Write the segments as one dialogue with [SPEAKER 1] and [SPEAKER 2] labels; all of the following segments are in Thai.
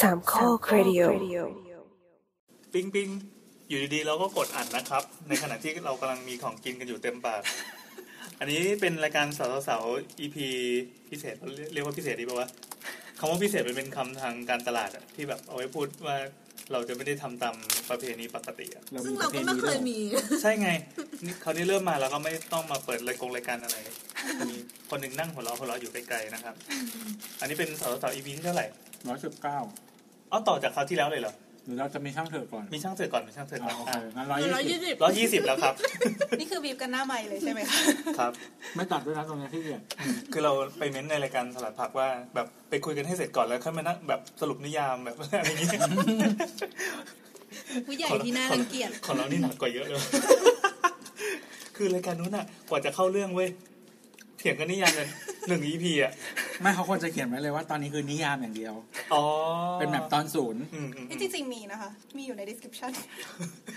[SPEAKER 1] สามข้อครดิโอ
[SPEAKER 2] ปิ้งปิ้งอยู่ดีๆเราก็กดอัดนะครับ ในขณะที่เรากำลังมีของกินกันอยู่เต็มปาก อันนี้เป็นรายการสาวสาวๆ EP พิเศษเรียกว่าพิเศษดีป่าวะคำว่าพิเศษมันเป็นคำทางการตลาดอะที่แบบเอาไว้พูดว่าเราจะไม่ได้ทำตามประเพณีปกติอะ
[SPEAKER 3] ซึ่งเราก็ไม่เคยมี
[SPEAKER 2] ใช่ไงนี่คราวนี้เริ่มมาแล้วก็ไม่ต้องมาเปิดรายกงรายการอะไรมีคนหนึ่งนั่งหัวเราะหัวเราะอยู่ไกลๆนะครับ อันนี้เป็นสาวสาวๆ EP ที่เท่าไหร่
[SPEAKER 4] ร้อยสิบเก้า
[SPEAKER 2] เอ้าต่อจากคราวที่แล้วเลยเหรอ
[SPEAKER 4] หรือเราจะมีช่างเถอะก่อน
[SPEAKER 2] มีช่างเสือก่อนมีช่างเสือก่อ
[SPEAKER 4] อ่า
[SPEAKER 2] น
[SPEAKER 4] โอเค
[SPEAKER 2] อ่ะ
[SPEAKER 4] งั้นร้อย
[SPEAKER 3] ร้อย
[SPEAKER 4] ยี่
[SPEAKER 3] ยี่
[SPEAKER 4] สิบ
[SPEAKER 3] สิบ
[SPEAKER 2] ร้อยยี่สิบแล้วครับ
[SPEAKER 5] นี่คือบีบกันหน้าไมค์เลยใช่ไหมคะ
[SPEAKER 2] ครับ
[SPEAKER 4] ไม่ตัดด้วยนะตรงเนี้ยที่เกียจ
[SPEAKER 2] คือเราไปเม้นในรายการสลัดผักว่า แบบไปคุยกันให้เสร็จก่อนแล้วค่อยมานั่งแบบสรุปนิยามแบบ อะไรอย่างเงี้ย
[SPEAKER 5] ผู้ใหญ่ที่น่ารังเกียจ
[SPEAKER 2] ของเรานี่หนักกว่าเยอะเลย คือรายการนู้นอ่ะ กว่าจะเข้าเรื่องเว้ยเถียงกันนิยามกันหนึ่ง EP อ่ะ
[SPEAKER 4] ไม่เขาควรจะเขียนไว้เลยว่าตอนนี้คือนิยามอย่างเดียว
[SPEAKER 2] อ๋อ
[SPEAKER 4] เป็นแบบตอนศูนย์
[SPEAKER 2] อืมอืมอื
[SPEAKER 5] นี่
[SPEAKER 2] ม
[SPEAKER 5] จริงๆมีนะคะ มีอยู่ใน description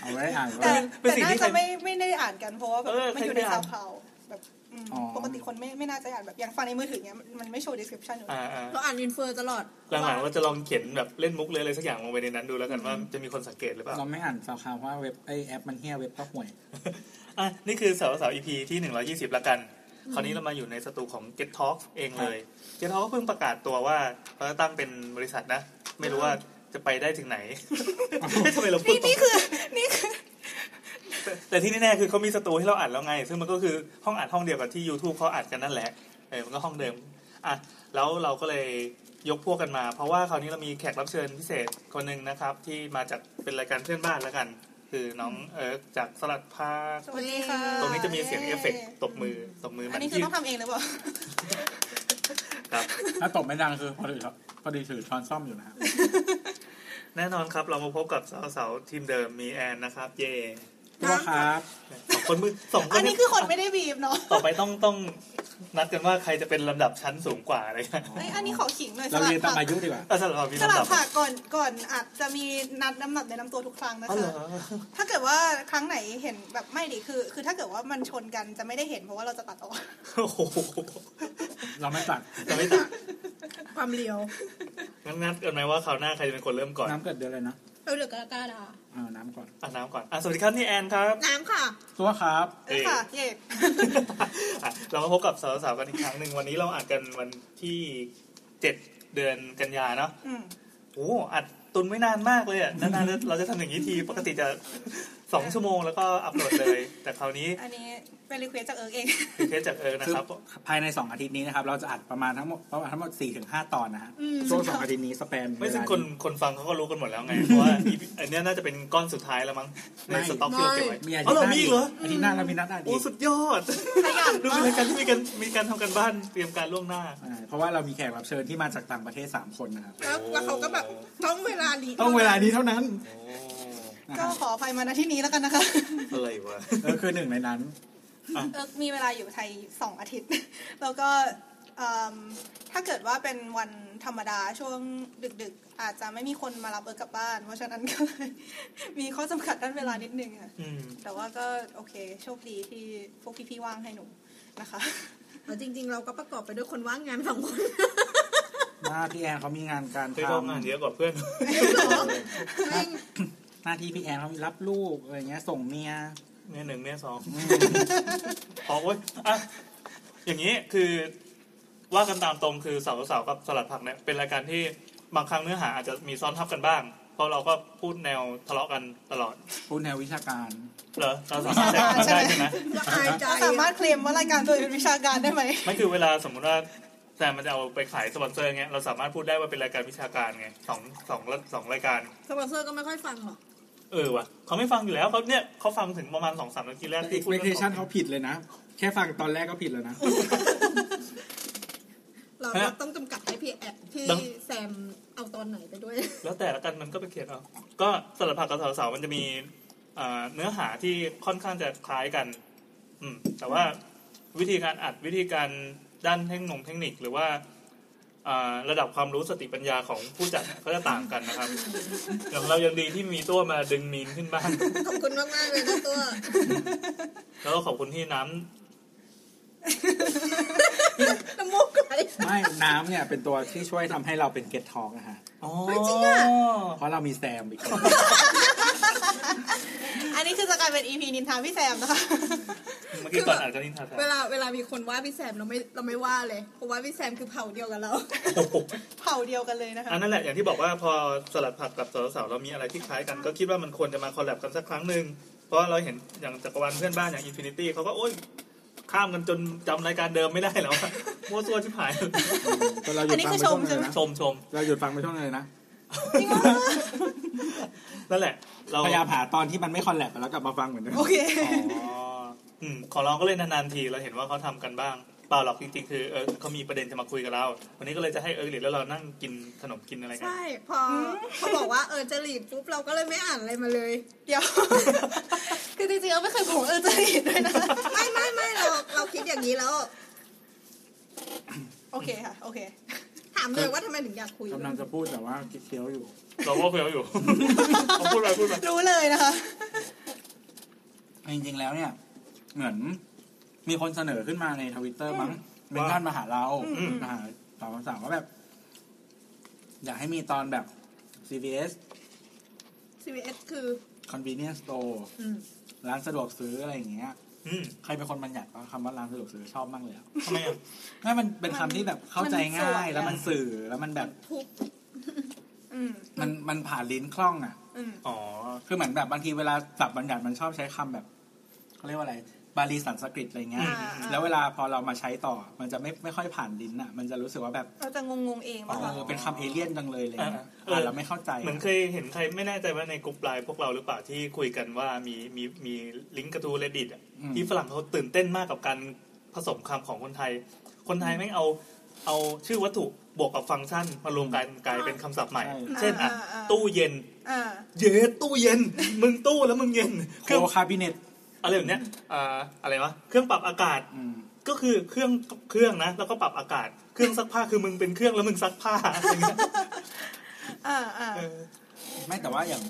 [SPEAKER 4] เอาไว้ได้อ่านไว้
[SPEAKER 5] แต่
[SPEAKER 2] เป็น
[SPEAKER 5] แต่
[SPEAKER 2] สิ่งที่
[SPEAKER 5] น่า
[SPEAKER 2] ใคร
[SPEAKER 5] จะไม่ไม่ได้อ่านกันเพราะว่าแบบ
[SPEAKER 2] เออ
[SPEAKER 5] มันอยู่ใน
[SPEAKER 2] ใครไม่อ่า
[SPEAKER 5] ซาน วพาวแบบอืม
[SPEAKER 4] อ๋อ
[SPEAKER 5] ปกติคนไม่ไม่น่าจะอ่านแบบอย่างฟังในมือถือเนี้ยมันมันไม่โชว์ description อยู่
[SPEAKER 2] อ่าอ่า
[SPEAKER 3] เราอ่านอินเฟอร์ตลอด
[SPEAKER 2] หลังๆเราจะลองเขียนแบบเล่นมุกเลยอะไรสักอย่างลงไปในนั้นดูแล้วกันว่าจะมีคนสังเกตหรือเปล่า
[SPEAKER 4] เราไม่อ่านสาวคาวว่าเว็บไอแอปมันเฮี้ยเว็บก็ห่วย
[SPEAKER 2] อ่ะนี่คือสาวสาว EP ที่ 120 ละกัน คราวนี้เรามาอยู่ในสตูของ Get Talk เองเลย Get Talk ก็เพิ่งประกาศตัวว่าเขาจะตั้งเป็นบริษัทนะ ไม่รู้ว่าจะไปได้ ถึงไหน เฮ้ยทำไมเราพูด
[SPEAKER 5] นี่
[SPEAKER 2] ตร
[SPEAKER 5] นี่
[SPEAKER 2] ง
[SPEAKER 5] คือนี่คือ
[SPEAKER 2] แต่แต่ที่แน่ๆคือเขามีสตูให้เราอัดแล้วไง ซึ่งมันก็คือห้องอัดห้องเดียวกับที่ YouTube เขาอัดกันนั่นแหละเออมันก็ห้องเดิมอ่ะแล้วเราก็เลยยกพวกกันมา เพราะว่าคราวนี้เรามีแขกรับเชิญพิเศษคนหนึ่งนะครับ ที่มาจากเป็นรายการเพื่อนบ้านแล้วกัน คือน้องเอิร์กจากสลัดภาค
[SPEAKER 5] สวัสดีค่ะ
[SPEAKER 2] ตรงนี้จะมีเสียงเอฟเฟกต์ตบมือตบมือมั
[SPEAKER 5] อัน
[SPEAKER 2] น
[SPEAKER 5] นี้คือต้องทำเองหรือเปล่า
[SPEAKER 2] ครับ
[SPEAKER 4] ถ้าตบไม่ดังคือพอดีครับพอดีถือช้อนซ่อมอยู่นะฮะ
[SPEAKER 2] แน่นอนครับเรามาพบกับสาวๆทีมเดิมมีแอนนะครับ เย่
[SPEAKER 4] ตัวครับ
[SPEAKER 2] สองคนมือสองคน
[SPEAKER 5] อันนี้
[SPEAKER 2] นี้
[SPEAKER 5] คือคนไม่ได้บีบเนาะ
[SPEAKER 2] ต่อไปต้องต้องนัดกันว่าใครจะเป็นลำดับชั้นสูงกว่าอะไรนะ
[SPEAKER 5] เอ้ยอันนี้ขอขิงหน่อยส
[SPEAKER 4] เรา
[SPEAKER 5] ลัด
[SPEAKER 4] เรียนตาม
[SPEAKER 5] ผั
[SPEAKER 4] อาก ยุดีกว่า
[SPEAKER 2] อ่ะสลับมี
[SPEAKER 5] สลั
[SPEAKER 2] ลำ
[SPEAKER 5] ด
[SPEAKER 2] ดับ
[SPEAKER 5] ผักก่อนก่อนอัดจะมีนัดน้ำหนักในลำตัวทุกครั้งนะ
[SPEAKER 2] อ๋อเหร
[SPEAKER 5] คะ
[SPEAKER 2] อ
[SPEAKER 5] ถ้าเกิดว่าครั้งไหนเห็นแบบไม่ดีคือ คือถ้าเกิดว่ามันชนกันจะไม่ได้เห็นเพราะว่าเราจะตัดออก
[SPEAKER 2] โอ้โห
[SPEAKER 4] เราไม่ตัด
[SPEAKER 2] จะไม่ตัด
[SPEAKER 3] ความเรียว
[SPEAKER 2] งั้นนัดกันไหมว่าคราวหน้าใครจะเป็นคนเริ่มก่อน
[SPEAKER 4] น้ำเกิดเดือนเลยนะ
[SPEAKER 3] เราเดือกกระกาดา
[SPEAKER 4] เอ่าน้ำก่อน
[SPEAKER 2] อ่ะน้ำก่อนอ่ะสวัสดีครับนี่แอนครับ
[SPEAKER 3] น้ำค่ะ
[SPEAKER 4] ตัวครับ
[SPEAKER 5] เออค่ะเย่
[SPEAKER 2] อ่ะเรามาพบกับสาวๆกันอีกครั้งหนึ่งวันนี้เราอัดกันวันที่เจ็ดเดือนกันยาเนาะ
[SPEAKER 5] อืม
[SPEAKER 2] โอ้อัดตุนไม่นานมากเลยอ่ะ นานๆเราจะทำอย่างนี้ที ปกติจะ สองชั่วโมงแล้วก็อัปโหลดเลย แต่คราวนี้
[SPEAKER 5] อันนี้เป็นรีเควสจากเอิร์กเอง
[SPEAKER 2] คือเคสจากเอิร์กนะ
[SPEAKER 4] คือ
[SPEAKER 2] ครับ
[SPEAKER 4] ภายในสองอาทิตย์นี้นะครับเราจะอัดประมาณทั้งหมดประมาณทั้งหมดสี่ถึงห้าตอนนะฮะช่วงสองอาทิตย์นี้สเปน
[SPEAKER 2] ไม่ซึ่ง
[SPEAKER 4] เวลา
[SPEAKER 2] คนคนฟังเขาก็รู้กันหมดแล้วไง เพราะว่า EP อันเนี้ยน่าจะเป็นก้อนสุดท้ายแล้วมั้ง ใน
[SPEAKER 4] ไม่
[SPEAKER 2] สต็อกที่เราเก็บไว้
[SPEAKER 4] มีอาทิ
[SPEAKER 2] อ๋
[SPEAKER 4] ต
[SPEAKER 2] อ
[SPEAKER 4] ย์
[SPEAKER 2] เหรอ
[SPEAKER 4] หน้า
[SPEAKER 2] มี
[SPEAKER 4] อี
[SPEAKER 2] อี
[SPEAKER 4] ก
[SPEAKER 2] กเหรอ
[SPEAKER 4] อาทิตย์หน้าเรามีนัดอัด
[SPEAKER 2] โอ้
[SPEAKER 4] อีก
[SPEAKER 2] สุดยอดดูเป็นรายการที่มีการมีการทำกันบ้านเตรียมการล่วงหน้า
[SPEAKER 4] ใช่เพราะว่าเรามีแขกรับเชิญที่มาจากต่างประเทศ 3 คนนะครับ
[SPEAKER 3] แล้วแล้วเขาก็แบบต้องเวลาดี
[SPEAKER 4] ต้องเวลานี้เท่านั้น
[SPEAKER 2] โอ้
[SPEAKER 4] นะ
[SPEAKER 5] ก็
[SPEAKER 4] ฮะ
[SPEAKER 5] ขออภัยมาณที่นี้แล้วกันนะคะ
[SPEAKER 2] อะไรวะ
[SPEAKER 4] เออคือหนึ่งในนั้น
[SPEAKER 5] เอิร์กมีเวลาอยู่ไทยสองอาทิตย์ แล้วก็เอิ่มถ้าเกิดว่าเป็นวันธรรมดาช่วงดึกๆ อาจจะไม่มีคนมารับเอิร์กกลับบ้าน เพราะฉะนั้นก็เลยมีข้อจำกัดด้านเวลานิดนึงอะ
[SPEAKER 2] อืม
[SPEAKER 5] แต่ว่าก็โอเคโชคดีที่พวกพี่ๆว่างให้หนูนะคะ
[SPEAKER 3] แล้วจริง ๆ เราก็ประกอบไปด้วยคนว่างงานสองคน
[SPEAKER 4] มาพี่แอนเขามีงานการ
[SPEAKER 2] คือ
[SPEAKER 4] ท
[SPEAKER 2] ทำงานเยอะกว่าเพื่อน
[SPEAKER 4] ำหน้าที่พี่แอนเขามีรับลูกอะไรเงี้ยส่งเมีย
[SPEAKER 2] เนี่ยหนึ่งเนี่ยสอง ขอโอ้ยอ่ะอย่างนี้คือว่ากันตามตรงคือเสาวสาวกับสลัดผักเนี่ยเป็นรายการที่บางครั้งเนื้อหาอาจจะมีซ้อนทับกันบ้าง เพราะเราก็พูดแนวทะเลาะกันตลอด
[SPEAKER 4] พูดแนววิชาการ
[SPEAKER 2] เหรอเราสามารถแทรกกันได้ใช่ไหม
[SPEAKER 3] ละอายใจ
[SPEAKER 5] สามารถเคลมว่ารายการตัวเองเป็นวิชาการได้ไหม
[SPEAKER 2] ไม่คือเวลาสมมุติว่าแต่มันจะเอาไปขายสปอนเซอร์ไงเราสามารถพูดได้ว่าเป็นรายการวิชาการไงสองสองสองรายการ
[SPEAKER 3] สปอนเซอร์ก็ไม่ค่อยฟังหรอก
[SPEAKER 2] เออว่ะเขาไม่ฟังอยู่แล้วเขาเนี่ยเขาฟังถึงประมาณสองสามนาทีแรกที่พูดเรื่อง
[SPEAKER 4] expectation เขาผิดเลยนะ แค่ฟังตอนแรกก็ผิดแล้วนะ
[SPEAKER 3] เรา
[SPEAKER 2] ฮะ
[SPEAKER 3] ต้องจำกัดให้พี่แอดพี่
[SPEAKER 2] ดัง
[SPEAKER 3] แซมเอาตอนไหนไปด้วย
[SPEAKER 2] แล้วแต่ละกันมันก็ไปเขียนเอา ก็สลับผักกับสาวสาวๆมันจะมีเอ่อเนื้อหาที่ค่อนข้างจะคล้ายกัน อืม แต่ว่าวิธีการอัดวิธีการด้านเทคนิคเทคนิคหรือว่าเอ่อระดับความรู้สติปัญญาของผู้จัดเนี่ยก็จะต่างกันนะครับ อย่างเรายังดีที่มีตัวมาดึงมีนขึ้นบ้าง
[SPEAKER 3] ขอบคุณมาก ๆ เลยนะตัว
[SPEAKER 2] แล้วก็ขอบคุณที่น้ำ
[SPEAKER 3] น้ำมูกไหล
[SPEAKER 4] ไม่น้ำเนี่ยเป็นตัวที่ช่วยทำให้เราเป็นเกตทองนะฮะ
[SPEAKER 2] อ๋อ
[SPEAKER 6] จริงอะ
[SPEAKER 4] เพราะเรามีแซมอีกคน
[SPEAKER 5] อันนี้คือจะกลายเป็น EP นินทาพี่แซมนะคะ
[SPEAKER 2] เมื่อกี้ก่อนอ่านก็นินทาแซม
[SPEAKER 6] เวลาเวลามีคนว่าพี่แซมเราไม่เราไม่ว่าเลยเพราะว่าพี่แซมคือเผ่าเดียวกับเรา
[SPEAKER 2] โอ้โห
[SPEAKER 5] เผาเดียวกันเลยนะคะ
[SPEAKER 2] อันนั่นแหละอย่างที่บอกว่าพอสลัดผักกับสาวๆเรามีอะไรที่คล้ายกัน ก็คิดว่ามันควรจะมาคอลแลบกันสักครั้งหนึ่งเพราะเราเห็นอย่างจักรวาลเพื่อนบ้านอย่างอินฟินิตี้เขาก็โอ๊ยข้ามกันจนจำรายการเดิมไม่ได้แล้วอะ มั่วซั่วชิบหาย
[SPEAKER 4] จนเราหยุดฟังไปช่วงหนึงเลยนะ
[SPEAKER 2] ชมชม
[SPEAKER 4] เราหยุดฟังไปช่วงหนึงเลยนะ
[SPEAKER 2] นั่นแหละ เรา
[SPEAKER 4] พยายามหาตอนที่มันไม่คอนแลบแล้วกลับมาฟังเหมือนเดิม
[SPEAKER 5] โอเค
[SPEAKER 2] อืมของเราก็เลยนานๆทีเราเห็นว่าเขาทำกันบ้างเปล่าหรอกจริงๆคือเออเขามีประเด็นจะมาคุยกับเรา วันนี้ก็เลยจะให้เออหรือแล้วเรานั่งกินขนมกินอะไรกัน
[SPEAKER 6] ใช่พอพอบอกว่าเออจะหลีดปุ๊บเราก็เลยไม่อ่านอะไรมาเลย
[SPEAKER 5] เดี๋ยว คือจริงๆเราไม่เคยผมเออจะดีดด้วยนะ
[SPEAKER 6] ไม่ไม่ไม่เราเราคิดอย่างนี้แล้ว
[SPEAKER 5] โอเคค่ะ โอเค
[SPEAKER 6] ถามเลยว่าทำไมถึงอยากคุย
[SPEAKER 4] กำลังจะพูดแต่ว่าเคี้ยวอยู่
[SPEAKER 2] เราก็เฟลอยู่ เขาพูดไปพูดไป
[SPEAKER 5] รู้เลยนะคะ
[SPEAKER 4] จริงๆแล้วเนี่ย เหมือนมีคนเสนอขึ้นมาในทวิตเตอร์มั้งเป็นท่านมาหาเรามาหาสาวสาวๆว่าแบบ อยากให้มีตอนแบบ CVS
[SPEAKER 6] ซีวีเอสคือ
[SPEAKER 4] convenience store
[SPEAKER 6] อืม
[SPEAKER 4] ร้านสะดวกซื้ออะไรอย่างเงี้ย
[SPEAKER 2] อืม
[SPEAKER 4] ใครเป็นคนบัญญัติว่าคำว่าร้านสะดวกซื้อชอบมากเลยอะ
[SPEAKER 2] ทำไมอ่ะ
[SPEAKER 4] ไม่มันเป็นคำที่แบบเข้าใจง่าย แล้วมันสื่อแล้วมันแบบ
[SPEAKER 6] ทุก
[SPEAKER 5] อืม
[SPEAKER 4] มันมันผ่านลิ้นคล่องอ่ะ
[SPEAKER 5] อืม
[SPEAKER 2] อ๋อ
[SPEAKER 4] คือเหมือนแบบบางทีเวลาศัพท์บัญญัติมันชอบใช้คำแบบเขาเรียกว่าอะไร บาลีสันสกฤตอะไรเงี้ย
[SPEAKER 5] อ่าอ่า
[SPEAKER 4] แล้วเวลาพอเรามาใช้ต่อ มันจะไม่ไม่ค่อยผ่านลิ้นอ่ะ มันจะรู้สึกว่าแบบ
[SPEAKER 5] เราจะงงๆเอง
[SPEAKER 4] เอ
[SPEAKER 5] มั้งคะ
[SPEAKER 4] อเป็นคำเอเลี่ยนจังเลยอะไรเงี้ยอ่านแล้วไม่เข้าใจ
[SPEAKER 2] เหมือนเคยเห็นใครไม่แน่ใจว่าในกลุ่มไลน์พวกเราหรือเปล่าที่คุยกันว่ามีมีมีลิงก์กระทู้ reddit อะที่ฝรั่งเขาตื่นเต้นมากกับการผสมคำของคนไทย คนไทยไม่งเอาเอาชื่อวัตถุบวกกับฟังก์ชันมารวมกันกลายเป็นคำศัพท์ใหม่ เช่นอ่ะ
[SPEAKER 5] อ่าอ่า
[SPEAKER 2] ตู้เย็น
[SPEAKER 5] อ่า
[SPEAKER 2] เย็นตู้เย็น มึงตู้แล้วมึงเย็นเค
[SPEAKER 4] โค
[SPEAKER 2] รื่อง
[SPEAKER 4] คาบิเนต
[SPEAKER 2] อะไรแบบเนี้ยอ่าอะไรวะเครื่องปรับอากาศ
[SPEAKER 4] อืม
[SPEAKER 2] ก็คือเครื่องเครื่องนะ แล้วก็ปรับอากาศ เครื่องซักผ้าคือมึงเป็นเครื่องแล้วมึงซักผ้าอะไรเงี้ย
[SPEAKER 5] อ่าอ่า
[SPEAKER 2] เออ
[SPEAKER 4] ไม่แต่ว่าอย่าง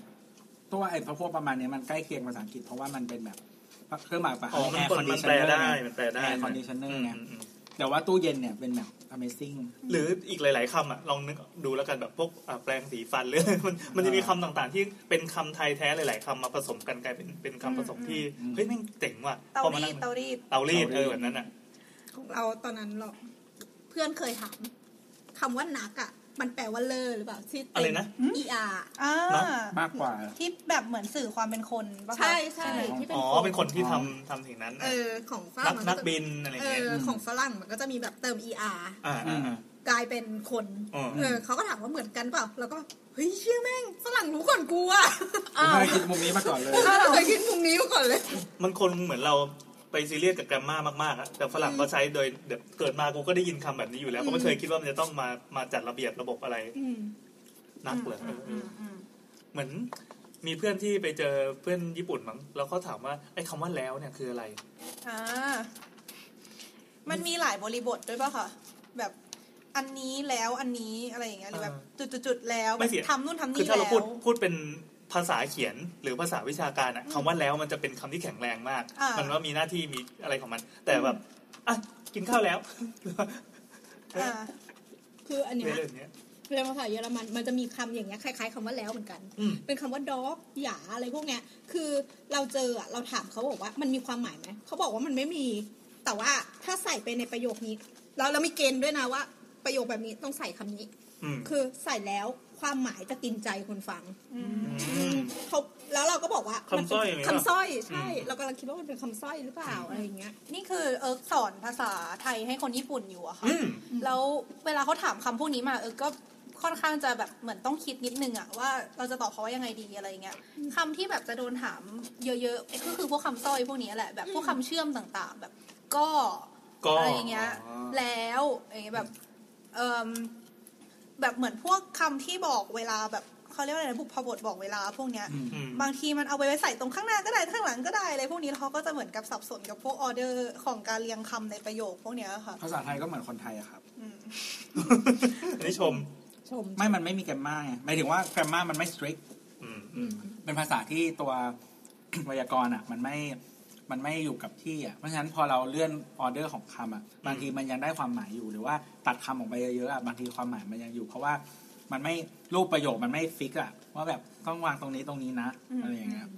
[SPEAKER 4] ตัวไอ้พวกประมาณเนี้ยมันใกล้เคียงภาษาอังกฤษเพราะว่ามันเป็นแบบเครื่องหมายปะ
[SPEAKER 2] อ๋อมันกดมันแปลได้มันแปลได้
[SPEAKER 4] แอร์คอนดิชเนอร์ไง
[SPEAKER 2] มมม
[SPEAKER 4] แต่ว่าตู้เย็นเนี่ยเป็นแบบ amazing
[SPEAKER 2] หรืออีกหลาย ๆคำอ่ะลองนึกดูแล้วกันแบบพวกอ่ะแปลงสีฟันหรือ มันมันจะมีคำต่างๆ ที่เป็นคำไทยแท้หลาย ๆคำมาผสมกันกลายเป็นเป็นคำผสมที่
[SPEAKER 4] อืม
[SPEAKER 2] เฮ้ยแม่งเจ๋งว่ะ
[SPEAKER 5] เตา
[SPEAKER 2] พอมา
[SPEAKER 5] รี
[SPEAKER 2] นั่
[SPEAKER 5] ด
[SPEAKER 2] ง
[SPEAKER 5] เตารีด
[SPEAKER 2] เตารีดเออแบบนั้นอ่ะ
[SPEAKER 6] ของเราตอนนั้นเราเพื่อนเคยถามคำว่านักอ่ะ มันแปลว่าเลอหรือเปล่าที่
[SPEAKER 2] อะไรนะ
[SPEAKER 6] เอาร
[SPEAKER 5] อ่า
[SPEAKER 2] เนอะ
[SPEAKER 4] มากกว่า
[SPEAKER 5] ที่แบบเหมือนสื่อความเป็นคนปะคะ
[SPEAKER 6] ใช่ใช่ที่เป็น
[SPEAKER 2] อ๋อ
[SPEAKER 6] คน
[SPEAKER 2] เป็นคนที่ทำทำสิ่งนั้น
[SPEAKER 6] เอ
[SPEAKER 2] อ่ะ
[SPEAKER 6] อของฝ
[SPEAKER 2] นั
[SPEAKER 6] รั่
[SPEAKER 2] ก
[SPEAKER 6] งมั
[SPEAKER 2] นั
[SPEAKER 6] ก็
[SPEAKER 2] ก
[SPEAKER 6] จะ
[SPEAKER 2] บินอะไร
[SPEAKER 6] เอ
[SPEAKER 2] เงี้ย
[SPEAKER 6] อของฝรั่งมันก็จะมีแบบเติม er
[SPEAKER 2] อ่าอ่าอ่า
[SPEAKER 6] กลายเป็นคน
[SPEAKER 2] อ๋อ
[SPEAKER 6] เออเขาก็ถามว่าเหมือนกันเปล่าแล้วก็เฮ้ยเชื่อแม่งฝรั่งรู้ก่อนกูอ่ะ
[SPEAKER 4] ผมไม่เคยคิดมุมนี้มาก่อนเลย
[SPEAKER 6] เราเคยคิดมุมนี้มาก่อนเลย
[SPEAKER 2] มันคนเหมือนเราไปซีเรียสกับแกรมมามากๆอะแต่ฝรั่งก็ใช้โดยแบบเกิดมากูก็ได้ยินคำแบบนี้อยู่แล้วก็ไม่เคยคิดว่ามันจะต้องมามาจัดระเบียบระบบอะไร
[SPEAKER 5] อืม
[SPEAKER 2] นักเลย
[SPEAKER 5] อืมอืมอืม
[SPEAKER 2] เหมือนมีเพื่อนที่ไปเจอเพื่อนญี่ปุ่นมั้งแล้วเขาถามว่าไอ้คำว่าแล้วเนี่ยคืออะไร
[SPEAKER 5] อ่า มันมีหลายบริบทด้วยป่ะคะแบบอันนี้แล้วอันนี้อะไรอย่างเงี้ยหรือแบบจุดๆๆแล้ว
[SPEAKER 2] ไม่เสีย
[SPEAKER 5] ทำนู่นทำ
[SPEAKER 2] คือ
[SPEAKER 5] นี่
[SPEAKER 2] ถ้า
[SPEAKER 5] แล้
[SPEAKER 2] เราพูด
[SPEAKER 5] ว
[SPEAKER 2] พูดเป็นภาษาเขียนหรือภาษาวิชาการอะคำว่าแล้วมันจะเป็นคำที่แข็งแรงมาก
[SPEAKER 5] อ่ามั
[SPEAKER 2] มันก็มีหน้าที่มีอะไรของมัน แต่แบบอ่ะกินข้าวแล้ว
[SPEAKER 5] อ่า
[SPEAKER 6] คืออันเนี้ย
[SPEAKER 2] เรื่องเนี้ย
[SPEAKER 6] เรียนภาษาเยอรมันมันจะมีคำอย่างเงี้ยคล้ายๆคำว่าแล้วเหมือนกัน
[SPEAKER 2] อืม
[SPEAKER 6] เป็นคำว่า dog หยาอะไรพวกเนี้ย คือเราเจออะเราถามเขาบอกว่ามันมีความหมายไหมเขาบอกว่ามันไม่มี แต่ว่าถ้าใส่ไปในประโยคนี้ เราเรามีเกณฑ์ด้วยนะว่า ประโยคแบบนี้ต้องใส่คำนี้
[SPEAKER 2] อืม
[SPEAKER 6] คือใส่แล้วความหมายจะกินใจคนฟัง
[SPEAKER 5] อืม
[SPEAKER 2] อืม
[SPEAKER 6] เขาแล้วเราก็บอกว่า
[SPEAKER 2] คำสร้อยอย่างเงี้ย
[SPEAKER 6] คำสร้อยใช่
[SPEAKER 2] อืม
[SPEAKER 6] เรากำลังคิดว่ามันเป็นคำสร้อยหรือเปล่าอะไรอย่างเงี้ย
[SPEAKER 5] นี่คือเอิร์กสอนภาษาไทยให้คนญี่ปุ่นอยู่อะค่ะ
[SPEAKER 2] อืม
[SPEAKER 5] แล้วเวลาเขาถามคำพวกนี้มาเออก็ค่อนข้างจะแบบเหมือนต้องคิดนิดนึงอะว่าเราจะตอบเขาว่ายังไงดีอะไรเงี้ยคำที่แบบจะโดนถามเยอะๆก็คือพวกคำสร้อยพวกนี้แหละแบบพวกคำเชื่อมต่างๆ แบบก็
[SPEAKER 2] ก็
[SPEAKER 5] อะไรอย่างเงี้ย
[SPEAKER 2] อ๋อ
[SPEAKER 5] แล้วอย่างเงี้ยแบบเอ่มแบบเหมือนพวกคำที่บอกเวลาแบบเขาเรียกว่าอะไรนะบุพบทบอกเวลาพวกเนี้ย
[SPEAKER 4] อืม
[SPEAKER 2] อืม
[SPEAKER 5] บางทีมันเอาไปไว้ใส่ตรงข้างหน้าก็ได้ข้างหลังก็ได้อะไรพวกนี้แล้วเขาก็จะเหมือนกับสับสนกับพวกออเดอร์ของการเรียงคำในประโยคพวกเนี้ยค่ะ
[SPEAKER 4] ภาษาไทยก็เหมือนคนไทยอะครับ
[SPEAKER 5] อืม
[SPEAKER 2] อันนี้ชม
[SPEAKER 6] ชม
[SPEAKER 4] ไม่ มันไม่มีแกรมมาไงหมายถึงว่าแกรมมามันไม่ strict
[SPEAKER 2] อืมอืม
[SPEAKER 4] เป็นภาษาที่ตัว ไวยากรณ์อ่ะ มันไม่ มันไม่อยู่กับที่อ่ะเพราะฉะนั้นพอเราเลื่อนออเดอร์ของคำอ่ะบางทีมันยังได้ความหมายอยู่หรือว่าตัดคำออกไปเยอะๆอ่ะบางทีความหมายมันยังอยู่ เพราะว่ามันไม่รูปประโยคมันไม่ฟิกอ่ะว่าแบบต้องวางตรงนี้ตรงนี้นะอะไรอย่างเงี้ย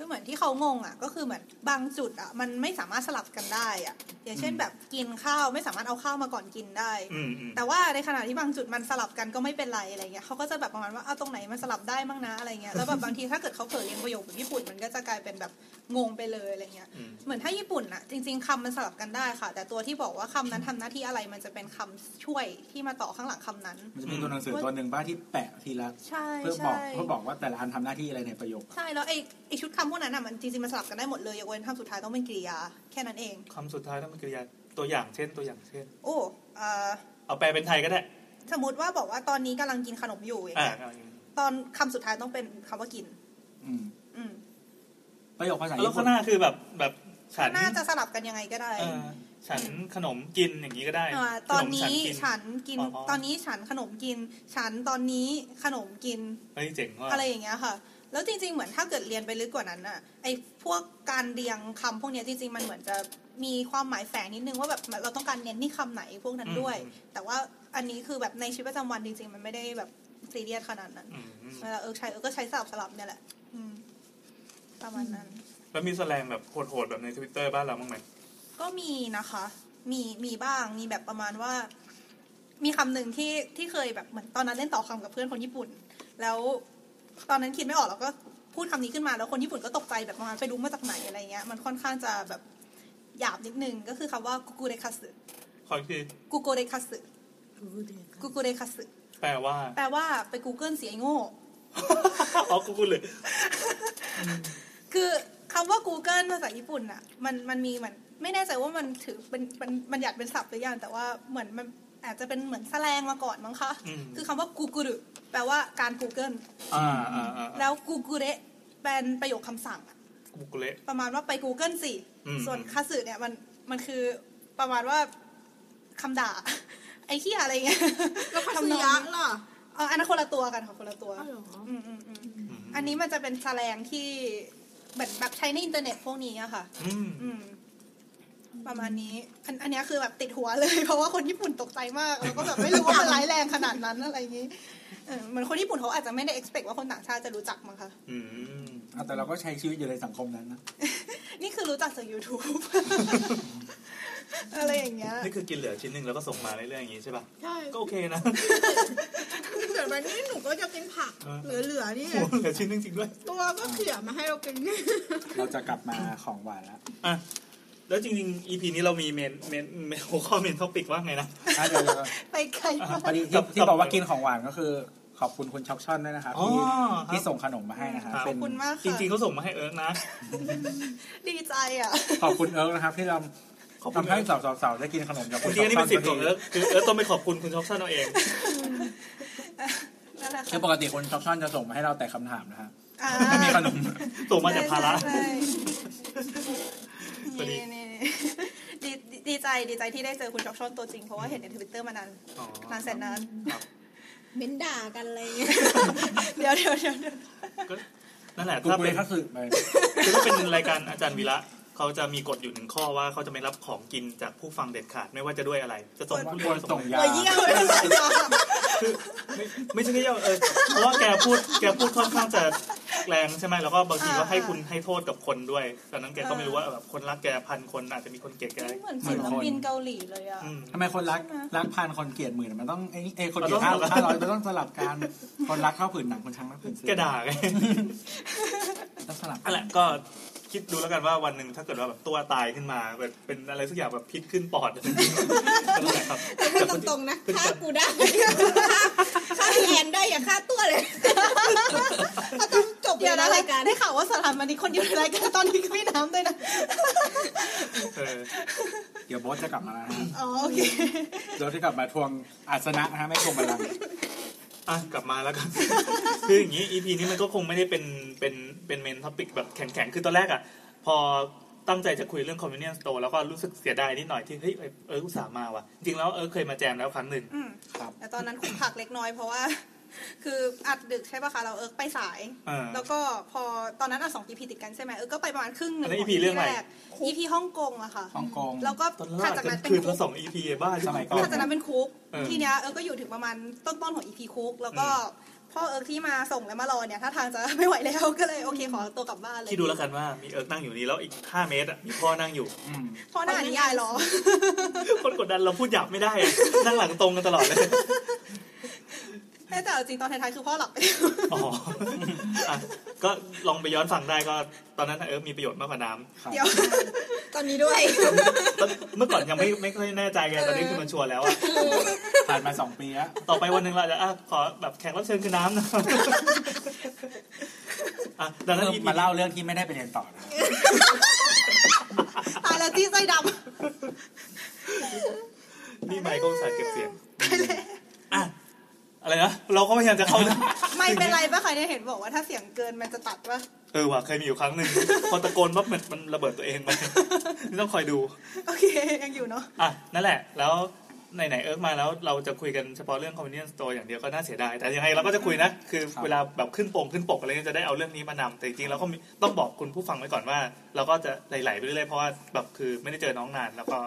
[SPEAKER 5] คือเหมือนที่เขางงอ่ะ ก็คือเหมือนบางจุดอ่ะมันไม่สามารถสลับกันได้อ่ะ อย่างเช่น
[SPEAKER 4] อืม
[SPEAKER 5] แบบกินข้าวไม่สามารถเอาข้าวมาก่อนกินได้
[SPEAKER 2] อืมอืม
[SPEAKER 5] แต่ว่าในขณะที่บางจุดมันสลับกันก็ไม่เป็นไรอะไรเงี้ยเขาก็จะแบบประมาณว่าเอาตรงไหนมันสลับได้บ้างนะอะไรเงี้ยแล้วแบบบางทีถ้าเกิดเขาเผลอเรียนประโยคแบบญี่ปุ่นมันก็จะกลายเป็นแบบงงไปเลยอะไรเงี้ย
[SPEAKER 2] อืม
[SPEAKER 5] เหมือนถ้าญี่ปุ่นอะจริงๆคำมันสลับกันได้ค่ะ แต่ตัวที่บอกว่าคำนั้นทำหน้าที่อะไรมันจะเป็นคำช่วยที่มาต่อข้างหลังคำนั้น
[SPEAKER 4] มันจะมีตัวหนังสือตัวหนึ่งบ้างที่แปะทีละ
[SPEAKER 5] ใช่
[SPEAKER 4] เพื่อบอก
[SPEAKER 5] ใช่
[SPEAKER 4] เพื่อบอกว่าแต่ละอันทำหน้าที่อะไรในประโยค
[SPEAKER 5] ใช่แล้วไอ้ไอ้ชุดคำพวกนั้นอะมันจริงๆมันสลับกันได้หมดเลยยกเว้นคำสุดท้ายต้องเป็นกริยาแค่นั้นเอง
[SPEAKER 2] คำสุดท้ายถ้ามันกริยาตัวอย่างเช่นตัวอย่างเช่น
[SPEAKER 5] โอ้เอ่อ
[SPEAKER 2] เอาแปลเป็นไทยก็ได้
[SPEAKER 5] สมมติว่าบอกว่าตอนนี้กำลังกินขนมอยู่อย่าง
[SPEAKER 2] อ่า
[SPEAKER 5] เงี้ย
[SPEAKER 2] เอาอย่างนี้
[SPEAKER 5] ตอนคำสุดท้ายต้องเป็นคำว่ากิน
[SPEAKER 4] อืม
[SPEAKER 5] อืม
[SPEAKER 4] ประโยคภาษา
[SPEAKER 2] แล้ว
[SPEAKER 4] ญี่
[SPEAKER 2] ข้า
[SPEAKER 4] ปุ่
[SPEAKER 2] ง
[SPEAKER 4] น
[SPEAKER 2] หน้าคือแบบแบบฉัน
[SPEAKER 5] น่าจะสลับกันยังไงก็ได้
[SPEAKER 2] เอ่อฉันขนมกินอย่างนี้ก็ได้
[SPEAKER 5] อ่าตอน
[SPEAKER 2] ขม
[SPEAKER 5] นี้
[SPEAKER 2] กิ
[SPEAKER 5] ฉันกิน
[SPEAKER 2] อ๋ออ๋อ
[SPEAKER 5] ตอนนี้ฉันขนมกิน ฉันตอนนี้ขนมกิน
[SPEAKER 2] เฮ้ยเจ๋งว่ะ
[SPEAKER 5] อะไรอย่างเงี้ยค่ะ แล้วจริง ๆ เหมือนถ้าเกิดเรียนไปลึกกว่านั้นอะไอ้พวกการเรียงคำพวกเนี้ยจริง ๆ มันเหมือนจะมีความหมายแฝงนิดนึงว่าแบบเราต้องการเน้นที่คำไหนพวกนั้นด้วย
[SPEAKER 2] อืม
[SPEAKER 5] แต่ว่าอันนี้คือแบบในชีวิตประจำวันจริง ๆ มันไม่ได้แบบซีเรียสขนาดนั้น
[SPEAKER 2] อืมอืม
[SPEAKER 5] เวลาเออใช้เออก็ใช้สลับสลับๆเนี่ยแหละ อืม ประมาณนั้น
[SPEAKER 2] แล้วมีแสแลงแบบโหดๆแบบในทวิตเตอร์บ้านเราบ้างไหม
[SPEAKER 5] ก็มีนะคะ มีมีบ้าง มีแบบประมาณว่า มีคำหนึ่งที่ที่เคยแบบเหมือนตอนนั้นเล่นต่อคำกับเพื่อนคนญี่ปุ่น แล้วตอนนั้นคิดไม่ออกแล้วก็พูดคำนี้ขึ้นมาแล้วคนญี่ปุ่นก็ตกใจแบบประมาณไปรู้มาจากไหนอะไรเงี้ย มันค่อนข้างจะแบบหยาบนิดนึง ก็คือคำว่ากุกุเรคัสึ
[SPEAKER 2] ขออีกที
[SPEAKER 5] กุกุเรคัสึกุกุเรคัสึ
[SPEAKER 2] แปลว่า
[SPEAKER 5] แปลว่าไป Google เสียโง่
[SPEAKER 2] อ๋อกูพูดเลย
[SPEAKER 5] คือคำว่า Google ภาษาญี่ปุ่นอะมันมันมีเหมือนไม่แน่ใจว่ามันถือเป็นมันมันหยัดเป็นศัพท์หรือยังแต่ว่าเหมือนมันอาจจะเป็นเหมือนแสลงมาก่อนมั้งคะ
[SPEAKER 2] ม
[SPEAKER 5] คือคำว่า Google แปลว่าการ Google
[SPEAKER 2] อ่าอ่าอ่า
[SPEAKER 5] แล้ว Google เป็นประโยคคำสั่งอะ
[SPEAKER 2] กูกูเละ
[SPEAKER 5] ประมาณว่าไป Google สิ
[SPEAKER 2] อืม
[SPEAKER 5] ส่วนคาสึเนี่ยมันมันคือประมาณว่าคำด่า ไอ้ขี้ยอะไรเงี้ย
[SPEAKER 3] แล้วพัส
[SPEAKER 5] ทำนอง
[SPEAKER 3] ยะ
[SPEAKER 5] นี้
[SPEAKER 3] ล่ะ
[SPEAKER 5] เอออันนั้นคนละตัวกันค่ะคนละตัว
[SPEAKER 3] อ้าวเหรอ
[SPEAKER 5] อืมอืมอืมอันนี้มันจะเป็นแสลงที่เหมือนแบบใช้ในอินเทอร์เน็ตพวกนี้อะค่ะ
[SPEAKER 2] อืม
[SPEAKER 5] อืม ประมาณนี้ อันอันเนี้ยคือแบบติดหัวเลย เพราะว่าคนญี่ปุ่นตกใจมาก แล้วก็แบบไม่รู้ว่ามันร้ายแรงขนาดนั้นอะไรอย่างนี้เออเหมือนคนญี่ปุ่นเขาอาจจะไม่ได้ expect ว่าคนต่างชาติจะรู้จักมั้งคะ
[SPEAKER 2] อืม
[SPEAKER 4] อ่ะแต่เราก็ใช้ชีวิตอยู่ในสังคมนั้นนะ
[SPEAKER 5] นี่คือรู้จักจาก YouTube อะไรอย่างเงี้ย
[SPEAKER 2] นี่คือกินเหลือชิ้นหนึ่งแล้วก็ส่งมาเรื่อยๆอย่างงี้ใช่ป่ะ
[SPEAKER 3] ใช่
[SPEAKER 2] ก็โอเคนะ
[SPEAKER 3] เกิดวันนี้หนูก็จะกินผัก
[SPEAKER 2] เออ
[SPEAKER 3] เหลือๆนี่
[SPEAKER 2] โอ้โหเหลือชิ้นหนึ่งจริงด้วย
[SPEAKER 3] ตัวก็เขี่ยมาให้เรากิน
[SPEAKER 4] เราจะกลับมาของหวานแล้ว
[SPEAKER 2] อ่ะ แล้วจริงๆ EP นี้เรามีเมนเมนเมนหัวข้อเมนท็อปิกว่าไงนะ
[SPEAKER 4] อ่ะเดี๋ยว เดี๋ยว
[SPEAKER 5] ไปไกลมาก
[SPEAKER 4] พอดีที่ที่บอกว่ากินของหวานก็คือ ขอบคุณคุณช็อกช่อนด้วยนะครับ
[SPEAKER 2] อ๋อ
[SPEAKER 4] ที่
[SPEAKER 2] ครับ
[SPEAKER 4] ที่ส่งขนมมาให้นะครับ
[SPEAKER 2] ครับ
[SPEAKER 4] เป็น
[SPEAKER 5] คุณมาก
[SPEAKER 2] จ
[SPEAKER 5] ค่ะ
[SPEAKER 2] ริงๆเขาส่งมาให้เอิร์กนะ
[SPEAKER 5] ดีใจอ่ะ
[SPEAKER 4] ขอบคุณเอิร์กนะครับ ที่เรา
[SPEAKER 2] ขอบคุณ
[SPEAKER 4] ทำให้
[SPEAKER 2] เอิร์ก
[SPEAKER 4] สาวๆๆได้กินขนมจากคุ
[SPEAKER 2] คุณ ณ
[SPEAKER 4] ช็
[SPEAKER 2] ที่นี่
[SPEAKER 4] อกช่อ
[SPEAKER 2] เป็น นสิทธิ์ของเอิร์กคือเอิร์กต้องไปขอบคุณคุณช็อกชั่นเอาเอง
[SPEAKER 5] นั่นแหละ
[SPEAKER 4] คือ
[SPEAKER 5] ค่ะ
[SPEAKER 4] ปกติคุณช็อกช่อนจะส่งมาให้เราแต่คำถามนะฮะ
[SPEAKER 5] อ่า
[SPEAKER 4] ไม่มีขนม
[SPEAKER 2] ส่งมาจากภาระ
[SPEAKER 5] ใช่
[SPEAKER 2] สวัสดี
[SPEAKER 5] นี่นี่ ดีดีใจดีใจที่ได้เจอคุณช็อกชอนตัวจริงเพราะว่าเห็นในทวิตเตอร์มานาน
[SPEAKER 2] อ๋อน
[SPEAKER 5] านแสนนาน
[SPEAKER 3] เม้นด่ากันอะไรเงี้ย
[SPEAKER 5] เดี๋ยวเดี๋ยวเดี๋ยวเดี๋ยว
[SPEAKER 2] ก็นั่นแหละ
[SPEAKER 4] กู
[SPEAKER 2] ถ้า
[SPEAKER 4] กูเล
[SPEAKER 2] เป็
[SPEAKER 4] ย
[SPEAKER 2] น
[SPEAKER 4] ทักสึกไป
[SPEAKER 2] คือถ้าเป็นรายการอาจารย์วีระเขาจะมีกฎอยู่หนึ่งข้อว่าเขาจะไม่รับของกินจากผู้ฟังเด็ดขาดไม่ว่าจะด้วยอะไร จะส่งทุ
[SPEAKER 4] คว
[SPEAKER 2] เรีย
[SPEAKER 4] ร
[SPEAKER 2] น
[SPEAKER 4] ส่
[SPEAKER 2] ส่
[SPEAKER 4] ง
[SPEAKER 2] ง
[SPEAKER 4] ยา
[SPEAKER 3] เลยเยี่ยมเลย
[SPEAKER 2] คือไม่ไม่ใช่แค่เยาเออเพราะว่าแกพูดแกพูดค่อนข้างจะแรงใช่ไหมแล้วก็บางทีก็ให้คุณให้โทษกับคนด้วยตอนนั้นแกก็ไม่รู้ว่าแบบคนรักแกพันคนอาจจะมีคนเกลียดแก
[SPEAKER 5] เหมือนศิลปินเกาหลีเลยอ่ะ
[SPEAKER 2] อืม
[SPEAKER 4] ทำไมคนรัก
[SPEAKER 5] ใช่ไหม
[SPEAKER 4] รักพันคนเกลียดหมื่นมันต้องไอ้นี่เอยคนเกลียด
[SPEAKER 2] มันต้องสลับ
[SPEAKER 4] ห้าห้าร้อยมันต้องสลับกันคนรักเท่าผืนหนังคนชังเท่าผืนเสื้อ
[SPEAKER 2] แกด่าไง
[SPEAKER 4] ต้องสลับ
[SPEAKER 2] นั่นแหละก็คิดดูแล้วกันว่าวันหนึ่งถ้าเกิดว่าแบบตัวตายขึ้นมาแบบเป็นอะไรสักอย่างแบบพิษขึ้นปอดอะไรอย่างเงี้ยก็นั่นแหละครับ
[SPEAKER 3] พูด ตรงๆนะฆ่ากูได้ ฆ่าแอนได้อย่าฆ่าตัวเลยก็ต้องจบเล
[SPEAKER 5] เดี๋ยวยนะราร
[SPEAKER 3] นะาย ย
[SPEAKER 5] กา
[SPEAKER 3] การ ร
[SPEAKER 5] ได้ข่าวว่าสถานวันนี้คนเดียวในรายการตอนนี้ก็ไม่น้ำด้วยนะ
[SPEAKER 2] เออ
[SPEAKER 4] เดี๋ยวโบสจะกลับมาแล้วนะฮะ
[SPEAKER 5] อ๋อโอเค
[SPEAKER 4] โบสจะกลับมาทวงอาสนะนะฮะไม่ทวงบัลลังก์
[SPEAKER 2] อ่ะกลับมาแล้วกัน คืออย่างนี้ EP นี้มันก็คงไม่ได้เป็นเป็นเป็นเมนท็อปิกแบบแข็งๆ คือตอนแรกอ่ะ พอตั้งใจจะคุยเรื่อง convenience store แล้วก็รู้สึกเสียดายนิดหน่อยที่เฮ้ยเอออุตส่าห์มาว่ะ จริงๆแล้วเออเคยมาแจมแล้วครั้งหนึ่ง
[SPEAKER 5] อืม
[SPEAKER 4] ครับ
[SPEAKER 5] แต่ตอนนั้นขุกผักเล็กน้อยเพราะว่า คืออัดดึกใช่ปะคะเราเอิร์กไปสาย
[SPEAKER 2] อ่า
[SPEAKER 5] แล้วก็พอตอนนั้นอัดสอง EP ติดกันใช่ไหมเอิร์กก็ไปประมาณครึ่งหนึ่ง
[SPEAKER 2] อันนั้น EP
[SPEAKER 5] ข
[SPEAKER 2] เรื่องอะไร
[SPEAKER 5] EP ฮ่องกงอะค่ะ
[SPEAKER 4] ฮ่องกง
[SPEAKER 5] แล้วก็
[SPEAKER 2] ตอนแร
[SPEAKER 5] ถัด
[SPEAKER 2] ก
[SPEAKER 5] จาก
[SPEAKER 2] กั
[SPEAKER 5] นั้น นเป็น
[SPEAKER 2] คืน
[SPEAKER 5] คุ
[SPEAKER 2] ละ
[SPEAKER 5] ก
[SPEAKER 2] สองอีพีบ้า
[SPEAKER 4] สมัยก่
[SPEAKER 5] ถัดจากนั้นเป็นคุก
[SPEAKER 2] เออ
[SPEAKER 5] ทีเนี้ยเอิร์กก็อยู่ถึงประมาณต้นต้นๆของ EP คุก แล้วก็พ่อเอิร์กที่มาส่งและมารอเนี่ยถ้าทางจะไม่ไหวแล้ว ก็เลยโอเคขอตัวกลับบ้านเลย
[SPEAKER 2] ที่ดูแล้วกันว่ามีเอิร์กนั่งอยู่นี่แล้วอีกห้าเมตรอะมีพ่อนั่งอยู่
[SPEAKER 4] อืม
[SPEAKER 5] พ่อหน้านิยายรอ
[SPEAKER 2] คนกดดันเราพูดหยาบไม่ได้อะนั่งหลังตรงกันตลอดเลย
[SPEAKER 5] แต่เอาจริงตอนท้ายๆคือพ่อหลับไปแล้ว
[SPEAKER 2] อ๋ ออ่ะก็ลองไปย้อนฟังได้ก็ ตอนนั้นเออมีประโยชน์มากกว่าน้
[SPEAKER 4] ครับ
[SPEAKER 5] เดี๋ยว
[SPEAKER 3] ตอนนี้ด้วย
[SPEAKER 2] ำตอนเมื่อก่อนยังไม่ไม่ค่อยแน่ใจไงตอนนี้คือมันชัวร์แล้วอะ
[SPEAKER 4] ผ่านมาสองปีแล้ว
[SPEAKER 2] ต่อไปวันหนึ่งเราจะอ่ะขอแบบแขกรับเชิญคือน้ำนะ อ่ะดังนั้น EP
[SPEAKER 4] มาเล่าเรื่องที่ไม่ได้ไปเรียนต่อนะ
[SPEAKER 5] ตายแล้วที่ไส้ด
[SPEAKER 2] นี่ไมค์ก็อุตสายเก็บเสียงอ่ะอะไรนะเราก็พยายามจะเข้านะ
[SPEAKER 5] ำไม่เป็นไรปะคะเนี่ยเห็นบอกว่าถ้าเสียงเกินมันจะตัดปะ
[SPEAKER 2] เออว่ะเคยมีอยู่ครั้งหนึ่งพอตะโกนปั๊บมันมันระเบิดตัวเองไปนี่ต้องคอยดู
[SPEAKER 5] โอเคยังอยู่เนาะ
[SPEAKER 2] อ่ะ นั่นแหละ แล้วไหนๆเอิร์กมาแล้วเราจะคุยกันเฉพาะเรื่อง convenience store อย่างเดียวก็น่าเสียดาย แต่ยังไงเราก็จะคุยนะ คือเวลาแบบขึ้นปงขึ้นปกอะไรเงี้ยจะได้เอาเรื่องนี้มานำแต่จริงๆเราก็มีต้องบอกคุณผู้ฟังไว้ก่อนว่า เราก็จะไหลๆไปเรื่อยๆเพราะว่าแบบคือไม่ได้เจอน้องนาน แล้วก็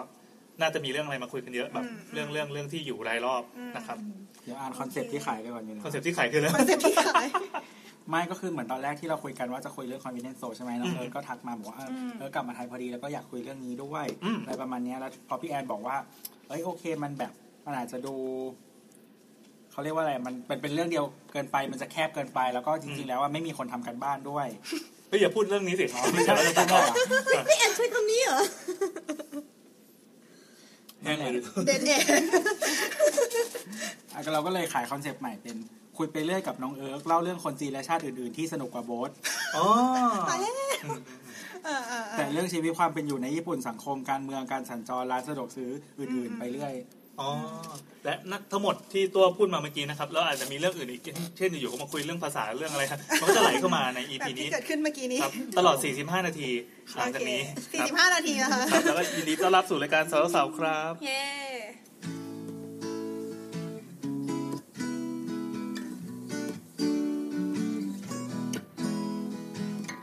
[SPEAKER 2] น่าจะมีเรื่องอะไรมาคุยกันเยอะแบบเรื่องเรื่องเรื่องที่อยู่รายรอบนะครับ
[SPEAKER 4] เดี๋ยวอ่านคอนเซ็ปต์ที่ขายไปก่อนอยู่นะ
[SPEAKER 2] คอนเซ็ปที่ขายคืออะไร
[SPEAKER 5] คอนเซ็ปต์ที่ขาย
[SPEAKER 4] ไม่ก็คือเหมือนตอนแรกที่เราคุยกันว่าจะคุยเรื่อง convenience store ใช่ไหมน้อง
[SPEAKER 2] อืม
[SPEAKER 4] เอิร์ธก็ทักมาบอกว่าเอออ
[SPEAKER 5] ม
[SPEAKER 4] เอิร์ธกลับมาไทยพอดีแล้วก็อยากคุยเรื่องนี้ด้วย
[SPEAKER 2] อืม
[SPEAKER 4] อะไรประมาณเนี้ยแล้วพอพี่แอนบอกว่าเอ้ยโอเคมันแบบมันอาจจะดูเขาเรียกว่าอะไรมันเป็นเป็นเรื่องเดียวเกินไปมันจะแคบเกินไป แล้วก็จริงๆแล้วว่าไม่มีคนทำกันบ้านด้วย
[SPEAKER 2] เฮ้ยอย่าพูดเรื่องนี้สิ
[SPEAKER 4] อ๋อไม่ใช่ ไม่ใช่เหรอ
[SPEAKER 3] พี่แอนช่วยตรงนี้เหรอ
[SPEAKER 2] แห้งเลย
[SPEAKER 5] เด็ดเอง
[SPEAKER 4] อ่ะเราก็เลยขายคอนเซ็ปต์ใหม่เป็นคุยไปเรื่อยกับน้องเอิร์กเล่าเรื่องคนจีนและชาติอื่นๆที่สนุกกว่าโบ๊ท
[SPEAKER 2] อ๋อ
[SPEAKER 5] ตายแล้วเออเออเอ
[SPEAKER 4] แต่
[SPEAKER 5] อ
[SPEAKER 4] เรื่องชีวิตความเป็นอยู่ในญี่ปุ่นสังคมการเมืองการสัญจรร้านสะดวกซื้ออื่นๆ ไปเรื่อย
[SPEAKER 2] อ๋อและนั่นทั้งหมดที่ตัวพูดมาเมื่อกี้นะครับแล้วอาจจะมีเรื่องอื่นอีกเช่นอยู่ๆก็มาคุยเรื่องภาษาเรื่องอะไรครับมันก็จะไหลเข้ามาใน
[SPEAKER 5] แบ
[SPEAKER 2] EP
[SPEAKER 5] บที่
[SPEAKER 2] นี้
[SPEAKER 5] เกิดขึ้นเมื่อกี้นี้
[SPEAKER 2] ครับ ตลอด 45 นาทีหลัง
[SPEAKER 5] โอ
[SPEAKER 2] จาก
[SPEAKER 5] เค
[SPEAKER 2] นี้
[SPEAKER 5] สี่
[SPEAKER 2] ครับ
[SPEAKER 5] สิบห้านาทีนะคะ
[SPEAKER 2] ครับแล้วก็ยินดีต้อนรับสู่รายการสาวสาวๆครับ
[SPEAKER 5] เย้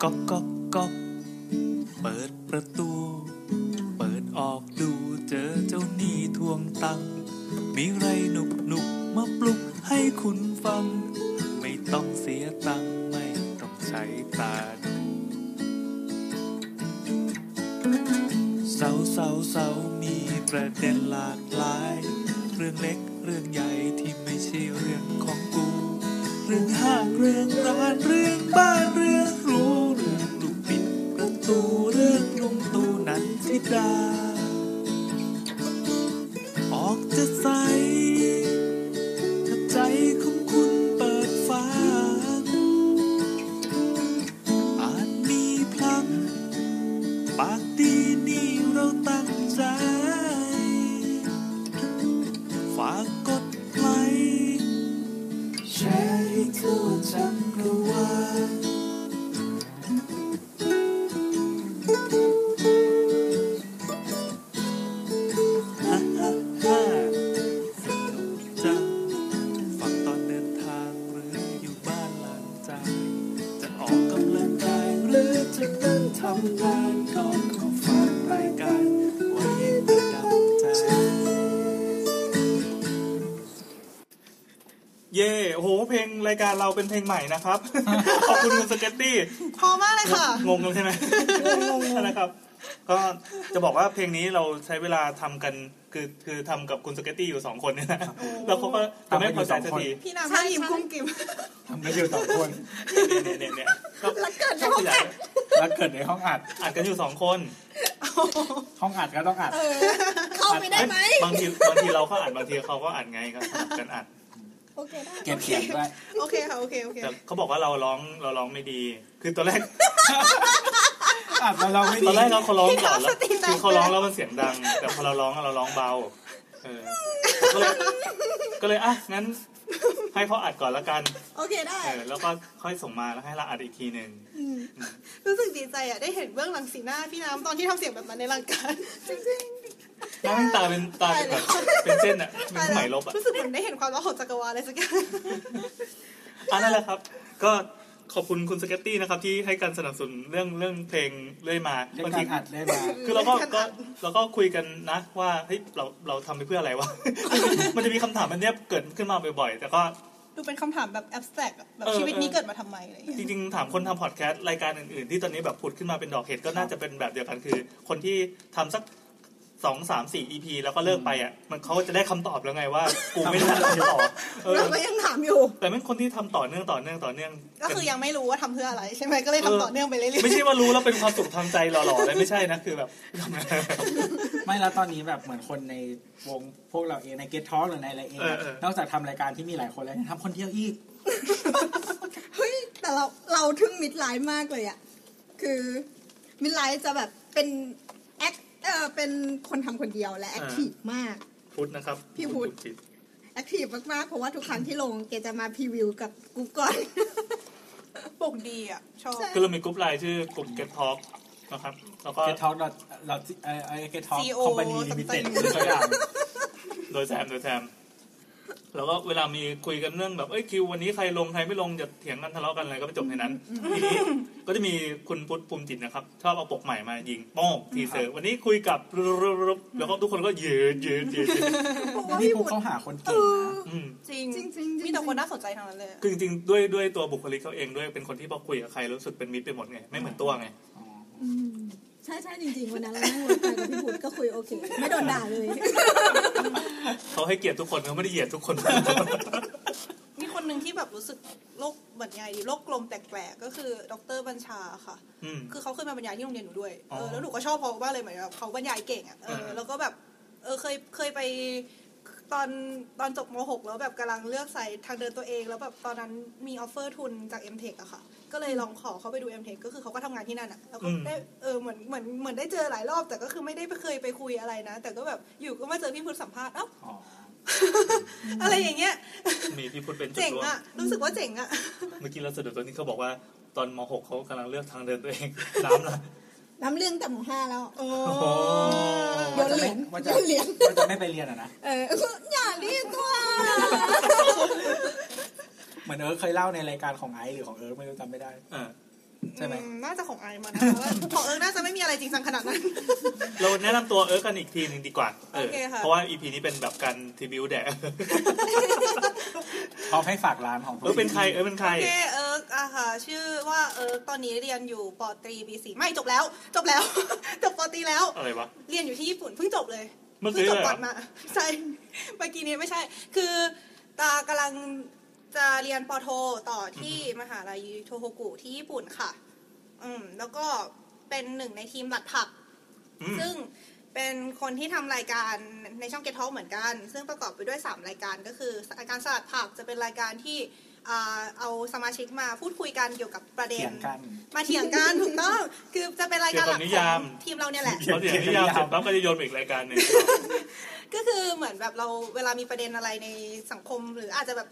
[SPEAKER 2] ก๊อกก๊อกก๊อกเปิดประตู เปิดออกดูเจอเจ้าหนี้ทวงตังค์มีไรหนุกหนุกมาปลุกให้คุณฟัง ไม่ต้องเสียตังค์ไม่ต้องใช้ตาดูเสาเสาเสามีประเด็นหลากหลาย เรื่องเล็กเรื่องใหญ่ที่ไม่ใช่เรื่องของกู เรื่องห้างเรื่องร้านเรื่องบ้านเรื่องรู้เรื่องลูกปิดประตูเรื่องลุงตูนันทิดา ออกจะใสถ้าใจของคุณเปิดฟ้า อาจมีพลัง ปากดีนี่เราตั้งใจ ฝากกดไลค์แชร์ให้ทั่วจักรวาล ฮ่าฮ่าฮ่าสนุกจังฟังตอนเดินทางหรืออยู่บ้านหลังใจางจะออกกำลังกายหรือจะนั่งทำงานก่อนขอฝากรายการไว้ประดับใจ เย่โอ้โห เพลงรายการเราเป็นเพลงใหม่นะครับ ขอบคุณคุณสเก็ตตี้
[SPEAKER 5] พอมากเลยค่ะ
[SPEAKER 2] งงกันใช่ไหมงงๆนะครับ ก็จะบอกว่าเพลงนี้เราใช้เวลาทำกันคือคือทำกับคุณสเก็ตตี้อยู่สองคนเนี่ยนะแล้วเขาก็จะไม่พอใจสักที
[SPEAKER 5] พี่น้ำให้ยิ้มกุ้ม กิม
[SPEAKER 4] ๆทำกันอยู่สองคน
[SPEAKER 2] เนี่ยเนี่ยเนี่ยก็
[SPEAKER 3] แล้วเกิด
[SPEAKER 2] ก็
[SPEAKER 3] ในห้อง
[SPEAKER 2] ขยา
[SPEAKER 3] อั
[SPEAKER 2] ย
[SPEAKER 3] ด
[SPEAKER 4] แล้วเกิดในห้องอัด
[SPEAKER 2] อัดกันอยู่สองคน
[SPEAKER 4] ห้องอัดก็ต้องอัด
[SPEAKER 3] เออ เข้าไปได้ไหม
[SPEAKER 2] บางทีบางทีเราก็อัดบางทีเขาก็อัดไงก็สลับกันอัด
[SPEAKER 3] โอเคได้
[SPEAKER 4] เก็บเสียงด้วย
[SPEAKER 5] โอเคค่ะโอเคโอเค
[SPEAKER 2] แต่เขาบอกว่าเราร้องเราร้องไม่ดี คือตอนแรก
[SPEAKER 4] อัดแล้วเราไม่
[SPEAKER 2] ต
[SPEAKER 4] ดี
[SPEAKER 2] อนแรกเราเขาร้องก่อนแล้ว
[SPEAKER 5] พี่ครับสติแตก
[SPEAKER 2] คือเขาร้องแล้วมันเสียงดัง แต่พอเราร้องอะเราร้องเบาเออก็เลยก็เลยอ่ะงั้น ให้เขาอัดก่อนละกัน
[SPEAKER 3] โอเคได้
[SPEAKER 2] เออแล้วก็ค่อยส่งมาแล้วให้เราอัดอีกทีหนึ่ง
[SPEAKER 5] รู้สึกดีใจอ่ะได้เห็นเบื้องหลังสีหน้าพี่น้ำตอนที่ทำเสียงแบบนั้นในรายการจริง
[SPEAKER 2] น้ำตาเป็นตาเป็นแบบเป็นเส้นอะเป็นสมัยลบอะ
[SPEAKER 5] รู้สึกเหมือนได้เห็นความรักของจักรวาลอะไรสักอย่าง
[SPEAKER 2] อันนั่นแหละครับ ก็ขอบคุณคุณสเก็ตตี้นะครับที่ให้การสนับสนุนเรื่องเรื่องเพลงเรื่อยมา
[SPEAKER 4] เล่น
[SPEAKER 2] บาง
[SPEAKER 4] กา
[SPEAKER 2] ที
[SPEAKER 4] รอัดเล่นมา
[SPEAKER 2] คือเราก็
[SPEAKER 5] เรื่อง
[SPEAKER 2] ก็
[SPEAKER 5] การอัด
[SPEAKER 2] เราก็คุยกันนะ ว่าเฮ้ยเราเราทำไปเพื่ออะไรวะ มันจะมีคำถามมันเนี้ยเกิดขึ้นมาบ่อยๆ แต่ก็
[SPEAKER 5] ดูเป็นคำถามแบบแอบสแตกแบบ
[SPEAKER 2] เออ
[SPEAKER 5] ชีวิตนี้
[SPEAKER 2] เออ
[SPEAKER 5] เกิดมาทำไมอะไรอย่า
[SPEAKER 2] จ
[SPEAKER 5] งเงี้ย
[SPEAKER 2] ริงๆ ถามคนทำพอดแคสต์รายการอื่นๆ ที่ตอนนี้แบบผุดขึ้นมาเป็นดอกเห็ดก็น่าจะเป็นแบบเดียวกันคือ คนที่ทำสักสองสามสี่ EP แล้วก็เลิกไปอ่ะมันเขาจะได้คำตอบแล้วไง ว่ากูไม่น่าจะต่อเออ
[SPEAKER 3] เราก็ยังถามอยู่
[SPEAKER 2] แต่เป็นคนที่ทำต่อเนื่องต่อเนื่องต่อเนื่อง
[SPEAKER 5] ก็คือยังไม่รู้ว่าทำเพื่ออะไรใช่ไหมก็เลยทำต่อเนื่องไปเรื่อยๆ
[SPEAKER 2] ไม่ใช่ว่ารู้แล้วเป็นความสุขทางใจหล่อๆเลยไม่ใช่นะคือแบบ
[SPEAKER 4] ไม่แล้วตอนนี้แบบเหมือนคนในวงพวกเราเองในเกตท็อกหรือในอะไรเองอะ
[SPEAKER 2] เออเออ
[SPEAKER 4] นอกจากทำรายการที่มีหลายคนแล้วยังทำคนเดียวอีก
[SPEAKER 3] เฮ้ย แต่เราเราทึ่งมิดไลน์มากเลยอะคือมิดไลน์จะแบบเป็นแอคเออเป็นคนทำคนเดียวและแอคทีฟมาก
[SPEAKER 2] พุทธนะครับ
[SPEAKER 3] พี่พุทธ
[SPEAKER 2] จิต
[SPEAKER 3] แอคทีฟมากๆ เพราะว่าทุกครั้งที่ลงเกจะมาพรีวิวกับกูก่ อน
[SPEAKER 5] ปกดีอ่ะ ชอบ
[SPEAKER 3] ใช่
[SPEAKER 2] คือเรามีกลุ่มไลน์ชื่อกลุ่ม Get Talk นะครับแล้วก็
[SPEAKER 4] เกตท็อกเราเราเออเกตท็อก
[SPEAKER 5] CO
[SPEAKER 4] คอมพานีลิมิเต็ดหรือสักอย่าง
[SPEAKER 2] โดยแซมโดยแซมแล้วก็เวลามีคุยกันเรื่องแบบเอ้ยคิววันนี้ใครลงใครไม่ลงจะเถียงกันทะเลาะกันอะไรก็ไปจบในนั้นทีนี้ก็จะมีคุณพุทธภูมิจิตนะครับชอบเอาปกใหม่มายิงโป้งทีเซอร์วันนี้คุยกับรึบๆๆแล้วก็ทุกคนก็ยืดยืดยืดยืด
[SPEAKER 3] เพราะว่า
[SPEAKER 4] นี่
[SPEAKER 3] พี่
[SPEAKER 4] พว
[SPEAKER 3] บุต
[SPEAKER 4] ก
[SPEAKER 3] ร
[SPEAKER 4] เขาหาคนเก่งนะ
[SPEAKER 2] อืม
[SPEAKER 5] จริง
[SPEAKER 3] จริงๆจริงๆ
[SPEAKER 5] มีแต่คนน่าสนใจทั้งนั้นเลย
[SPEAKER 2] คือจริงๆด้วยด้วยตัวบุคลิกเขาเองด้วยเป็นคนที่พอคุยกับใครรู้สึกเป็นมิตรไปหมดไงไม่เหมือนตัวไง
[SPEAKER 3] อืมใช่ใช่จริงๆ วันนั้นเรานั่งรถไปกับพี่บุตรก็คุยโอเค ไม่โดนด่าเลย
[SPEAKER 2] เขาให้เกียรติทุกคนเขาไม่ได้เหยียดทุกคน
[SPEAKER 5] มีคนหนึ่งที่แบบรู้สึกโลกเหมือนไงดีโลกกลมแปลกๆ ก็คือดรบัญชาค่ะ
[SPEAKER 2] อืม
[SPEAKER 5] คือเขาเคยมาบรรยายที่โรงเรียนหนูด้วย เอ
[SPEAKER 2] อ๋
[SPEAKER 5] อ
[SPEAKER 2] อ
[SPEAKER 5] แล้วหนูก็ชอบเพราะว่าเลยเหมือนแบบเขาบรรยายเก่งอ่ะ เออ
[SPEAKER 2] อ่า
[SPEAKER 5] แล้วก็แบบ เออ เคย เคยไปตอนตอนจบม .6 แล้วแบบกำลังเลือกสายทางเดินตัวเอง แล้วแบบตอนนั้นมีออฟเฟอร์ทุนจาก MTech อะค่ะ ก็เลยลองขอเขาไปดู MTech ก็คือเขาก็ทำงานที่นั่นอะแล้วก็ได้ เออ เหมือน เหมือน เหมือนได้เจอหลายรอบ แต่ก็คือไม่ได้เคยไปคุยอะไรนะ แต่ก็แบบอยู่ก็มาเจอพี่พุทธสัมภาษณ์ เอ้า
[SPEAKER 4] อ๋อ
[SPEAKER 5] อะไรอย่างเงี้ย
[SPEAKER 2] มีพี่พุทธเป็นจุด
[SPEAKER 5] เจ๋ง
[SPEAKER 2] ร่วม
[SPEAKER 5] อะรู้สึกว่าเจ๋งอะ
[SPEAKER 2] เมื่อกี้เราสะดุดตอนนี้เขาบอกว่าตอนม .6 เขากำลังเลือกทางเดินตัวเอง น้ำละ
[SPEAKER 3] น้ำเรื่องแต่หมูห้าแล้วโอ้
[SPEAKER 2] โอ้
[SPEAKER 3] โยนเหรียญ
[SPEAKER 4] ว่า
[SPEAKER 3] โย
[SPEAKER 4] จะ
[SPEAKER 3] นเหรียญ
[SPEAKER 4] ว่าจะไม่ไปเรียนอ่ะนะ
[SPEAKER 3] เอออย่ารีบ ตัว
[SPEAKER 4] เหมือนเอิร์ธเคยเล่าในรายการของไอซ์หรือของเอิร์ธไม่รู้จำไม่ได้
[SPEAKER 2] อ่า
[SPEAKER 4] ใช่ไหม
[SPEAKER 5] อืมน่าจะของไอมันนะว่า ของเอิร์กน่าจะไม่มีอะไรจริงจังขนาดนั้น
[SPEAKER 2] เราแนะนำตัวเอิร์กกันอีกทีหนึ่งดีกว่าเออ
[SPEAKER 5] โอเคค่ะ
[SPEAKER 2] เพราะว่าอีพีนี้เป็นแบบการทีบิวแดก
[SPEAKER 4] พร้อมให้ฝากร้านของ
[SPEAKER 2] เออเป็นใค รเออเป็นใคร
[SPEAKER 5] โอเคเอิร์กอะค่ะ ชื่อว่าเอิร์กตอนนี้เรียนอยู่ปตรีปีสี่ไม่จบแล้ว จบแล้ว จบปตรีแล้ว
[SPEAKER 2] อะไรวะ
[SPEAKER 5] เรียนอยู่ที่ญี่ปุ่นเพิ่งจบเลย
[SPEAKER 2] เมื่อกี้
[SPEAKER 5] งจบ
[SPEAKER 2] เลยเหรอ
[SPEAKER 5] ก่อนมา ใช่เมื่อกี้นี้ไม่ใช่ คือตากำลังจะเรียนปอโทต่อที่มหาลัยยูโทโฮกุที่ญี่ปุ่นค่ะ อืมแล้วก็เป็นหนึ่งในทีมหลัดผัก
[SPEAKER 2] อืม
[SPEAKER 5] ซึ่งเป็นคนที่ทำรายการในช่อง Get Talk เหมือนกัน ซึ่งประกอบไปด้วย 3 รายการก็คือรายการสลัดผักจะเป็นรายการที่อ่าเอาสมาชิกมาพูดคุยกันเกี่ยวกับประเด็
[SPEAKER 4] เถี
[SPEAKER 5] น
[SPEAKER 4] ยงกัน
[SPEAKER 5] มาเถียงกันถูกต้อง คือจะเป็นรายการหลักของทีมเราเนี่ยแหละ
[SPEAKER 2] พอเดี๋ยวนี้ยาวเสร็จปั๊บก็จะโยนไปอีกรายการหนึ่ง
[SPEAKER 5] ก็คือเหมือนแบบเราเวลามีประเด็นอะไรในสังคม หรืออาจจะแบบ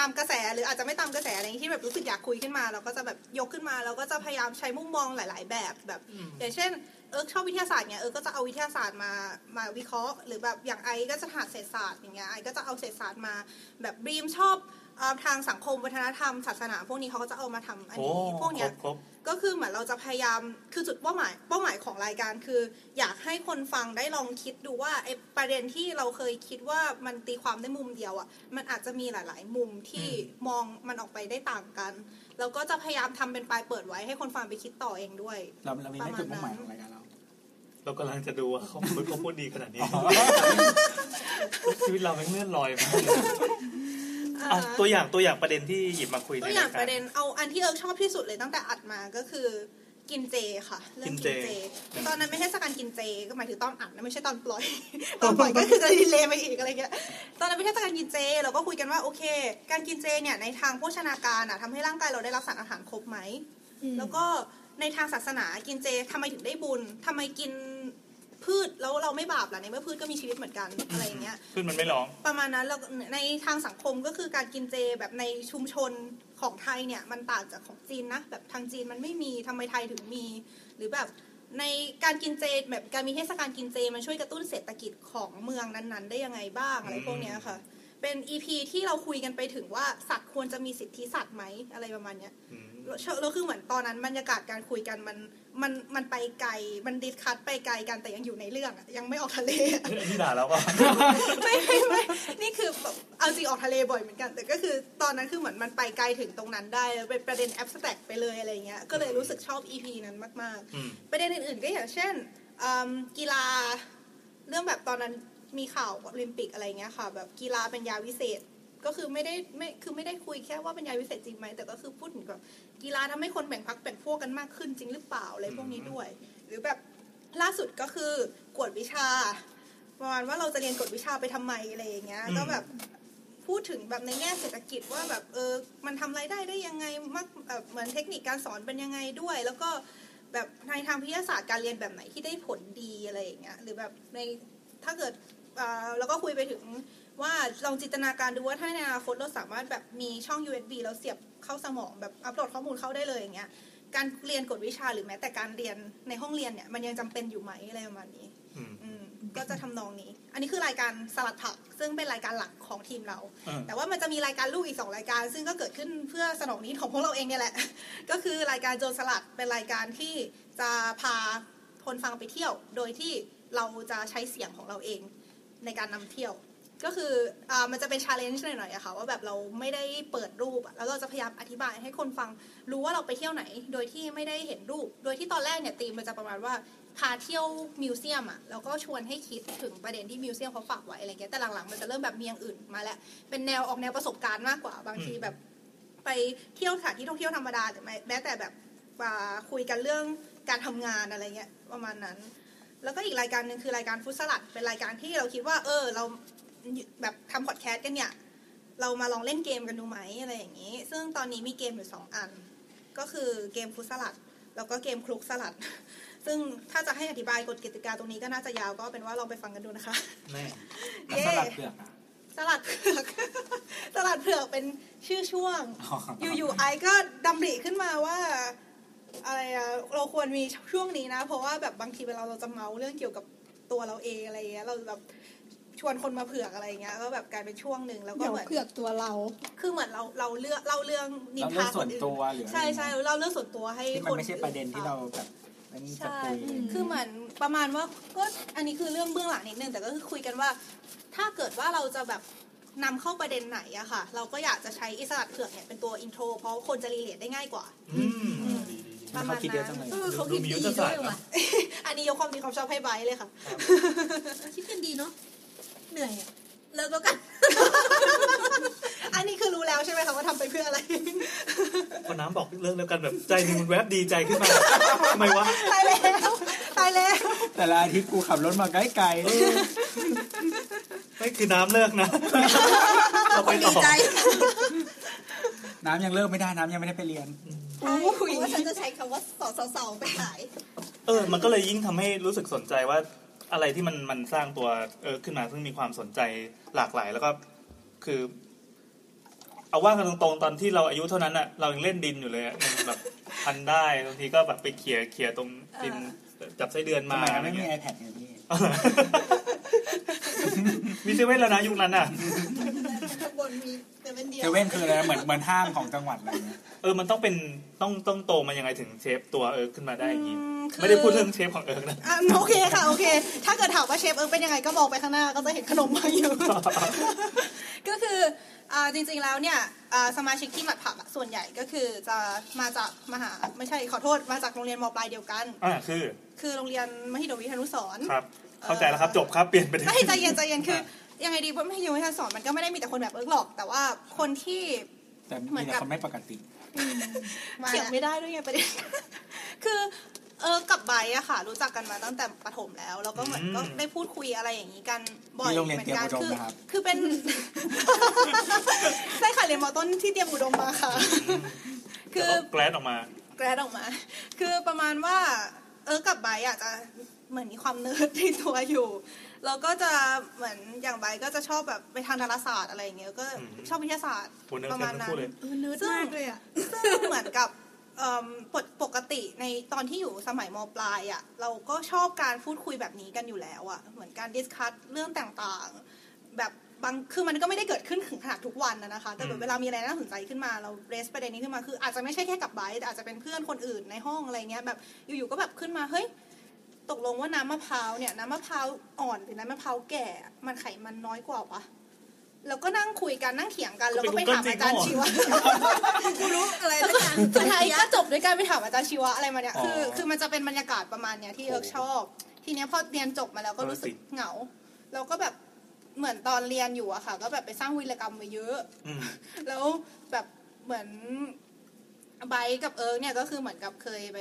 [SPEAKER 5] ตามกระแสหรืออาจจะไม่ตามกระแสอะไรอย่างที่แบบรู้สึกอยากคุยขึ้นมา เราก็จะแบบยกขึ้นมาเราก็จะพยายามใช้มุมมองหลาย ๆ แบบแบบ
[SPEAKER 2] อืม
[SPEAKER 5] อย่างเช่นเออชอบวิทยาศาสตร์เนี่ยเออก็จะเอาวิทยาศาสตร์มามาวิเคราะห์ หรือแบบอย่างไอก็จะหาเศรษฐศาสตร์อย่างเงี้ยไอก็จะเอาเศรษฐศาสตร์มา แบบบีมชอบเอ่อทางสังคมวัฒนธรรมศาสนา พวกนี้เขาก็จะเอามาทำอัน
[SPEAKER 2] โอ้
[SPEAKER 5] นี้พวก
[SPEAKER 2] คร
[SPEAKER 5] เนี้ย
[SPEAKER 2] บครบ
[SPEAKER 5] ก็คือเหมือนเราจะพยายามคือจุดเป้าหมายเป้าหมายของรายการคือ อยากให้คนฟังได้ลองคิดดูว่าไอประเด็นที่เราเคยคิดว่ามันตีความได้มุมเดียวอะ่ะมันอาจจะมีหลาย ๆ มุมที่มองมันออกไปได้ต่างกันแล้วก็จะพยายามทำเป็นปลายเปิดไว้ให้คนฟังไปคิดต่อเองด้วย
[SPEAKER 4] เราเรามีไม่จุดมุ่งหมายของรายการเรา
[SPEAKER 2] เรากำลังจะดูว่า เขาพูดเขาพูดดีขนาดนี้ ชีวิตเราไม่งเลื่อนลอยมากเลยอ่ะตัวอย่างตัวอย่างประเด็นที่หยิบมาคุยใน
[SPEAKER 5] ตัว
[SPEAKER 2] รายการ
[SPEAKER 5] อย่างประเด็นเอาอันที่เอิร์กชอบที่สุดเลยตั้งแต่อัดมาก็คือกินเจค่ะ เรื่องกิน
[SPEAKER 2] กินเจ
[SPEAKER 5] เจคือตอนนั้นไม่ใช่สการกินเจก็หมายถึงตอน อัดนะไม่ใช่ตอนปล่อย ตอนปล่อยก็คือจะดีเลยไปอีกอะไรเงี้ยตอนนั้นไม่ใช่สการกินเจเราก็คุยกันว่าโอเค การกินเจเนี่ยในทางโภชนาการอะทำให้ร่างกายเราได้รับสารอาหารครบไหม แล้วก็ในทางศาสนากินเจทำไมถึงได้บุญทำไมกินพืชแล้วเราไม่บาปล่ะในเมื่อพืชก็มีชีวิตเหมือนกันอะไรอย่างเงี้ย
[SPEAKER 2] ขึ้นมันไม่ร้อง
[SPEAKER 5] ประมาณนั้นแล้วในทางสังคมก็คือการกินเจแบบในชุมชนของไทยเนี่ย มันต่างจากของจีนนะ แบบทางจีนมันไม่มีทำไมไทยถึงมี หรือแบบ ในการกินเจแบบการมีเทศกาลกินเจมันช่วยกระตุ้นเศรษฐกิจของเมืองนั้นๆ ได้ยังไงบ้างอะไรพวกเนี้ยค่ะ เป็น EP ที่เราคุยกันไปถึงว่าสัตว์ควรจะมีสิทธิสัตว์ไหมอะไรประมาณเนี้ย
[SPEAKER 2] อืม
[SPEAKER 5] แล้วแล้วคือเหมือนตอนนั้นบรรยากาศการคุยกันมันมันมันไปไกลมันดิสคัทไปไกลกันแต่ยังอยู่ในเรื่องอะยังไม่ออกทะเลอะ
[SPEAKER 2] เฮ้ยอันนี่ด่าแล้วก็
[SPEAKER 5] ไม่ไม่ไม่นี่คือแบบเอาจริงออกทะเลบ่อยเหมือนกัน แต่ก็คือตอนนั้นคือเหมือนมันไปไกลถึงตรงนั้นได้แล้วเป็นประเด็นแอ s สแต็กไปเลยอะไรเงี้ยก็เลยรู้สึกชอบ EP นั้นมาก
[SPEAKER 2] อืม
[SPEAKER 5] ๆ ประเด็นอื่นๆก็อย่างเช่นอืมกีฬาเรื่องแบบตอนนั้นมีข่าวโอลิมปิกอะไรเงี้ยค่ะ แบบกีฬาเป็นยาวิเศษ ก็คือไม่ได้ไม่คือไม่ได้คุยแค่ว่าเป็นยาวิเศษจริงไหมแต่ก็คือพูดถึงแบบกีฬาทำให้คนแบ่งพักแบ่งพวกกันมากขึ้นจริงหรือเปล่าอะไรพวกนี้ด้วย หรือแบบล่าสุดก็คือกวดวิชา ประมาณว่าเราจะเรียนกฎวิชาไปทำไมอะไรอย่างเงี้ย
[SPEAKER 2] อืม
[SPEAKER 5] ก็แบบพูดถึงแบบในแง่เศรษฐกิจว่าแบบเออมันทำรายได้ได้ยังไงมากแบบเหมือนเทคนิคการสอนเป็นยังไงด้วย แล้วก็แบบในทางวิทยาศาสตร์การเรียนแบบไหนที่ได้ผลดีอะไรอย่างเงี้ยหรือแบบในถ้าเกิดเอ่อแล้วก็คุยไปถึงว่าลองจินตนาการดูว่าถ้าในอนาคตเราสามารถแบบมีช่อง USB แล้วเสียบเข้าสมองแบบอัปโหลดข้อมูลเข้าได้เลยอย่างเงี้ยการเรียนกฎวิชาหรือแม้แต่การเรียนในห้องเรียนเนี่ยมันยังจำเป็นอยู่ไหมอะไรประมาณนี้
[SPEAKER 2] อืม
[SPEAKER 5] อืมก็จะทำนองนี้ อันนี้คือรายการสลัดผัก ซึ่งเป็นรายการหลักของทีมเรา
[SPEAKER 2] เออ
[SPEAKER 5] แต่ว่ามันจะมีรายการลูกอีกสองรายการ ซึ่งก็เกิดขึ้นเพื่อสนองนี้ของพวกเราเองเนี่ยแหละ ก็คือรายการโจรสลัดเป็นรายการที่จะพาคนฟังไปเที่ยว โดยที่เราจะใช้เสียงของเราเองในการนำเที่ยว ก็คืออามันจะเป็นชาเลนจ์หน่อยๆอะค่ะว่าแบบเราไม่ได้เปิดรูปอะแล้วเราจะพยายามอธิบายให้คนฟังรู้ว่าเราไปเที่ยวไหน โดยที่ไม่ได้เห็นรูป โดยที่ตอนแรกเนี่ยตีมมันจะประมาณว่า พาเที่ยวมิวเซียมอะแล้วก็ชวนให้คิดถึงประเด็นที่มิวเซียมเขาฝากไว้อะไรเงี้ยแต่หลังๆมันจะเริ่มแบบมีอย่างอื่นมาแล้ว เป็นแนวออกแนวประสบการณ์มากกว่าบางทีแบบ ไปเที่ยวสถานที่ท่องเที่ยวธรรมดาแต่ไม่แม้แต่แบบมาคุยกันเรื่องการทำงานอะไรเงี้ยประมาณนั้น แล้วก็อีกรายการหนึ่งคือรายการฟุตสลัดเป็นรายการที่เราคิดว่า เออ เราแบบทำพอดแคสต์กันเนี่ย เรามาลองเล่นเกมกันดูไหมอะไรอย่างนี้ ซึ่งตอนนี้มีเกมอยู่สองอัน ก็คือเกมฟุตสลัด แล้วก็เกมคลุกสลัด ซึ่งถ้าจะให้อธิบายกฎกติกาตรงนี้ก็น่าจะยาวก็เป็นว่าลองไปฟังกันดูนะคะ
[SPEAKER 2] แน่
[SPEAKER 4] แล้วสลัดเปลือกอ่ะ
[SPEAKER 5] สลัดเผือก สลัดเผือกเป็นชื่อช่วง อยู่ๆไอซ์ก็ดำริขึ้นมาว่าอะไรอะเราควรมีช่วงนี้นะ เพราะว่าแบบบางทีเวลาเราจะเมาเรื่องเกี่ยวกับตัวเราเองอะไรเงี้ยเราแบบชวนคนมาเผือกอะไรเงี้ยก็แบบกลายเป็นช่วงหนึ่งแล้วก็
[SPEAKER 3] เดี๋ยว
[SPEAKER 5] เหมือน
[SPEAKER 3] เผือกตัวเรา
[SPEAKER 5] คือเหมือนเราเราเลือกเล่าเรื่องนิน
[SPEAKER 4] แล้วเรื่องส่
[SPEAKER 5] ทาค
[SPEAKER 4] วน
[SPEAKER 5] นอื่
[SPEAKER 4] ตัวน หรืออะไร
[SPEAKER 5] ใช่ใช่
[SPEAKER 4] เงี้ย
[SPEAKER 5] เล่าเรื่องส่วนตัวให้
[SPEAKER 4] ที่
[SPEAKER 5] ค
[SPEAKER 4] มัน
[SPEAKER 5] น
[SPEAKER 4] ไม่ใช่ประเด็นที่เราแบบอันนี้จะ
[SPEAKER 5] ใช่
[SPEAKER 4] คุย
[SPEAKER 3] อืม
[SPEAKER 5] คือเหมือนประมาณว่าก็อันนี้คือเรื่องเบื้องหลังนิดนึงแต่ก็คือคุยกันว่า ถ้าเกิดว่าเราจะแบบนำเข้าประเด็นไหนอะค่ะ เราก็อยากจะใช้อิสระเผือกเนี่ยเป็นตัวอินโทรเพราะคนจะรีเลทได้ง่ายกว่า
[SPEAKER 2] อืม
[SPEAKER 5] อืม
[SPEAKER 2] ดีดีดี
[SPEAKER 5] ประมาณนั้น
[SPEAKER 4] เขาคิดเยอะจังเล
[SPEAKER 3] เออ
[SPEAKER 4] ย
[SPEAKER 3] เขาคิดดีด้วยว่ะ
[SPEAKER 5] อันนี้ยกความดีความชอบให้ไบร์ทเลยค่ะ
[SPEAKER 3] คิดกันดีเนาะเหนื่อยอะเลิกแล้วกัน
[SPEAKER 5] อันนี้คือรู้แล้วใช่ไหมคะว่าทำไปเพื่ออะไร
[SPEAKER 2] พอน้ำบอกเรื่องแล้วกันแบบใจหนึงมันแวบดีใจขึ้นมา ทำไมวะ
[SPEAKER 5] ตายแล้วตายแล้ว
[SPEAKER 4] แต่ละอาทิตย์กูขับรถมาไกลๆ
[SPEAKER 2] ไม่คือน้ำเลิกนะ เราไปต่อ
[SPEAKER 4] น้ำยังเลิกไม่ได้น้ำยังไม่ได้ไปเรียน
[SPEAKER 3] ใช่เพราะว่าฉันจะใช้คำว่าสาวๆไปขาย
[SPEAKER 2] เออ มันก็เลยยิ่งทำให้รู้สึกสนใจว่าอะไรที่มันมันสร้างตัวเออขึ้นมาซึ่งมีความสนใจหลากหลายแล้วก็คือ เอาว่ากันตรงๆตอนที่เราอายุเท่านั้นอะเรายังเล่นดินอยู่เลยอะยังแบบพันได้บางทีก็แบบไปเขี่ยเขี่ยตรงดินจับไส้เดือน
[SPEAKER 4] ส
[SPEAKER 2] มา
[SPEAKER 4] มัยนั้
[SPEAKER 2] อะ
[SPEAKER 4] น
[SPEAKER 2] ไร
[SPEAKER 4] ไม่มี
[SPEAKER 2] เงี้ย
[SPEAKER 4] iPad ไงพี่
[SPEAKER 2] มีเซเว่นแล้วนะยุคนั้นอะ
[SPEAKER 3] ข้างบนมีแต่เป็นเดีย
[SPEAKER 4] เซ
[SPEAKER 3] ว
[SPEAKER 4] เว่นคืออะไรนะเหมือนเหมือนห้างของจังหวัดอะไรเงี้ย
[SPEAKER 2] เออ มันต้องเป็นต้องต้องโตมายังไงถึงเชฟตัวเออขึ้นมาได้อย่างนี้
[SPEAKER 5] อืคือ
[SPEAKER 2] ไม่ได้พูดเรื่องเชฟของเอิร์กนะ
[SPEAKER 5] อ่ะโอเคค่ะโอเค ถ้าเกิดถามว่าเชฟเอิร์กเป็นยังไงก็มองไปข้างหน้าก็จะเห็นขนมมาอยู่ ก็คืออ่าจริงๆแล้วเนี่ยอ่าสมาชิกที่หมัดผักอะส่วนใหญ่ก็คือจะมาจากมหาไม่ใช่ขอโทษมาจากโรงเรียนมปลายเดียวกัน
[SPEAKER 2] อ่าคือ
[SPEAKER 5] คือโรงเรียนมหิดลวิทยานุสรณ์
[SPEAKER 2] ครับ เข้าใจแล้วครับจบครับเปลี่ยนประเด็น
[SPEAKER 5] ไม่ใจเย็นใจเย็นคือ ยังไงดีเพราะไม่หิดลวิทยานุสรณ์มันก็ไม่ได้มีแต่คนแบบเอิร์กหรอก แต่ว่าคนที่
[SPEAKER 4] แต่
[SPEAKER 5] เหมื
[SPEAKER 4] มี
[SPEAKER 5] อน
[SPEAKER 4] แต่
[SPEAKER 5] กับ
[SPEAKER 4] คนไม่ปกติ
[SPEAKER 5] เถียงไม่ได้ด้วยไงประเด็น คือเออกับไบร์ทอะค่ะ รู้จักกันมาตั้งแต่ประถมแล้ว แล้วก็เหมือน
[SPEAKER 2] อืม
[SPEAKER 5] ก็ได้พูดคุยอะไรอย่างนี้กันบ่อย
[SPEAKER 4] ที่โรงเรียน
[SPEAKER 5] เหมือ
[SPEAKER 4] เตรียม
[SPEAKER 5] กั
[SPEAKER 4] อุดม
[SPEAKER 5] คือ
[SPEAKER 4] นะครับ
[SPEAKER 5] คือเป็น ใช่ค่ะเรียนมอต้นที่เตรียมอุดมมาค่ะ คือ
[SPEAKER 2] แกลนออกมา
[SPEAKER 5] แกรดออกมา คือประมาณว่า เออกับไบร์ทอาจจะเหมือนมีความเนิร์ดที่ตัวอยู่ แล้วก็จะเหมือนอย่างไบร์ทก็จะชอบแบบไปทางดาราศาสตร์อะไรอย่างเงี้ย ก็
[SPEAKER 2] อืม
[SPEAKER 5] ชอบวิทยาศาสตร์
[SPEAKER 2] คนเนิร์ด
[SPEAKER 5] ประ
[SPEAKER 2] เต็
[SPEAKER 5] มาณ
[SPEAKER 2] มทั้ง
[SPEAKER 5] นั้น
[SPEAKER 2] คู่เลย
[SPEAKER 3] เออเนิร์ดมากเลยอ่ะ
[SPEAKER 5] ซึ่งเหมือนกับ เอิ่มปกปกติในตอนที่อยู่สมัยมปลายอะ่ะเราก็ชอบการพูดคุยแบบนี้กันอยู่แล้วอะ่ะเหมือนการดิสคัตเรื่องต่างๆ แบบบางคือมันก็ไม่ได้เกิดขึ้นถึงขนาดทุกวันนะนะคะ แต่แบบ
[SPEAKER 2] อืม
[SPEAKER 5] เวลามีอะไรน่าสนใจขึ้นมาเราเรสประเด็นนี้ขึ้นมาคืออาจจะไม่ใช่แค่กับไบร์ทแต่อาจจะเป็นเพื่อนคนอื่นในห้องอะไรเงี้ยแบบอยู่ๆก็แบบขึ้นมาเฮ้ย ตกลงว่าน้ำมะพร้าวเนี่ยน้ำมะพร้าวอ่อนหรือน้ำมะพร้าวแก่ มันไขมันน้อยกว่าวะแล้วก็นั่งคุยกันนั่งเถียงกัน แล้วก็ไปถามอาจารย์ชีวะ
[SPEAKER 3] กูรู้อะไรสักอย่าง
[SPEAKER 5] สุดท้ายก็จบด้วยการไปถามอาจารย์ชีวะอะไรมาเนี่ย คือ
[SPEAKER 2] อ๋อ
[SPEAKER 5] คือมันจะเป็นบรรยากาศประมาณเนี้ยที่เอิร์กชอบ ทีเนี้ยพอเรียนจบมาแล้วก็รู้สึก
[SPEAKER 2] เออสิ
[SPEAKER 5] เหงา แล้วก็แบบเหมือนตอนเรียนอยู่อะค่ะ ก็แบบไปสร้างวีรกรรมมาเยอะ
[SPEAKER 2] อืม
[SPEAKER 5] แล้วแบบเหมือนไบร์ทกับเอิร์กเนี่ยก็คือเหมือนกับเคยไป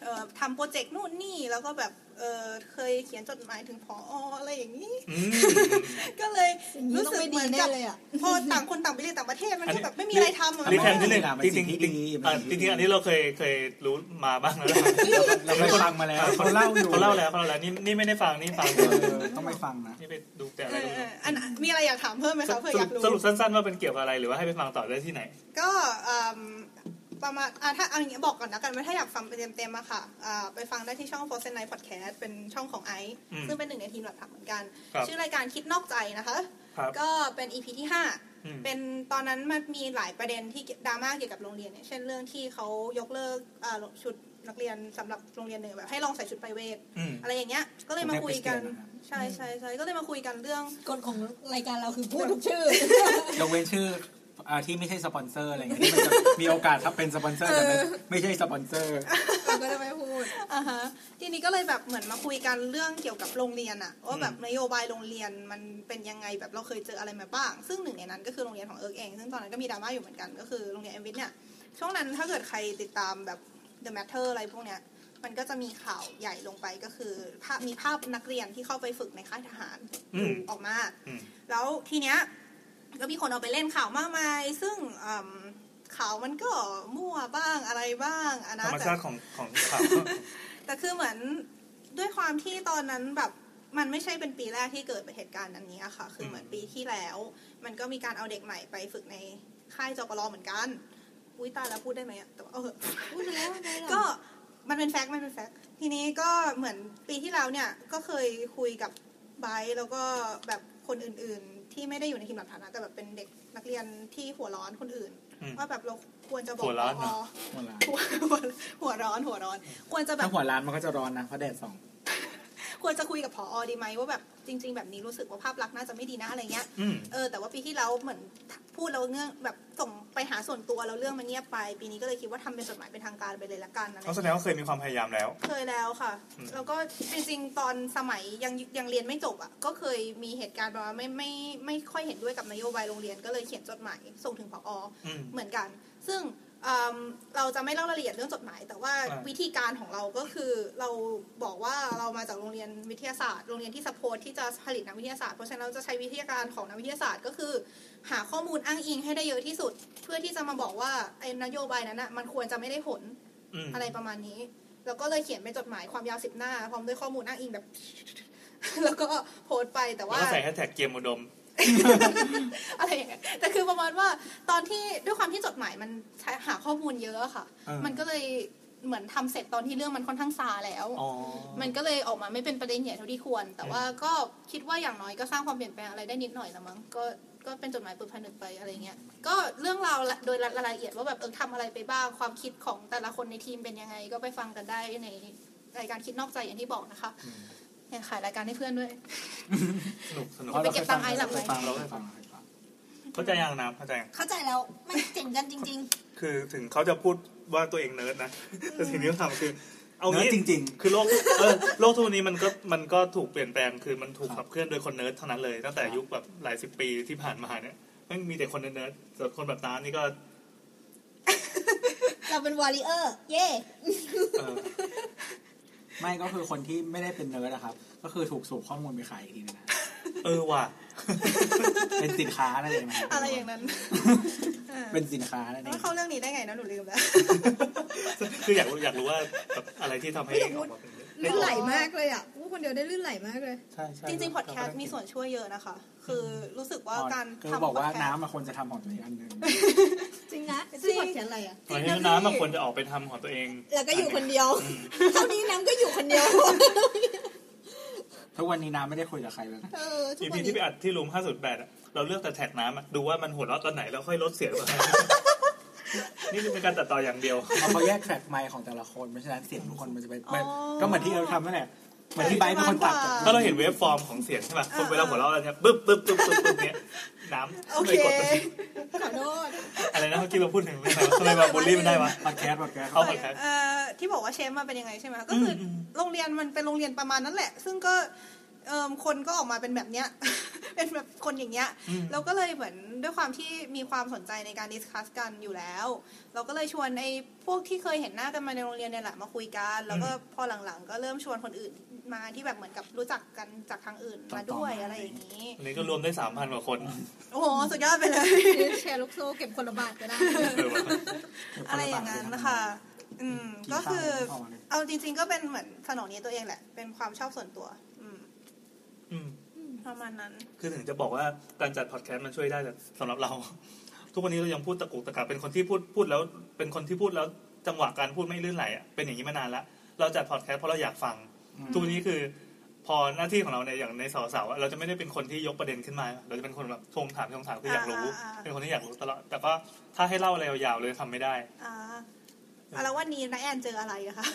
[SPEAKER 5] เอ่อทำโปรเจกต์นู่นนี่แล้วก็แบบเออเคยเขียนจดหมายถึงพออะไรอย่างนี้
[SPEAKER 2] อืม
[SPEAKER 5] ก็เลย
[SPEAKER 3] รู้
[SPEAKER 5] รู้
[SPEAKER 3] สึ
[SPEAKER 5] สึ
[SPEAKER 3] กเห
[SPEAKER 5] กเห
[SPEAKER 3] มื
[SPEAKER 5] มื
[SPEAKER 3] อ
[SPEAKER 5] อน น
[SPEAKER 3] กั
[SPEAKER 5] กั
[SPEAKER 3] บบ
[SPEAKER 5] พอต่างคนต่างไปเรียนต่างประเทศมันก็แบบไม่มีอะไรทำอะ
[SPEAKER 2] อันนี้แพลนที่หนึ่ง
[SPEAKER 4] ไม่
[SPEAKER 2] จริง
[SPEAKER 4] ได้เป็นสิ่งที่
[SPEAKER 2] ๆจริง
[SPEAKER 4] ดี
[SPEAKER 2] ๆอ่ะจ
[SPEAKER 4] เป็นสิ่ง
[SPEAKER 2] ริ
[SPEAKER 4] ที่
[SPEAKER 2] งๆอันนี้เราเคยเคยรู้มาบ้างแล้วนะ
[SPEAKER 4] เราไปฟังมาแล้ว
[SPEAKER 2] เขาเล่าอยู่เขาเล่าแล้วเขาเล่าแล้วนี่นี่ไม่ได้ฟังนี่ ฟัง
[SPEAKER 4] เออต้องไปฟังนะ
[SPEAKER 2] นี่ไปดูแต่อะไร
[SPEAKER 5] เอ
[SPEAKER 2] ก็
[SPEAKER 5] อ
[SPEAKER 2] ไม่รู้
[SPEAKER 5] เอออันมีอะไรอยากถามเพิ่มไหม
[SPEAKER 2] ส
[SPEAKER 5] คะเพื่ออ
[SPEAKER 2] รุ
[SPEAKER 5] ยา
[SPEAKER 2] ป
[SPEAKER 5] กรู้
[SPEAKER 2] สรุปสั้นๆว่าเป็นเกี่ยวกับอะไรหรือว่าให้ไปฟังต่อได้ที่ไหน
[SPEAKER 5] ก็อืมประมาณอ่ะถ้าเอาอย่างนี้บอกก่อนนะกันว่าถ้าอยากฟังไปเต็มๆอะค่ะอ่าไปฟังได้ที่ช่อง f o r s e n i g h t Podcast เป็นช่องของไอซ์
[SPEAKER 2] อืม
[SPEAKER 5] ซึ่งเป็นหนึ่งในทีมหลักๆเหมือนกัน
[SPEAKER 2] ครับ
[SPEAKER 5] ชื่อรายการคิดนอกใจนะคะ
[SPEAKER 2] ครับ
[SPEAKER 5] ก็เป็น EP ที่
[SPEAKER 2] อืม
[SPEAKER 5] 5 เป็นตอนนั้นมันมีหลายประเด็นที่ดราม่าเกี่ยวกับโรงเรียนเนี่ยเช่นเรื่องที่เขายกเลิกอ่าชุดนักเรียนสำหรับโรงเรียนหนึ่งแบบให้ลองใส่ชุดไปเวท
[SPEAKER 2] อืม
[SPEAKER 5] อะไรอย่างเงี้ยก็เลยมาคุยกัน
[SPEAKER 4] ผมได้ไปเรียนนะครับ
[SPEAKER 5] ใช่ใช่ใช่ก็เลยมาคุยกันเรื่อง
[SPEAKER 3] กฎของรายการเราคือพูดทุกชื่อย
[SPEAKER 4] กเว้นชื่ออ่าที่ไม่ใช่สปอนเซอร์อะไรเงี้ยที่มันจะมีโอกาสถ้าเป็นสปอนเซอร์แต่ไม่ไม่ใช่สปอนเซอร์
[SPEAKER 3] เราก็จะไม่พูด
[SPEAKER 5] อ่าฮะทีนี้ก็เลยแบบเหมือนมาคุยกันเรื่องเกี่ยวกับโรงเรียนอะว่าแบบ
[SPEAKER 2] อืม
[SPEAKER 5] นโยบายโรงเรียนมันเป็นยังไงแบบเราเคยเจออะไรมาบ้าง ซึ่งหนึ่งในนั้นก็คือโรงเรียนของเอิร์กเอง ซึ่งตอนนั้นก็มีดราม่าอยู่เหมือนกันก็คือโรงเรียนเอ็มวิทเนี่ยช่วงนั้นถ้าเกิดใครติดตามแบบ The Matter อะไรพวกเนี้ยมันก็จะมีข่าวใหญ่ลงไปก็คือภาพมีภาพนักเรียนที่เข้าไปฝึกในค่ายทหาร
[SPEAKER 2] อืม
[SPEAKER 5] ออกมา
[SPEAKER 2] อืม
[SPEAKER 5] แล้วทีเนี้ยก็มีคนเอาไปเล่นข่าวมากมาย ซึ่งอืมข่าวมันก็มั่วบ้างอะไรบ้างอะ
[SPEAKER 2] ธร
[SPEAKER 5] นะ
[SPEAKER 2] รม
[SPEAKER 5] แต่
[SPEAKER 2] ชาติของของข่าว
[SPEAKER 5] แต่คือเหมือนด้วยความที่ตอนนั้นแบบมันไม่ใช่เป็นปีแรกที่เกิดเหตุการณ์อันนี้อะค่ะ คือเหมือน
[SPEAKER 2] อืม
[SPEAKER 5] ปีที่แล้ว มันก็มีการเอาเด็กใหม่ไปฝึกในค่ายจปรเหมือนกัน อุ้ยตายแล้วพูดได้ไหมอะแต่ว่าเออ
[SPEAKER 3] พูดแล้วไง
[SPEAKER 5] ก็
[SPEAKER 3] ก็
[SPEAKER 5] มันเป็นแฟกต์มันเป็นแฟกต์ทีนี้ก็เหมือนปีที่แล้วเนี่ยก็เคยคุยกับไบร์ทแล้วก็แบบคนอื่นๆ ที่ไม่ได้อยู่ในทีมหลักฐานนะแต่แบบเป็นเด็กนักเรียนที่หัวร้อนคนอื่น
[SPEAKER 2] อืม
[SPEAKER 5] ว่าแบบเราควรจะบอก
[SPEAKER 2] หัวร้อนเหรอ
[SPEAKER 4] หัวร้าน
[SPEAKER 5] หัวหัวหัวร้อนหัวร้อน ควรจะแบบ
[SPEAKER 4] ถ้าหัวร้านมันก็จะร้อนนะเพราะแดดส่อง
[SPEAKER 5] ควรจะคุยกับผออดีไหมว่าแบบจริง ๆ แบบนี้รู้สึกว่าภาพลักษณ์น่าจะไม่ดีนะอะไรเงี้ย
[SPEAKER 2] อืม
[SPEAKER 5] เออแต่ว่าปีที่แล้วเหมือนพูดแล้วเงื่อนแบบส่งไปหาส่วนตัวแล้วเรื่องมันเงียบไป ปีนี้ก็เลยคิดว่าทำเป็นจดหมายเป็นทางการไปเลยละกันอะไร
[SPEAKER 2] เขาแสดงว่าเคยมีความพยายามแล้ว
[SPEAKER 5] เคยแล้วค่ะ
[SPEAKER 2] อืม
[SPEAKER 5] แล้วก็จริงๆ ตอนสมัยยังยังเรียนไม่จบอ่ะก็เคยมีเหตุการณ์แบบว่าไม่ไม่ไม่ค่อยเห็นด้วยกับนโยบายโรงเรียนก็เลยเขียนจดหมายส่งถึงผอ
[SPEAKER 2] อืม
[SPEAKER 5] เหมือนกัน ซึ่งเอิ่มเราจะไม่เล่ารายละเอียดเรื่องจดหมาย แต่ว่า
[SPEAKER 2] อ่า
[SPEAKER 5] วิธีการของเราก็คือเราบอกว่าเรามาจากโรงเรียนวิทยาศาสตร์ โรงเรียนที่สปอร์ตที่จะผลิตนักวิทยาศาสตร์ เพราะฉะนั้นเราจะใช้วิทยาการของนักวิทยาศาสตร์ก็คือ หาข้อมูลอ้างอิงให้ได้เยอะที่สุด เพื่อที่จะมาบอกว่าไอ้นโยบายนั้นนะมันควรจะไม่ได้ผล
[SPEAKER 2] อืม
[SPEAKER 5] อะไรประมาณนี้ แล้วก็เลยเขียนเป็นจดหมายความยาวสิบหน้าพร้อมด้วยข้อมูลอ้างอิงแบบ แล้วก็โพสต์ไปแต่
[SPEAKER 2] แล้ว
[SPEAKER 5] ว่า
[SPEAKER 2] ก็ใส่แฮชแท็กเกมอุดม
[SPEAKER 5] อะไรอย่างเงี้ยแต่คือประมาณว่าตอนที่ด้วยความที่จดหมายมันใช้หาข้อมูลเยอะอะค่ะ
[SPEAKER 4] เออ
[SPEAKER 5] มันก็เลยเหมือนทำเสร็จตอนที่เรื่องมันค่อนข้างซาแล้ว
[SPEAKER 4] อ๋อ
[SPEAKER 5] มันก็เลยออกมาไม่เป็นประเด็นใหญ่เท่าที่ควร แต่ว่าก็คิดว่าอย่างน้อยก็สร้างความเปลี่ยนแปลงอะไรได้นิดหน่อยละมั้งก็ก็เป็นจดหมายเปิดผนึกไปอะไรเงี้ยก็เรื่องราวละโดยรายละเอียดว่าแบบเออทำอะไรไปบ้างความคิดของแต่ละคนในทีมเป็นยังไง ก็ไปฟังกันได้ในรายการคิดนอกใจอย่างที่บอกนะคะ
[SPEAKER 2] อืม
[SPEAKER 5] เนี่ยขายรายการให้เพื่อนด้วย
[SPEAKER 2] สนุกสนุก
[SPEAKER 4] พราะรา
[SPEAKER 5] ไปเก็บตังค์ไอซ์หลังไหม
[SPEAKER 4] เคยฟังเราเคยฟังเราเคยฟัง
[SPEAKER 2] เข้าใจยังนะเข้าใจยัง
[SPEAKER 3] เข้าใจแล้วมันเจ๋งกันจริง
[SPEAKER 2] คือถึงเขาจะพูดว่าตัวเองเนิร์ดนะ แต่สิ่งที่เขาทำคือ เอา
[SPEAKER 4] เนิร์ดจริง
[SPEAKER 2] ๆคือโลกเออโลกทุกวันนี้มันก็มันก็ถูกเปลี่ยนแปลงคือมันถูก
[SPEAKER 4] ค
[SPEAKER 2] ขั
[SPEAKER 4] รั
[SPEAKER 2] บบ เคลื่อนโดยคนเนิร์ดเท่านั้นเลยตั้งแต่
[SPEAKER 4] ครับ
[SPEAKER 2] ยุคแบบหลายสิบปีที่ผ่านมาเนี่ยไม่มีแต่คนเนิร์ดๆส่วนคนแบบน้ำนี่ก็
[SPEAKER 3] ๆ เราเป็นวอริเออร์ เย่
[SPEAKER 2] เออ
[SPEAKER 4] ไม่ก็คือคนที่ไม่ได้เป็นเนิร์ดนะครับ ก็คือถูกสูบข้อมูลไปขายอีกทีนึงนะ
[SPEAKER 2] เออว่ะ
[SPEAKER 4] เป็นสินค้านั่นเองนคบ
[SPEAKER 5] อะไรอย่างนั้นอ่า
[SPEAKER 4] เป็นสินค้านั่นเอ
[SPEAKER 5] แล้ว
[SPEAKER 4] ง
[SPEAKER 5] เข้าเรื่องนี้ได้ไงนะหนูลืมแล้ว
[SPEAKER 2] คืออยากรู้อยากรู้ว่าแบบอะไรที่ทำให้เองออกมาเป็น
[SPEAKER 3] เลือดไหลมากเลยอ่ะผู้คน เดี๋ยวได้ลื่นไหลมากเลย
[SPEAKER 4] ใช่ใช่
[SPEAKER 5] จริงๆพอดแคสต์มีส่วนช่วยเยอะนะคะ คือรู้สึกว่าการ
[SPEAKER 4] คือ
[SPEAKER 5] ทำ
[SPEAKER 4] บอกว่า
[SPEAKER 5] podcast
[SPEAKER 4] น้ำมาคนจะทำหอดเลยอันหนึ่ง
[SPEAKER 3] จริงนะ
[SPEAKER 5] จริง
[SPEAKER 3] ซึ่งพอดแคสต์อะไรอ่ะ
[SPEAKER 2] ตอนนี้น้ำมันควรจะออกไปทำของตัวเอง
[SPEAKER 3] แล้วก็อยู่คนเดียว เท่านี้น้ำก็อยู่คนเดียว
[SPEAKER 4] ทุกวันนี้น้ำไม่ได้คุยกับใครแล้วนะ
[SPEAKER 3] เออทุก
[SPEAKER 2] อี
[SPEAKER 3] วั
[SPEAKER 2] พี
[SPEAKER 3] นนี้
[SPEAKER 2] ที่ไปอัดที่รูม508อะเราเลือกแต่แท็กน้ำอะดูว่ามันหัวเราะตอนไหนแล้วค่อยลดเสียงลงมา นี่เป็นการตัดต่ออย่างเดียว
[SPEAKER 4] เพราะเขาแยกแทร็กไมค์ของแต่ละคนเพราะฉะนั้นเสียงทุกคนมันจะเป็น
[SPEAKER 5] อ๋อ
[SPEAKER 4] ก็เหมือนที่เราทำนั่นแหละเหมือนที่ไบร์ทเป็นคนตัดอะ
[SPEAKER 2] ถ้าเราเห็นเวฟฟอร์มของเสียงใช่ป่ะคนเวลาหัวเราะอะไรเนี่ยบึ๊บบึ๊บบึ๊บบึ๊บบึ๊บเนี้ยน้ำ
[SPEAKER 5] โอ
[SPEAKER 2] ไม่
[SPEAKER 5] เค
[SPEAKER 2] กดตัวนี้
[SPEAKER 3] ขอโทษ
[SPEAKER 2] อะไรนะเมื่อกี้เราพูดถึงเรื่องอะไรวะทำไมแบบบูลลี่มันได้วะ
[SPEAKER 4] พอดแคสต์พอดแคสต์
[SPEAKER 2] เอา podcast
[SPEAKER 5] เอ่อที่บอกว่าเชฟมาเป็นยังไงใช่ไหมก็คืออ
[SPEAKER 2] ม
[SPEAKER 5] โรงเรียนมันเป็นโรงเรียนประมาณนั้นแหละ ซึ่งก็เอิ่มคนก็ออกมาเป็นแบบเนี้ย เป็นแบบคนอย่างเงี้ยเราก็เลยเหมือนด้วยความที่มีความสนใจในการดิสคัสกันอยู่แล้ว เราก็เลยชวนไอ้พวกที่เคยเห็นหน้ากันมาในโรงเรียนเนี่ยแหละมาคุยกัน แล้วก็พอหลังๆ ก็เริ่มชวนคนอื่นมาที่แบบเหมือนกับรู้จักกันจากทางอื่นมาด้วยอะไรอย่างนี้
[SPEAKER 2] อันนี้ก็รวมได้สามพันกว่าคน
[SPEAKER 5] โอ้โหสุดยอดไปเลย
[SPEAKER 3] แชร์ลูกโซ่เก็บคนละบาทก็ได้
[SPEAKER 2] เออว่ะ
[SPEAKER 5] อะไรอย่างนั้นนะคะอืมก็คือ
[SPEAKER 4] นข้าวกันเลย
[SPEAKER 5] เอาจริงๆก็เป็นเหมือนสนองนี้ตัวเองแหละ เป็นความชอบส่วนตัว อืม
[SPEAKER 2] อืม
[SPEAKER 5] ประมาณนั้น
[SPEAKER 2] คือถึงจะบอกว่าการจัดพอดแคสต์มันช่วยได้แต่สำหรับเรา ทุกวันนี้เรายังพูดตะกุกตะกักเป็นคนที่พูดพูดแล้วเป็นคนที่พูดแล้วจังหวะการพูดไม่ลื่นไหลอะเป็นอย่างนี้มานานละเราจัดพอดแคสต์เพราะเราอยากฟัง ทุกวันนี้คือ พอหน้าที่ของเราเนี่ยอย่างในสาวสาวเราจะไม่ได้เป็นคนที่ยกประเด็นขึ้นมา เราจะเป็นคนแบบทวงถามทวงถามคืออยากรู้
[SPEAKER 5] อ่าอ่าอ่า
[SPEAKER 2] เป็นคนที่อยากรู้ตลอดแต่ก็ถ้าให้เล่าอะไรยาวๆเลยทำไม่ได้
[SPEAKER 5] อ่าอ่ะแล้ววันนี้นายแอนเจออะไรอะคะ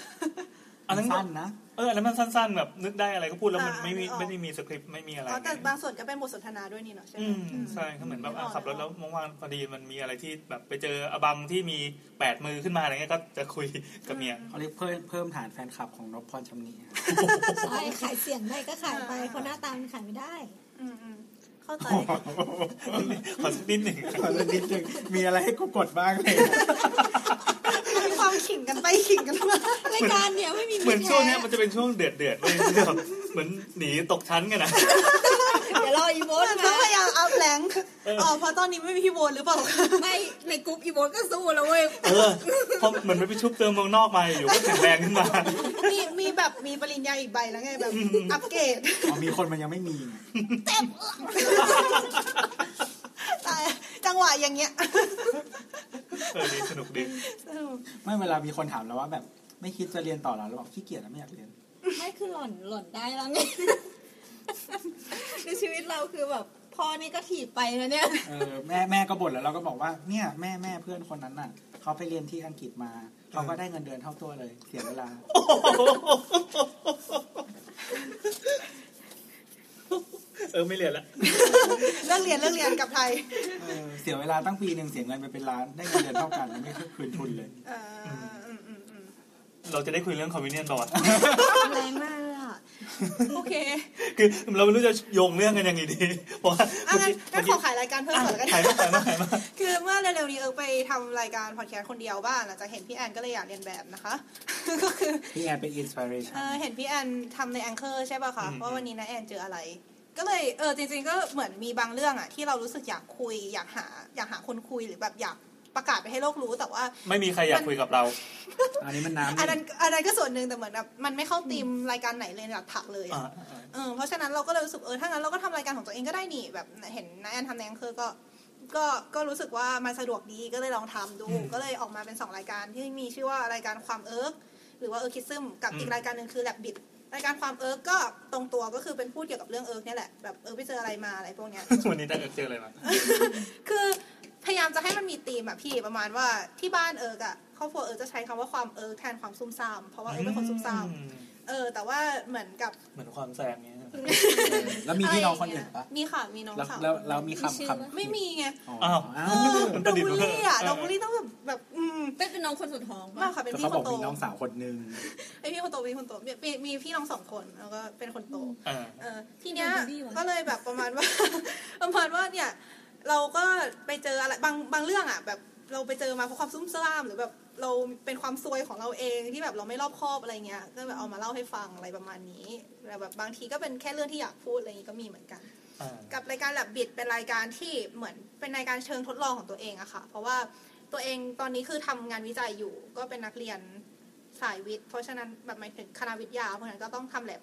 [SPEAKER 2] อันนั้น
[SPEAKER 4] สั้นนะ
[SPEAKER 2] เอออันนั้นมันสั้นๆแบบนึกได้อะไรก็พูดแล้วมัน
[SPEAKER 5] อ่า
[SPEAKER 2] ไม่มี
[SPEAKER 5] นึกออก
[SPEAKER 2] ไม่ได้มีสคริปต์ไม่มีอะไร
[SPEAKER 5] อ๋อแต่บางส่วนก็เป็นบทสนทนาด้วยนี่เนาะใช่ไห
[SPEAKER 2] อื
[SPEAKER 5] ม
[SPEAKER 2] ม
[SPEAKER 5] อืม
[SPEAKER 2] ใช่ก็เหมือนแบบอ่ะ
[SPEAKER 5] นึกออก
[SPEAKER 2] ขับรถแล้วว่างๆพอดีมันมีอะไรที่แบบไปเจออบังที่มีแปดมือขึ้นมาอะไรเงี้ยก็จะคุยกับเมีย
[SPEAKER 4] เขาเรียกเพิ่มเพิ่มฐานแฟนคลับของนพพรชำนีอะ
[SPEAKER 3] ใช่ขายเสียงได้ก็ขายไปเพราะหน้าตามันขายไม่ได้
[SPEAKER 5] อืมอืมเข้าใจ
[SPEAKER 2] ขอสักนิดหนึ่ง
[SPEAKER 4] ขอเล่นนิดนึงมีอะไรให้กูกดบ้างเลย
[SPEAKER 5] มีความขิงกันไปขิงกันมาร
[SPEAKER 3] ายการเนี่ยไม่มี
[SPEAKER 2] เหมือน
[SPEAKER 3] แท้
[SPEAKER 2] ช่วงเนี้ยมันจะเป็นช่วงเดือดเดือดๆเว้ย เหมือนหนีตกชั้นกันนะ
[SPEAKER 3] เดี๋ยวเราอีโว
[SPEAKER 5] เห
[SPEAKER 3] ต
[SPEAKER 5] มือน
[SPEAKER 3] มา
[SPEAKER 5] เขาพยายามอัพแรงค์อ๋อเพราะตอนนี้ไม่มีพี่โบนหรือเปล่าคะ
[SPEAKER 3] ไม่ในกรุ๊ปอีโวตก็สู้แล้วเว้ย
[SPEAKER 2] เออเพราะเหมือนมันไปชุบเติมเมืองนอกมาอยู่ก็แข็งแรงขึ้นมา
[SPEAKER 5] มีมีแบบมีปริญญาอีกใบแล้วไงแบบอัปเกรด
[SPEAKER 4] อ๋อมีคนมันยังไม่มีไง
[SPEAKER 5] ตายจังหวะอย่างเงี้ย
[SPEAKER 2] เออดีสนุกดี
[SPEAKER 5] สนุก
[SPEAKER 4] ไม่เวลามีคนถามเราว่าแบบไม่คิดจะเรียนต่อเหรอเราบอกขี้เกียจแล้วไม่อยากเรียน
[SPEAKER 3] ไม่คือหล่อนหล่อนได้แล้วไงในชีวิตเราคือแบบพ่อนี่ก็ถีบไปนะเนี่ย
[SPEAKER 4] เออแม่แม่ก็บ่นแล้วเราก็บอกว่าเนี่ยแม่แม่เพื่อนคนนั้นน่ะเขาไปเรียนที่อังกฤษมาเขาก็ได้เงินเดือนเท่าตัวเลย เสียเวลา
[SPEAKER 2] เออไม่เรียนละ
[SPEAKER 5] เรื่องเรียนเรื่องเรียนกลับไทย
[SPEAKER 4] เออเสียเวลาตั้งปีหนึ่งเสียเงินไปเป็นล้านได้เงินเดือนเท่ากันไม่คืนทุนเลย
[SPEAKER 5] เอออืมอืมอืม
[SPEAKER 2] เราจะได้คุยเรื่องคอมมิวเนียนต่อ
[SPEAKER 3] แรงมากเลยอ่ะ
[SPEAKER 5] โอเค
[SPEAKER 2] คือเราไม่รู้จะโยงเรื่องกันยังไงดีเพราะว่า
[SPEAKER 5] อ่ะงั้นงั้นขอขายรายการเพิ่มก่อนแล้วกัน
[SPEAKER 2] ถ่ายมาถ่ายมาถ่ายมา
[SPEAKER 5] คือเมื่อเร็วๆนี้เออไปทำรายการพอดแคสต์คนเดียวบ้างหลังจากเห็นพี่แอนก็เลยอยากเรียนแบบนะคะ ก็คือ
[SPEAKER 4] พี่แอนเป็นอินสปิเรชั
[SPEAKER 5] เอน อเห็นพี่แอนทำในแองเกอร์ใช่ป่ะคะว่าวันนี้นะแอนเจออะไร ก็เลยเออจริงๆก็เหมือนมีบางเรื่องอะที่เรารู้สึกอยากคุยอยากหาอยากหาคนคุยหรือแบบอยากประกาศไปให้โลกรู้แต่ว่า
[SPEAKER 2] ไม่มีใครอยากคุยกับเรา
[SPEAKER 4] อันนี้มันน้ำ
[SPEAKER 5] อันนั้นอันนั้นก็ส่วนหนึ่งแต่เหมือนแบบมันไม่เข้าธีมรายการไหนเลยหลักถักเลย
[SPEAKER 2] อ่า
[SPEAKER 5] อะเออเพราะฉะนั้นเราก็เลยรู้สึกเออถ้างั้นเราก็ทำรายการของตัวเองก็ได้นี่แบบเห็นนายแอนทำในแองเกอร์ก็ ก็ก็รู้สึกว่ามันสะดวกดีก็เลยลองทำดู ก็เลยออกมาเป็นสองรายการที่มีชื่อว่ารายการความเอิร์กหรือว่าเอิร์กคิซึมกับอีกรายการหนึ่งคือแลบบิดรายการความเอิร์กก็ตรงตัวก็คือเป็นพูดเกี่ยวกับเรื่องเอิร์กเนี่ยแหละแบบเออไปเจออะไรมาอะไรพวกเนี้ย
[SPEAKER 2] วันนี้ได้เจออะไรมา
[SPEAKER 5] คือพยายามจะให้มันมีธีมอะพี่ประมาณว่าที่บ้านเอิร์กอะครอบครัวเอิร์กจะใช้คำว่าความเอิร์กแทนความซุ่มซ่ามเพราะว่าเอิร์กเป็นคนซุ่มซ่ามเออแต่ว่าเหมือนกับ
[SPEAKER 2] เหมือนความแซงเนี้ย
[SPEAKER 4] แล้วมีพี่น้องคนอื่นปะ
[SPEAKER 5] มีค่ะมีน้อง
[SPEAKER 4] แล้ว
[SPEAKER 5] สาว
[SPEAKER 4] แล้วเรามีคำคำ
[SPEAKER 5] ไม่มีไง
[SPEAKER 4] อ๋อ
[SPEAKER 2] อ้าว
[SPEAKER 4] อ้าว
[SPEAKER 2] มันป
[SPEAKER 5] น้
[SPEAKER 2] ระ
[SPEAKER 5] อง
[SPEAKER 2] ดิษฐ์
[SPEAKER 5] บุล
[SPEAKER 2] มา
[SPEAKER 5] ลี่อะน้องบุ
[SPEAKER 2] เพิ่ม
[SPEAKER 5] ลลี่ต้องแบบแบบอืม
[SPEAKER 3] เป็นเป็นน้องคนสุดท้อง
[SPEAKER 5] มาก
[SPEAKER 3] ปะ
[SPEAKER 5] ค่ะเป็น
[SPEAKER 4] แต่
[SPEAKER 5] พี่
[SPEAKER 4] เขาบอ
[SPEAKER 5] ค
[SPEAKER 4] น ก
[SPEAKER 5] โต
[SPEAKER 4] มีน้องสาวคนหนึ่ง
[SPEAKER 5] ไอยพี่คนโตพี่คนโตมีมีมีพี่น้องสองคนแล้วก็เป็นคนโต
[SPEAKER 2] เออ
[SPEAKER 5] เออทีเนี้ยก็เลยแบบประมาณว่า ประมาณว่าเนี่ย เราก็ไปเจออะไรบางบางเรื่องอ่ะ แบบเราไปเจอมาเพราะความซุ่มซ่ามหรือแบบเราเป็นความซวยของเราเองที่แบบเราไม่รอบคอบอะไรเงี้ยก็แบบเอามาเล่าให้ฟังอะไรประมาณนี้แต่แบบบางทีก็เป็นแค่เรื่องที่อยากพูดอะไรอย่างงี้ก็มีเหมือนกัน
[SPEAKER 2] อ่า
[SPEAKER 5] กับรายการแบบบิดเป็นรายการที่เหมือนเป็นรายการเชิงทดลองของตัวเองอะค่ะ เพราะว่าตัวเองตอนนี้คือทำงานวิจัยอยู่ ก็เป็นนักเรียนสายวิทย์ เพราะฉะนั้นแบบหมายถึงคณะวิทยาเพราะฉะนั้นก็ต้องทำแลบ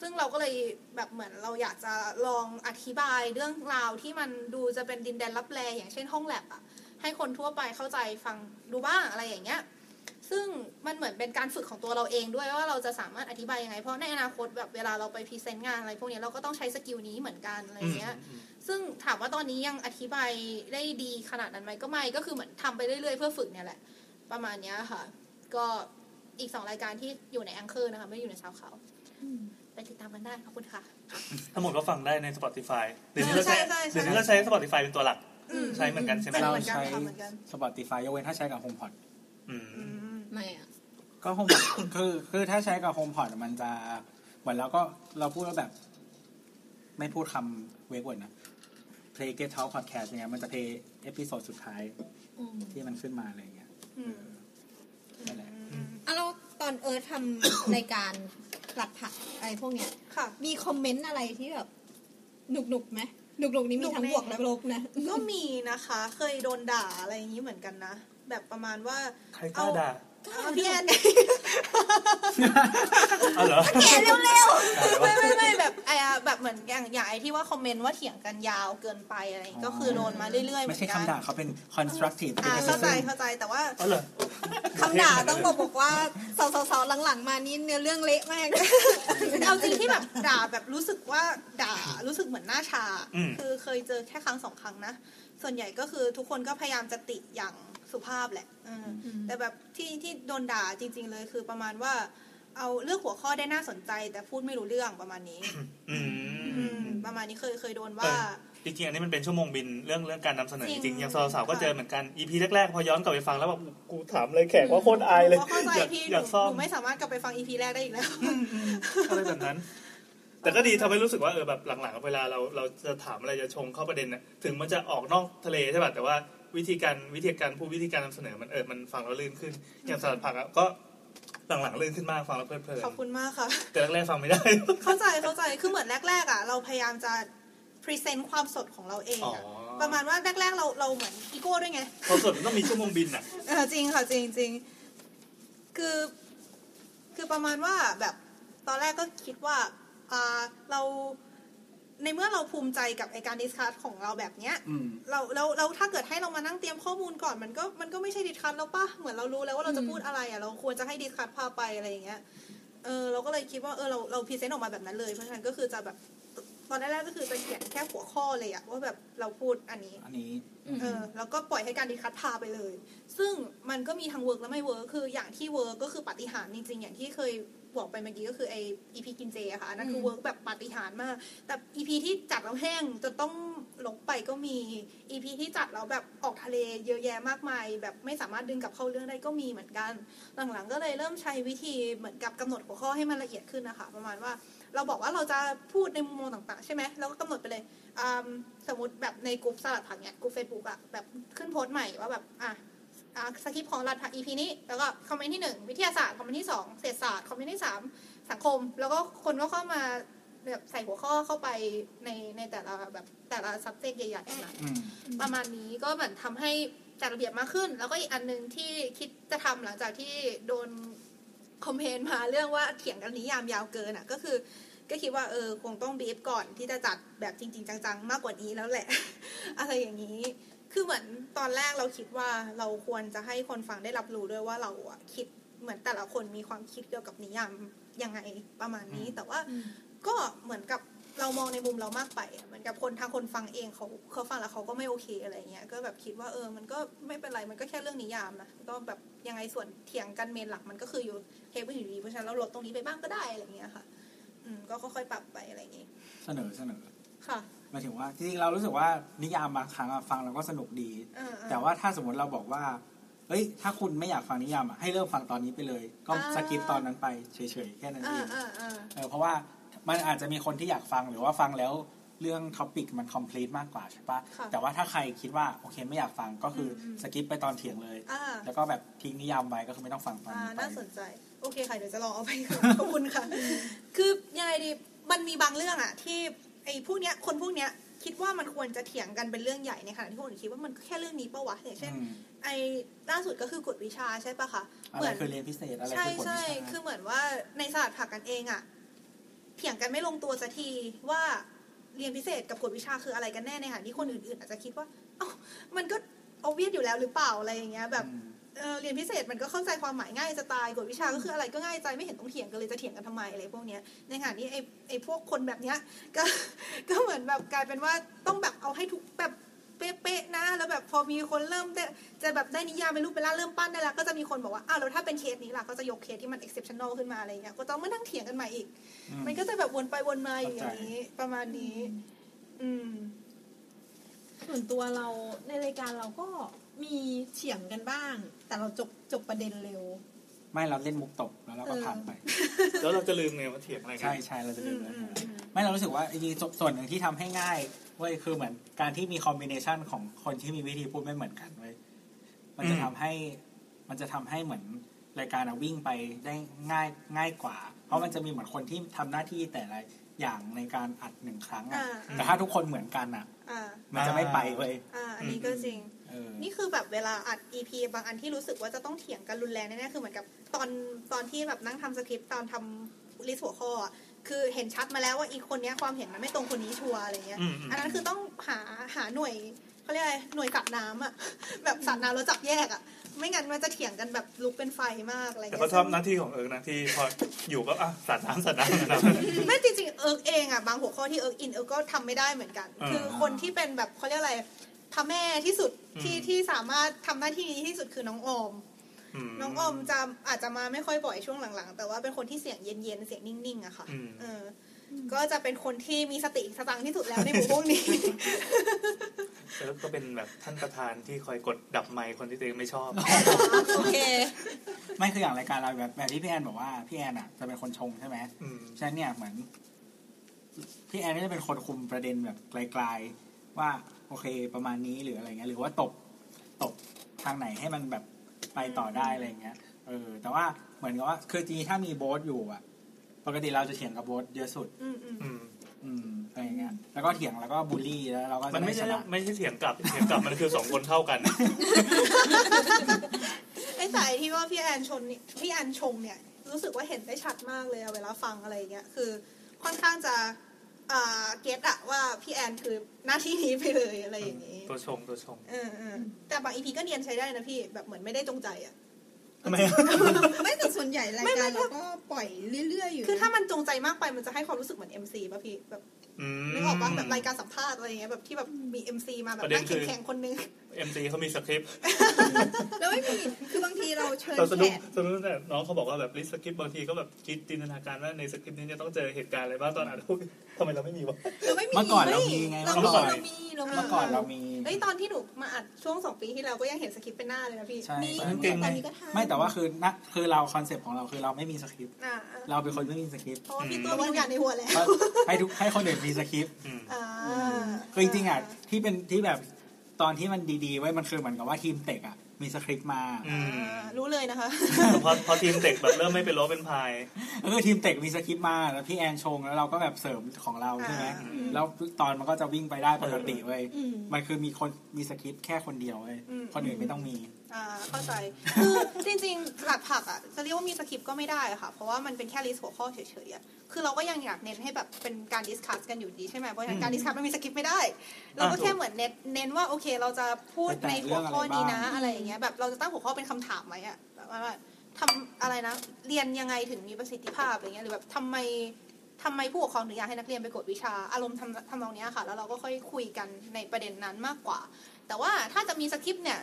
[SPEAKER 5] ซึ่งเราก็เลยแบบเหมือนเราอยากจะลองอธิบายเรื่องราวที่มันดูจะเป็นดินแดนลับแลอย่างเช่นห้องแลบอะให้คนทั่วไปเข้าใจฟังดูบ้างอะไรอย่างเงี้ย ซึ่งมันเหมือนเป็นการฝึกของตัวเราเองด้วยว่าเราจะสามารถอธิบายยังไง เพราะในอนาคตแบบเวลาเราไปพรีเซนต์งานอะไรพวกเนี้ยเราก็ต้องใช้สกิลนี้เหมือนกันอะไรเงี้ย ซึ่งถามว่าตอนนี้ยังอธิบายได้ดีขนาดนั้นไหมก็ไม่ ก็คือเหมือนทำไปเรื่อยๆ เพื่อฝึกเนี่ยแหละ ประมาณเนี้ยค่ะ ก็อีกสองรายการที่อยู่ในแองเกอร์นะคะ ไม่ได้อยู่ในชาวเขาไปติดตามกันได้ขอบคุณค่ะ
[SPEAKER 2] ทั้งหมดก็ฟังได้ใน Spotify เดี๋ยวนี้
[SPEAKER 5] เอ
[SPEAKER 2] ก็
[SPEAKER 5] อใช่
[SPEAKER 2] ใช้
[SPEAKER 5] ใช่ใช่
[SPEAKER 2] เดี๋ยวนี้ก็ใช้ Spotify เป็นตัวหลัก
[SPEAKER 3] อืม
[SPEAKER 2] ใช้เหมือนกันใช่ไหม
[SPEAKER 5] ป็น
[SPEAKER 4] เรา
[SPEAKER 5] เหมือนกัน
[SPEAKER 4] ใช้
[SPEAKER 5] ค่ะเหมือนกัน
[SPEAKER 4] Spotify ยกเว้นถ้าใช้กับ HomePod
[SPEAKER 2] อืม
[SPEAKER 3] ไม่อะ
[SPEAKER 4] ก็ HomePod คือคือถ้าใช้กับ HomePod มันจะเหมือนเราก็เราพูดแล้วแบบ ไม่พูดคำเวกเวิร์ดนะ Play Get Talk Podcast เนี่ยมันจะ play เอพิโซดสุดท้าย
[SPEAKER 3] อืม
[SPEAKER 4] ที่มันขึ้นมาอะไรอย่างเงี้ย
[SPEAKER 5] อืม
[SPEAKER 4] เออนั่นแหละ
[SPEAKER 3] อ่ะเราตอนเอิร์ธทำ รายการหลัดผักอะไรพวกเนี้ย
[SPEAKER 5] ค่ะ
[SPEAKER 3] มีคอมเมนต์อะไรที่แบบหนุกหนุกๆไหมหนุกหนุกๆนี่มีทั้งบวกและลบนะ
[SPEAKER 5] ก็มีนะคะ เคยโดนด่าอะไรอย่างนี้เหมือนกันนะ แบบประมาณว่า
[SPEAKER 2] ใครกล้าด่า
[SPEAKER 5] เอาพี่แอน
[SPEAKER 2] เอาเหรอ
[SPEAKER 5] แอนเร็วๆ ไม่ไม่ไม่แบบไอ้อะแบบเหมือนอย่างอย่างไอ้ที่ว่าคอมเมนต์ว่าเถียงกันยาวเกินไปอะไรอย่างงี้ก็คือโดนมาเรื่อยๆเหมื
[SPEAKER 4] ไม่
[SPEAKER 5] อน
[SPEAKER 4] ใช่
[SPEAKER 5] กัน
[SPEAKER 4] คำด่าเขาเป็น constructive
[SPEAKER 5] อ่า
[SPEAKER 4] criticism
[SPEAKER 5] เข้าใจเข้าใจแต่ว่า
[SPEAKER 2] เอาเหรอ
[SPEAKER 3] คำด่าต้องบอกบอกว่าสาวๆๆหลังๆ มานี่เนื้อเรื่องเละมาก
[SPEAKER 5] เอาจริงที่ แบบด่าแบบรู้สึกว่าด่ารู้สึกเหมือนหน้าชา
[SPEAKER 2] อืม
[SPEAKER 5] คือเคยเจอแค่ครั้งสองครั้งนะ ส่วนใหญ่ก็คือทุกคนก็พยายามจะติอย่างสุภาพแหละเออ
[SPEAKER 3] อืม
[SPEAKER 5] แต่แบบที่ที่โดนด่าจริง ๆ เลยคือประมาณว่า เอาเลือกหัวข้อได้น่าสนใจ แต่พูดไม่รู้เรื่องประมาณนี้
[SPEAKER 2] อื
[SPEAKER 5] อื
[SPEAKER 2] ม
[SPEAKER 5] ม ประมาณนี้เคยเคยโดนว่า
[SPEAKER 2] จริงๆอันนี้มันเป็นชั่วโมงบินเรื่องเรื่องการนำเสนอ
[SPEAKER 5] จริ
[SPEAKER 2] จ
[SPEAKER 5] ง
[SPEAKER 2] ริงๆอย่างสาวสาวๆก็
[SPEAKER 5] ค่ะ
[SPEAKER 2] เจอเหมือนกัน EP แรกๆ พอย้อนกลับไปฟังแล้วแบบกูถามเลยแขกว่าโคตรอายเลย
[SPEAKER 5] เพราะเข้าใจ
[SPEAKER 2] อยาก
[SPEAKER 5] พี่ห
[SPEAKER 2] อ
[SPEAKER 5] นู
[SPEAKER 2] ยากซ่อ
[SPEAKER 5] ห
[SPEAKER 2] ม
[SPEAKER 5] นูไม่สามารถกลับไปฟังอีพีแรกได้อีกแล้ว
[SPEAKER 2] อะไรแบบนั้น แต่ก็ดีทำให้รู้สึกว่าเออแบบหลังๆเวลาเราเราจะถามอะไรจะชงเข้าประเด็นน่ะถึงมันจะออกนอกทะเลใช่ป่ะแต่ว่าวิธีการวิธีการพูดวิธีการนำเสนอมันเออมันฟังแล้วลื่นขึ้น อย่างสลัดผักอะก็หลังๆลื่นขึ้นมากฟังแล้วเพลิดเพลิน
[SPEAKER 5] ขอบคุณมากค่ะ
[SPEAKER 2] แต่แรกๆฟังไม่ได้
[SPEAKER 5] เข้าใจเข้าใจ คือเหมือนแรก ๆ อ่ะ เราพยายามจะพรีเซนต์ความสดของเราเองอะ
[SPEAKER 2] อ๋อ
[SPEAKER 5] ประมาณว่าแรก ๆ เราเราเหมือนอีโก้ด้วยไง
[SPEAKER 2] เพอสดมันต้องมีชั่วโมงบินอ่ะ
[SPEAKER 5] เออจริงค่ะจริงจริงคือ คือประมาณว่าแบบตอนแรกก็คิดว่าอ่าเราในเมื่อเราภูมิใจกับไอการดิสคัสของเราแบบเนี้ย
[SPEAKER 4] อืม
[SPEAKER 5] เราเราเราถ้าเกิดให้เรามานั่งเตรียมข้อมูลก่อนมันก็มันก็ไม่ใช่ดิสคัทแล้วป่ะเหมือนเรารู้แล้วว่าเราจะ
[SPEAKER 3] อืม
[SPEAKER 5] พูดอะไรอ่ะเราควรจะให้ดิสคัทพาไปอะไรอย่างเงี้ยเออเราก็เลยคิดว่าเออเราเราพรีเซนต์ออกมาแบบนั้นเลยเพราะฉะนั้นก็คือจะแบบตอนแรกๆก็คือจะเขียนแค่หัวข้อเลยอะว่าแบบเราพูดอันนี้
[SPEAKER 4] อันนี้
[SPEAKER 5] เออแล้วก็ปล่อยให้การดีคัดพาไปเลย ซึ่งมันก็มีทั้งเวิร์กและไม่เวิร์กคืออย่างที่เวิร์กก็คือปาฏิหาริย์จริงๆ อย่างที่เคยบอกไปเมื่อกี้ก็คือไออีพีกินเจอะค่ะอันนั้นคือ
[SPEAKER 3] ม
[SPEAKER 5] เวิร์กแบบปาฏิหาริย์มาก แต่อีพีที่จัดแล้วแห้งจนต้องหลงไปก็มีอีพีที่จัดแล้วแบบออกทะเลเยอะแยะมากมาย แบบไม่สามารถดึงกลับเข้าเรื่องได้ก็มีเหมือนกัน หลังๆ ก็เลยเริ่มใช้วิธีเหมือนกับกำหนดหัวข้อให้มันละเอียดขึ้นนะคะ ประมาณว่าเราบอกว่าเราจะพูดในมุมมองต่างๆ ใช่ไหมเราก็กำหนดไปเลยอืมสมมติแบบในกลุ่มสลัดผักเนี่ยกลุ่มเฟซบุ๊กอะแบบขึ้นโพสต์ใหม่ว่าแบบอ่ะอ่ะสคริปต์ของสลัดผัก EP นี้ แล้วก็คอมเมนต์ที่หนึ่งวิทยาศาสตร์คอมเมนต์ที่สองเศรษฐศาสตร์คอมเมนต์ที่สามสังคม แล้วก็คนก็เข้ามาแบบใส่หัวข้อเข้าไปในในแต่ละแบบแต่ละ subject ใหญ่ๆนั้น
[SPEAKER 4] อืม
[SPEAKER 5] ประมาณนี้ก็เหมือนทำให้จัดระเบียบมากขึ้น แล้วก็อีกอันหนึ่งที่คิดจะทำหลังจากที่โดนคอมเพลนมาเรื่องว่าเถียงกันนิยามยาวเกินอ่ะ ก็คือ ก็คิดว่าเออคงต้องบีฟก่อนที่จะจัดแบบจริง ๆ จัง ๆ มากกว่านี้แล้วแหละ อะไรอย่างนี้ คือเหมือนตอนแรกเราคิดว่าเราควรจะให้คนฟังได้รับรู้ด้วยว่าเราอะคิดเหมือนแต่ละคนมีความคิดเกี่ยวกับนิยามยังไงประมาณนี้
[SPEAKER 4] อืม
[SPEAKER 5] แต่ว่า ก็เหมือนกับเรามองในมุมเรามากไปอะเหมือนกับคนทางคนฟังเองเขาเขาฟังแล้วเขาก็ไม่โอเคอะไรเงี้ย ก็แบบคิดว่าเออ มันก็ไม่เป็นไร มันก็แค่เรื่องนิยามนะ ก็แบบยังไงส่วนเถียงกันเมนหลักมันก็คืออยู่เทปอยู่ดีเพราะฉะนั้นเราลดตรงนี้ไปบ้างก็ได้อะไรเงี้ยค่ะ อืม ก็ค่อยๆปรับไปอะไรอย่างงี้
[SPEAKER 4] เสนอเสนอ
[SPEAKER 5] ค่ะ
[SPEAKER 4] หมายถึงว่าจริงๆเรารู้สึกว่านิยามบางครั้งอะฟังเราก็สนุกดี
[SPEAKER 5] เออๆ
[SPEAKER 4] แต่ว่าถ้าสมมติเราบอกว่า เฮ้ย ถ้าคุณไม่อยากฟังนิยามอะให้เริ่มฟังตอนนี้ไปเลย ก็
[SPEAKER 5] อ่า
[SPEAKER 4] สกิปตอนนั้นไปเฉยๆ แค่นั้น
[SPEAKER 5] เอ
[SPEAKER 4] เอง
[SPEAKER 5] อเออเออ
[SPEAKER 4] เออเพราะว่ามันอาจจะมีคนที่อยากฟังหรือว่าฟังแล้วเรื่องท็อปิกมัน complete มากกว่าใช่ปะ
[SPEAKER 5] ค่ะ
[SPEAKER 4] แต่ว่าถ้าใครคิดว่าโอเคไม่อยากฟังก็คืออ
[SPEAKER 5] มอืม
[SPEAKER 4] สกิปไปตอนเถียงเลย
[SPEAKER 5] อ่า
[SPEAKER 4] แล้วก็แบบทิ้งนิยามไว้ก็คือไม่ต้องฟังตอน
[SPEAKER 5] อ่า
[SPEAKER 4] นี้ไป
[SPEAKER 5] น่าสนใจ โอเคค่ะ เดี๋ยวจะลองเอาไป ค่ะขอบคุณค่ะ คือยังไงดี มันมีบางเรื่องอะที่ไอ้พวกเนี้ยคนพวกเนี้ยคิดว่ามันควรจะเถียงกันเป็นเรื่องใหญ่ในขณะที่คนอื่นคิดว่ามันแค่เรื่องนี้ปะวะอย่างเช่น
[SPEAKER 4] อืม
[SPEAKER 5] ไอ้ล่าสุดก็คือกฎวิชาใช่ปะคะ
[SPEAKER 4] อะไรคือเรียนพิเศษอะไร
[SPEAKER 5] ใช่
[SPEAKER 4] คือกฎวิ
[SPEAKER 5] ใช่
[SPEAKER 4] ชา
[SPEAKER 5] คือเหมือนว่าในศาสตร์ผักกันเองอะ เถียงกันไม่ลงตัวสักทีว่าเรียนพิเศษกับกวดวิชาคืออะไรกันแน่ในขณะที่คนอื่นๆ อาจจะคิดว่าเอ้ามันก็เอาเวียดอยู่แล้วหรือเปล่าอะไรอย่างเงี้ยแบบ
[SPEAKER 4] อืม
[SPEAKER 5] เอ่อเรียนพิเศษมันก็เข้าใจความหมายง่ายจะตายกฎวิชาก็คืออะไรก็ง่ายใจไม่เห็นต้องเถียงกันเลยจะเถียงกันทำไมอะไรพวกเนี้ยในขณะนี้ไอ้ไอ้พวกคนแบบเนี้ยก็ ก็เหมือนแบบกลายเป็นว่าต้องแบบเอาให้ทุกแบบเป๊ะๆนะ แล้วแบบพอมีคนเริ่มได้จะแบบได้นิยามเป็นรูปเป็นร่างเริ่มปั้นได้แล้วก็จะมีคนบอกว่าอ้าวแล้วถ้าเป็นเคสนี้ล่ะก็จะยกเคสที่มัน exceptional ขึ้นมาอะไรเงี้ยก็ต้องมานั่งเถียงกันใหม่อีก
[SPEAKER 4] อื
[SPEAKER 5] มันก็จะแบบวนไปวนมาอยู่อย่างนี้ประมาณนี้ อืม
[SPEAKER 3] ส่วนตัวเราในรายการเราก็มีเฉียงกันบ้าง แต่เราจบจบประเด็นเร็ว
[SPEAKER 4] ไม่เราเล่นมุกตบแล้วเราก็ผ่านไป
[SPEAKER 2] แล้วเราจะลืมไงว่าเถียงอะไรกั
[SPEAKER 4] ใช่
[SPEAKER 2] น
[SPEAKER 4] ใช่เราจะลืมเลย
[SPEAKER 5] อืมอืม
[SPEAKER 4] ไม่เรารู้สึกว่าจริงๆส่วนส่วนหนึ่งที่ทำให้ง่ายเว้ยคือเหมือนการที่มีคอมบิเนชันของคนที่มีวิธีพูดไม่เหมือนกันเว้ยมันจะทำให้ มันจะทำให้เหมือนรายการอะวิ่งไปได้ง่ายง่ายกว่า เพราะมันจะมีเหมือนคนที่ทำหน้าที่แต่ละอย่างในการอัดหนึ่งครั้งอะ
[SPEAKER 5] อ่า
[SPEAKER 4] แต่ถ้าทุกคนเหมือนกันอะ
[SPEAKER 5] อ่า
[SPEAKER 4] มันจะไม่ไปเว้ย
[SPEAKER 5] อ่าอันนี้ก็จริง
[SPEAKER 4] เออ
[SPEAKER 5] นี่คือแบบเวลาอัด EP บางอันที่รู้สึกว่าจะต้องเถียงกันรุนแรงแน่ๆ คือเหมือนกับตอนตอนที่แบบนั่งทำสคริปต์ตอนทำลิสต์หัวข้ออะคือเห็นชัดมาแล้วว่าอีกคนเนี้ยความเห็นมันไม่ตรงคนนี้ชัวร์อะไรเงี้ย
[SPEAKER 2] มม
[SPEAKER 5] อันนั้นคือต้องหาหาหน่วยเขาเรียกอะไรหน่วยจับน้ำอะ แบบสัตว์น้ำแล้วจับแยกอะไม่งั้นมันจะเถียงกันแบบลุกเป็นไฟมากอะไร
[SPEAKER 2] แต่
[SPEAKER 5] เงี้
[SPEAKER 2] ก็
[SPEAKER 5] ย
[SPEAKER 2] ชอบหน้าที่ของเอิร์กนะที่พออยู่ก็อ่ะสาดน้ำสาดน้ำสาดน้
[SPEAKER 5] ไม่จริงๆเอิร์กเองอะบางหัวข้อที่เอิร์กอินเอิร์กก็ทำไม่ได้เหมือนกัน
[SPEAKER 2] อ่า
[SPEAKER 5] คือคนที่เป็นแบบเขาเรียกอะไรพระแม่ที่สุดที่
[SPEAKER 2] อืม
[SPEAKER 5] ที่สามารถทำหน้าที่นี้ที่สุดคือน้องออม
[SPEAKER 2] ำ
[SPEAKER 5] น้องออมจะอาจจะมาไม่ค่อยบ่อยช่วงหลังๆ แต่ว่าเป็นคนที่เสียงเย็นๆ เสียงนิ่งๆอะค่ะ
[SPEAKER 2] อืม
[SPEAKER 5] เอออก็จะเป็นคนที่มีสติสตังค์ที่สุดแล้วในหมู่พวก นี้
[SPEAKER 2] เอิร์กก็เป็นแบบท่านประธานที่คอยกดดับไมค์คนที่ตัวเองไม่ชอบ
[SPEAKER 3] โอเค
[SPEAKER 4] ไม่คืออย่างรายการเราแบบแบบที่พี่แอนบอกว่าพี่แอนอะจะเป็นคนชงใช่ไหม
[SPEAKER 2] อืม
[SPEAKER 4] ฉะนั้นเนี่ยเหมือนพี่แอนก็จะเป็นคนคุมประเด็นแบบไกลๆว่าโอเคประมาณนี้หรืออะไรเงี้ยหรือว่าตบตบทางไหนให้มันแบบไปต่อได้อะไรเงี้ยเออ แต่ว่าเหมือนกับว่าคือจริงๆถ้ามีโบสอยู่อะปกติเราจะเถียงกับโบสเยอะสุด
[SPEAKER 5] อืมอืม
[SPEAKER 2] อืม
[SPEAKER 4] อืมอะไรเงี้ยแล้วก็เถียงแล้วก็บูลลี่แล้วเราก็
[SPEAKER 2] มั
[SPEAKER 4] จะ
[SPEAKER 2] นไม่
[SPEAKER 4] ช
[SPEAKER 2] ใช่
[SPEAKER 4] นะ
[SPEAKER 2] ไม่ใช่เถียงกลับเถียงกลับมันคือสองคนเท่ากัน
[SPEAKER 5] ไอ้สายที่ว่าพี่แอนชนนี่พี่แอนชงเนี่ย รู้สึกว่าเห็นได้ชัดมากเลยอะเวลาฟังอะไรอย่างเงี้ยคือค่อนข้างจะอ่าเก็ตอะว่าพี่แอนคือหน้าที่นี้ไปเลยอะไรอย่างงี้
[SPEAKER 2] ตัวชงตัวชง
[SPEAKER 5] เออเออแต่บางอีพีก็เนียนใช้ได้นะพี่แบบเหมือนไม่ได้จงใจอะ
[SPEAKER 3] ไม่แต่ส่วนใหญ่ราย
[SPEAKER 5] ไม่ไม่
[SPEAKER 3] การเราก็ปล่อยเรื่อยๆอยู่นะ
[SPEAKER 5] คือถ้ามันจงใจมากไปมันจะให้ความรู้สึกเหมือน MC ป่ะพี่แบบ
[SPEAKER 2] อืม
[SPEAKER 5] นึกออกป่ะแบบรายการสัมภาษณ์อะไรเงี้ยแบบที่แบบมีเอ็มซีมาแบบ
[SPEAKER 2] ประเด็
[SPEAKER 5] นั่
[SPEAKER 2] น
[SPEAKER 5] ง
[SPEAKER 2] คือ
[SPEAKER 5] แข่งๆคนนึง
[SPEAKER 2] เอ็มซีเขามีสคริปต์
[SPEAKER 3] แล้วไม่มี คือบางทีเราเชิญ
[SPEAKER 2] เราสะ
[SPEAKER 3] แข
[SPEAKER 2] ดุ้ง
[SPEAKER 3] ก
[SPEAKER 2] สะดุ้งแต่น้องเขาบอกว่าแบบลิสต์สคริปต์บางทีก็แบบคิดจินตนาการว่าในสคริปต์นี้จะต้องเจอเหตุการณ์อะไรบ้างตอนอ่านอุ๊ยทำไมเราไม่มีวะ
[SPEAKER 3] เราไม่มี
[SPEAKER 4] เมื่อก่อนเรามีไง
[SPEAKER 3] เรามี
[SPEAKER 4] เมื่อก่อน
[SPEAKER 3] เรามีเรามี
[SPEAKER 4] เมื่อก่อนเรามี
[SPEAKER 5] เอ้ยตอนที่หนูมาอัดช่วงสองปีที่แล้วก็ยังเห็นสคริปต์เป็นหน้าเลยนะพี่
[SPEAKER 4] ใช่
[SPEAKER 3] มี
[SPEAKER 4] ใช่
[SPEAKER 2] เก่ง
[SPEAKER 3] ตอนนี้ก็ทำ
[SPEAKER 4] ไม่แต่ว่าคือนะคือเราคอนเซปต์ของเราคือเราไม่มีสคริปต์
[SPEAKER 5] อ่า
[SPEAKER 4] เราเป็นคนไม่มีสคริปต์
[SPEAKER 5] เพราะว่าพี่ตัวมีทุกอย่างในหัวแล้ว
[SPEAKER 4] ก็ให้ทุกให้คนอื่นมีสคริปต์
[SPEAKER 2] อืม
[SPEAKER 5] อ่า
[SPEAKER 4] คือจริงๆอ่ะที่เป็นที่แบบตอนที่มันดีๆไว้ยมันคือเหมือนกับว่าทีมเตกอ่ะมีสคริปต์มา
[SPEAKER 2] อื
[SPEAKER 5] อ่ารู้เลยนะคะ
[SPEAKER 2] แต่พอพอทีมเด็กแบบเริ่มไม่เป็นโลเป็นพาย
[SPEAKER 4] ก็คือทีมเตกมีสคริปต์มาแล้วพี่แอนชงแล้วเราก็แบบเสริมของเราใช่ไหม
[SPEAKER 5] อ่า
[SPEAKER 4] แล้วตอนมันก็จะวิ่งไปได้ปกติเว้ย
[SPEAKER 3] อืม
[SPEAKER 4] มันคือมีคนมีสคริปต์แค่คนเดียวเว้ย
[SPEAKER 5] อืม
[SPEAKER 4] คนอื่นไม่ต้องมี
[SPEAKER 5] อ่าเข้าใจคือจริงๆหลักผักอ่ะจะเรียกว่ามีสคริปต์ก็ไม่ได้อะค่ะ เพราะว่ามันเป็นแค่ลิสต์หัวข้อเฉยๆอะคือเราก็ยังอยากเน้นให้แบบเป็นการดิสคัสกันอยู่ดีใช่ไหมเพราะฉะนั้นการดิสคัสมันมีสคริปต์ไม่ได้ เราก็
[SPEAKER 2] อ่าถูก
[SPEAKER 5] แค่เหมือนเน้นเน้นว่าโอเคเราจะพูดในหัวข้อนี้นะ
[SPEAKER 4] ไปแตะเรื่องอะไรบ้าง
[SPEAKER 5] อะไรอย่างเงี้ยแบบเราจะตั้งหัวข้อเป็นคำถามไว้อะแบบว่าทำอะไรนะ เรียนยังไงถึงมีประสิทธิภาพอะไรเงี้ยหรือแบบทำไมทำไมผู้ปกครองถึงอยากให้นักเรียนไปกวดวิชาอารมณ์ทำทำนองเนี้ยค่ะ แล้วเราก็ค่อยคุยกันในประเด็นนั้นมากกว่า แต่ว่าถ้าจะมีสคริปต์เนี่ย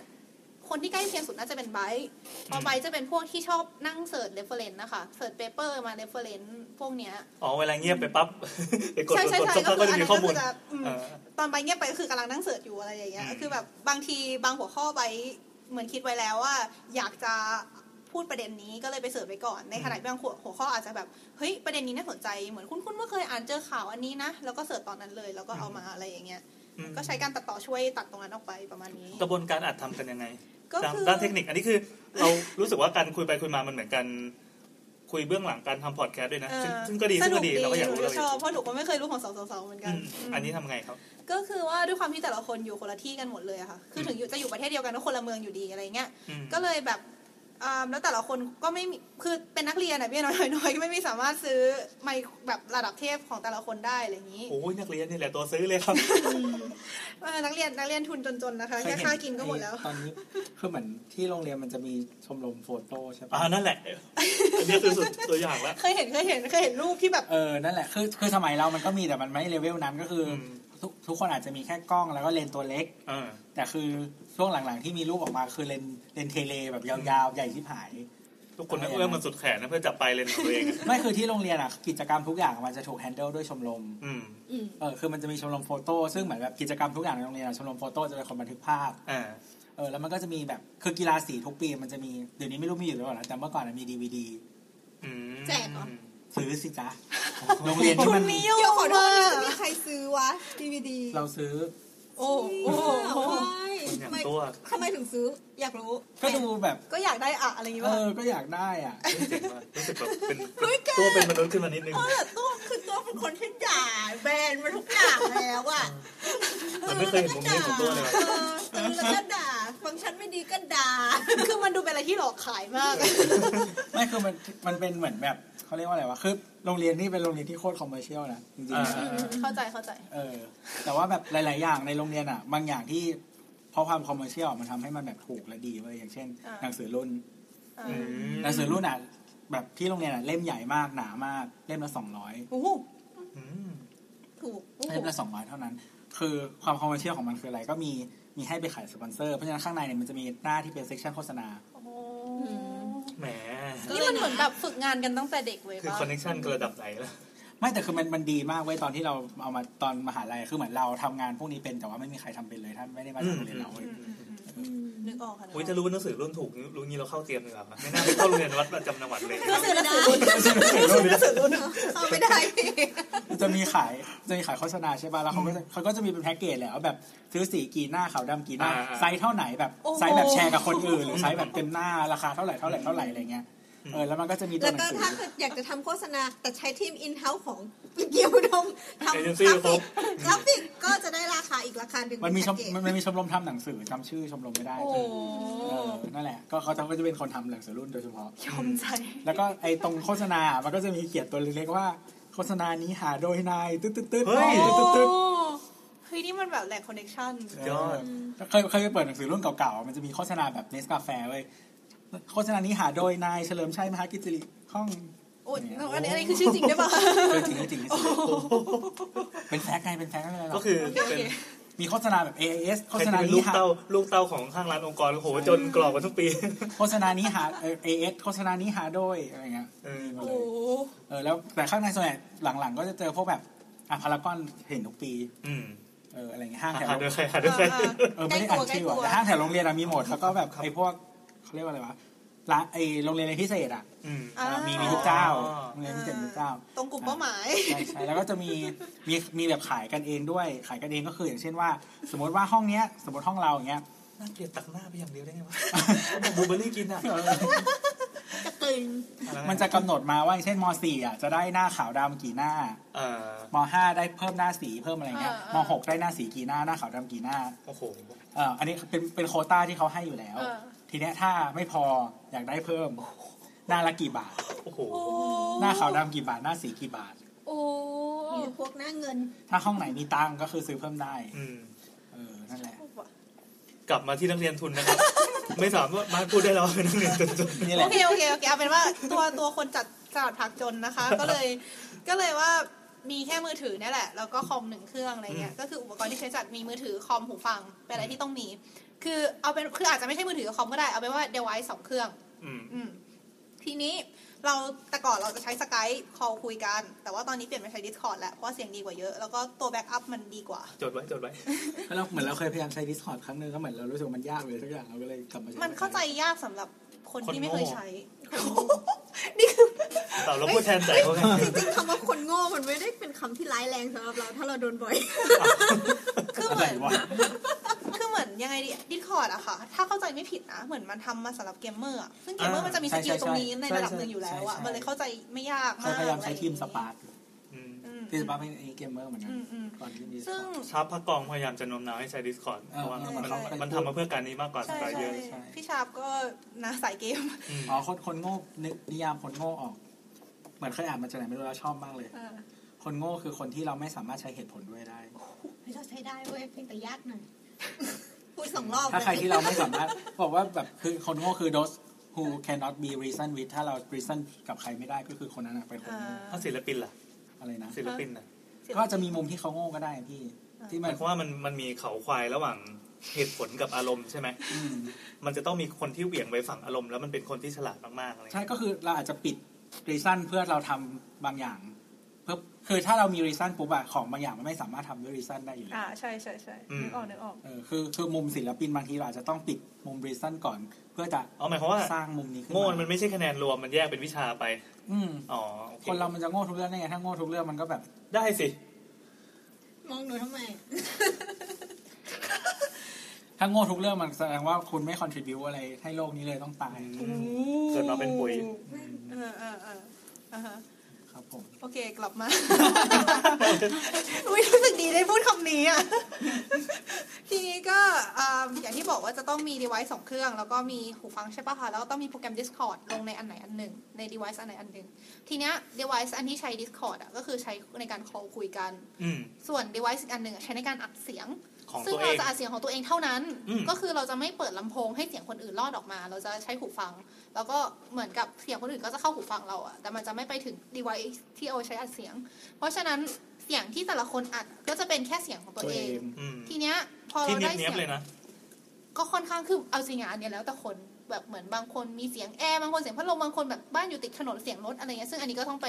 [SPEAKER 5] คนที่ใกล้เคียงสุดน่าจะเป็นไบร์ทเพราะไบร์ทจะเป็นพวกที่ชอบนั่งเสิร์ชเรฟเฟอเรนซ์นะคะ เสิร์ชเปเปอร์มาเรฟเฟอเรนซ์พวกเนี้ย
[SPEAKER 2] อ๋อเวลาเงียบไปปั๊บ ไปกด
[SPEAKER 5] ใช่
[SPEAKER 2] กด
[SPEAKER 5] ใช่
[SPEAKER 2] กดสัก
[SPEAKER 5] ใช่
[SPEAKER 2] พัก
[SPEAKER 5] ก็
[SPEAKER 2] ก็จะ
[SPEAKER 5] คืออัน
[SPEAKER 2] มี
[SPEAKER 5] นั้น
[SPEAKER 2] ข้
[SPEAKER 5] ก็
[SPEAKER 2] อมู
[SPEAKER 5] คื
[SPEAKER 2] ล
[SPEAKER 5] อจะอืม
[SPEAKER 2] เออ
[SPEAKER 5] ตอนไปเงียบไปก็คือกำลังนั่งเสิร์ชอยู่อะไรอย่างเงี้ย
[SPEAKER 2] อืม
[SPEAKER 5] คือแบบบางทีบางหัวข้อไปเหมือนคิดไว้แล้วว่า อยากจะพูดประเด็นนี้ก็เลยไปเสิร์ชไปก่อน ในขณะที่บางหัวหัวข้ออาจจะแบบเฮ้ยประเด็นนี้น่าสนใจเหมือนคุณคุณเมื่อเคยอ่านเจอข่าวอันนี้นะแล้วก็เสิร์ชตอนนั้นเลยแล้วก็เอามาอะไรอย่างเงี้ย
[SPEAKER 2] อืม
[SPEAKER 5] ก็ใช้การตัดต่อช่วยตัดตรงนั้นออกไปประมาณนี้
[SPEAKER 2] กระบวนการอัดทำกันยังไง
[SPEAKER 5] ก็
[SPEAKER 2] ด้าน
[SPEAKER 5] คือ
[SPEAKER 2] ด้านเทคนิคอันนี้คือเรารู้สึกว่าการคุยไปคุยมามันเหมือนกัน คุยเบื้องหลังการทำพอดแคสต์ด้วยนะ
[SPEAKER 5] เออ
[SPEAKER 2] ซึ่งซึ่งก็ดีซึ่งก็ดีเราก็อยากรู้
[SPEAKER 5] หนู
[SPEAKER 2] เรา
[SPEAKER 5] ก็
[SPEAKER 2] อยา
[SPEAKER 5] ช
[SPEAKER 2] ก
[SPEAKER 5] อบ
[SPEAKER 2] รู้
[SPEAKER 5] เพราะหนูก็ไม่เคยรู้ของสาวๆเหมือนกั
[SPEAKER 2] อื
[SPEAKER 5] น
[SPEAKER 2] มอันนี้ทำไงครับ
[SPEAKER 5] ก็คือว่าด้วยความที่แต่ละคนอยู่คนละที่กันหมดเลยอะค่ะ คือถึงอยู่จะอยู่ประเทศเดียวกันก็คนละเมืองอยู่ดีอะไรเงี้ย
[SPEAKER 2] อืม
[SPEAKER 5] ก็เลยแบบ อ่าแล้วแต่ละคนก็ไม่มีคือเป็นนักเรียนอะพี่น้อยน้อยๆไม่มีสามารถซื้อไมค์แบบระดับเทพของแต่ละคนได้อะไรอย่างนี้
[SPEAKER 2] โอ้ยนักเรียนนี่แหละตัวซื้อเลย ครับ
[SPEAKER 5] เออนักเรียนนักเรียนทุนจนๆนะคะ
[SPEAKER 4] เคย
[SPEAKER 5] แค่
[SPEAKER 4] เห็
[SPEAKER 5] ค่ากินก็หมดแล้ว
[SPEAKER 4] ตอนนี้คือเหมือนที่โรงเรียนมันจะมีชมรมโฟโต้ใช่
[SPEAKER 2] อ่า
[SPEAKER 4] ปะ
[SPEAKER 2] นั่นแหละอันนี้คือสุดตัวอย่างแล้ว
[SPEAKER 5] เคยเห็นเคยเห็นเคยเห็นรูปที่แบบ
[SPEAKER 4] เออนั่นแหละคือคือสมัยเรามันก็มีแต่มันไม่เลเวลนั้นก็คืออ
[SPEAKER 2] ม
[SPEAKER 4] ทุกทุกคนอาจจะมีแค่กล้องแล้วก็เลนส์ตัวเล็ก
[SPEAKER 2] อ่า
[SPEAKER 4] แต่คือช่วงหลังๆที่มีรูปออกมาคือเลนส์เลนส์เทเลแบบยาวๆใหญ่ที่หาย
[SPEAKER 2] ทุกคนนั่งเอื้อมมันสุดแขนนะเพื่อจับไปเลนของตัวเองอะ
[SPEAKER 4] ไม่คือที่โรงเรียนอ่ะกิจกรรมทุกอย่างมันจะถูกแฮนเดิลด้วยชมรม
[SPEAKER 2] อืม
[SPEAKER 3] อืม
[SPEAKER 4] เออคือมันจะมีชมรมโฟโต้ซึ่งเหมือนแบบกิจกรรมทุกอย่างในโรงเรียนอะชมรมโฟโต้จะเป็นคนบันทึกภาพ
[SPEAKER 2] อ่า
[SPEAKER 4] เออแล้วมันก็จะมีแบบคือกีฬาสีทุกปีมันจะมีเดี๋ยวนี้ไม่รู้มีอยู่หรือเปล่านะแต่เมื่อก่อนอะมีดีวดี
[SPEAKER 2] อืม
[SPEAKER 3] แจกเหรอ
[SPEAKER 4] ซื้อสิจ๊ะ โรงเรียนที่มัน
[SPEAKER 5] นิย
[SPEAKER 3] เดี๋ยว
[SPEAKER 5] ม
[SPEAKER 3] ขอโทษ
[SPEAKER 5] มา
[SPEAKER 3] นะ
[SPEAKER 5] ก
[SPEAKER 3] จะมีใครซื้อวะ DVD
[SPEAKER 4] เราซื้อ
[SPEAKER 5] โอ้โห
[SPEAKER 3] โอ้ย
[SPEAKER 2] คนอ
[SPEAKER 3] ทำ
[SPEAKER 2] ย่าง
[SPEAKER 3] ไม
[SPEAKER 2] ตัว
[SPEAKER 3] ทำไมถึงซื้อ อยากรู้
[SPEAKER 4] ก็ดูแบบ
[SPEAKER 5] ก็อยากได้อะอะไรอย่างงี้
[SPEAKER 4] เอ
[SPEAKER 5] ป่ะ
[SPEAKER 4] อก็อยากได้อ่ะ
[SPEAKER 2] เจ๋งมากรู้สึกแบบเป็นตัวเป็นมนุษย์ขึ้นมานิดนึง
[SPEAKER 3] เออตัวคือตัวเป็นคนที่ด่าแบรนด์มาทุกอย่างแล้วอะ
[SPEAKER 2] มันไม่เคยเห็นมุมนี้ของตัวเลยว่ะ
[SPEAKER 3] เออแต่มันก็ด่าฟังก์ชันไม่ดีก็ด่า
[SPEAKER 5] คือมันดูเป็นอะไรที่หลอกขายมาก
[SPEAKER 4] ไม่คือมันมันเป็นเหมือนแบบเขาเรียกว่าอะไรวะคือโรงเรียนนี่เป็นโรงเรียนที่โคตรคอมเมอร์เชียลนะจริงๆ
[SPEAKER 2] อ่า
[SPEAKER 4] นะ
[SPEAKER 5] เข้าใจเข้าใจ
[SPEAKER 4] เออ แต่ว่าแบบหลาย ๆ อย่างในโรงเรียนอ่ะ บางอย่างที่เพราะความคอมเมอร์เชียลมันทำให้มันแบบถูกและดีเว้ยอย่างเช่น
[SPEAKER 5] อ่า
[SPEAKER 4] หนังสือรุ่น
[SPEAKER 5] อ่า
[SPEAKER 2] อืม
[SPEAKER 4] หนังสือรุ่นอ่ะแบบที่โรงเรียนอ่ะเล่มใหญ่มากหนามากเล่มละสองร้อย
[SPEAKER 5] โอ้โห
[SPEAKER 2] อืม
[SPEAKER 3] ถูกโอ้โห
[SPEAKER 4] เล่มละสองร้อยเท่านั้น คือความคอมเมอร์เชียลของมันคืออะไรก็มีมีให้ไปขายสปอนเซอร์เพราะฉะนั้นข้างในเนี่ยมันจะมีหน้าที่เป็นเซ็กชันโฆษณา
[SPEAKER 5] โอ้โห
[SPEAKER 2] แหม
[SPEAKER 5] นี่มันเหมือนแบบฝึกงานกันตั้งแต่เด็กเว้ย
[SPEAKER 2] คือ
[SPEAKER 5] ป่ะ
[SPEAKER 2] คอนเนคชันระดับไหนล่ะ
[SPEAKER 4] ไม่แต่คือมันมันดีมากเว้ยตอนที่เราเอามาตอนมหาลัยคือเหมือนเราทำงานพวกนี้เป็นแต่ว่าไม่มีใครทำเป็นเลยท่านไม่ได้มาจากโรงเรียนเราเว้ย
[SPEAKER 5] นึกออกค่ะ
[SPEAKER 2] โอ้ยจะรู้ว่าหนังสือรุ่นถูกรู้งี้เราเข้าเตรียมดีกว่าไม่น่าไปเข้าโรงเรียนวัดประจำจังหวัดเลย
[SPEAKER 3] ก็ซื้อหนังสือรุ่นเอาไม่ได้พี่
[SPEAKER 4] จะมีขายจะมีขายโฆษณาใช่ป่ะแล้วเขาก็จะเขาก็จะมีเป็นแพ็กเกจแหละว่าแบบซื้อสีกี่หน้าขาวดำกี่หน้าไซส์เท่าไหนแบบไซส์แบบแชร์กับคนอื่นหรือไซส์แบบเต็มหน้าราคาเท่าไหร่เท่าไหร่เท่าไหร่อะไรเงี้ยเออแล้วมันก็จะมีตัว
[SPEAKER 3] แล้ว
[SPEAKER 4] หนั
[SPEAKER 3] ก็
[SPEAKER 4] งสือ
[SPEAKER 3] ถ้าเกิดอยากจะทำโฆษณา แต่ใช้ทีมอินเฮ้าของเกียวดมทำก
[SPEAKER 2] เอเจน
[SPEAKER 3] รา
[SPEAKER 2] ซี่
[SPEAKER 3] ฟิก
[SPEAKER 2] ครบ
[SPEAKER 3] กราฟิกก็จะได้ราคาอีกราคาหนึ่ง
[SPEAKER 4] มันมีชม
[SPEAKER 3] แพ็กเกจ
[SPEAKER 4] มันมันมีชมรมทำหนังสือจำชื่อชมรมไม่ได้
[SPEAKER 5] โอ้
[SPEAKER 4] เอ
[SPEAKER 5] โห
[SPEAKER 4] อนั่นแหละก็เขาเขาก็จะเป็นคนทำหนังสือรุ่นโดยเฉพาะ
[SPEAKER 5] ยอมใจ
[SPEAKER 4] แล้วก็ไอ้ตรงโฆษณา มันก็จะมีเขียนตัวเล็กๆว่า โฆษณานี้หาโดยนายตึ๊ดตึ๊ดตึ๊ด
[SPEAKER 2] เฮ้ย
[SPEAKER 4] ตึ๊ดตึ๊ดตึ๊ด
[SPEAKER 5] เฮ้ยนี่มันแบบแหล่งคอนเนคชั่น
[SPEAKER 2] สุดยอด
[SPEAKER 4] เออเคยเคยไปเปิดหนังสือรุ่นเก่าๆมันจะมีโฆษณาแบบเนสกาแฟเว้ยโฆษณานี้หาโดยนายเฉลิมชัยมหากิจจริข้อง
[SPEAKER 5] โอ้ยอันนี้อันนี้คือชื่อจริงได้ป่ะ
[SPEAKER 4] เออจริงๆจริงๆเป็นแฟกต์ไงเป็นแฟกต์อะไรหรอ
[SPEAKER 2] ก็คือเป็น
[SPEAKER 4] มีโฆษณาแบบ AIS โฆ
[SPEAKER 2] เป็
[SPEAKER 4] ษ
[SPEAKER 2] น
[SPEAKER 4] ณา
[SPEAKER 2] เป็น
[SPEAKER 4] นี้
[SPEAKER 2] ลูก
[SPEAKER 4] หา
[SPEAKER 2] เต้าลูกเต้าของข้างร้านองค์กรโอ้โหจนกรอบกันทุกปี
[SPEAKER 4] โฆษณานี้หาเอเอสโฆษณานี้หาโดยอะไรเงี้ย
[SPEAKER 2] เออ
[SPEAKER 4] มีหมด
[SPEAKER 5] โอ้
[SPEAKER 4] เลย
[SPEAKER 5] โห
[SPEAKER 4] เออแล้วแต่ข้างในส่วนใหญ่หลังๆ ก็จะเจอพวกแบบอ่ะพารากอนเห็นทุกปี
[SPEAKER 2] อืม
[SPEAKER 4] เอออะไรเงี้ยห้างแถว
[SPEAKER 2] หาด้วยใครหาด้วยใคร
[SPEAKER 4] เออไม่ได้อ่านชื่อว่ะแต่ห้างแถวโรงเรียนอะมีหมดแล้วก็แบบไอ้พวกเขาเรียกว่าอะไรวะร้านไอ้โรงเรียนเรียนพิเศษอะ
[SPEAKER 2] อืม
[SPEAKER 4] อ่ะมีมีทุกเจ้าโรงเรียนพิเศษมีทุกเจ้า
[SPEAKER 5] ตรงกลุ่มเป้าหมาย
[SPEAKER 4] ใช่ใช่แล้วก็จะมีมีมีแบบขายกันเองด้วยขายกันเองก็คืออย่างเช่นว่า สมมติว่าห้องเนี้ย สมมติห้องเราอย่างเงี้ย
[SPEAKER 2] น่าเกลียดตักหน้าไปอย่างเดียวได้ไงวะ บูเบอร์รี่กินอ่ะ
[SPEAKER 3] จะกลืน
[SPEAKER 4] มันจะกำหนดมาว่าอย่างเช่นม .4 อ่ะจะได้หน้าขาวดำกี่หน้า
[SPEAKER 2] เออ
[SPEAKER 4] มห้าได้เพิ่มหน้าสีเพิ่มอะไรเงี้ย
[SPEAKER 5] อ่าม ม
[SPEAKER 4] หกได้หน้าสีกี่หน้าหน้าขาวดำกี่หน้า
[SPEAKER 2] โอ้โห
[SPEAKER 4] เอ่ออันนี้เป็นเป็นโควต้าที่เขาให้อยู่แล้ว
[SPEAKER 5] เออ
[SPEAKER 4] ทีเนี้ยถ้าไม่พออยากได้เพิ่ม หน้าละกี่บาท
[SPEAKER 2] โอ้โห
[SPEAKER 5] โอ้
[SPEAKER 4] หน้าขาวดำกี่บาทหน้าสีกี่บาท
[SPEAKER 5] โอ้
[SPEAKER 3] มีแต่พวกหน้าเงิน
[SPEAKER 4] ถ้าห้องไหนมีตังค์ก็คือซื้อเพิ่มได้
[SPEAKER 2] อืม
[SPEAKER 4] เออนั่นแหละ
[SPEAKER 2] กลับมาที่นักเรียนทุนนะครับ ไม่สามารถมาพูดได้แล้ว นักเรียนทุน
[SPEAKER 4] นี่แห
[SPEAKER 5] โอ
[SPEAKER 4] ละ
[SPEAKER 5] เคโอเคโอเคเอาเป็นว่าตัวตัวคนจัดจัดผักจนนะคะ ก็เลยก็เลยว่ามีแค่มือถือเนี่ยแหละ แล้วก็คอมหนึ่งเครื่องอะไรเงี้ยก็คืออุปกรณ์ที่ใช้จัดมีมือถือคอมหูฟังเป็นอะไรที่ต้องมี คือเอาเป็นคืออาจจะไม่ใช่มือถือกับคอมก็ได้เอาเป็นว่า device สองเครื่อง
[SPEAKER 2] อืม
[SPEAKER 5] อืมทีนี้เราแต่ก่อนเราจะใช้สกายคอลคุยกัน แต่ว่าตอนนี้เปลี่ยนไปใช้ Discord แล้ว เพราะว่าเสียงดีกว่าเยอะ แล้วก็ตัวแบ็กอัพมันดีกว่า
[SPEAKER 2] จดไว้ จดไว้
[SPEAKER 4] แล้วเราเหมือนเราเคยพยายามใช้ Discord ครั้งหนึงก็เหมือนเรารู้สึกว่ามันยากเลยทุกอย่างเราก็เลยกลับมาใช้
[SPEAKER 5] มันเข้าใจยากสำหรับคน
[SPEAKER 2] คน
[SPEAKER 5] ที่ไม่เคย
[SPEAKER 2] โง่
[SPEAKER 5] ใช้ นี่คือ
[SPEAKER 2] เต่าเราพูดแทนใจเขาไง
[SPEAKER 3] จริงๆคำว่าคนโง่มันไม่ได้เป็นคำที่ร้ายแรงสำหรับเรา ถ้าเราโดนบ่อย
[SPEAKER 5] คือ
[SPEAKER 4] อะ
[SPEAKER 5] เห
[SPEAKER 4] ไร
[SPEAKER 5] มือน
[SPEAKER 4] วะ
[SPEAKER 5] คือเหมือนยังไงดีดิสคอร์ดอะค่ะ ถ้าเข้าใจไม่ผิดนะ เหมือนมันทำมาสำหรับเกมเมอร์อะซึ่งเกมเมอร์มันจะมีสกิลตรงนี้ในระดับหนึ่งอยู่แล้วอะมันเลยเข้าใจไม่ยาก
[SPEAKER 4] เคพ
[SPEAKER 5] มาย ก
[SPEAKER 4] ยายามใช้ทีมสปาร์ต
[SPEAKER 2] อืม
[SPEAKER 5] อืม
[SPEAKER 4] พี่สปาเป็นเกมเมอร์เหมือนกัน
[SPEAKER 5] อืมอืม
[SPEAKER 4] ก่อนที่มี
[SPEAKER 5] ซึ่ง
[SPEAKER 2] ชาร์ปพักกองพยายามจะโน้มน้าวให้ใช้ Discord
[SPEAKER 4] อ่า
[SPEAKER 2] เพราะว่า
[SPEAKER 5] อ่ามั
[SPEAKER 2] มัน
[SPEAKER 5] ใช่
[SPEAKER 2] มันทำมาเพื่อการนี้มากกว่า
[SPEAKER 5] ใช่
[SPEAKER 2] สาย
[SPEAKER 5] ใช่
[SPEAKER 2] เยอะ
[SPEAKER 4] ใช่
[SPEAKER 5] พี่ชาบก็นะสายเกม
[SPEAKER 2] อืม
[SPEAKER 4] อ๋อคนคนโง่นึกนิยามคนโง่ออก เหมือนเคยอ่านมาจากไหนไม่รู้แล้วชอบมากเลย
[SPEAKER 5] เออ
[SPEAKER 4] คนโง่คือคนที่เราไม่สามารถใช้เหตุผลด้วยได้
[SPEAKER 3] ไม่ใช้ได้เว้ยเพียงแต่ยากหน่อยพูดสองรอบ
[SPEAKER 4] ถ้าใครที่เราไม่สามารถ บอกว่าแบบคือคนโง่คือ those who cannot be reason with ถ้าเรา reason กับใครไม่ได้ก็คือคนนั้นนะเป็นคน
[SPEAKER 5] อ่า
[SPEAKER 4] โง่
[SPEAKER 2] ถ้าศิลปินล่ะ
[SPEAKER 4] อะไรนะ
[SPEAKER 2] ศิลปินน่ะ
[SPEAKER 4] ก็จะมีมุมที่เขาโง่ก็ได้พี่
[SPEAKER 5] อ่า
[SPEAKER 4] ที่
[SPEAKER 2] ห
[SPEAKER 4] มั
[SPEAKER 2] มาน ยความว่ามันมันมีเขาควายระหว่างเหตุผลกับอารมณ์ใช่ไหม
[SPEAKER 4] อืม
[SPEAKER 2] มันจะต้องมีคนที่เหวี่ยงไปฝั่งอารมณ์แล้วมันเป็นคนที่ฉลาดมากๆอะไร
[SPEAKER 4] ใช่
[SPEAKER 2] เงี้ย
[SPEAKER 4] ก็คือเราอาจจะปิด reason เพื่อเราทำบางอย่าง เพื่อคือถ้าเรามี reason ปุ๊บอะของบางอย่างมันไม่สามารถทำด้วย reason ได้อยู่แล้ว
[SPEAKER 5] อ่าใช่ใช่ใช่นึกออกนึกออก
[SPEAKER 4] เออคือคือมุมศิลปินบางทีเราอาจจะต้องปิดมุม reason ก่อน เพื่อจะ
[SPEAKER 2] อ๋อหมายความว่า
[SPEAKER 4] สร้างมุมนี้ขึ้น
[SPEAKER 2] โง่มั
[SPEAKER 4] มาน
[SPEAKER 2] ไม่ใช่คะแนนรวมมันแยกเป็นวิชาไป
[SPEAKER 4] อืม
[SPEAKER 2] อ๋อโอเค
[SPEAKER 4] คนเรามันจะโง่ทุกเรื่องได้ไงถ้าโง่ทุกเรื่องมันก็แบบ
[SPEAKER 2] ได้สิ
[SPEAKER 3] มองหนูทำไม
[SPEAKER 4] ถ้าโง่ทุกเรื่องมันแสดงว่าคุณไม่ contribu อะไรให้โลกนี้เลยต้องตาย
[SPEAKER 2] เกิดมาเป็นปุ๋ย
[SPEAKER 4] อืม
[SPEAKER 5] เออเออเอออ่าฮะ
[SPEAKER 4] ครับผม
[SPEAKER 5] โอเคกลับมา อุ๊ยรู้สึกดีได้พูดคำนี้อ่ะ ทีนี้ก็อ่าอย่างที่บอกว่าจะต้องมี device สองเครื่อง แล้วก็มีหูฟังใช่ปะคะ แล้วก็ต้องมีโปรแกรม Discord ลงในอันไหนอันหนึ่ง ใน device อันไหนอันหนึ่ง ทีเนี้ย device อันที่ใช้ Discord อ่ะก็คือใช้ในการ call คุยกัน
[SPEAKER 2] อืม
[SPEAKER 5] ส่วน device อีกอันหนึ่งอะใช้ในการอัดเสียง
[SPEAKER 2] ของ
[SPEAKER 5] ซึ่
[SPEAKER 2] ตั
[SPEAKER 5] ง
[SPEAKER 2] วเอ
[SPEAKER 5] เรา
[SPEAKER 2] ง
[SPEAKER 5] จะอัดเสียงของตัวเองเท่านั้น
[SPEAKER 2] อืม
[SPEAKER 5] ก็คือเราจะไม่เปิดลำโพงให้เสียงคนอื่นรอดออกมา เราจะใช้หูฟัง แล้วก็เหมือนกับเสียงคนอื่นก็จะเข้าหูฟังเราอะแต่มันจะไม่ไปถึง device ที่เอาไว้ใช้อัดเสียง เพราะฉะนั้นเสียงที่แต่ละคนอัดก็จะเป็นแค่เสียงของตัวเอง
[SPEAKER 2] อืม
[SPEAKER 5] ทีเนี้ยพอ
[SPEAKER 2] ที่
[SPEAKER 5] เรา
[SPEAKER 2] เนี้ยบเนีย
[SPEAKER 5] ได้เสีย
[SPEAKER 2] บ
[SPEAKER 5] ง
[SPEAKER 2] เลยนะ
[SPEAKER 5] ก็ค่อนข้างคือเอาจริงอะอันเนี้ยแล้วแต่คนแบบเหมือนบางคนมีเสียงแอร์บางคนเสียงพัดลมบางคนแบบบ้านอยู่ติดถนนเสียงรถอะไรเงี้ยซึ่งอันนี้ก็ต้องไป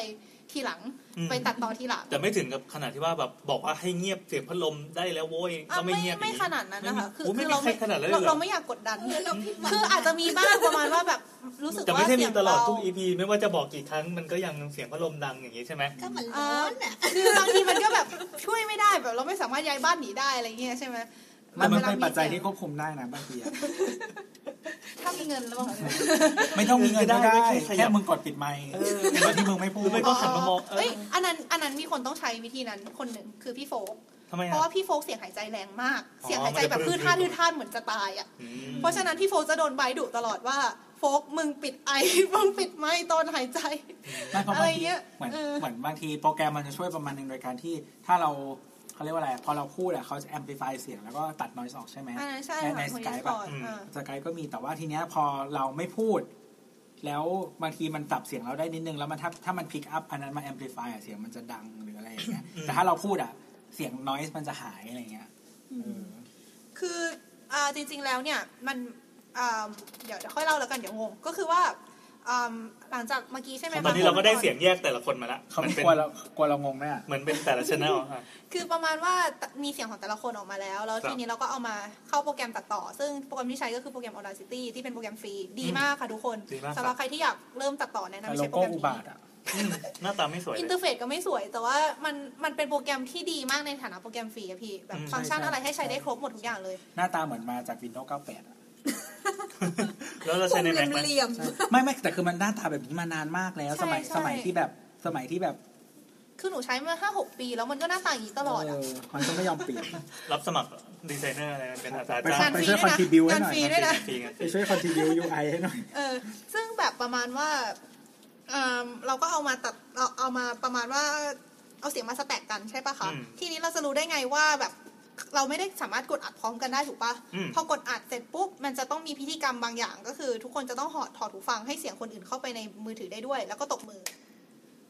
[SPEAKER 5] ทีหลัง
[SPEAKER 2] อืม
[SPEAKER 5] ไปตัดต่อทีหลัง
[SPEAKER 2] แต่ไม่ถึงกับขนาดที่ว่าแบบบอกว่าให้เงียบเสียงพัดลมได้แล้วโว้ย
[SPEAKER 5] อ่ะ
[SPEAKER 2] ก็ไม่
[SPEAKER 5] ไม่
[SPEAKER 2] เงียบ
[SPEAKER 5] ไม่
[SPEAKER 2] อย่ง
[SPEAKER 5] ขนาดนั้นนะคะคือ
[SPEAKER 2] โย
[SPEAKER 5] คื
[SPEAKER 2] ไม่
[SPEAKER 5] อ
[SPEAKER 2] มี
[SPEAKER 5] เรา
[SPEAKER 2] ใคร
[SPEAKER 5] ไม่
[SPEAKER 2] ขนาดนั้น
[SPEAKER 5] เรา
[SPEAKER 2] เลยเหร
[SPEAKER 5] เรา
[SPEAKER 2] อ
[SPEAKER 5] ไม่อยากกดดัน
[SPEAKER 3] เราผิดหวัง
[SPEAKER 5] คืออาจจะมีบ้างประมาณว่าแบบรู้สึก
[SPEAKER 2] แต่
[SPEAKER 5] ว่า
[SPEAKER 2] ไม่ใช่
[SPEAKER 5] เสี
[SPEAKER 2] มี
[SPEAKER 5] ยง
[SPEAKER 2] ตลอด
[SPEAKER 5] เรา
[SPEAKER 2] ทุก EP ไม่ว่าจะบอกกี่ครั้งมันก็ยังเสียงพัดลมดังอย่างนี้ใช่ไหม
[SPEAKER 3] ก็เหมือนร้อนอ่ะ
[SPEAKER 5] คือบางทีมันก็แบบช่วยไม่ได้แบบเราไม่สามารถย้ายบ้านหนีได้อะไรเงี้ยใช่ไหม
[SPEAKER 4] มันมันเป็น
[SPEAKER 5] วลา
[SPEAKER 4] ปัจจัย
[SPEAKER 5] เสี
[SPEAKER 4] ที่ควบคุมได้นะบางทีอะ
[SPEAKER 5] ถ้ามีเงินแล้วบอกเลย
[SPEAKER 4] ไม่ต้องมีเงินก็ได้ แค่มึงกดปิดไมค์แล้วที่มึงไม่พู
[SPEAKER 2] ห
[SPEAKER 4] ด
[SPEAKER 2] รือไม่ก็หันมามองเอ
[SPEAKER 5] เอ้
[SPEAKER 2] อย
[SPEAKER 5] อันนั้นอันนั้นมีคนต้องใช้วิธีนั้นคนหนึ่งคือพี่โฟก
[SPEAKER 2] ทำไม
[SPEAKER 5] เพราะ
[SPEAKER 2] อ่ะ
[SPEAKER 5] ว่าพี่โฟกเสียงหายใจแรงมาก
[SPEAKER 2] อ๋อ
[SPEAKER 5] เสียงหายใจแบบ
[SPEAKER 2] มันจะ
[SPEAKER 5] พืดท่าพืดท่าเหมือนจะตายอ่ะ
[SPEAKER 2] อืม
[SPEAKER 5] เพราะฉะนั้นพี่โฟกจะโดนใบร์ทดุตลอดว่าโฟกมึงปิดไอมึงปิดไมค์ตอนหายใจ
[SPEAKER 4] ไม่เพราะ
[SPEAKER 5] อะไร
[SPEAKER 4] บางที
[SPEAKER 5] เงี้ย
[SPEAKER 4] เหมือน
[SPEAKER 5] เออ
[SPEAKER 4] เหมือนบางทีโปรแกรมมันจะช่วยประมาณหนึงโดยการที่ถ้าเราเขาเรียกว่าอะไรพอเราพูดอะเขาจะ amplify เสียงแล้วก็ตัด noise ออกใช่ไหม
[SPEAKER 5] อันนั้นใช่
[SPEAKER 4] ใน
[SPEAKER 5] ค่ะ
[SPEAKER 4] ใน
[SPEAKER 5] ค
[SPEAKER 4] ส
[SPEAKER 5] น
[SPEAKER 4] กาย
[SPEAKER 5] ที่ส
[SPEAKER 4] แบบ
[SPEAKER 5] อน
[SPEAKER 4] สกายก็มีแต่ว่าทีเนี้ยพอเราไม่พูด แล้วบางทีมันจับเสียงเราได้นิดนึง แล้วมันถ้าถ้ามันพิกอัพอันนั้นมาแอมพลิฟายเสียงมันจะดังหรืออะไรอย่างเงี้ยแต่ถ้าเราพูดอ่ะ เสียงนอยส์มันจะหายอะไรเงี้ยเออ
[SPEAKER 5] คืออ่าจริงๆแล้วเนี่ยมันอ่าเดี๋ยวเดี๋ยวค่อยเล่าแล้วกันเดี๋ยวงง ก็คือว่าอ่าหลังจากเมื่อกี้ใช่ไหม
[SPEAKER 2] ตอนนี้
[SPEAKER 5] คะ
[SPEAKER 2] เราก็ได้เสียงแยกแต่ละคนมาละ
[SPEAKER 4] เขา
[SPEAKER 2] มั
[SPEAKER 4] ไม่
[SPEAKER 2] นเป็น
[SPEAKER 4] กลัวเรากลัวเรางงแน่อะ
[SPEAKER 2] เหมือนเป็นแต่ละชแนลค่ะ
[SPEAKER 5] คือประมาณว่ามีเสียงของแต่ละคนออกมาแล้ว แล้ว
[SPEAKER 2] ครับ
[SPEAKER 5] ทีนี้เราก็เอามาเข้าโปรแกรมตัดต่อ ซึ่งโปรแกรมที่ใช้ก็คือโปรแกรม Audacity ที่เป็นโปรแกรมฟรีดีมากค่ะทุกคน
[SPEAKER 2] ดีมาก
[SPEAKER 5] สำห
[SPEAKER 2] ค
[SPEAKER 5] รั
[SPEAKER 2] รั
[SPEAKER 5] บบ ใครที่อยากเริ่มตัดต่อแนะนำ
[SPEAKER 4] แต่โล
[SPEAKER 5] ให้ใช้โปร
[SPEAKER 4] โก้
[SPEAKER 5] แกรม
[SPEAKER 4] อุ
[SPEAKER 5] นี้
[SPEAKER 4] บาทอ่ะ
[SPEAKER 2] อืมหน้าตาไม่สวย
[SPEAKER 5] อิน
[SPEAKER 2] เล
[SPEAKER 5] เทอย ร์เฟซก็ไม่สวย แต่ว่ามันมันเป็นโปรแกรมที่ดีมากในฐานะโปรแกรมฟรีอะพี่แบบ
[SPEAKER 2] อืม
[SPEAKER 5] ฟังก์ชัน
[SPEAKER 4] ใช่ใช่
[SPEAKER 5] อะไรให้ใช้ได้ครบหมดทุกอย่างเลย
[SPEAKER 4] หน้าตาเหมือนมาจากวินโดว์98อะ
[SPEAKER 2] แล้วเรา
[SPEAKER 3] พว
[SPEAKER 2] ใช้
[SPEAKER 3] ก
[SPEAKER 2] ใน
[SPEAKER 3] เงิ
[SPEAKER 2] แม็
[SPEAKER 3] น
[SPEAKER 2] กไหม
[SPEAKER 3] เหลี่ยม
[SPEAKER 4] ใช่ไม่ไม่แต่คือมันหน้าตาแบบนี้มานานมากแล้ว
[SPEAKER 5] ใช่
[SPEAKER 4] สมัย
[SPEAKER 5] ใช่
[SPEAKER 4] สมัยที่แบบสมัยที่แบบ
[SPEAKER 5] คือหนูใช้มาห้าหกปี แล้วมันก็หน้าตาอย่างนี้ตลอด
[SPEAKER 4] เอ
[SPEAKER 5] อะ
[SPEAKER 4] อมันก็ไม่ยอมเปลี่ยน
[SPEAKER 2] รับสมัครดีไซเนอร์อะไรมันเป็นอัตรา
[SPEAKER 4] ไป
[SPEAKER 2] จ้าง
[SPEAKER 4] สมัคร ช่วย contribute ให้หน่อย
[SPEAKER 5] งานฟรีด้วยนะ
[SPEAKER 2] ฟรีไง
[SPEAKER 4] ไปช่วยคอนทิวิวยูไอให้หน่อย
[SPEAKER 5] เออ ซึ่งแบบประมาณว่าเอิ่มเราก็เอามาตัดเอาเอามาประมาณว่าเอาเสียงมาสแต็กกันใช่ปะคะ
[SPEAKER 2] อืม
[SPEAKER 5] ทีนี้เราจะรู้ได้ไงว่าแบบเราไม่ได้สามารถกดอัดพร้อมกันได้ถูกปะ
[SPEAKER 2] อืม
[SPEAKER 5] พอกดอัดเสร็จปุ๊บมันจะต้องมีพิธีกรรมบางอย่าง ก็คือ ทุกคนจะต้องถอดถอดหูฟังให้เสียงคนอื่นเข้าไปในมือถือได้ด้วย แล้วก็ตบมือ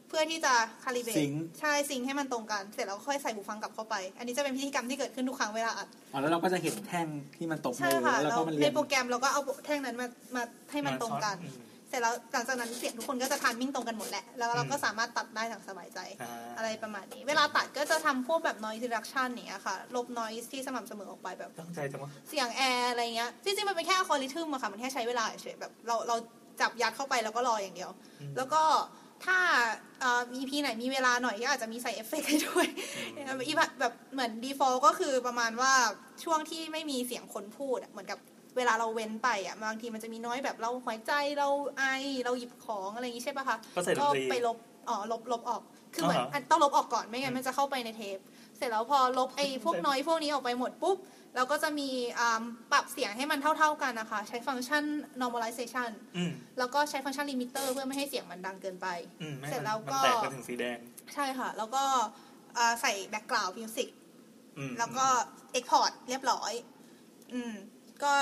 [SPEAKER 5] เพื่อที่จะคาลิเบต
[SPEAKER 4] Sync
[SPEAKER 5] ใช่ซิงให้มันตรงกัน เสร็จแล้วค่อยใส่หูฟังกลับเข้าไป อันนี้จะเป็นพิธีกรรมที่เกิดขึ้นทุกครั้งเวลาอัด
[SPEAKER 4] อ๋อแล้วเราก็จะเห็นแท่งที่มันตก
[SPEAKER 5] ใช่
[SPEAKER 4] มือ
[SPEAKER 5] ค่ะ
[SPEAKER 4] แล้วเรา
[SPEAKER 5] เรา
[SPEAKER 4] ก็มันเรี
[SPEAKER 5] ใน
[SPEAKER 4] ยง
[SPEAKER 5] โปรแกรมเราก็เอาแท่งนั้นมามาให้มันตรงกัน
[SPEAKER 2] อืม
[SPEAKER 5] เสร็จแล้วหลังจากนั้นเสียงทุกคนก็จะทานมิ่งตรงกันหมดแหละ แล้วเราก็
[SPEAKER 2] อืม
[SPEAKER 5] สามารถตัดได้อย่างสบายใจ
[SPEAKER 2] อ่า
[SPEAKER 5] อะไรประมาณนี้ เวลาตัดก็จะทำพวกแบบ noise reduction อย่างเนี้ยค่ะ ลบ noise ที่สม่ำเสมอออกไปแบบ
[SPEAKER 2] ตั้งใจจังวะ
[SPEAKER 5] เสียงแอร์อะไรเงี้ย จริงๆ มันเป็นแค่อัลกอริทึมอะค่ะ มันแค่ใช้เวลาเฉยๆแบบเราเราจับยัดเข้าไปแล้วก็รออย่างเดียว
[SPEAKER 2] อืม
[SPEAKER 5] แล้วก็ถ้าเอ่อ EP ไหนมีเวลาหน่อยก็อาจจะมีใส่เอฟเฟกต์ให้ด้วย
[SPEAKER 2] อืม
[SPEAKER 5] เอ่ออี แบบเหมือน default ก็คือประมาณว่าช่วงที่ไม่มีเสียงคนพูดอะเหมือนกับเวลาเราเว้นไปอ่ะบางทีมันจะมีน้อยแบบเราหายใจเราไอเราหยิบของอะไรอย่างงี้ใช่ปะคะ
[SPEAKER 2] ก็ใส่ด
[SPEAKER 5] ก็
[SPEAKER 2] นตรี
[SPEAKER 5] ไปลบ อ๋อลบลบออก คือเหมือนอันต้องลบออกก่อนไม่งั้นมันจะเข้าไปในเทป เสร็จแล้วพอลบไอ้ พวกน้อยพวกนี้ออกไปหมดปุ๊บ เราก็จะมีอ่าปรับเสียงให้มันเท่า ๆกันนะคะ ใช้ฟังก์ชัน normalization
[SPEAKER 2] อืม
[SPEAKER 5] แล้วก็ใช้ฟังก์ชัน limiter เพื่อไม่ให้เสียงมันดังเกินไป
[SPEAKER 2] อืมไม่
[SPEAKER 5] เสร็จแล้วก็
[SPEAKER 2] มันแตกไปถึงสีแดง
[SPEAKER 5] ใช่ค่ะ แล้วก็อ่าใส่ background music
[SPEAKER 2] อืม
[SPEAKER 5] แล้วก็ export เรียบร้อย อืม ก็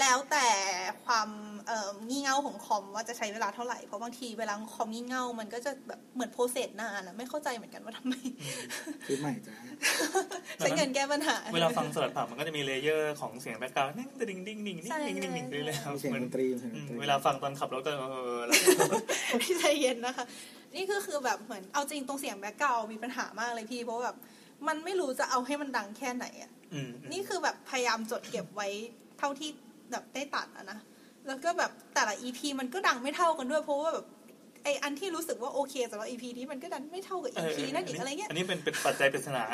[SPEAKER 5] แล้วแต่ความเอ่องี่เง่าของคอมว่าจะใช้เวลาเท่าไหร่ เพราะบางทีเวลาคอมงี่เง่ามันก็จะแบบเหมือนโปรเซสนานอะไม่เข้าใจเหมือนกันว่าทำไม
[SPEAKER 4] คือใหม่จ้า
[SPEAKER 5] ใช้เงินแก้ปัญหา
[SPEAKER 2] เวลาฟังสลัดผักมันก็จะมีเลเยอร์ของเสียงแบ็กกราวด์นิ่งดิ่งดิ่งดิ่งดิ่งดิ่งดิ่งดิ่งเรื่อยๆครับ
[SPEAKER 4] เสียง
[SPEAKER 2] เหมือน
[SPEAKER 4] ดนตรีเสียงด
[SPEAKER 2] อื
[SPEAKER 4] น
[SPEAKER 2] ม
[SPEAKER 4] ตรี
[SPEAKER 2] เวลาฟังตอนขับรถก็เออแล้ว
[SPEAKER 5] ใจเย็นนะคะ นี่คือคือแบบเหมือนเอาจริงตรงเสียงแบ็กกราวมีปัญหามากเลยพี่ เพราะว่าแบบมันไม่รู้จะเอาให้มันดังแค่ไหนอะ
[SPEAKER 2] อืมอืม
[SPEAKER 5] นี่คือแบบพยายามจดเก็บไว้เท่าที่แบบได้ตัดอะนะ แล้วก็แบบแต่ละ EP มันก็ดังไม่เท่ากันด้วย เพราะว่าแบบไออันที่รู้สึกว่าโอเคสำหรับ EP นี้มันก็ดันไม่เท่ากับ
[SPEAKER 2] เออ
[SPEAKER 5] EP
[SPEAKER 2] เออ
[SPEAKER 5] นั่นอีกอะไรเงี้ย
[SPEAKER 2] อันนี้เป็นเป็นปัจจัยปริศนา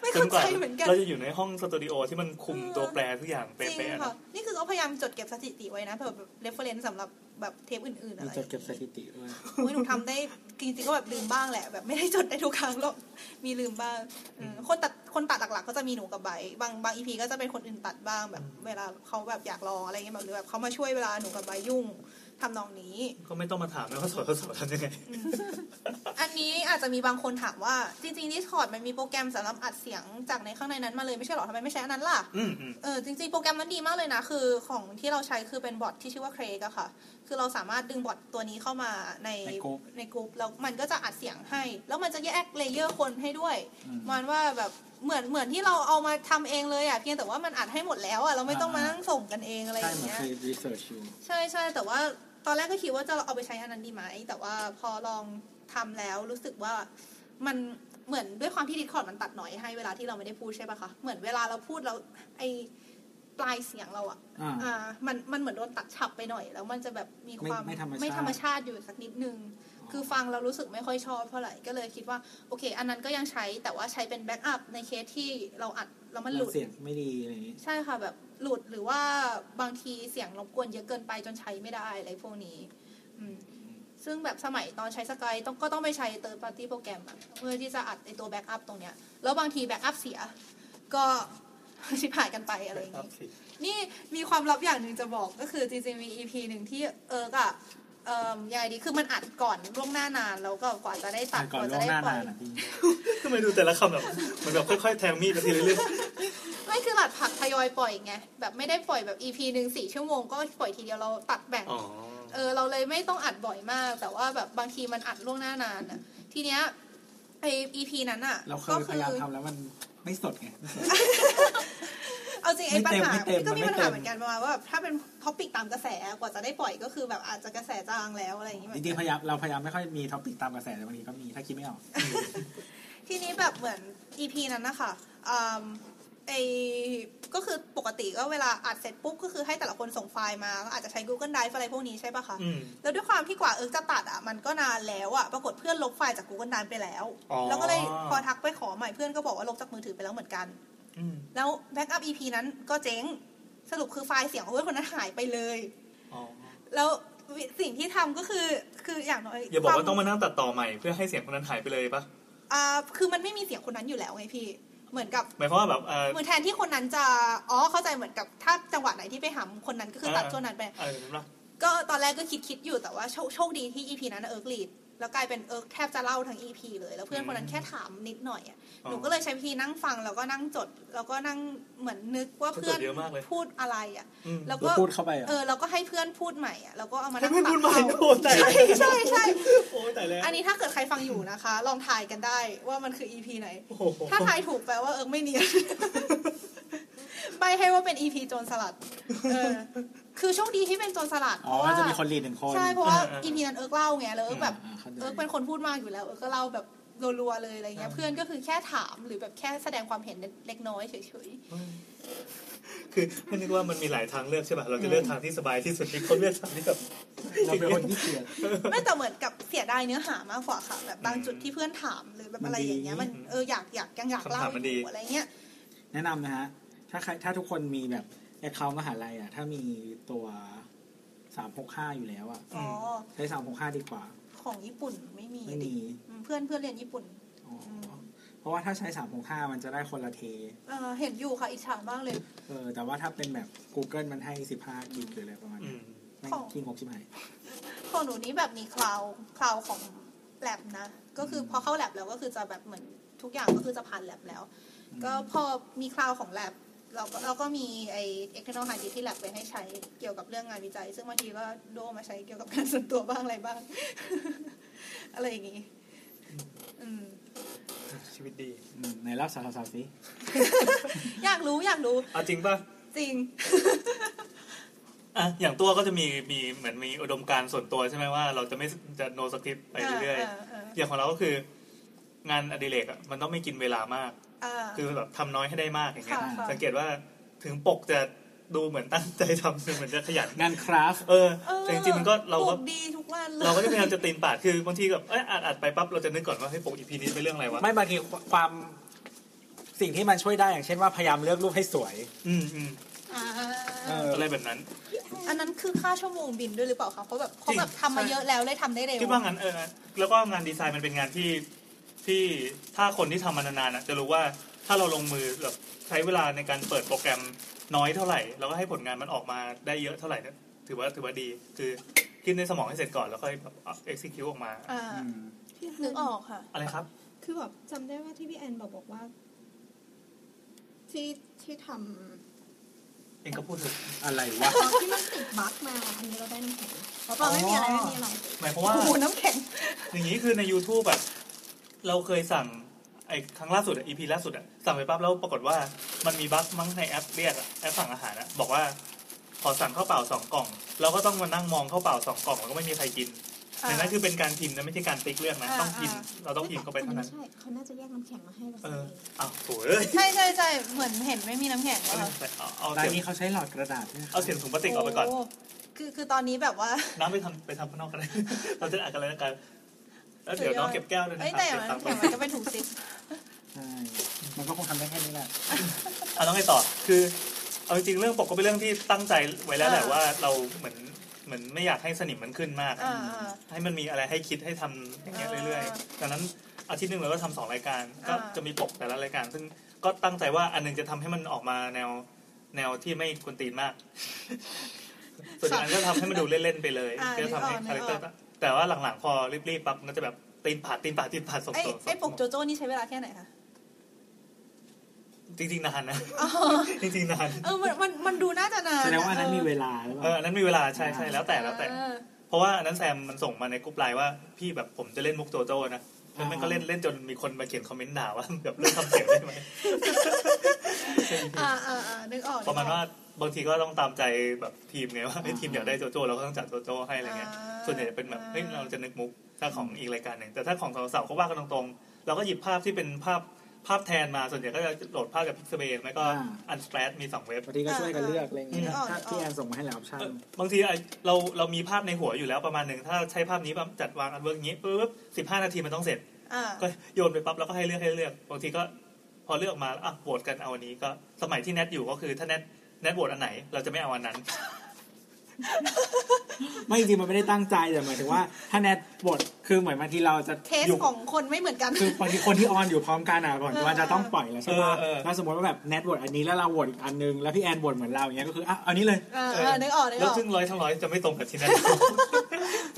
[SPEAKER 5] ไม่
[SPEAKER 2] จน
[SPEAKER 5] เข้าก
[SPEAKER 2] ว่า
[SPEAKER 5] ใจเหมือนกัน
[SPEAKER 2] เราจะอยู่ในห้องสตูดิโอที่มันคุม
[SPEAKER 5] เออ
[SPEAKER 2] ตัวแปรทุกอย่าง
[SPEAKER 5] จ
[SPEAKER 2] เป๊ะ
[SPEAKER 5] ริง
[SPEAKER 2] ๆอะ
[SPEAKER 5] ค่ะ
[SPEAKER 2] นะ
[SPEAKER 5] นี่คือเขาพยายามจดเก็บสถิติไว้นะเผื่อแบบ reference สำหรับแบบเทปอื่นๆอะ
[SPEAKER 4] มี
[SPEAKER 5] ไร
[SPEAKER 4] จดเก็บสถิติด้วย
[SPEAKER 5] โอ้ยหนูทำได้จริงๆก็แบบลืมบ้างแหละ แบบไม่ได้จดได้ทุกครั้งหรอกมีลืมบ้างอืมคนตัดคนตัดหลักๆ ก็จะมีหนูกับใบบางบาง EP ก็จะเป็นคนอื่นตัดบ้างแบบ เวลาเขาแบบอยากลองอะไรเงี้ยแบบหรือแบบเขามาช่วยเวลาหนูกับใบยุ่งทำนองนี้
[SPEAKER 2] ก็ไม่ต้องมาถามแล้วว่าสอนเขาสอนทำยังไง
[SPEAKER 5] อันนี้อาจจะมีบางคนถามว่าจริงๆ Discord มันมีโปรแกรมสำหรับอัดเสียงจากในข้างในนั้นมาเลยไม่ใช่หรอทำไมไม่ใช้อันนั้นล่ะ
[SPEAKER 2] อืมอืม
[SPEAKER 5] เออจริงๆ โปรแกรมมันดีมากเลยนะ คือของที่เราใช้คือเป็นบอทที่ชื่อว่าเครกอะค่ะ คือเราสามารถดึงบอทตัวนี้เข้ามาใน
[SPEAKER 4] ในกรุ๊ป
[SPEAKER 5] ในกรุ๊ปแล้วมันก็จะอัดเสียงให้ แล้วมันจะแยกเลเยอร์คนให้ด้วย
[SPEAKER 4] อืม
[SPEAKER 5] มันว่าแบบเหมือนเหมือนที่เราเอามาทำเองเลยอะเพียงแต่ว่ามันอัดให้หมดแล้วอะเราไม่ต้องมานั่งส่งกันเองอะไรอ
[SPEAKER 4] ใช่
[SPEAKER 5] ย่า
[SPEAKER 4] เห
[SPEAKER 5] ง
[SPEAKER 4] มือน
[SPEAKER 5] เงี้ย
[SPEAKER 4] เคยรีเสิร์ชอยู่
[SPEAKER 5] ใช่ใช่แต่ว่าตอนแรกก็คิดว่าจะเอาไปใช้อันนั้นดีไหมแต่ว่าพอลองทำแล้วรู้สึกว่ามันเหมือนด้วยความที่ดิสคอร์ดมันตัดหน่อยให้เวลาที่เราไม่ได้พูดใช่ปะคะเหมือนเวลาเราพูดแล้วไอปลายเสียงเราอะ
[SPEAKER 4] อ่า
[SPEAKER 5] อ่ามันมันเหมือนโดนตัดฉับไปหน่อย แล้วมันจะแบบมีความ
[SPEAKER 4] ไม่ไม่ธรรมชาติ
[SPEAKER 5] ธรรมชาติอยู่สักนิดนึง คือฟังเรารู้สึกไม่ค่อยชอบเท่าไหร่ก็เลยคิดว่าโอเค อันนั้นก็ยังใช้แต่ว่าใช้เป็นแบ็กอัพในเคสที่เราอัดแล้วมันหลุด
[SPEAKER 4] เสียงไม่ดีอะไรอย่างงี้
[SPEAKER 5] ใช่ค่ะแบบหลุดหรือว่าบางทีเสียงรบกวนเยอะเกินไปจนใช้ไม่ได้อะไรพวกนี้อืมซึ่งแบบสมัยตอนใช้สกายต้องก็ต้องไปใช้เติร์ดปาร์ตี้โปรแกรมเพื่อที่จะอัดไอตัวแบ็กอัพตรงเนี้ยแล้วบางทีแบ็กอัพเสีย ก็ ชิบหายกันไปอะไรอย่าง
[SPEAKER 2] ครับ
[SPEAKER 5] งี้
[SPEAKER 2] สิ
[SPEAKER 5] นี่มีความลับอย่างหนึ่งจะบอกก็คือจริงๆมี EP หนึ่งที่เอออะเอ่มยังไงดีคือมันอัดก่อนล่วงหน้านานแล้วก็กว่าจะได้ตัด
[SPEAKER 4] ก่อนล่
[SPEAKER 5] จะ
[SPEAKER 4] วง
[SPEAKER 5] ได้
[SPEAKER 4] หน้า
[SPEAKER 5] ปล่
[SPEAKER 4] นา
[SPEAKER 5] อย
[SPEAKER 4] นอ่ะพี่
[SPEAKER 2] ทำไมดูแต่ละคำแบบเหมันแบบค่อยๆแทงมีดไปทีละเรื่อง
[SPEAKER 5] ไม่คือหลัดผักทยอยปล่อยไงแบบไม่ได้ปล่อยแบบ EP หนึ่งสี่ชั่วโมงก็ปล่อยทีเดียวเราตัดแบ่ง
[SPEAKER 2] อ๋อ
[SPEAKER 5] เออเราเลยไม่ต้องอัดบ่อยมาก แต่ว่าแบบบางทีมันอัดล่วงหน้านานอ่ะ ทีเนี้ยไอ EP นั้นอ่ะ
[SPEAKER 4] เราเค
[SPEAKER 5] ก็
[SPEAKER 4] ยพยายามทำแล้วมันไม่สดไง
[SPEAKER 5] เอาจริงไอ้ปัญหา
[SPEAKER 4] ไม่เต็ม
[SPEAKER 5] ก็มี
[SPEAKER 4] ไม่
[SPEAKER 5] ปัญ
[SPEAKER 4] เต็ม
[SPEAKER 5] หาเหมือนกันประมาณว่าแบบถ้าเป็นท็อปิกตามกระแสกว่าจะได้ปล่อยก็คือแบบอาจจะกระแสจางแล้วอะไรอย่างเงี้ย
[SPEAKER 4] จริงๆพยายามเราพยายามไม่ค่อยมีท็อปิกตามกระแสแต่บางทีก็มีถ้าคิดไม่ออก
[SPEAKER 5] ทีนี้แบบเหมือน EP นั้นนะคะอืมไอก็คือปกติก็เวลาอัดเสร็จปุ๊บก็คือให้แต่ละคนส่งไฟล์มาก็อาจจะใช้ Google Drive อะไรพวกนี้ใช่ปะคะ
[SPEAKER 2] อืม
[SPEAKER 5] แล้วด้วยความที่กว่าเอิร์กจะตัดอ่ะมันก็นานแล้วอ่ะปรากฏเพื่อนลบไฟล์จาก Google นานไปแล้ว
[SPEAKER 2] อ๋อ
[SPEAKER 5] แล้วก็เลยพอทักไปขอใหม่เพื่อนก็บอกว่าลบจากมือถือไปแล้วเหมือนกัน
[SPEAKER 2] อืม
[SPEAKER 5] แล้วแบ็กอัพ EP นั้นก็เจ๊งสรุปคือไฟล์เสียงของเพื่อนคนนั้นหายไปเลย
[SPEAKER 2] อ๋อ
[SPEAKER 5] แล้วสิ่งที่ทำก็คือคืออย่างน้อย
[SPEAKER 2] อย่าบอก
[SPEAKER 5] คว
[SPEAKER 2] ว่าต้องมานั่งตัดต่อใหม่เพื่อให้เสียงคนนั้นหายไปเลยปะ
[SPEAKER 5] อ่าคือมันไม่มีเสียงคนนั้นอยู่แล้วไงพี่ เหมือนกับ
[SPEAKER 2] หมายความว่าแบบเออ
[SPEAKER 5] เหมือนแทนที่คนนั้นจะอ๋อเข้าใจเหมือนกับถ้าจังหวะไหนที่ไปหาคนนั้นก็คือตัด
[SPEAKER 2] อ่า
[SPEAKER 5] ช่วงนั้นไป
[SPEAKER 2] เออเห็นปะ
[SPEAKER 5] ก็ตอนแรกก็คิดคิดอยู่แต่ว่าโชคโชคดีที่ EP นั้นเอิร์กลีดแล้วกลายเป็นเอิร์กแทบจะเล่าทั้ง EP เลยแล้วเพื่อนคนนั้นแค่ถามนิดหน่อยอะ
[SPEAKER 2] อ๋อ
[SPEAKER 5] หนูก็เลยใช้วิธีนั่งฟังแล้วก็นั่งจด แล้วก็นั่งเหมือนนึกว่าเพื่อน
[SPEAKER 2] จดเยอะมากเลย
[SPEAKER 5] พูดอะไรอ่ะ
[SPEAKER 2] อืม
[SPEAKER 5] แล้ว
[SPEAKER 4] แล้
[SPEAKER 5] ก็
[SPEAKER 4] วพูดเข้าไปเหรอ
[SPEAKER 5] เออแล้วก็ให้เพื่อนพูดใหม่อ่ะแล้วก็เอามา
[SPEAKER 2] ให้
[SPEAKER 5] นั่ง
[SPEAKER 2] เพื่อนพูดใหม่
[SPEAKER 5] ตั
[SPEAKER 2] โอ้ตาย
[SPEAKER 5] ใช่ใช่ใช่
[SPEAKER 2] โอ้ยแต่แล้ว
[SPEAKER 5] อันนี้ถ้าเกิดใครฟังอยู่นะคะ ลองทายกันได้ว่ามันคือ EP ไหน
[SPEAKER 2] โอ้โห
[SPEAKER 5] ถ้าทายถูกแปลว่าเอิร์กไม่เนี ยน ใบให้ว่าเป็น EP โจรสลัดเออคือโชคดีที่เป็นโจรสลัด
[SPEAKER 4] อ๋อว่าจะมีคนรีดหนึ่งคน
[SPEAKER 5] ใช่เพราะว่า EP นั้นเอิร์กเล่าไงแล้วเอิร์กแบบ
[SPEAKER 4] าข้าใจ
[SPEAKER 5] เอิร์กเป็นคนพูดมากอยู่แล้ว เอิร์กก็เล่าแบบรัวๆเลยอะไรเงี้ย เพื่อนก็คือแค่ถามหรือแบบแค่แสดงความเห็นเล็กน้อยเฉย
[SPEAKER 2] คือไม่นึกว่ามันมีหลายทางเลือกใช่ป่ะเราจะเลือกทางที่สบายที่สุดที่เขาเลือกทางที่แบบ
[SPEAKER 4] เราเป็นคนที่เกลียด
[SPEAKER 5] ๆ ไม่แต่เหมือนกับเสียดายเนื้อหามากกว่าค่ะแบบบางจุดที่เพื่อนถามหรือแบบอะไรอย่างเงี้ย มันเอออยากอยากยังอยากเล่า
[SPEAKER 2] คำถามมัน
[SPEAKER 5] อ
[SPEAKER 2] ดี
[SPEAKER 5] ยู่อะไรเงี้ย
[SPEAKER 4] แนะนำนะฮะ ถ้าใครถ้าทุกคนมีแบบแอคเคาท์มหาลัยอ่ะ ถ้ามีตัวสามหกห้าอยู่แล้วอ่ะ
[SPEAKER 5] อ๋อ
[SPEAKER 4] ใช้สามหกห้าดีกว่า
[SPEAKER 5] ของญี่ปุ่นไม่มี
[SPEAKER 4] ไม่มี
[SPEAKER 5] อืมเพื่อนเพื่อนเรียนญี่ปุ่น
[SPEAKER 4] อ๋อเพราะว่าถ้าใช้สามหกห้ามันจะได้คนละเท
[SPEAKER 5] เอ่อเห็นอยู่ค่ะอิจฉามากเลย
[SPEAKER 4] เออ แต่ว่าถ้าเป็นแบบ Google มันให้สิบห้ากิกหรืออะไรประมาณ
[SPEAKER 2] อื
[SPEAKER 4] นี้
[SPEAKER 2] ม
[SPEAKER 4] ไม่
[SPEAKER 5] ของ
[SPEAKER 4] กิงหกสิบหาย
[SPEAKER 5] ของหนูนี้แบบมีคลาวคลาวของแลบนะ ก็คือพอเข้าแลบแล้วก็คือจะแบบเหมือนทุกอย่างก็คือจะผ่านแลบแล้ว ก็พอมีคลาวของแลบเราก็เราก็มีไอเอ็กเทอร์นอลไฮดิที่แลบไปให้ใช้เกี่ยวกับเรื่องงานวิจัย ซึ่งบางทีก็โดเอามาใช้เกี่ยวกับงานส่วนตัวบ้างอะไรบ้าง อะไรอย่างงี้ อืม
[SPEAKER 2] ชีวิตดี
[SPEAKER 4] อืมไหนรอบสาวสาวสิ
[SPEAKER 5] อยากรู้อยากรู้
[SPEAKER 2] เอาจริงป่ะ
[SPEAKER 5] จริง
[SPEAKER 2] อ่ะ อย่างตัวก็จะมี มี เหมือนมีอุดมการณ์ส่วนตัวใช่ไหมว่า เราจะไม่ จะโนสคริปไปเรื่อยๆ อย่างของเราก็คือ งานอดิเรกอ่ะ มันต้องไม่กินเวลามาก
[SPEAKER 5] เออเออเออ
[SPEAKER 2] คือแบบทำน้อยให้ได้มากอย่างเงี้ย
[SPEAKER 5] ค่ะค่ะ
[SPEAKER 2] สังเกตว่า ถึงปกจะดูเหมือนตั้งใจทำ ดูเหมือนจะขยัน
[SPEAKER 4] งานคราฟ
[SPEAKER 2] เออ แต่จริงๆมันก็ เรา
[SPEAKER 5] ป
[SPEAKER 2] ก็
[SPEAKER 5] ลูดีทุกวันเล ย
[SPEAKER 2] เราก็จะพยายามจะตีนปาด คือบางทีแบบเอยอ่านอ่านไปปั๊บ เราจะนึกก่อนว่าให้ยปกอีพีนี้เป็นเรื่องอะไรวะ
[SPEAKER 4] ไม่บางทีความสิ่งที่มันช่วยได้อย่างเช่นว่าพยายามเลือกรูปให้สวย
[SPEAKER 2] อืมอืม
[SPEAKER 5] อ่า
[SPEAKER 4] เออ
[SPEAKER 2] อะไรแบบนั้น
[SPEAKER 5] อันนั้นคือค่าชั่วโมงบินด้วยหรือเปล่าคะเขาแบบเขาแบบทำมาเยอะแล้วเลยทำได้เร็ว
[SPEAKER 2] คิดว่างั้นเออแล้วก็งานดีไซน์มันเป็นงานที่ที่ถ้าคนที่ทำมานานๆน่ะจะรู้ว่าถ้าเราลงมือแบบใช้เวลาในการเปิดโปรแกรมน้อยเท่าไหร่ แล้วก็ให้ผลงานมันออกมาได้เยอะเท่าไหร่เนี่ยถือว่าถือว่าดี คือคิดในสมองให้เสร็จก่อนแล้วค่อยแบบ execute ออกมา
[SPEAKER 5] อ่า
[SPEAKER 4] อืม
[SPEAKER 5] นึกออกค่ะ
[SPEAKER 2] อะไรครับ
[SPEAKER 3] คือแบบจำได้ว่าที่พี่แอนบอกบอกว่า ที่ที่ทำ
[SPEAKER 2] เองก็พูดถูก
[SPEAKER 4] อะไรวะ
[SPEAKER 3] ตอนที่มันติดบั๊กมาอันนี้เราได้น้ำแข็งเพราะเปล่าไม่มีอะไรไม่มีอะไร
[SPEAKER 2] หมายความว่า
[SPEAKER 5] โอ้โหน้ำแข็ง
[SPEAKER 2] อย่างนี้คือใน YouTube แบบเราเคยสั่งไอ้ครั้งล่าสุดอ่ะ EP ล่าสุดอ่ะ สั่งไปปั๊บแล้วปรากฏว่ามันมีบั๊กมั้งในแอปเรียกอะแอปสั่งอาหารอ่ะ บอกว่าขอสั่งข้าวเปล่าสองกล่อง เราก็ต้องมานั่งมองข้าวเปล่าสองกล่องแล้วก็ไม่มีใครกิน
[SPEAKER 5] อ่า
[SPEAKER 2] ดังนั้นคือเป็นการพิมพ์นะไม่ใช่การติ๊กเลือกนะต้
[SPEAKER 5] อ่า
[SPEAKER 2] องพิมพ์เราต้องพิมพ์เข้าไปเท่านั้น
[SPEAKER 3] ใช่เขาน่าจะแยกน้ำแข็งมาให้เรา
[SPEAKER 2] เอ
[SPEAKER 3] ใส่เอ
[SPEAKER 2] อ
[SPEAKER 3] ง
[SPEAKER 2] อ้าวโถ่เอ้ย
[SPEAKER 5] ใช่ใช่ใช่เหมือนเห็นไม่มีน้ำแข็ง
[SPEAKER 2] เอา
[SPEAKER 5] แล้ว
[SPEAKER 2] เอาเอา
[SPEAKER 4] ร้าน
[SPEAKER 2] เสียง
[SPEAKER 4] นี้เขาใช้หลอดกระดาษด้วย
[SPEAKER 2] เอาเสียงถุงพลาสติกออกไปก่อน
[SPEAKER 5] โคือคือตอนนี้ แบบว่า
[SPEAKER 2] น้ำไปทำไปทำข้างน อกกันเลย เราจะอ่านกันเลยนะกันแล้วเดี๋ยวน้องเก็บแก้วด้วยนะค
[SPEAKER 5] เอ้ย
[SPEAKER 2] รับ
[SPEAKER 5] แต่
[SPEAKER 2] เก็บตังค์ไป
[SPEAKER 5] น้ำแข็งมันก็เป็นถุงซิป
[SPEAKER 4] ใช่มันก็คงทำได้แค่นี้แหละ
[SPEAKER 2] อ่ะแล้วไงต่อ คือ เอาจริงๆเรื่องปกก็เป็นเรื่องที่ตั้งใจไว้แล้วแหละว่าเราเหมือนเหมือนไม่อยากให้สนิมมันขึ้นมากอะ
[SPEAKER 5] อ่าอ่า
[SPEAKER 2] ให้มันมีอะไรให้คิดให้ทำอย่างเงี้ย
[SPEAKER 5] เออ
[SPEAKER 2] เรื่อยๆดังนั้นอาทิตย์หนึ่งเราก็ทำสองรายการ ก็
[SPEAKER 5] อ่า
[SPEAKER 2] จะมีปกแต่ละรายการ ซึ่งก็ตั้งใจว่าอันหนึงจะทำให้มันออกมาแนวแนวที่ไม่กวนตีนมาก ส่วนอีกอันก็ทำให้มันดูเล่นๆไปเลย
[SPEAKER 5] อ่า
[SPEAKER 2] ก็ทำให้
[SPEAKER 5] นึกออก
[SPEAKER 2] คาแรคเตอร์
[SPEAKER 5] นึกออก
[SPEAKER 2] แต่ว่าหลังๆพอรีบๆปั๊บมันจะแบบตีนผาดตีนผาดตีนผาดส่ง
[SPEAKER 5] ไอ้
[SPEAKER 2] ตัว
[SPEAKER 5] ไอ้ปกโจโจ้นี่ใช้เวลาแค่ไหนคะ
[SPEAKER 2] จริงๆนานนะ จริงๆนาน
[SPEAKER 5] เออมันมันมันดูน่าจะนาน
[SPEAKER 4] แสดงว่าอันนั้นมีเวลาหรือเป
[SPEAKER 2] เออ
[SPEAKER 4] ล่า
[SPEAKER 2] อันนั้นมีเวลาใช่ใช่แล้วแต่แล้วแต่
[SPEAKER 5] เออ
[SPEAKER 2] เพราะว่าอันนั้นแซมมันส่งมาในกรุ๊ปไลน์ว่าพี่แบบผมจะเล่นมุกโจโจ้นะแล้วมันก็เล่นเล่นจนมีคนมาเขียนคอมเมนต์ด่าว่า แบบเลิกทำเสียงได้ไหม
[SPEAKER 5] อ่าอ่าอ่านึกออก
[SPEAKER 2] ประมาณ
[SPEAKER 5] นึกออก
[SPEAKER 2] ว่าบางทีก็ต้องตามใจแบบทีมไง ว่าไอ้ยทีมอยากได้โจโจ้เราก็ต้องจัดโจโจ้ให้อะไรเงี้ย
[SPEAKER 5] อ่า
[SPEAKER 2] ส่วนใหญ่จะเป็นแบบเฮ้ยเราจะนึกมุกถ้าของอีกรายการหนึ่งแต่ถ้าของสาวๆก็ว่ากันตรงๆ เราก็หยิบภาพที่เป็นภาพภาพแทนมาส่วนใหญ่ก็จะโหลดภาพจากพิกเซเบไม่ก็อันสเปรดมีสองเว็บ
[SPEAKER 4] บางทีก็ช่วยกันเลือกอะไรเงี้ย
[SPEAKER 5] เออ
[SPEAKER 4] ถ้าพี่แอนส่งมาให้แล้วใช่
[SPEAKER 2] เอ่อบางทีไอ้เราเรามีภาพในหัวอยู่แล้วประมาณหนึ่งถ้าใช้ภาพนี้แบบจัดวางอันเวิร์กอย่างนี้ปุ๊บสิบห้านาทีมันต้องเสร็จ
[SPEAKER 5] อ่า
[SPEAKER 2] ก็โยนไปปั๊บแล้วก็ให้เลือกให้เลือกบางทีก็พอเลือกมาแล้วอ่ะโหวตกันเอาอันนี้ก็สมัยที่แนทอยู่ก็คือถ้าแนทแนทโหวตอันไหน เราจะไม่เอาอันนั้น
[SPEAKER 4] ไม่จริงมันไม่ได้ตั้งใจแต่หมายถึงว่าถ้าแนทบทคือเหมือนบางทีเราจะ
[SPEAKER 5] เทส
[SPEAKER 4] อยู่
[SPEAKER 5] ของคนไม่เหมือนกัน
[SPEAKER 4] คือบางทีคนที่ออนอยู่พร้อมกันอ่ะก่อนว่าจะต้องปล่อยแล้วใช่
[SPEAKER 2] เอ
[SPEAKER 4] ปะ
[SPEAKER 2] อเออ
[SPEAKER 4] แล้วสมมติว่าแบบแนทบทอันนี้แล้วเราบทอีกอันนึงแล้วพี่แอนบทเหมือนเราอย่างเงี้ยก็คืออ่ะเอานี้เลย
[SPEAKER 5] เออเออนึกออกนึก
[SPEAKER 2] แล้
[SPEAKER 5] อ
[SPEAKER 2] ว
[SPEAKER 5] อก
[SPEAKER 2] ซึ่งร้อยทั้งร้อยจะไม่ตรงกับที่แนท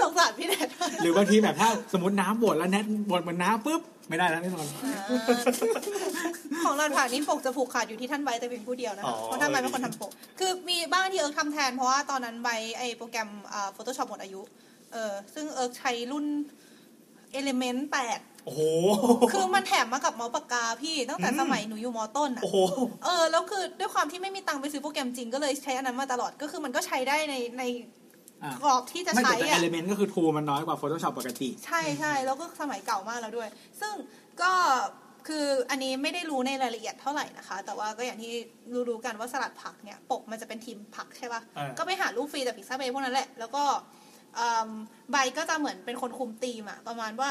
[SPEAKER 5] สงสารพี่แดด
[SPEAKER 4] หรือบางทีแบบถ้าสมมติน้ำบดแล้วแนทบดเหมือนน้ำปุ๊บไม่ได้แล้วแน่นอน
[SPEAKER 5] อ่าของเราผ่านนี้ปกจะผูกขาดอยู่ที่ท่านไบร์ทแต่เพียงผู้เดียวนะ
[SPEAKER 2] อ๋อ
[SPEAKER 5] คะเพราะท่านไบร์ทเป็นคนทำปก คือมีบ้างที่เอิร์กทำแทน เพราะว่าตอนนั้นไบร์ทไอโปรแกรมอ่า Photoshop หมดอายุ เออซึ่งเอิร์กใช้รุ่น Element 8
[SPEAKER 2] โอ้โห
[SPEAKER 5] คือมันแถมมากับเมาส์ปากกาพี่ตั้งแต่สมัยหนูอยู่มอต้นอะ
[SPEAKER 2] โอ้โห
[SPEAKER 5] เออแล้วคือด้วยความที่ไม่มีตังค์ไปซื้อโปรแกรมจริงก็เลยใช้อันนั้นมาตลอดก็คือมันก็ใช้ได้ในใน
[SPEAKER 4] อ่ะ
[SPEAKER 5] กรอบที่จะ
[SPEAKER 4] ไม่
[SPEAKER 5] ใช้
[SPEAKER 4] แต่
[SPEAKER 5] อะ
[SPEAKER 4] เอลิเมนต์ก็คือทูมันน้อยกว่า Photoshop ปกติ
[SPEAKER 5] ใช่ใช่แล้วก็สมัยเก่ามากแล้วด้วย ซึ่งก็คืออันนี้ไม่ได้รู้ในรายละเอียดเท่าไหร่นะคะ แต่ว่าก็อย่างที่รู้ๆกันว่าสลัดผักเนี่ย ปกมันจะเป็นทีมผักใช่ปะ
[SPEAKER 2] อ่า
[SPEAKER 5] ่ะ ก็ไปหารูปฟรีจากพิซซ่าเบย์พวกนั้นแหละ แล้วก็เอิ่มใบก็จะเหมือนเป็นคนคุมทีมอะประมาณว่า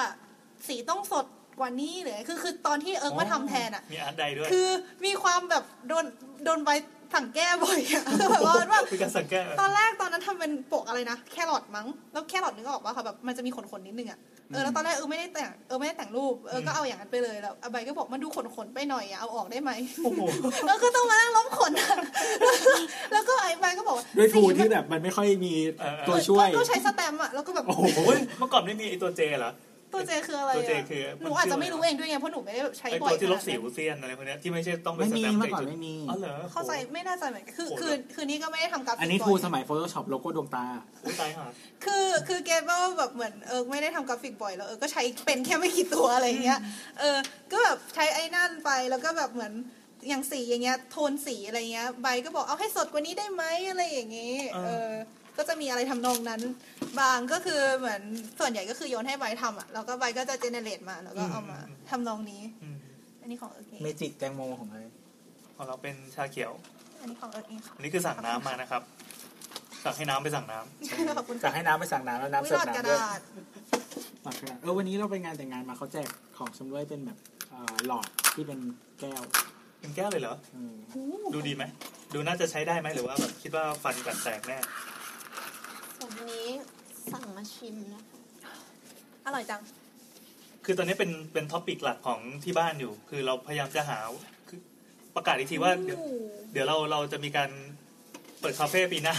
[SPEAKER 5] สีต้องสดกว่านี้หรือคือคือตอนที่เอิร์กมาทำแทนอะ
[SPEAKER 2] มีอาร์ตใดด้วย
[SPEAKER 5] คือมีความแบบโดนโดนใบ สั่งแก้บ่อยอะ แบบว่าว่า
[SPEAKER 2] คือการสังแก้
[SPEAKER 5] ตอนแรกตอนนั้นทำเป็นปกอะไรนะแครอทมั้งแล้วแครอทนึกออกว่าเขาแบบมันจะมีขนขนๆนิดนึงอ่ะเออแล้วตอนแรกเออไม่ได้แต่งเออไม่ได้แต่งรูปเออก็เอาอย่างนั้นไปเลยแล้วอาใบก็บอกมันดูขนขนๆไปหน่อยอ่ะเอาออกได้ไหม
[SPEAKER 2] โอ้โห
[SPEAKER 5] แล้วก็ต้องมานั่งลบขนอะ แล้วก็ไอ้ใบก็บอกา
[SPEAKER 4] ด้วยทูล
[SPEAKER 5] สีมัน
[SPEAKER 4] ที่แบบมันไม่ค่อยมี
[SPEAKER 2] เออ
[SPEAKER 4] ตัวช่วย
[SPEAKER 5] ก็ก็ใช้สแตมป์อะแล้วก็แบบ
[SPEAKER 4] โอ้โห
[SPEAKER 2] โอ้ยเมื่อก่อนไม่มีไอตัวเจเหรอ
[SPEAKER 5] ตัวเจคืออะไร
[SPEAKER 2] ตัว
[SPEAKER 5] อะ
[SPEAKER 2] เจคือ
[SPEAKER 5] หนูอาจจะไม่รู้เองด้วยไงเพราะหนูไม่ได้แบบใช้
[SPEAKER 2] ไอ
[SPEAKER 5] บ่อย
[SPEAKER 2] ตัวที่ลบ
[SPEAKER 5] ขนาด
[SPEAKER 2] สิ
[SPEAKER 5] นั้
[SPEAKER 2] วน เซียนอะไรพวกเนี้ยที่ไม่ใช่ต้องไป
[SPEAKER 4] ไม่
[SPEAKER 2] ส
[SPEAKER 4] มี
[SPEAKER 2] แตมป์
[SPEAKER 4] เมื่อ
[SPEAKER 2] ใส่
[SPEAKER 4] ก่อน
[SPEAKER 2] จุด
[SPEAKER 4] ไม่มี
[SPEAKER 2] อ๋อเหรอ
[SPEAKER 5] เข้าใจไม่น่าใจเหมือนกันคือ
[SPEAKER 2] โอ้โห
[SPEAKER 5] คือคือนี่ก็ไม่ได้ทำกราฟิก
[SPEAKER 4] อันนี้
[SPEAKER 5] บ่ย
[SPEAKER 4] ทูลสมัย Photoshop โลโก้ดวงตา
[SPEAKER 2] อุ๊ยตายห่า
[SPEAKER 5] คือคือเกตว่าแบบเหมือนเออไม่ได้ทำกราฟิกบ่อยแล้วเออก็ใช้เป็นแค่ไม่กี่ตัวอะไรอย่างเงี้ยเออก็แบบใช้ไอ้นั่นไปแล้วก็แบบเหมือนอย่างสีอย่างเงี้ยโทนสีอะไรเงี้ยใบก็บอกเอาให้สดกว่านี้ได้ไหมอะไรอย่างงี้
[SPEAKER 2] เออ
[SPEAKER 5] เออก็จะมีอะไรทำนองนั้น บางก็คือเหมือนส่วนใหญ่ก็คือโยนให้ใบทำอ่ะแล้วก็ใบก็จะเจเนเรตมาแล้วก็เอามาทำนองนี้
[SPEAKER 2] อืม
[SPEAKER 5] อันนี้ของเอิร์กเอง
[SPEAKER 4] เมจิกแตงโมของอะไร
[SPEAKER 2] ของเราเป็นชาเขียว
[SPEAKER 5] อันนี้ของเอิร์กเองค่ะ
[SPEAKER 2] อันนี้คือสั่งน้ำมานะครับ สั่งให้น้ำไปสั่งน้ำ
[SPEAKER 5] ขอบคุณ
[SPEAKER 4] จะ
[SPEAKER 5] ค่ะ
[SPEAKER 4] ให้น้ำไปสั่งน้ำแล้วน้ำ
[SPEAKER 5] วิ
[SPEAKER 4] เสิ
[SPEAKER 5] ล
[SPEAKER 4] ร์
[SPEAKER 5] อ
[SPEAKER 4] ฟ
[SPEAKER 5] ดกระ
[SPEAKER 4] น้ำด้วย
[SPEAKER 5] ดาษ
[SPEAKER 4] หลอดกระดาษเออวันนี้เราไปงานแต่งงานมาเขาแจกของชำร่วยเป็นแบบเอ่อหลอดที่เป็นแก้ว
[SPEAKER 2] เป็นแก้วเลยเหรอ
[SPEAKER 4] เออ
[SPEAKER 2] ดูดีไหม ดูน่าจะใช้ได้ไหมหรือว่าแบบคิดว่าฟันกัดแตกแน่
[SPEAKER 3] สมนี้สั่งมาชิมนะ
[SPEAKER 5] อร่อยจัง
[SPEAKER 2] คือตอนนี้เป็นเป็นท็อปิกหลักของที่บ้านอยู่ คือเราพยายามจะหาคือประกาศอีกทีว่าเดี๋ยวเดี๋ยวเราเราจะมีการเปิดคาเฟ่ปีหน้า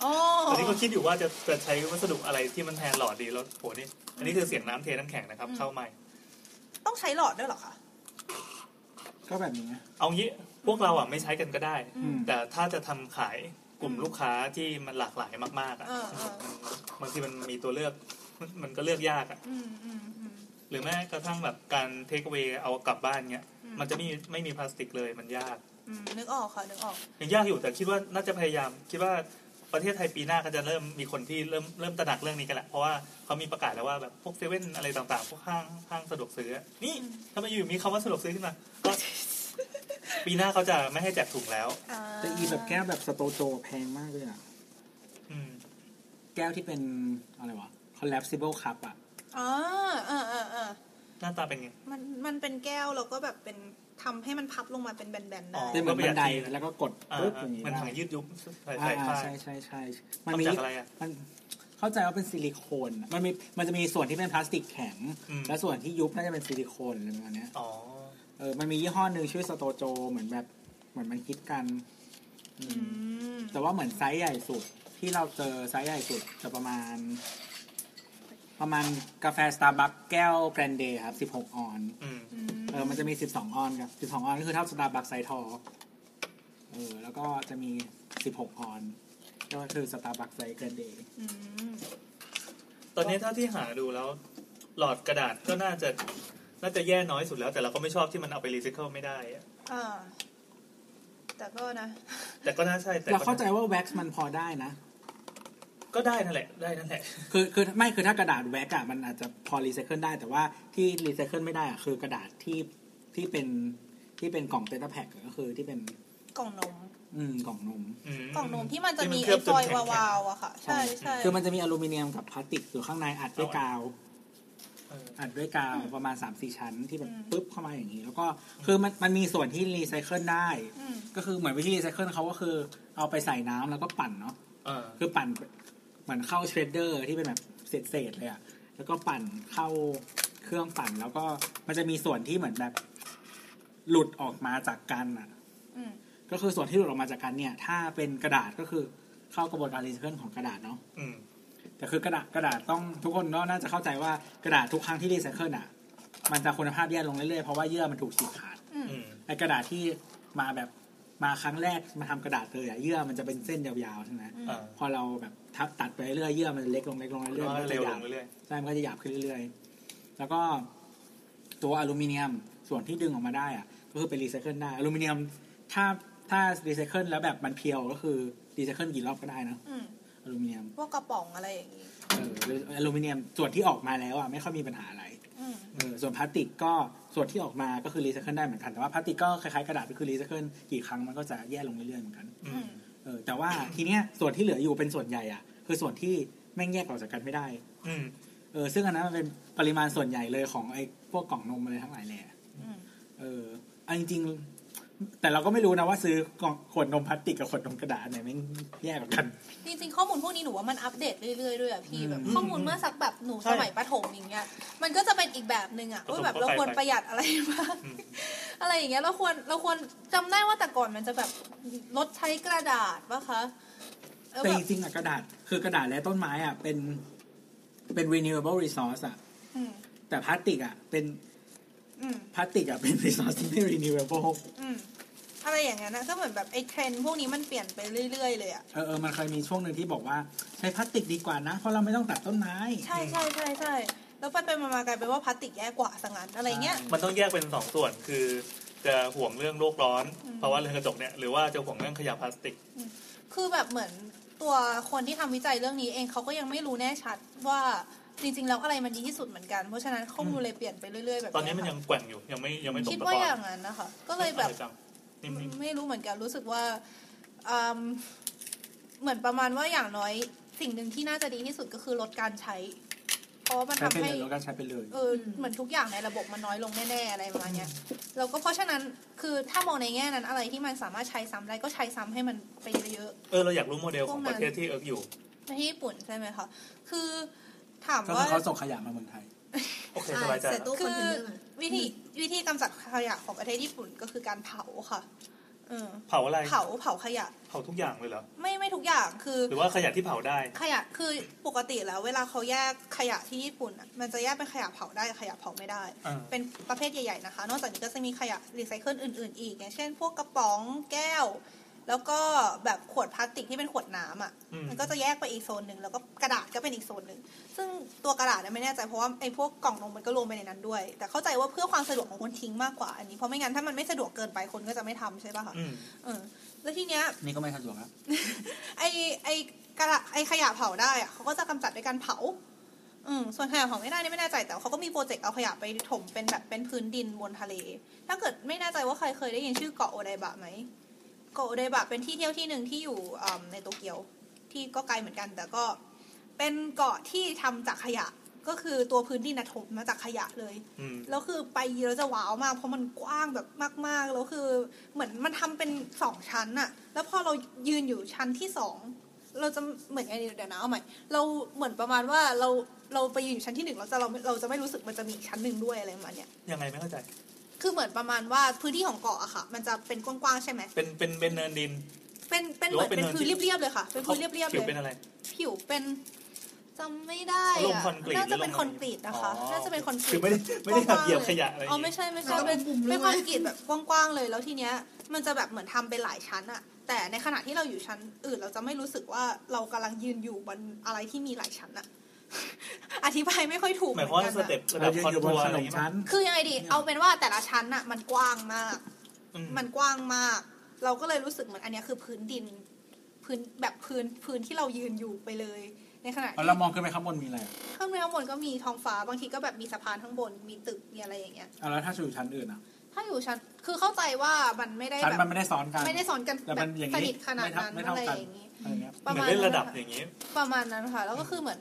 [SPEAKER 5] โอ้
[SPEAKER 2] ตอนนี้ก็คิดอยู่ว่าจะจะใช้วัสดุอะไรที่มันแทนหลอดดีแล้วโหนี่ อันนี้คือเสียงน้ำเทน้ำแข็งนะครับ
[SPEAKER 5] อืม
[SPEAKER 2] เข้าใหม่
[SPEAKER 5] ต้องใช้หลอดด้วยเหรอคะ
[SPEAKER 4] ก็แบบนี้นะ
[SPEAKER 2] เอางี้พวกเราอ่ะไม่ใช้กันก็ได้
[SPEAKER 5] อืม
[SPEAKER 2] แต่ถ้าจะทำขายกลุ่มลูกค้าที่มันหลากหลายมากๆอ่ะ
[SPEAKER 5] เออเออ
[SPEAKER 2] บางทีมันมีตัวเลือกมันมันก็เลือกยากอ่ะ
[SPEAKER 5] อืมอืมอืม
[SPEAKER 2] หรือแม้กระทั่งแบบการเทคเวย์เอากลับบ้านเงี้ย
[SPEAKER 5] อืม
[SPEAKER 2] มันจะไม่มีไม่มีพลาสติกเลยมันยาก
[SPEAKER 5] อืมนึกออกค่ะนึกออก
[SPEAKER 2] ยังยากอยู่แต่คิดว่าน่าจะพยายาม คิดว่าประเทศไทยปีหน้าก็จะเริ่มมีคนที่เริ่มเริ่มตระหนักเรื่องนี้กันแหละเพราะว่าเขามีประกาศแล้วว่าแบบพวกเซเว่นอะไรต่างๆ พวกห้างห้างสะดวกซื้ออะนี่
[SPEAKER 5] อืม
[SPEAKER 2] ทำไมอยู่มีคำว่าสะดวกซื้อขึ้นมาก็ ปีหน้าเขาจะไม่ให้แจกถุงแล้ว
[SPEAKER 5] อ่า
[SPEAKER 4] แต่อีแบบแก้วแบบสโตโจแพงมากเลยอ่ะ
[SPEAKER 2] อืม
[SPEAKER 4] แก้วที่เป็นอะไรวะ collapsible cup อ่ะ
[SPEAKER 5] อ๋อเออเออเออ
[SPEAKER 2] หน้าตาเป็นไง
[SPEAKER 5] มันมันเป็นแก้วแล้วก็แบบเป็นทำให้มันพับลงมาเป็นแบนๆ
[SPEAKER 2] อ๋
[SPEAKER 5] ได้
[SPEAKER 2] อ
[SPEAKER 4] เป็นเหมือนบันไดแล้วก็กด
[SPEAKER 2] อ่า
[SPEAKER 4] ปึ๊บอย่างนี้
[SPEAKER 2] มันถัง
[SPEAKER 4] ได้
[SPEAKER 2] ยืดยุบใส่
[SPEAKER 4] อ่า
[SPEAKER 2] ใส่ผ้า
[SPEAKER 4] ใช่ใช่ใช่มันมี
[SPEAKER 2] ทำจากอะไรอะ
[SPEAKER 4] มันเข้าใจว่าเป็นซิลิโคนอะมันมีมันจะมีส่วนที่เป็นพลาสติกแข็ง
[SPEAKER 2] อืม
[SPEAKER 4] และส่วนที่ยุบน่าจะเป็นซิลิโคนอะไรประมาณเนี้ย
[SPEAKER 2] อ๋อ
[SPEAKER 4] เออมันมียี่ห้อหนึ่งชื่อสโตโจ เหมือนแบบเหมือนมันคิดกันอื
[SPEAKER 5] อื
[SPEAKER 4] ม
[SPEAKER 5] ม
[SPEAKER 4] แต่ว่าเหมือนไซส์ใหญ่สุด ที่เราเจอไซส์ใหญ่สุดจะประมาณ ประมาณกาแฟสตาร์บัคแก้วแกรนเดย์ครับ16ออน
[SPEAKER 2] อืม
[SPEAKER 5] อืม
[SPEAKER 4] เออ มันจะมี 12 ออนครับ 12 ออนก็คือเท่าสตาร์บัคไซทอเออ แล้วก็จะมี 16 ออน ก็คือสตาร์บัคไซเกินเดย์
[SPEAKER 5] อืม
[SPEAKER 2] ตอนนี้เท่าที่หาดูแล้ว หลอดกระดาษก็น่าจะน่าจะแย่น้อยสุดแล้ว แต่เราก็ไม่ชอบที่มันเอาไปรีไซเคิลไม่ได้อะ
[SPEAKER 5] อ่าแต่ก็นะ
[SPEAKER 2] แต่ก็น่าใช่แต่
[SPEAKER 4] เรา
[SPEAKER 2] ก็
[SPEAKER 4] เข้าใจว่าแว็กซ์มันพอได้นะ
[SPEAKER 2] ก็ได้นั่นแหละได้นั่นแหละ
[SPEAKER 4] คือ คือไม่ คือถ้ากระดาษแว็กซ์อะมันอาจจะพอรีไซเคิลได้ แต่ว่าที่รีไซเคิลไม่ได้อะคือกระดาษที่ ที่เป็น ที่เป็นกล่องเตต้าแพ็กก็คือที่เป็น
[SPEAKER 5] กล่องนม
[SPEAKER 4] อืม กล่องนม
[SPEAKER 2] ม
[SPEAKER 5] กล่องนมที่มันจะมี
[SPEAKER 2] ที่มันเคลือบ
[SPEAKER 5] ไอ้ฟอย
[SPEAKER 2] จน
[SPEAKER 5] ล์
[SPEAKER 2] แข็ง
[SPEAKER 5] วาวๆอะค่ะ ใช่ใช่
[SPEAKER 4] คือมันจะมีอลูมิเนียมกับพลาสติกอยู่ข้างในอัดด้วยกาว
[SPEAKER 2] เออ
[SPEAKER 4] อัดด้วยกาวประมาณ 3-4 ชั้นที่แบบปึ๊บเข้ามาอย่างนี้ แล้วก็ คือมัน มันมีส่วนที่รีไซเคิลได้
[SPEAKER 5] อืม
[SPEAKER 4] ก็คือเหมือนวิธีรีไซเคิลเขาก็คือเอาไปใส่น้ำแล้วก็ปั่นเนาะ
[SPEAKER 2] เออ
[SPEAKER 4] คือปั่นเหมือนเข้าเชรดเดอร์ที่เป็นแบบเศษๆเลยอะแล้วก็ปั่นเข้าเครื่องปั่น แล้วก็มันจะมีส่วนที่เหมือนแบบหลุดออกมาจากกันอะ
[SPEAKER 5] อืม
[SPEAKER 4] ก็คือส่วนที่หลุดออกมาจากกันเนี่ย ถ้าเป็นกระดาษก็คือเข้ากระบวนการรีไซเคิลของกระดาษเนาะ
[SPEAKER 2] อืม
[SPEAKER 4] แต่คือกระดาษกระดาษต้องทุกคนก็น่าจะเข้าใจว่ากระดาษทุกครั้งที่รีไซเคิลอะมันจะคุณภาพแย่ลงเรื่อยๆเพราะว่าเยื่อมันถูกฉีกขาด
[SPEAKER 5] อืม
[SPEAKER 2] อืม
[SPEAKER 4] ไอกระดาษที่มาแบบมาครั้งแรกมาทำกระดาษเลยอะเยื่อมันจะเป็นเส้นยาวๆใช่ไหม
[SPEAKER 2] อ่า
[SPEAKER 4] พอเราแบบทับตัดไปเรื่อยๆเยื่อมันเล็กลงเล็กลงเรื่อยๆมัน
[SPEAKER 2] ก็
[SPEAKER 4] ก็
[SPEAKER 2] เร็
[SPEAKER 4] จะ
[SPEAKER 2] วล
[SPEAKER 4] หยาบ
[SPEAKER 2] งเรื่อย
[SPEAKER 4] ใช่มันก็จะหยาบขึ้นเรื่อยๆ แล้วก็ตัวอลูมิเนียมส่วนที่ดึงออกมาได้อะก็คือไปรีไซเคิลได้อลูมิเนียมถ้าถ้ารีไซเคิลแล้วแบบมันเพียวก็คือรีไซเคิลกี่รอบก็ได้นะ
[SPEAKER 5] อืม
[SPEAKER 4] อลูมิเนียม
[SPEAKER 5] พวกกระป๋องอะไรอย่างงี้
[SPEAKER 4] เออหรืออลูมิเนียมส่วนที่ออกมาแล้วอะไม่ค่อยมีปัญหาอะไร
[SPEAKER 5] อืม
[SPEAKER 4] เออส่วนพลาสติกก็ส่วนที่ออกมาก็คือรีไซเคิลได้เหมือนกัน แต่ว่าพลาสติกก็คล้ายๆกระดาษก็คือรีไซเคิลกี่ครั้งมันก็จะแย่ลงเรื่อยๆเหมือนกัน
[SPEAKER 2] ๆอื
[SPEAKER 5] อื
[SPEAKER 2] ม
[SPEAKER 5] ม
[SPEAKER 4] เออแต่ว่าทีเนี้ยส่วนที่เหลืออยู่เป็นส่วนใหญ่อะคือส่วนที่แม่งแยกออกจากกันไม่ได้
[SPEAKER 2] อืม
[SPEAKER 4] เออซึ่งอันนั้นมันเป็นปริมาณส่วนใหญ่เลยของไอ้พวกกล่องนมอะไรทั้งหลายแหละ
[SPEAKER 5] อืม
[SPEAKER 4] เอออันจริงๆ แต่เราก็ไม่รู้นะว่าซื้อกล่องขวดนมพลาสติกกับขวดนมกระดาษเนี่ยแม่งแย่กว่ากัน
[SPEAKER 5] จริงๆข้อมูลพวกนี้หนูว่ามันอัปเดตเรื่อยๆด้วยอะพี่แบบ
[SPEAKER 4] อืม
[SPEAKER 5] ข้อมูลเมื่อสักแบบหนูสมัยประถมอย่างเงี้ยมันก็จะเป็นอีกแบบหนึ่งอะว่าแบบเราควรประหยัดอะไรบ้าง
[SPEAKER 2] อืม
[SPEAKER 5] อะไรอย่างเงี้ยเราควรเราควรจำได้ว่าแต่ก่อนมันจะแบบลดใช้กระดาษปะคะแล้ว
[SPEAKER 4] แต่
[SPEAKER 5] แบ
[SPEAKER 4] จ
[SPEAKER 5] บ
[SPEAKER 4] ริงๆอะกระดาษคือกระดาษและต้นไม้อะเป็นเป็น renewable resource อะ
[SPEAKER 5] อืม
[SPEAKER 4] แต่พลาสติกอะเป็น
[SPEAKER 5] อืม
[SPEAKER 4] พลาสติกอะเป็น resource ที่ไม่ renewable
[SPEAKER 5] อืมอะไรอย่างเงี้ยนะก็เหมือนแบบไอ้เทรนด์พวกนี้มันเปลี่ยนไปเรื่อยๆเลยอ่ะ
[SPEAKER 4] เออเออมันเคยมีช่วงหนึ่งที่บอกว่าใช้พลาสติกดีกว่านะ เพราะเราไม่ต้องตัดต้นไม้
[SPEAKER 5] ใช่ใช่ใช่ใช่แล้วไปไปๆมาๆกลายเป็นว่าพลาสติกแย่กว่าสังงานอะไรเงี้ย
[SPEAKER 2] มันต้องแยกเป็นสองส่วนคือจะห่วงเรื่องโลกร้อน
[SPEAKER 5] อืม
[SPEAKER 2] เพราะว่าเรือนกระจกเนี่ยหรือว่าจะห่วงเรื่องขยะพลาสติก
[SPEAKER 5] คือแบบเหมือนตัวคนที่ทำวิจัยเรื่องนี้เองเขาก็ยังไม่รู้แน่ชัดว่าจริงๆแล้วอะไรมันดีที่สุดเหมือนกันเพราะฉะนั้นข้อมูลเลยเปลี่ยนไปเรื่อยๆ แบบ
[SPEAKER 2] ตอนนี้มัน
[SPEAKER 5] เย
[SPEAKER 2] ยังแกว่งอยู่ยังไม่ยังไม่ต
[SPEAKER 5] คิ
[SPEAKER 2] ก
[SPEAKER 5] ด
[SPEAKER 2] ตะ
[SPEAKER 5] ว่าก
[SPEAKER 2] อ
[SPEAKER 5] อน ย่างนั้นนะคะก็เลยแบบ
[SPEAKER 2] อะไรจังนิ่ม
[SPEAKER 5] ไม่รู้เหมือนกันรู้สึกว่าอืมเหมือนประมาณว่าอย่างน้อยสิ่งหนึ่งที่น่าจะดีที่สุดก็คือลดการใช้ เพราะว่ามัน
[SPEAKER 4] ใช้
[SPEAKER 5] ทำ
[SPEAKER 4] ไปเล
[SPEAKER 5] ให้
[SPEAKER 4] ยแล้วก็ใช้ไปเลย
[SPEAKER 5] เออเหมือนทุกอย่างในระบบมันน้อยลงแน่ๆอะไรประมาณเนี้ยเราก็เพราะฉะนั้นคือถ้ามองในแง่นั้นอะไรที่มันสามารถใช้ซ้ำได้ก็ใช้ซ้ำให้มันไปเยอะ
[SPEAKER 2] ๆเออเราอยากรู้โมเดลของ
[SPEAKER 5] พวก
[SPEAKER 2] ป
[SPEAKER 5] นั้น
[SPEAKER 2] ระเทศที่เอิร์กอยู่
[SPEAKER 5] ๆในที่ญี่ปุ่นใช่ไหมคะคือถาม
[SPEAKER 4] ก็คื
[SPEAKER 5] ว่า
[SPEAKER 4] อเขาส่งขยะมาเมืองไทย
[SPEAKER 2] โอเค
[SPEAKER 3] ใช่
[SPEAKER 2] สบายใจ
[SPEAKER 3] ใส่
[SPEAKER 2] แล้ว
[SPEAKER 3] ตู้ค
[SPEAKER 5] คื
[SPEAKER 3] อน
[SPEAKER 5] อ
[SPEAKER 3] เทนเนอร์มา
[SPEAKER 5] วิธีวิธีกำจัดขยะของประเทศญี่ปุ่นก็คือการเผาค่ะเออ
[SPEAKER 2] เผาอะไร
[SPEAKER 5] เผาเผาขยะ
[SPEAKER 2] เผาทุกอย่างเลยเหรอ
[SPEAKER 5] ไม่ไม่ทุกอย่างคือ
[SPEAKER 2] หรือว่าขยะที่เผาได้
[SPEAKER 5] ขยะคือปกติแล้วเวลาเขาแยกขยะที่ญี่ปุ่นอ่ะมันจะแยกเป็นขยะเผาได้กับขยะเผาไม่ได้
[SPEAKER 2] อ่า
[SPEAKER 5] เป็นประเภทใหญ่ๆนะคะ นอกจากนี้ก็จะมีขยะรีไซเคิลอื่นๆอีกอย่างเช่น พวกกระป๋องแก้ว แล้วก็แบบขวดพลาสติกที่เป็นขวดน้ำอ่ะ
[SPEAKER 2] อืม
[SPEAKER 5] มันก็จะแยกไปอีกโซนหนึ่งแล้วก็กระดาษก็เป็นอีกโซนหนึ่งซึ่งตัวกระดาษเนี่ยไม่แน่ใจเพราะว่าไอ้พวกกล่องนมมันก็รวมไปในนั้นด้วย แต่เข้าใจว่าเพื่อความสะดวกของคนทิ้งมากกว่าอันนี้เพราะไม่งั้นถ้ามันไม่สะดวกเกินไปคนก็จะไม่ทำใช่ป่ะคะ
[SPEAKER 2] อืม
[SPEAKER 5] เออแล้วทีเนี้ย
[SPEAKER 4] นี่ก็ไม่สะดวกครับ
[SPEAKER 5] ไอไอกระดาษไอขยะเผาได้อะเขาก็จะกำจัดด้วยการเผา อืมส่วนขยะเผาไม่ได้เนี่ยไม่แน่ใจแต่เขาก็มีโปรเจกต์เอาขยะไปถมเป็นแบบเป็นพื้นดินบนทะเล ถ้าเกิดไม่แน่ใจว่าใครเคยได้ยินชื่อเกาะโอไดบะไหมเกาะโอไดบะเป็นที่เที่ยวที่หนึ่งที่อยู่อืมในโตเกียว ที่ก็ไกลเหมือนกัน แต่ก็เป็นเกาะที่ทำจากขยะก็คือตัวพื้นดินนะถมมาจากขยะเลย
[SPEAKER 2] อืม
[SPEAKER 5] แล้วคือไปเราจะว้าวมาก เพราะมันกว้างแบบมากๆ แล้วคือเหมือนมันทำเป็นสองชั้นอะแล้วพอเรายืนอยู่ชั้นที่สองเราจะเหมือนไงดีเดี๋ยวนะเอาใหม่เราเหมือนประมาณว่าเราเราไปยืนอยู่ชั้นที่หนึ่งเราจะเราเราจะไม่รู้สึกมันจะมีอีกชั้นหนึ่งด้วยอะไรประมาณเนี้ย
[SPEAKER 2] ยังไงไม่เข้าใจ
[SPEAKER 5] คือเหมือนประมาณว่าพื้นที่ของเกาะอะค่ะ มันจะเป็นกว้างๆใช่ไหม
[SPEAKER 2] เป็นเป็นเป็นเนินดิน
[SPEAKER 5] เป็นเป็น
[SPEAKER 2] หรือว่าน
[SPEAKER 5] เหมือเป็น
[SPEAKER 2] เป็นเนิน
[SPEAKER 5] พื้นเรียบๆเลยค่ะเป็นพื้นเรียบๆ
[SPEAKER 2] ผิ
[SPEAKER 5] เล
[SPEAKER 2] วย เป็นอะไร
[SPEAKER 5] ผิวเป็นจำไม่ได้
[SPEAKER 2] ลง
[SPEAKER 5] อะ
[SPEAKER 2] คอนกรีต
[SPEAKER 5] น่าจะ
[SPEAKER 2] หรือลง
[SPEAKER 5] เป็นคอนกรีตนะคะ
[SPEAKER 2] อ๋อ
[SPEAKER 5] น่าจะเป็นคอนกรี
[SPEAKER 2] คือ
[SPEAKER 5] ต
[SPEAKER 2] ไม่ได้ไม่ได้อยากเหยียบขยะอะไรอย่าง
[SPEAKER 5] ไม่
[SPEAKER 2] งี้
[SPEAKER 5] ใช่ไม่
[SPEAKER 3] มั
[SPEAKER 5] ใช่
[SPEAKER 3] นก็
[SPEAKER 5] เป็น
[SPEAKER 3] บุ๋มๆเล
[SPEAKER 5] เป็
[SPEAKER 3] ย
[SPEAKER 5] น
[SPEAKER 3] ไหม
[SPEAKER 5] คอนกรีตแบบกว้างๆเลยแล้วทีเนี้ยมันจะแบบเหมือนทำเป็นหลายชั้นอะแต่ในขณะที่เราอยู่ชั้นอื่นเราจะไม่รู้สึกว่าเรากำลังยืนอยู่บนอะไรที่มีหลายชั้นอะ อธิบายไม่ค่อยถูก
[SPEAKER 2] หมายความว่า
[SPEAKER 5] อน
[SPEAKER 2] ส
[SPEAKER 5] กันอะ
[SPEAKER 2] เต็ประดั
[SPEAKER 4] เรา
[SPEAKER 2] บ
[SPEAKER 4] จะ
[SPEAKER 2] คอน
[SPEAKER 4] อยู่บ
[SPEAKER 2] ทั
[SPEAKER 4] น
[SPEAKER 2] วร์
[SPEAKER 4] ข
[SPEAKER 2] อะไร
[SPEAKER 4] น
[SPEAKER 2] อย่าม งงี้มั้
[SPEAKER 4] ชั้
[SPEAKER 2] ย
[SPEAKER 4] น
[SPEAKER 5] คือยังไงดี เอาเป็นว่าแต่ละชั้นอะมันกว้างมาก
[SPEAKER 2] อืม
[SPEAKER 5] มันกว้างมาก เราก็เลยรู้สึกเหมือนอันเนี้ยคือพื้นดิน พื้นแบบพื้นพื้นที่เรายืนอยู่ไปเลย ในขณะที่
[SPEAKER 4] เรามองขึ้นไปข้างบนมีอะไรอะ
[SPEAKER 5] ข้างในข้างบนก็มีท้องฟ้าบางทีก็แบบมีสะพานข้างบนมีตึกมีอะไรอย่างเงี้ย
[SPEAKER 4] เอาแล้วถ้าอยู่ชั้นอื่นอะ
[SPEAKER 5] ถ้าอยู่ชั้น คือเข้าใจว่ามันไม่ได้
[SPEAKER 4] ชั้น
[SPEAKER 5] แบบ
[SPEAKER 4] มันไม่ได้ซ้อนกัน
[SPEAKER 5] ไม่ได้สอนกัน
[SPEAKER 4] แต่
[SPEAKER 5] แบ
[SPEAKER 4] มั
[SPEAKER 5] บ
[SPEAKER 4] นอย่างนี้
[SPEAKER 5] สนิทขนาดนั้น
[SPEAKER 4] ไม่
[SPEAKER 5] อะ
[SPEAKER 4] เท่า
[SPEAKER 5] ไร
[SPEAKER 4] กัน
[SPEAKER 5] อย่างนี้
[SPEAKER 4] อะไรเงี้ย
[SPEAKER 5] ประ
[SPEAKER 2] เหมือ
[SPEAKER 5] มาน ณ
[SPEAKER 2] เล่นระดับ
[SPEAKER 5] ค่
[SPEAKER 2] อย่างนี้
[SPEAKER 5] ประมาณนั้นค่ะ แล้วก็คือเหมือน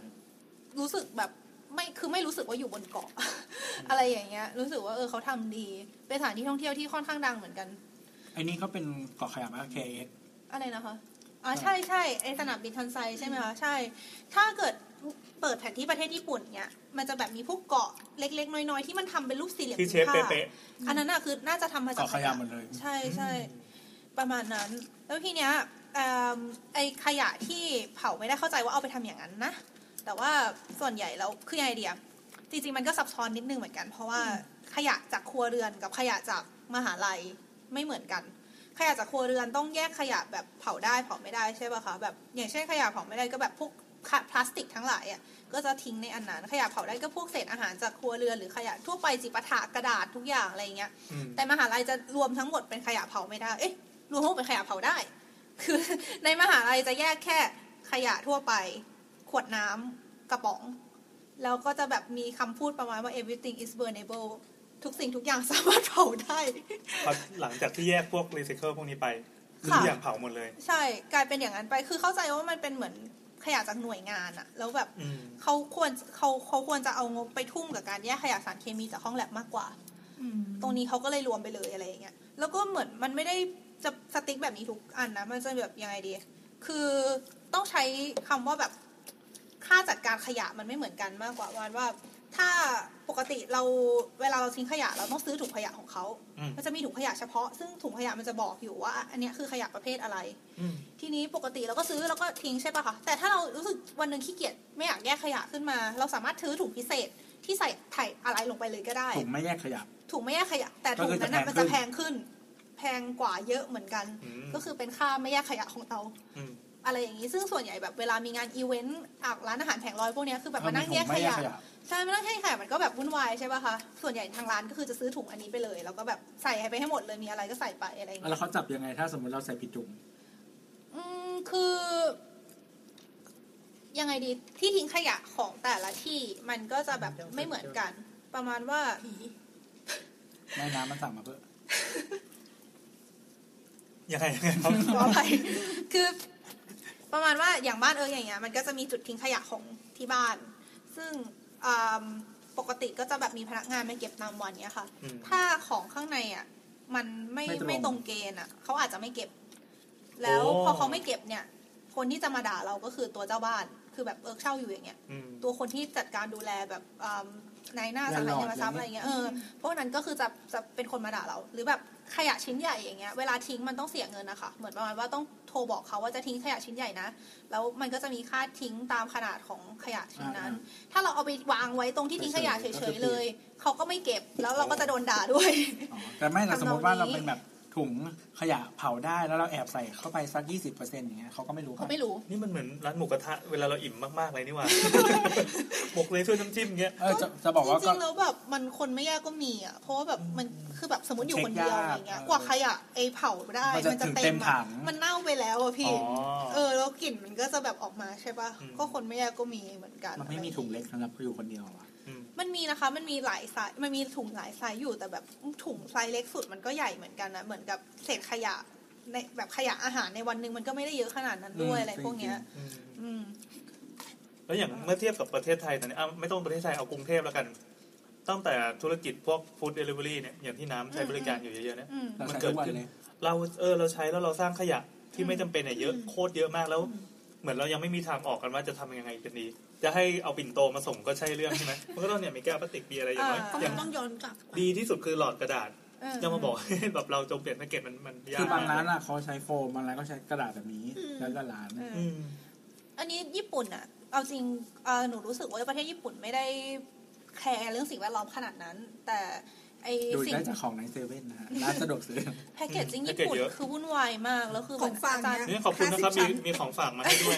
[SPEAKER 5] รู้สึกแบบไม่คือไม่รู้สึกว่าอยู่บนเกาะ อะไรอย่างเงี้ย รู้สึกว่าเออเขาทำดี เป็นสถานที่ท่องเที่ยวที่ค่อนข้างดังเหมือนกัน
[SPEAKER 4] ไอ้นี่ก็เป็นเกาะขยะมา KX
[SPEAKER 5] อะไรนะคะอ๋อใช่ใช่ไอสนามบินทันไซใช่ไหมคะใช่ ถ้าเกิดเปิดแผนที่ประเทศญี่ปุ่นเนี่ยมันจะแบบมีพวกเกาะเล็ก ๆ น้อยๆที่มันทำเป็นรูปสี่เหลี่ยม
[SPEAKER 2] ที่เชฟ
[SPEAKER 5] ผืนผ้า
[SPEAKER 2] เป๊ะ
[SPEAKER 5] อันนั้นน่ะคือน่าจะทำมาจาก
[SPEAKER 4] เกาะขยะหมดเลย
[SPEAKER 5] ใช่ใช่ประมาณนั้น แล้วทีเนี้ยเอิ่มไอขยะที่เผาไม่ได้เข้าใจว่าเอาไปทำอย่างนั้นนะ แต่ว่าส่วนใหญ่แล้วคือยังไงเดียจริงๆมันก็ซับซ้อนนิดนึงเหมือนกัน เพราะว่าขยะจากครัวเรือนกับขยะจากมหาลัยไม่เหมือนกัน ขยะจากครัวเรือนต้องแยกขยะแบบเผาได้เผาไม่ได้ใช่ป่ะคะแบบอย่างเช่นขยะเผาไม่ได้ก็แบบพวกขะพลาสติกทั้งหลายอ่ะก็จะทิ้งในอันนั้นขยะเผาได้ก็พวกเศษอาหารจากครัวเรือนหรือขยะทั่วไปจิปาถะกระดาษทุกอย่างอะไรอย่างเงี้ย
[SPEAKER 2] อืม
[SPEAKER 5] แต่มหาลัยจะรวมทั้งหมดเป็นขยะเผาไม่ได้ เอ๊ะรวมทั้งหมดเป็นขยะเผาได้ คือ ในมหาลัยจะแยกแค่ขยะทั่วไป ขวดน้ำกระป๋อง แล้วก็จะแบบมีคำพูดประมาณว่า everything is burnable ทุกสิ่งทุกอย่างสามารถเผาได้
[SPEAKER 2] พอหลังจากที่แยกพวกรีไซเคิลพวกนี้ไปทุ
[SPEAKER 5] ค่ะ
[SPEAKER 2] กอย่างเผาหมดเลย
[SPEAKER 5] ใช่กลายเป็นอย่างนั้นไปคือเข้าใจว่ามันเป็นเหมือนขยะจากหน่วยงานอะแล้วแบบ
[SPEAKER 2] อืม
[SPEAKER 5] เขาควรเขาเขาควรจะเอางบไปทุ่มกับการแยกขยะสารเคมีจากห้องแลบมากกว่า ตรงนี้เขาก็เลยรวมไปเลยอะไรอย่างเงี้ย แล้วก็เหมือนมันไม่ได้จะสติ๊กแบบนี้ทุกอันนะ มันจะแบบยังไงดี คือต้องใช้คำว่าแบบค่าจัดการขยะมันไม่เหมือนกันมากกว่าวันว่า ถ้าปกติเราเวลาเราทิ้งขยะเราต้องซื้อถุงขยะของเขา
[SPEAKER 2] อืม
[SPEAKER 5] มันจะมีถุงขยะเฉพาะ ซึ่งถุงขยะมันจะบอกอยู่ว่า อันเนี้ยคือขยะประเภทอะไร
[SPEAKER 2] อืม
[SPEAKER 5] ทีนี้ปกติเราก็ซื้อแล้วก็ทิ้งใช่ปะคะ แต่ถ้าเรารู้สึกวันหนึ่งขี้เกียจไม่อยากแยกขยะขึ้นมา เราสามารถถือถุงพิเศษที่ใส่ไถ่อะไรลงไปเลยก็ได้
[SPEAKER 4] ถุงไม่แยกขยะ
[SPEAKER 5] ถุงไม่แยกขยะ แต่
[SPEAKER 4] ก็
[SPEAKER 5] ถุง
[SPEAKER 4] คือ
[SPEAKER 5] นั้นนะ
[SPEAKER 4] จะแพง
[SPEAKER 5] มันจะแพงขึ้น แพงกว่าเยอะเหมือนกัน
[SPEAKER 2] อืม
[SPEAKER 5] ก็คือเป็นค่าไม่แยกขยะของเรา
[SPEAKER 2] อืม
[SPEAKER 5] อะไรอย่างนี้ ซึ่งส่วนใหญ่แบบเวลามีงานอีเวนต์อ่ะร้านอาหารแผงลอยพวกเนี้ยคือแบบมานั่งแยก
[SPEAKER 4] ถุไม่
[SPEAKER 5] ข
[SPEAKER 4] แยก
[SPEAKER 5] ยะ
[SPEAKER 4] ขยะ
[SPEAKER 5] ใช่ไม่ต้องให้ขายมันก็แบบวุ่นวายใช่ป่ะคะ ส่วนใหญ่ทางร้านก็คือจะซื้อถุงอันนี้ไปเลย แล้วก็แบบใส่ไปให้หมดเลยมีอะไรก็ใส่ไปอะไรอย่างเงี้ย
[SPEAKER 4] แล้วเขาจับยังไงถ้าสมมติเราใส่ผิดถุง
[SPEAKER 5] อืมคือยังไงดีที่ทิ้งขยะของแต่ละที่มันก็จะแบบไม่เหมือนกัน ประมาณว่า
[SPEAKER 4] แม่น้ำมันสั่งมาเพื่อ
[SPEAKER 2] ยังไงยังไงครับ
[SPEAKER 5] ขออภัยคือประมาณว่าอย่างบ้านเอออย่างเงี้ยมันก็จะมีจุดทิ้งขยะของที่บ้าน ซึ่งอืมปกติก็จะแบบมีพนักงานมาเก็บตามวันเนี้ยค่ะ
[SPEAKER 2] อืม
[SPEAKER 5] ถ้าของข้างในอ่ะมันไม่ไม่ตรงเกณฑ์อ่ะเขาอาจจะไม่เก็บ แล้วพอเขาไม่เก็บเนี่ย คนที่จะมาด่าเราก็คือตัวเจ้าบ้าน คือแบบเอิกเช่าอยู่อย่างเงี้ย
[SPEAKER 2] อืม
[SPEAKER 5] ตัวคนที่จัดการดูแลแบบอืมนายหน้าสำนักงานทรัพย์อะไรเงี้ยเออพวกนั้นก็คือจะจะเป็นคนมาด่าเรา หรือแบบขยะชิ้นใหญ่อย่างเงี้ยเวลาทิ้งมันต้องเสียเงินนะคะเหมือนประมาณว่าต้องโทรบอกเขาว่าจะทิ้งขยะชิ้นใหญ่นะแล้วมันก็จะมีค่าทิ้งตามขนาดของขยะชิ้นนั้น ถ้าเราเอาไปวางไว้ตรงที่ทิ้งขยะเฉยๆเลย เขาก็ไม่เก็บแล้วเราก็จะโดนด่าด้วย
[SPEAKER 4] อ๋อแต่ไม่เราส
[SPEAKER 5] ทำนอง
[SPEAKER 4] มมติว่าเรา
[SPEAKER 5] นี้
[SPEAKER 4] เป็นแบบถุงขยะเผาได้แล้วเราแอบใส่เข้าไปสักยี่สิบเปอร์เซ็นต์อย่างเงี้ยเขาก็ไม่รู้
[SPEAKER 5] เขาไม่รู้
[SPEAKER 2] นี่มันเหมือนร้านหมูกระทะเวลาเราอิ่มมากๆเลยนี่หว่า หมกเลยช่วยน้ำจิ้มเงี้ย
[SPEAKER 4] เออจะจะบอกว่า
[SPEAKER 5] จ
[SPEAKER 4] ก็
[SPEAKER 5] ริงๆแล้วแบบมันคนไม่ยากก็มีอ่ะเพราะว่าแบบมันคือแบบสมมติอยู่คนเดียว
[SPEAKER 4] เช็คยาก
[SPEAKER 5] อะไรเงี้ย
[SPEAKER 4] เออก
[SPEAKER 5] ว่าขยะไอเผาได้
[SPEAKER 4] มันจะ
[SPEAKER 5] มันจะ
[SPEAKER 4] ถึง
[SPEAKER 5] เต็
[SPEAKER 4] เต็
[SPEAKER 5] ม
[SPEAKER 4] ม
[SPEAKER 5] อะ
[SPEAKER 4] ถัง
[SPEAKER 5] มันเน่าไปแล้วอ่ะพี่
[SPEAKER 2] อ๋อ
[SPEAKER 5] เออแล้วกลิ่นมันก็จะแบบออกมาใช่ปะ่ะ
[SPEAKER 2] อืม
[SPEAKER 5] ก็คนไม่ยากก็มีเหมือนกัน
[SPEAKER 4] มันไม่มีถุงเล็กสำหรับอยู่คนเดียวอะ
[SPEAKER 2] ม
[SPEAKER 5] มันมีนะคะ มันมีหลายไซส์มันมีถุงหลายไซส์อยู่แต่แบบถุงไซส์เล็กสุดมันก็ใหญ่เหมือนกันนะเหมือนกับเศษขยะในแบบขยะอาหารในวันหนึ่งมันก็ไม่ได้เยอะขนาดนั้นด้วยอะไรพวกเนี้ย
[SPEAKER 2] อืม
[SPEAKER 5] อืม
[SPEAKER 2] แล้วอย่างเมื่อเทียบกับประเทศไทยตอนนี้อ่ะไม่ต้องประเทศไทยเอากรุงเทพแล้วกัน ตั้งแต่ธุรกิจพวกฟู้ดเดลิเวอรี่เนี่ยอย่างที่น้ำใช้บริการอยู่เยอะๆเนี่ย
[SPEAKER 5] อืม
[SPEAKER 4] เรา
[SPEAKER 2] มัน
[SPEAKER 4] ใส่
[SPEAKER 2] เกิด
[SPEAKER 4] ทุกวัน
[SPEAKER 2] ขึ้น
[SPEAKER 4] เลย
[SPEAKER 2] เราเออเราใช้แล้วเราสร้างขยะที่ไม่จำเป็นเนี่ยเยอะ
[SPEAKER 5] อืม
[SPEAKER 2] โคตรเยอะมากแล้ว เหมือนเรายังไม่มีทางออกกันว่าจะทำยังไงกันดี จะให้เอาปิ่นโตมาส่งก็ใช่เรื่องใช่ไหม มันก็ต้องเนี่ยมีแก้วพลาสติกมีอะไรอย่างน้อย
[SPEAKER 5] อ่า
[SPEAKER 2] อย่าง
[SPEAKER 3] ต้องย้อนกลับ
[SPEAKER 2] ดีที่สุดคือหลอดกระดาษ
[SPEAKER 5] เออ
[SPEAKER 2] จะมาบอกให้แบบเราจงเปลี่ยนแพ็กเกจมันมันยาก
[SPEAKER 4] คือบางร้าน
[SPEAKER 2] มก
[SPEAKER 4] อะเขาใช้โฟมบางร้านก็ใช้กระดาษแบบนี้ แล้วก็ร้าน
[SPEAKER 5] เออ
[SPEAKER 2] อืม
[SPEAKER 5] อันนี้ญี่ปุ่นอะเอาจริงเอ่อหนูรู้สึกว่าประเทศญี่ปุ่นไม่ได้แคร์เรื่องสิ่งแวดล้อมขนาดนั้น แต่ไอ
[SPEAKER 4] ดู
[SPEAKER 5] สิ่ง
[SPEAKER 4] ได้จากของในเซเว่นนะฮะร้านสะดวกซื้อ
[SPEAKER 5] แพคเกจจริงญี่ปุ่น
[SPEAKER 2] แพ็คเกจเยอะ
[SPEAKER 5] คือวุ่นวายมากแล้วคือ
[SPEAKER 3] ของฝาก
[SPEAKER 5] จารย์
[SPEAKER 2] นี่
[SPEAKER 3] เนี่ย
[SPEAKER 2] ขอบคุณนะครับ
[SPEAKER 3] 50
[SPEAKER 2] มี
[SPEAKER 3] ชั้น
[SPEAKER 2] มีของฝากมาให้ด้วย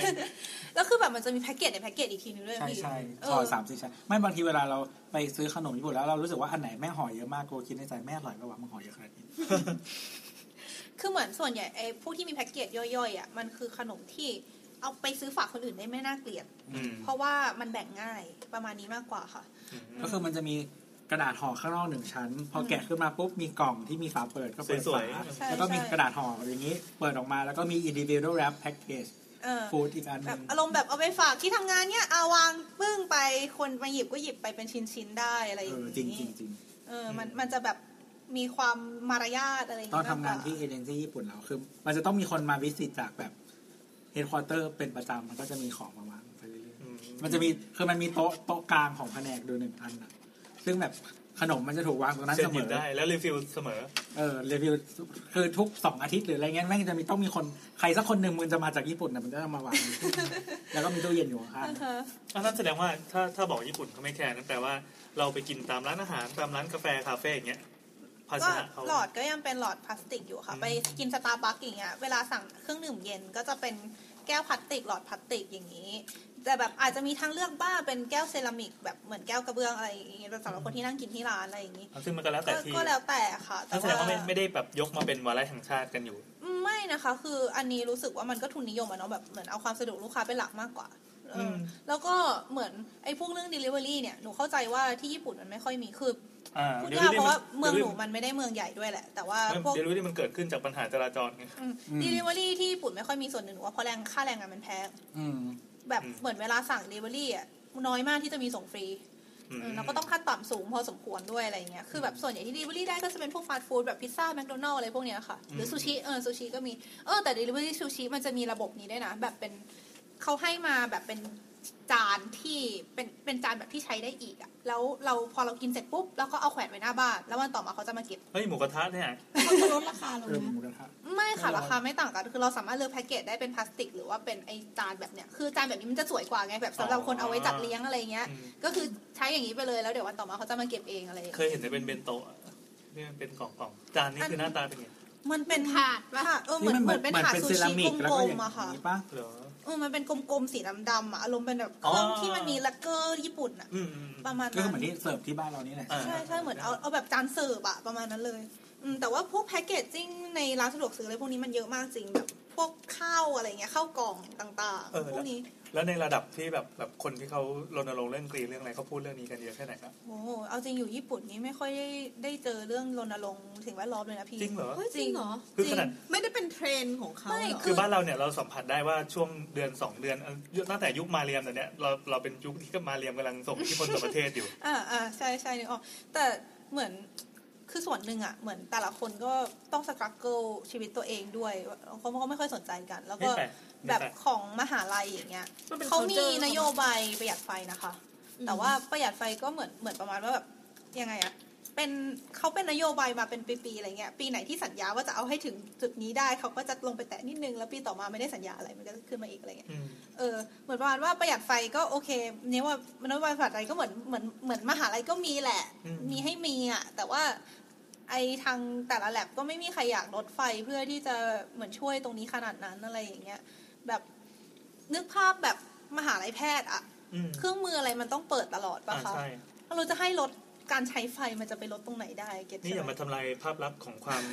[SPEAKER 5] แล้วคือแบบมันจะมีแพคเกจในแพคเกจอีกทีนึงด้วย
[SPEAKER 4] ใช่
[SPEAKER 5] พี่
[SPEAKER 4] ใช่
[SPEAKER 5] เอ
[SPEAKER 4] ซอ
[SPEAKER 5] อย
[SPEAKER 4] สามสี่ชั้นไม่บางทีเวลาเราไปซื้อขนมญี่ปุ่นแล้วเรารู้สึกว่าอันไหนแม่งห่อเยอะมากกูคิดในใจแม่งอร่อยปะวะมันห่อเยอะขนาดนี้
[SPEAKER 5] คือเหมือนส่วนใหญ่ไอผู้ที่มีแพคเกจย่อยๆอะมันคือขนมที่เอาไปซื้อฝากคนอื่นได้ไม่น่าเกลียด
[SPEAKER 2] อืม
[SPEAKER 5] เพราะว่ามันแบ่งง่ายประมาณนี้มากกว่าค่ะ
[SPEAKER 4] ก็คือมันจะมีกระดาษห่อข้างนอกหนึ่งชั้น พอแกะขึ้นมาปุ๊บมีกล่องที่มีฝาเปิดก็เปิด
[SPEAKER 2] สว
[SPEAKER 4] ฝาย
[SPEAKER 2] ๆ
[SPEAKER 5] ใช่
[SPEAKER 4] แล้วก็มี
[SPEAKER 5] ใช่
[SPEAKER 4] กระดาษห่ออย่างนี้เปิดออกมาแล้วก็มี individual wrap package
[SPEAKER 5] เออ
[SPEAKER 4] food อีกอันห
[SPEAKER 5] แบ
[SPEAKER 4] นึ
[SPEAKER 5] บ
[SPEAKER 4] ง
[SPEAKER 5] อารมณ์แบบเอาไปฝากที่ทำงานเนี่ยเอาวางปึ้งไปคนมาหยิบก็หยิบไปเป็นชิ้นๆได้อะไรอ
[SPEAKER 4] เอย่างอ
[SPEAKER 5] นี้
[SPEAKER 4] จริงจริงจริง
[SPEAKER 5] เออมันมันจะแบบมีความมารยาทอะไรย่
[SPEAKER 4] ตอน
[SPEAKER 5] ย
[SPEAKER 4] ทำงาน
[SPEAKER 5] มกกว่
[SPEAKER 4] ที่เอเจนซี่ญี่ปุ่นเราคือ มันจะต้องมีคนมาวิสิตจากแบบเฮดค q อเตอร์เป็นประจำมันก็จะมีของมาวางไปเรื่อยๆ
[SPEAKER 2] อืม
[SPEAKER 4] มันจะมีคือมันมีโต๊ะโต๊ะกลางของแผนกดูหนึ่งอันน่ะ ซึ่งแบบขนมมันจะถูกวางตรงนั้น
[SPEAKER 2] เชิญ
[SPEAKER 4] เส
[SPEAKER 2] ห
[SPEAKER 4] ม
[SPEAKER 2] ยิบ
[SPEAKER 4] อ
[SPEAKER 2] ได้แล้วรีฟิลเสมอ
[SPEAKER 4] เออรีวิวคือทุกสองอาทิตย์หรืออะไรเงี้ยแม่งจะมีต้องมีคนใครสักคนหนึ่งมันจะมาจากญี่ปุ่นน่ ะมันจะมาวาง แล้วก็มีตู้เย็นอยู่ข้าง
[SPEAKER 5] อ่าฮะ
[SPEAKER 2] อันนั้นแสดงว่าถ้าถ้าบอกญี่ปุ่นเขาไม่แคร์นั่นแปลว่าเราไปกินตามร้านอาหารตามร้านกาแฟคาเฟ่อย่างเงี้ยภาช
[SPEAKER 5] ก็
[SPEAKER 2] นะเขา
[SPEAKER 5] หลอดก็ยังเป็นหลอดพลาสติกอยู่ค่ะ
[SPEAKER 2] อืม
[SPEAKER 5] ไปกินสตาร์บัคอย่างเงี้ยเวลาสั่งเครื่องดื่มเย็นก็จะเป็นแก้วพลาสติกหลอดพลาสติกอย่างนี้ แต่แบบอาจจะมีทางเลือกบ้างเป็นแก้วเซรามิกแบบเหมือนแก้วกระเบื้องอะไรอย่างเงี้ยสำหรับคนที่นั่งกินที่ร้านอะไรอย่างนี้
[SPEAKER 2] ซึ่งมันก็แล้ว
[SPEAKER 5] ก็
[SPEAKER 2] แต่ที่
[SPEAKER 5] ก็แล้วแต่ค่ะ แต่
[SPEAKER 2] นั่นแสดง
[SPEAKER 5] ว่า
[SPEAKER 2] ว่าไม่ไม่ได้แบบยกมาเป็นวาระแห่งชาติกันอยู่
[SPEAKER 5] ไม่นะคะ คืออันนี้รู้สึกว่ามันก็ทุนนิยมอะเนาะแบบเหมือนเอาความสะดวกลูกค้าเป็นหลักมากกว่าเออ
[SPEAKER 2] ม
[SPEAKER 5] แล้วก็เหมือนไอ้พวกเรื่อง delivery เนี่ยหนูเข้าใจว่าที่ญี่ปุ่นมันไม่ค่อยมีคือ
[SPEAKER 2] อ่า
[SPEAKER 5] พูดยากเพราะว่าเมืองหนูมันไม่ได้เมืองใหญ่ด้วยแหละ แต่ว่าพวก
[SPEAKER 2] เดี๋ยวรู้ที่มันเกิดขึ้นจากปัญหาจราจรไง
[SPEAKER 5] อืม delivery ที่ญี่ปุ่นไม่ค่อยมีส่วนหนึ่งหนูว่าเพราะแรงค่าแรงงานมันแพง
[SPEAKER 4] อืม
[SPEAKER 5] แบบ
[SPEAKER 2] อืม
[SPEAKER 5] เหมือนเวลาสั่ง delivery อะน้อยมากที่จะมีส่งฟรี
[SPEAKER 2] อืม
[SPEAKER 5] เออแล้วก็ต้องขั้นต่ำสูงพอสมควรด้วยอะไรเงี้ย คือแบบส่วนใหญ่ที่ด e ลิเวอรี่ได้ก็จะเป็นพวกฟาสต์ฟู้ดแบบพิซซ่าแมคโดนัลอะไรพวกเนี้ยค่ะ หรือ
[SPEAKER 2] ม
[SPEAKER 5] ซูชิเออซูชิก็มี เออแต่ด e ลิเวอรี่ซูชิมันจะมีระบบนี้ด้วยนะ แบบเป็นเขาให้มาแบบเป็นจานที่เป็นเป็นจานแบบที่ใช้ได้อีกอะแล้วเราพอเรากินเสร็จปุ๊บแล้วก็เอาแขวนไว้หน้าบ้าน แล้ววันต่อมาเขาจะมาเก็บ
[SPEAKER 2] เฮ้ยหมูกระทะเนี่ย
[SPEAKER 3] เขาจะลดราคาลง
[SPEAKER 4] เออห
[SPEAKER 3] นะ
[SPEAKER 4] มูกระทะ
[SPEAKER 5] ไม่ค่ะ
[SPEAKER 4] ไม่ร้อน
[SPEAKER 5] ราคาไม่ต่างกัน คือเราสามารถเลือกแพ็กเกจได้เป็นพลาสติก หรือว่าเป็นไอจานแบบเนี้ย คือจานแบบนี้มันจะสวยกว่าไงแบบสำหรับคนเอาไว้จัดเลี้ยงอะไรเงี้ย
[SPEAKER 2] อืม
[SPEAKER 5] ก็คือใช้อย่างนี้ไปเลยแล้วเดี๋ยววันต่อมาเขาจะมาเก็บเองอะไรอย่าง
[SPEAKER 2] เค
[SPEAKER 5] เงี้ย
[SPEAKER 2] ยเห็นแต่เป็นเบนโตะอะนี่มันเป็นกล่องๆจานนี้คือหน้าตาเป็นไง
[SPEAKER 5] มันเป็นถาดปะเออเหมื
[SPEAKER 4] นี่
[SPEAKER 5] อน
[SPEAKER 4] มัน
[SPEAKER 5] เห
[SPEAKER 4] เหมื
[SPEAKER 5] มื
[SPEAKER 4] อ
[SPEAKER 5] อนน
[SPEAKER 4] มั
[SPEAKER 5] เป็น
[SPEAKER 4] น
[SPEAKER 5] ถาด
[SPEAKER 4] เป็น
[SPEAKER 5] ซู
[SPEAKER 4] เซรา
[SPEAKER 5] ชิ
[SPEAKER 4] มิกแล้ว
[SPEAKER 5] กล
[SPEAKER 4] ก็
[SPEAKER 5] ม
[SPEAKER 4] อย่าง
[SPEAKER 5] ๆอะค่ะ
[SPEAKER 4] นี้ปะ
[SPEAKER 2] เหรอ
[SPEAKER 5] เออมันเป็นกลมๆสีดำๆอะอารมณ์เป็นแบบเค
[SPEAKER 2] อ๋อ
[SPEAKER 5] รื่องที่มันมีแลกเกอร์ญี่ปุ่นอะ
[SPEAKER 2] อืมอืมอืม
[SPEAKER 5] ประมาณ
[SPEAKER 4] ก็คือ
[SPEAKER 5] นั้
[SPEAKER 4] เหมือน
[SPEAKER 5] น
[SPEAKER 4] ที่เสิร์ฟที่บ้านเรานี่แหละ
[SPEAKER 2] อ่า
[SPEAKER 5] ใช่ใช่เหมือนเอาเอาแบบจานเสิร์ฟอะประมาณนั้นเลยอืมแต่ว่าพวกแพ็กเกจจิ้งในร้านสะดวกซื้ออะไรพวกนี้มันเยอะมากจริงแบบพวกข้าวอะไรเงี้ยข้าวกล่องต่าง
[SPEAKER 2] เออ
[SPEAKER 5] ๆ พวกนี้
[SPEAKER 2] แล้วในระดับที่แบบแบบคนที่เขารณรงค์เรื่องกรีนเรื่องอะไรเขาพูดเรื่องนี้กันเยอะแค่ไหนครับ
[SPEAKER 5] โอ้โหเอาจริงอยู่ญี่ปุ่นนี้ไม่ค่อยได้ได้เจอเรื่องรณรงค์ถึงแวดล้อมเลยนะพี่
[SPEAKER 2] จริงเหรอ
[SPEAKER 3] เฮ้ยจริงเหรอ
[SPEAKER 2] คือขนาด
[SPEAKER 3] ไม่ได้เป็นเทรนด์ของเขา
[SPEAKER 5] ไม่
[SPEAKER 3] เหรอ
[SPEAKER 2] คือบ้านเราเนี่ยเราสัมผัสได้ว่าช่วงเดือน 2 เดือนเอ่อตั้งแต่ยุคมาเรียมแต่เนี้ยเราเราเป็นยุคที่ก็มาเรียมกำลังส่งที่คนต่างประเทศอยู่
[SPEAKER 5] อ่าอ่าใช่ใช่นึกออกแต่เหมือนคือส่วนหนึ่งอะเหมือนแต่ละคนก็ต้องสครัลเกิลชีวิตตัวเองด้วยเขาก็ไม่ค่อยสนใจกัน แล้วก็
[SPEAKER 2] นี่แปลกนี่
[SPEAKER 5] แบบ
[SPEAKER 2] แปลก
[SPEAKER 5] ของมหาลัยอย่างเงี้ย
[SPEAKER 3] มันป็
[SPEAKER 5] เขามี
[SPEAKER 3] culture
[SPEAKER 5] นโยบายประหยัดไฟนะคะ
[SPEAKER 3] อืม
[SPEAKER 5] แต่ว่าประหยัดไฟก็เหมือนเหมือนประมาณว่าแบบยังไงอะเป็นเขาเป็นนโยบายมาเป็นปีๆอะไรเงี้ย ปีไหนที่สัญญาว่าจะเอาให้ถึงจุดนี้ได้เขาก็จะลงไปแตะนิดนึงแล้วปีต่อมาไม่ได้สัญญาอะไรมันก็ขึ้นมาอีกอะไรเงี้ย
[SPEAKER 2] อืม
[SPEAKER 5] เออเหมือนประมาณว่าประหยัดไฟก็โอเคเนี่ยว่านโยบายประหยัดไฟก็เหมือนเหมือนเหมือนมหาลัยก็มีแหละ
[SPEAKER 2] อืม
[SPEAKER 5] มีให้มีอะแต่ว่าไอทางแต่ละแลบก็ไม่มีใครอยากลดไฟเพื่อที่จะเหมือนช่วยตรงนี้ขนาดนั้นอะไรอย่างเงี้ยแบบนึกภาพแบบมหาลัยแพทย์อะ
[SPEAKER 2] อืม
[SPEAKER 5] เครื่องมืออะไรมันต้องเปิดตลอด
[SPEAKER 2] อ่า
[SPEAKER 5] ปะคะ
[SPEAKER 2] ใช่
[SPEAKER 5] แล้วเราจะให้ลดการใช้ไฟมันจะไปลดตรงไหนได้เก็ต
[SPEAKER 2] นี่อย่ามาทำลายภาพลักษณ์ของความ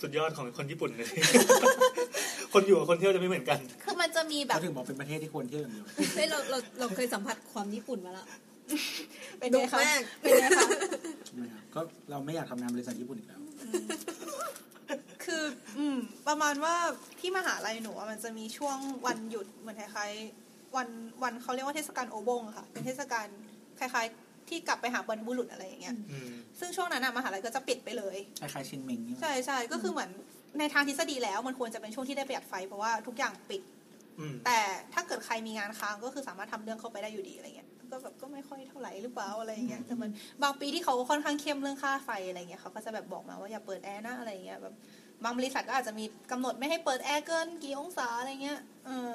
[SPEAKER 2] สุดยอดของคนญี่ปุ่นเลย คนอยู่กับคนเที่ยวจะไม่เหมือนกัน
[SPEAKER 5] คือมันจะมีแบบ
[SPEAKER 4] เขาถึงบอกเป็นประเทศที่ควรเที่ยวอย่างเดียว
[SPEAKER 6] เฮ้ยเราเราเราเคยสัมผัสความญี่ปุ่นมาแล้ว
[SPEAKER 5] เป็น
[SPEAKER 3] ดุ
[SPEAKER 5] ไงคะ
[SPEAKER 3] มาก
[SPEAKER 5] เป็นไงคะ
[SPEAKER 4] ใช่ไหมครับก็เราไม่อยากทำงานบริษัทญี่ปุ่นอีกแล้ว
[SPEAKER 5] คืออืมประมาณว่าที่มหาลัยหนูอะมันจะมีช่วงวันหยุดเหมือนคล้ายๆวันวันเขาเรียกว่าเทศกาลโอบงอะค่ะ เป็นเทศกาลคล้ายๆ ที่กลับไปหาบรรพบุรุษอะไรอย่างเงี้ย
[SPEAKER 2] อืม
[SPEAKER 5] ซึ่งช่วงนั้นอะมหาลัยก็จะปิดไปเลย
[SPEAKER 4] คล้ายๆชินเมงนี่ไหม
[SPEAKER 5] ใช่ใช่ก็คือเหมือนในทางทฤษฎีแล้วมันควรจะเป็นช่วงที่ได้ประหยัดไฟเพราะว่าทุกอย่างปิด
[SPEAKER 2] อืม
[SPEAKER 5] แต่ถ้าเกิดใครมีงานค้างก็คือสามารถทำเรื่องเข้าไปได้อยู่ดีอะไรเงี้ย ก็แบบก็ไม่ค่อยเท่าไหร่หรือเปล่าอะไรเงี้ย แต่มันบางปีที่เขาค่อนข้างเข้มเรื่องค่าไฟอะไรเงี้ยเขาก็จะแบบบอกมาว่าอย่าเปิดแอร์นะอะไรเงี้ยแบบบางบริษัทก็อาจจะมีกำหนดไม่ให้เปิดแอร์เกินกี่องศาอะไรเงี้ย เออ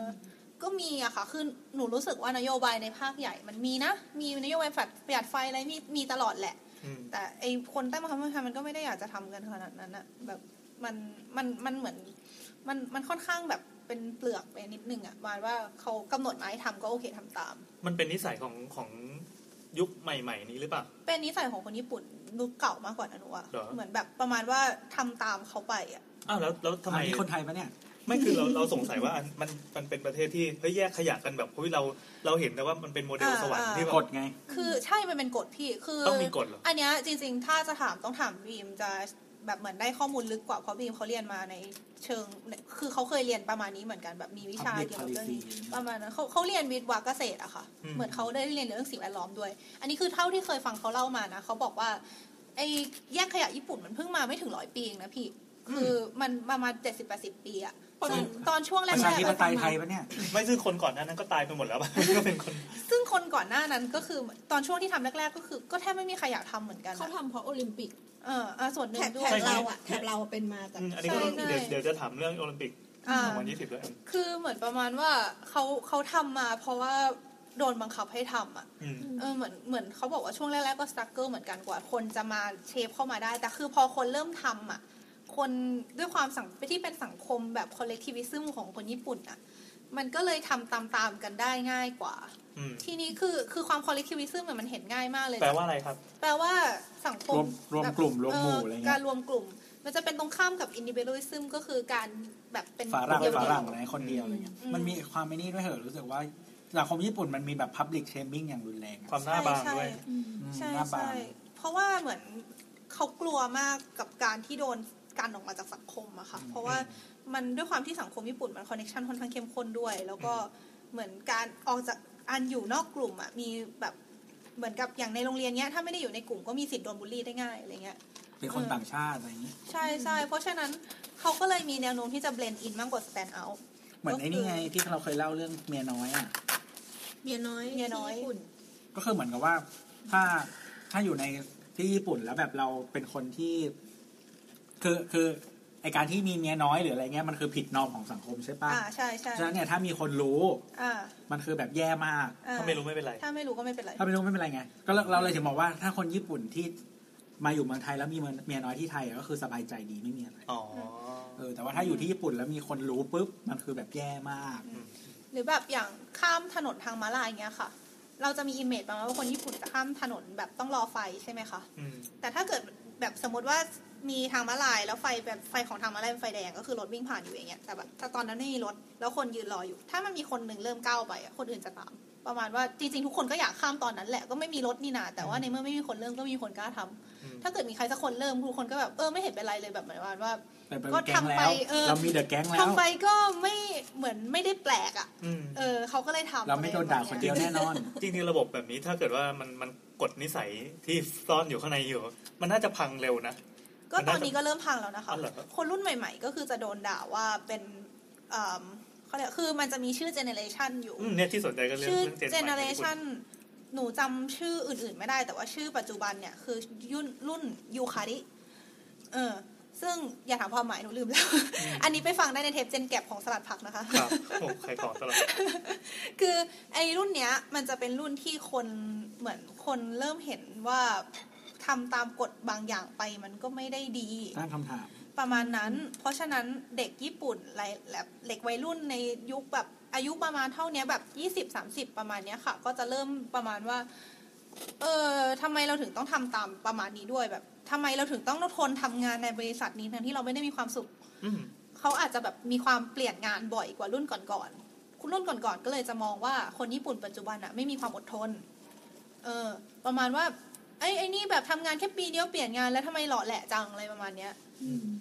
[SPEAKER 5] ก็มีอะค่ะ คือหนูรู้สึกว่านโยบายในภาคใหญ่มันมีนะ มีนโยบายประหยัดไฟอะไรมีมีตลอดแหละ
[SPEAKER 2] อืม
[SPEAKER 5] แต่ไอคนใต้บังคับบัญชามันก็ไม่ได้อยากจะทำกันขนาดนั้นอะแบบมันมันมันเหมือนมันมันค่อนข้างแบบเป็นเปลือกไปนิดนึงอะหมายว่าเขากำหนดมาให้ทำก็โอเคทำตาม
[SPEAKER 2] มันเป็นนิสัยของของยุคใหม่ ๆ นี้หรือเปล่า
[SPEAKER 5] เป็นนิสัยของคนญี่ปุ่นรูปเก่ามากกว่านะหนูอะ
[SPEAKER 2] เหรอ
[SPEAKER 5] เหมือนแบบประมาณว่าทำตามเขาไปอะ
[SPEAKER 2] อ้าวแล้วแล้วทำไม
[SPEAKER 4] อันนี้คนไทยปะเนี่ย
[SPEAKER 2] ไม่คือเราเราสงสัยว่าอันมันมันเป็นประเทศที่เฮ้ยแยกขยะกันแบบเฮ้ยเราเราเห็นแต่ว่ามันเป็นโมเดลสวรรค์ที่แบบ
[SPEAKER 4] กดไง
[SPEAKER 5] คือใช่มันเป็นกฎพี่คือ
[SPEAKER 2] ต้องมีกฎเหรอ
[SPEAKER 5] อันเนี้ยจริง ๆ ถ้าจะถามต้องถามบีมจะแบบเหมือนได้ข้อมูลลึกกว่าเพราะบีมเขาเรียนมาในเชิง คือเขาเคยเรียนประมาณนี้เหมือนกันแบบมีวิชา
[SPEAKER 4] Public
[SPEAKER 5] เกี่ยวกับเรื่องนี้
[SPEAKER 4] Policy
[SPEAKER 5] ประมาณนั้นเขาเขาเรียนวิทย์วาเกษตรอะค่ะ
[SPEAKER 2] อืม
[SPEAKER 5] เหมือนเขาได้เรียนเรื่องสิ่งแวดล้อมด้วย อันนี้คือเท่าที่เคยฟังเขาเล่ามานะเขาบอกว่าไอ้แยกขยะญี่ปุ่นมันเพิ่งมาไม่ถึงร้อยปีเองนะพี่ คือมันประมาณเจ็ดสิบแปดสิบปีอะ
[SPEAKER 4] ประมาณ
[SPEAKER 5] ตอนช่วงแร
[SPEAKER 4] ประชาก ธิป
[SPEAKER 5] ๆอะ
[SPEAKER 4] ไตยไทยปะเนี่ย
[SPEAKER 2] ไม่ซึ่งคนก่อนหน้านั้นก็ตายไปหมดแล้วป่ะ ก็เป็นคน
[SPEAKER 5] ซึ่งคนก่อนหน้านั้นก็คือตอนช่วงที่ทำแรก ๆ ก็คือ ก็แทบไม่มีใครอยากทำเหมือนกัน
[SPEAKER 6] เขา
[SPEAKER 5] อะ
[SPEAKER 6] ทำเพราะโอลิมปิก
[SPEAKER 5] เอออ่ะส่วนหนึ่
[SPEAKER 3] แถ
[SPEAKER 5] ง
[SPEAKER 3] บ
[SPEAKER 5] ด้
[SPEAKER 3] แถ
[SPEAKER 5] วย
[SPEAKER 3] บเราอะแถบเราเป็นมาจาก
[SPEAKER 2] อืมอันนี้ก็
[SPEAKER 5] ใช่
[SPEAKER 2] เดี๋ยว
[SPEAKER 5] ใช่
[SPEAKER 2] เดี๋ยวจะถามเรื่องโอลิมปิก
[SPEAKER 5] อ่า
[SPEAKER 2] สองพันยี่สิบด้วย
[SPEAKER 5] คือเหมือนประมาณว่าเขาเขาทำมาเพราะว่าโดนบังคับให้ทำอ่ะ
[SPEAKER 2] อืม
[SPEAKER 5] เออเหมือนเหมือนเขาบอกว่าช่วงแรก ๆ ก็สตรัคเกิลเหมือนกันกว่าคนจะมาเชฟเข้ามาได้ แต่คือพอคนเริ่มทำอ่ะ คนด้วยความสังที่เป็นสังคมแบบ collectivism ของคนญี่ปุ่นอ่ะ มันก็เลยทำตามๆกันได้ง่ายกว่า
[SPEAKER 2] อืม
[SPEAKER 5] ทีนี้คือคือความ collectivism เนี่ยมันเห็นง่ายมากเลย
[SPEAKER 2] แปล
[SPEAKER 5] จาก
[SPEAKER 2] ว่าอะไรครับ
[SPEAKER 5] แปลว่าสังคม
[SPEAKER 4] รวมรวม
[SPEAKER 5] แบบ
[SPEAKER 4] กลุ่มรวมห
[SPEAKER 5] เ
[SPEAKER 4] มู่ะไรเงี้ย
[SPEAKER 5] การรวมกลุ่ม มันจะเป็นตรงข้ามกับ individualism ก็คือการแบบเป็น
[SPEAKER 4] ฝรั่ง
[SPEAKER 5] เดี่ยวๆ
[SPEAKER 4] ฝรั่งอะไรคนเดียวอะไรเงี้ย
[SPEAKER 5] อืม
[SPEAKER 4] มันมีความไม่นี่ด้วยเหรอะรู้สึกว่าสังคมญี่ปุ่นมันมีแบบพับลิกเชมิ่งอย่างรุนแรงอะ
[SPEAKER 2] ความหน้าบาง
[SPEAKER 5] ใช่
[SPEAKER 2] ด้วย
[SPEAKER 4] อืม
[SPEAKER 5] ใช่
[SPEAKER 4] หน้าบา
[SPEAKER 5] ใช่
[SPEAKER 4] ง
[SPEAKER 5] เพราะว่าเหมือนเขากลัวมากกับการที่โดนการออกมาจากสังคมอะค่ะเพราะว่ามันด้วยความที่สังคมญี่ปุ่นมันคอนเน t ชันค่อนข้างเข้มข้นด้วย แล้วก็เหมือนการออกจากอันอยู่นอกกลุ่มอะมีแบบ เหมือนกับอย่างในโรงเรียนเนี้ยถ้าไม่ได้อยู่ในกลุ่มก็มีสิทธิ์โดนบูลลี่ได้ง่ายอะไรเงี้ย
[SPEAKER 4] เป็นคน
[SPEAKER 5] เออ
[SPEAKER 4] ต่างชาติอะไรอย่างนี้
[SPEAKER 5] ใช่ใช่เพราะฉะนั้นเขาก็เลยมีแนวโน้มที่จะเบลนด์อินมากกว่าสแตนด์เอา
[SPEAKER 4] เหมือน
[SPEAKER 5] ก็คือ
[SPEAKER 4] ไอ้นี่ไงที่เราเคยเล่าเรื่องเมียน้อยอ่ะ
[SPEAKER 3] เมียน้อย
[SPEAKER 5] เมียน้อย
[SPEAKER 3] ที่ญี่ปุ่น
[SPEAKER 4] ก็คือเหมือนกับว่า ถ้าถ้าอยู่ในที่ญี่ปุ่นแล้วแบบเราเป็นคนที่ คือคือไอการที่มีเมียน้อยหรืออะไรเงี้ยมันคือผิดนอมของสังคมใช่ปะ
[SPEAKER 5] อ่าใช่ใช่
[SPEAKER 4] ฉะนั้นเนี่ยถ้ามีคนรู้
[SPEAKER 5] อ่า
[SPEAKER 4] มันคือแบบแย่มาก
[SPEAKER 5] อ่า
[SPEAKER 2] ถ้าไม่รู้ไม่เป็นไร
[SPEAKER 5] ถ้าไม่รู้ก็ไม่เป็นไร
[SPEAKER 4] ถ้าไม่รู้ไม่เป็นไรไง ก็เราเราเลยถึงบอกว่าถ้าคนญี่ปุ่นที่มาอยู่เมืองไทยแล้วมีเมียน้อยที่ไทยอะก็คือสบายใจดีไม่มีอะไร
[SPEAKER 2] อ๋อ
[SPEAKER 4] เออแต่ว่าถ้าอยู่ที่ญี่ปุ่นแล้วมีคนรู้ปุ๊บมันคือแบบแย่มาก
[SPEAKER 5] หรือแบบอย่างข้ามถนนทางม้าลายอย่างเงี้ยค่ะ เราจะมีอิมเมจประมาณว่าคนญี่ปุ่นจะข้ามถนนแบบต้องรอไฟใช่ไหมคะ
[SPEAKER 2] อืม
[SPEAKER 5] แต่ถ้าเกิดแบบสมมติว่ามีทางม้าลายแล้วไฟแบบไฟของทางม้าลายเป็นไฟแดงก็คือรถวิ่งผ่านอยู่อย่างเงี้ย แต่แบบถ้าตอนนั้นไม่มีรถแล้วคนยืนรออยู่ ถ้ามันมีคนหนึ่งเริ่มก้าวไปอะคนอื่นจะตาม ประมาณว่าจริงๆทุกคนก็อยากข้ามตอนนั้นแหละก็ไม่มีรถนี่นาแต่ว่าในเมื่อไม่มีคนเริ่มก็มีคนกล้าทำ
[SPEAKER 2] อืม
[SPEAKER 5] ถ้าเกิดมีใครสักคนเริ่มทุกคนก็แบบเออไม่เห็นเป็นไรเลยแบบหมายความว่า
[SPEAKER 4] แต่เป็น
[SPEAKER 5] ก็
[SPEAKER 4] แก๊ง
[SPEAKER 5] ทำไป
[SPEAKER 4] แล้ว
[SPEAKER 5] เออ
[SPEAKER 4] เรามีเดอะแก๊งแล้ว
[SPEAKER 5] ทำไปก็ไม่เหมือนไม่ได้แปลกอะ
[SPEAKER 2] อืม
[SPEAKER 5] เออเขาก็เลยทำ
[SPEAKER 4] เราไม่โดนด่าคนเดียวแน่นอน
[SPEAKER 2] จริงๆระบบแบบนี้ถ้าเกิดว่ามันมันกดนิสัยที่ซ่อนอยู่ข้างในอยู่ มันน่าจะพังเร็วนะ
[SPEAKER 5] ก็ตอนนี้ก็เริ่มพังแล้วนะคะ
[SPEAKER 2] อ๋อเหรอ
[SPEAKER 5] คนรุ่นใหม่ๆ ก็คือจะโดนด่าว่าเป็นเอิ่มเขาเรียกคือมันจะมีชื่อเจเนเรชันอยู่
[SPEAKER 2] อืมเนี่ยที่สนใจก็เรื่อง
[SPEAKER 5] ชื่อ
[SPEAKER 2] เรื่องเจน
[SPEAKER 5] เจเนเรชัน
[SPEAKER 2] ใหม่
[SPEAKER 5] หนูจำชื่ออื่น ๆ ไม่ได้ แต่ว่าชื่อปัจจุบันเนี่ยคือยุ่นรุ่นยูคาริเออ ซึ่งอย่าถามความหมายหนูลืมแล้ว
[SPEAKER 2] อืม
[SPEAKER 5] อันนี้ไปฟังได้ในเทปเจนแก็บของสลัดผักนะคะ
[SPEAKER 2] ครับโอ้ใครของตลอด
[SPEAKER 5] คือไอ้รุ่นเนี้ยมันจะเป็นรุ่นที่คนเหมือนคนเริ่มเห็นว่าทำตามกฎบางอย่างไปมันก็ไม่ได้ดี
[SPEAKER 4] ตั้งคำถาม
[SPEAKER 5] ประมาณนั้น เพราะฉะนั้นเด็กญี่ปุ่นหลายแบบเด็กวัยรุ่นในยุคแบบอายุประมาณเท่าเนี้ยแบบ 20-30 ประมาณเนี้ยค่ะ ก็จะเริ่มประมาณว่า เออทำไมเราถึงต้องทำตามประมาณนี้ด้วยแบบทำไมเราถึงต้องทนทำงานในบริษัทนี้ทั้งที่เราไม่ได้มีความสุข
[SPEAKER 2] อืม
[SPEAKER 5] เขาอาจจะแบบมีความเปลี่ยนงานบ่อยกว่ารุ่นก่อนๆ คุณรุ่นก่อนๆ ก็เลยจะมองว่าคนญี่ปุ่นปัจจุบันอะไม่มีความอดทน เออ ประมาณว่าไอ้ไอ้นี่แบบทำงานแค่ปีเดียวเปลี่ยนงานแล้วทำไมหล่อแหละจังอะไรประมาณเนี้ย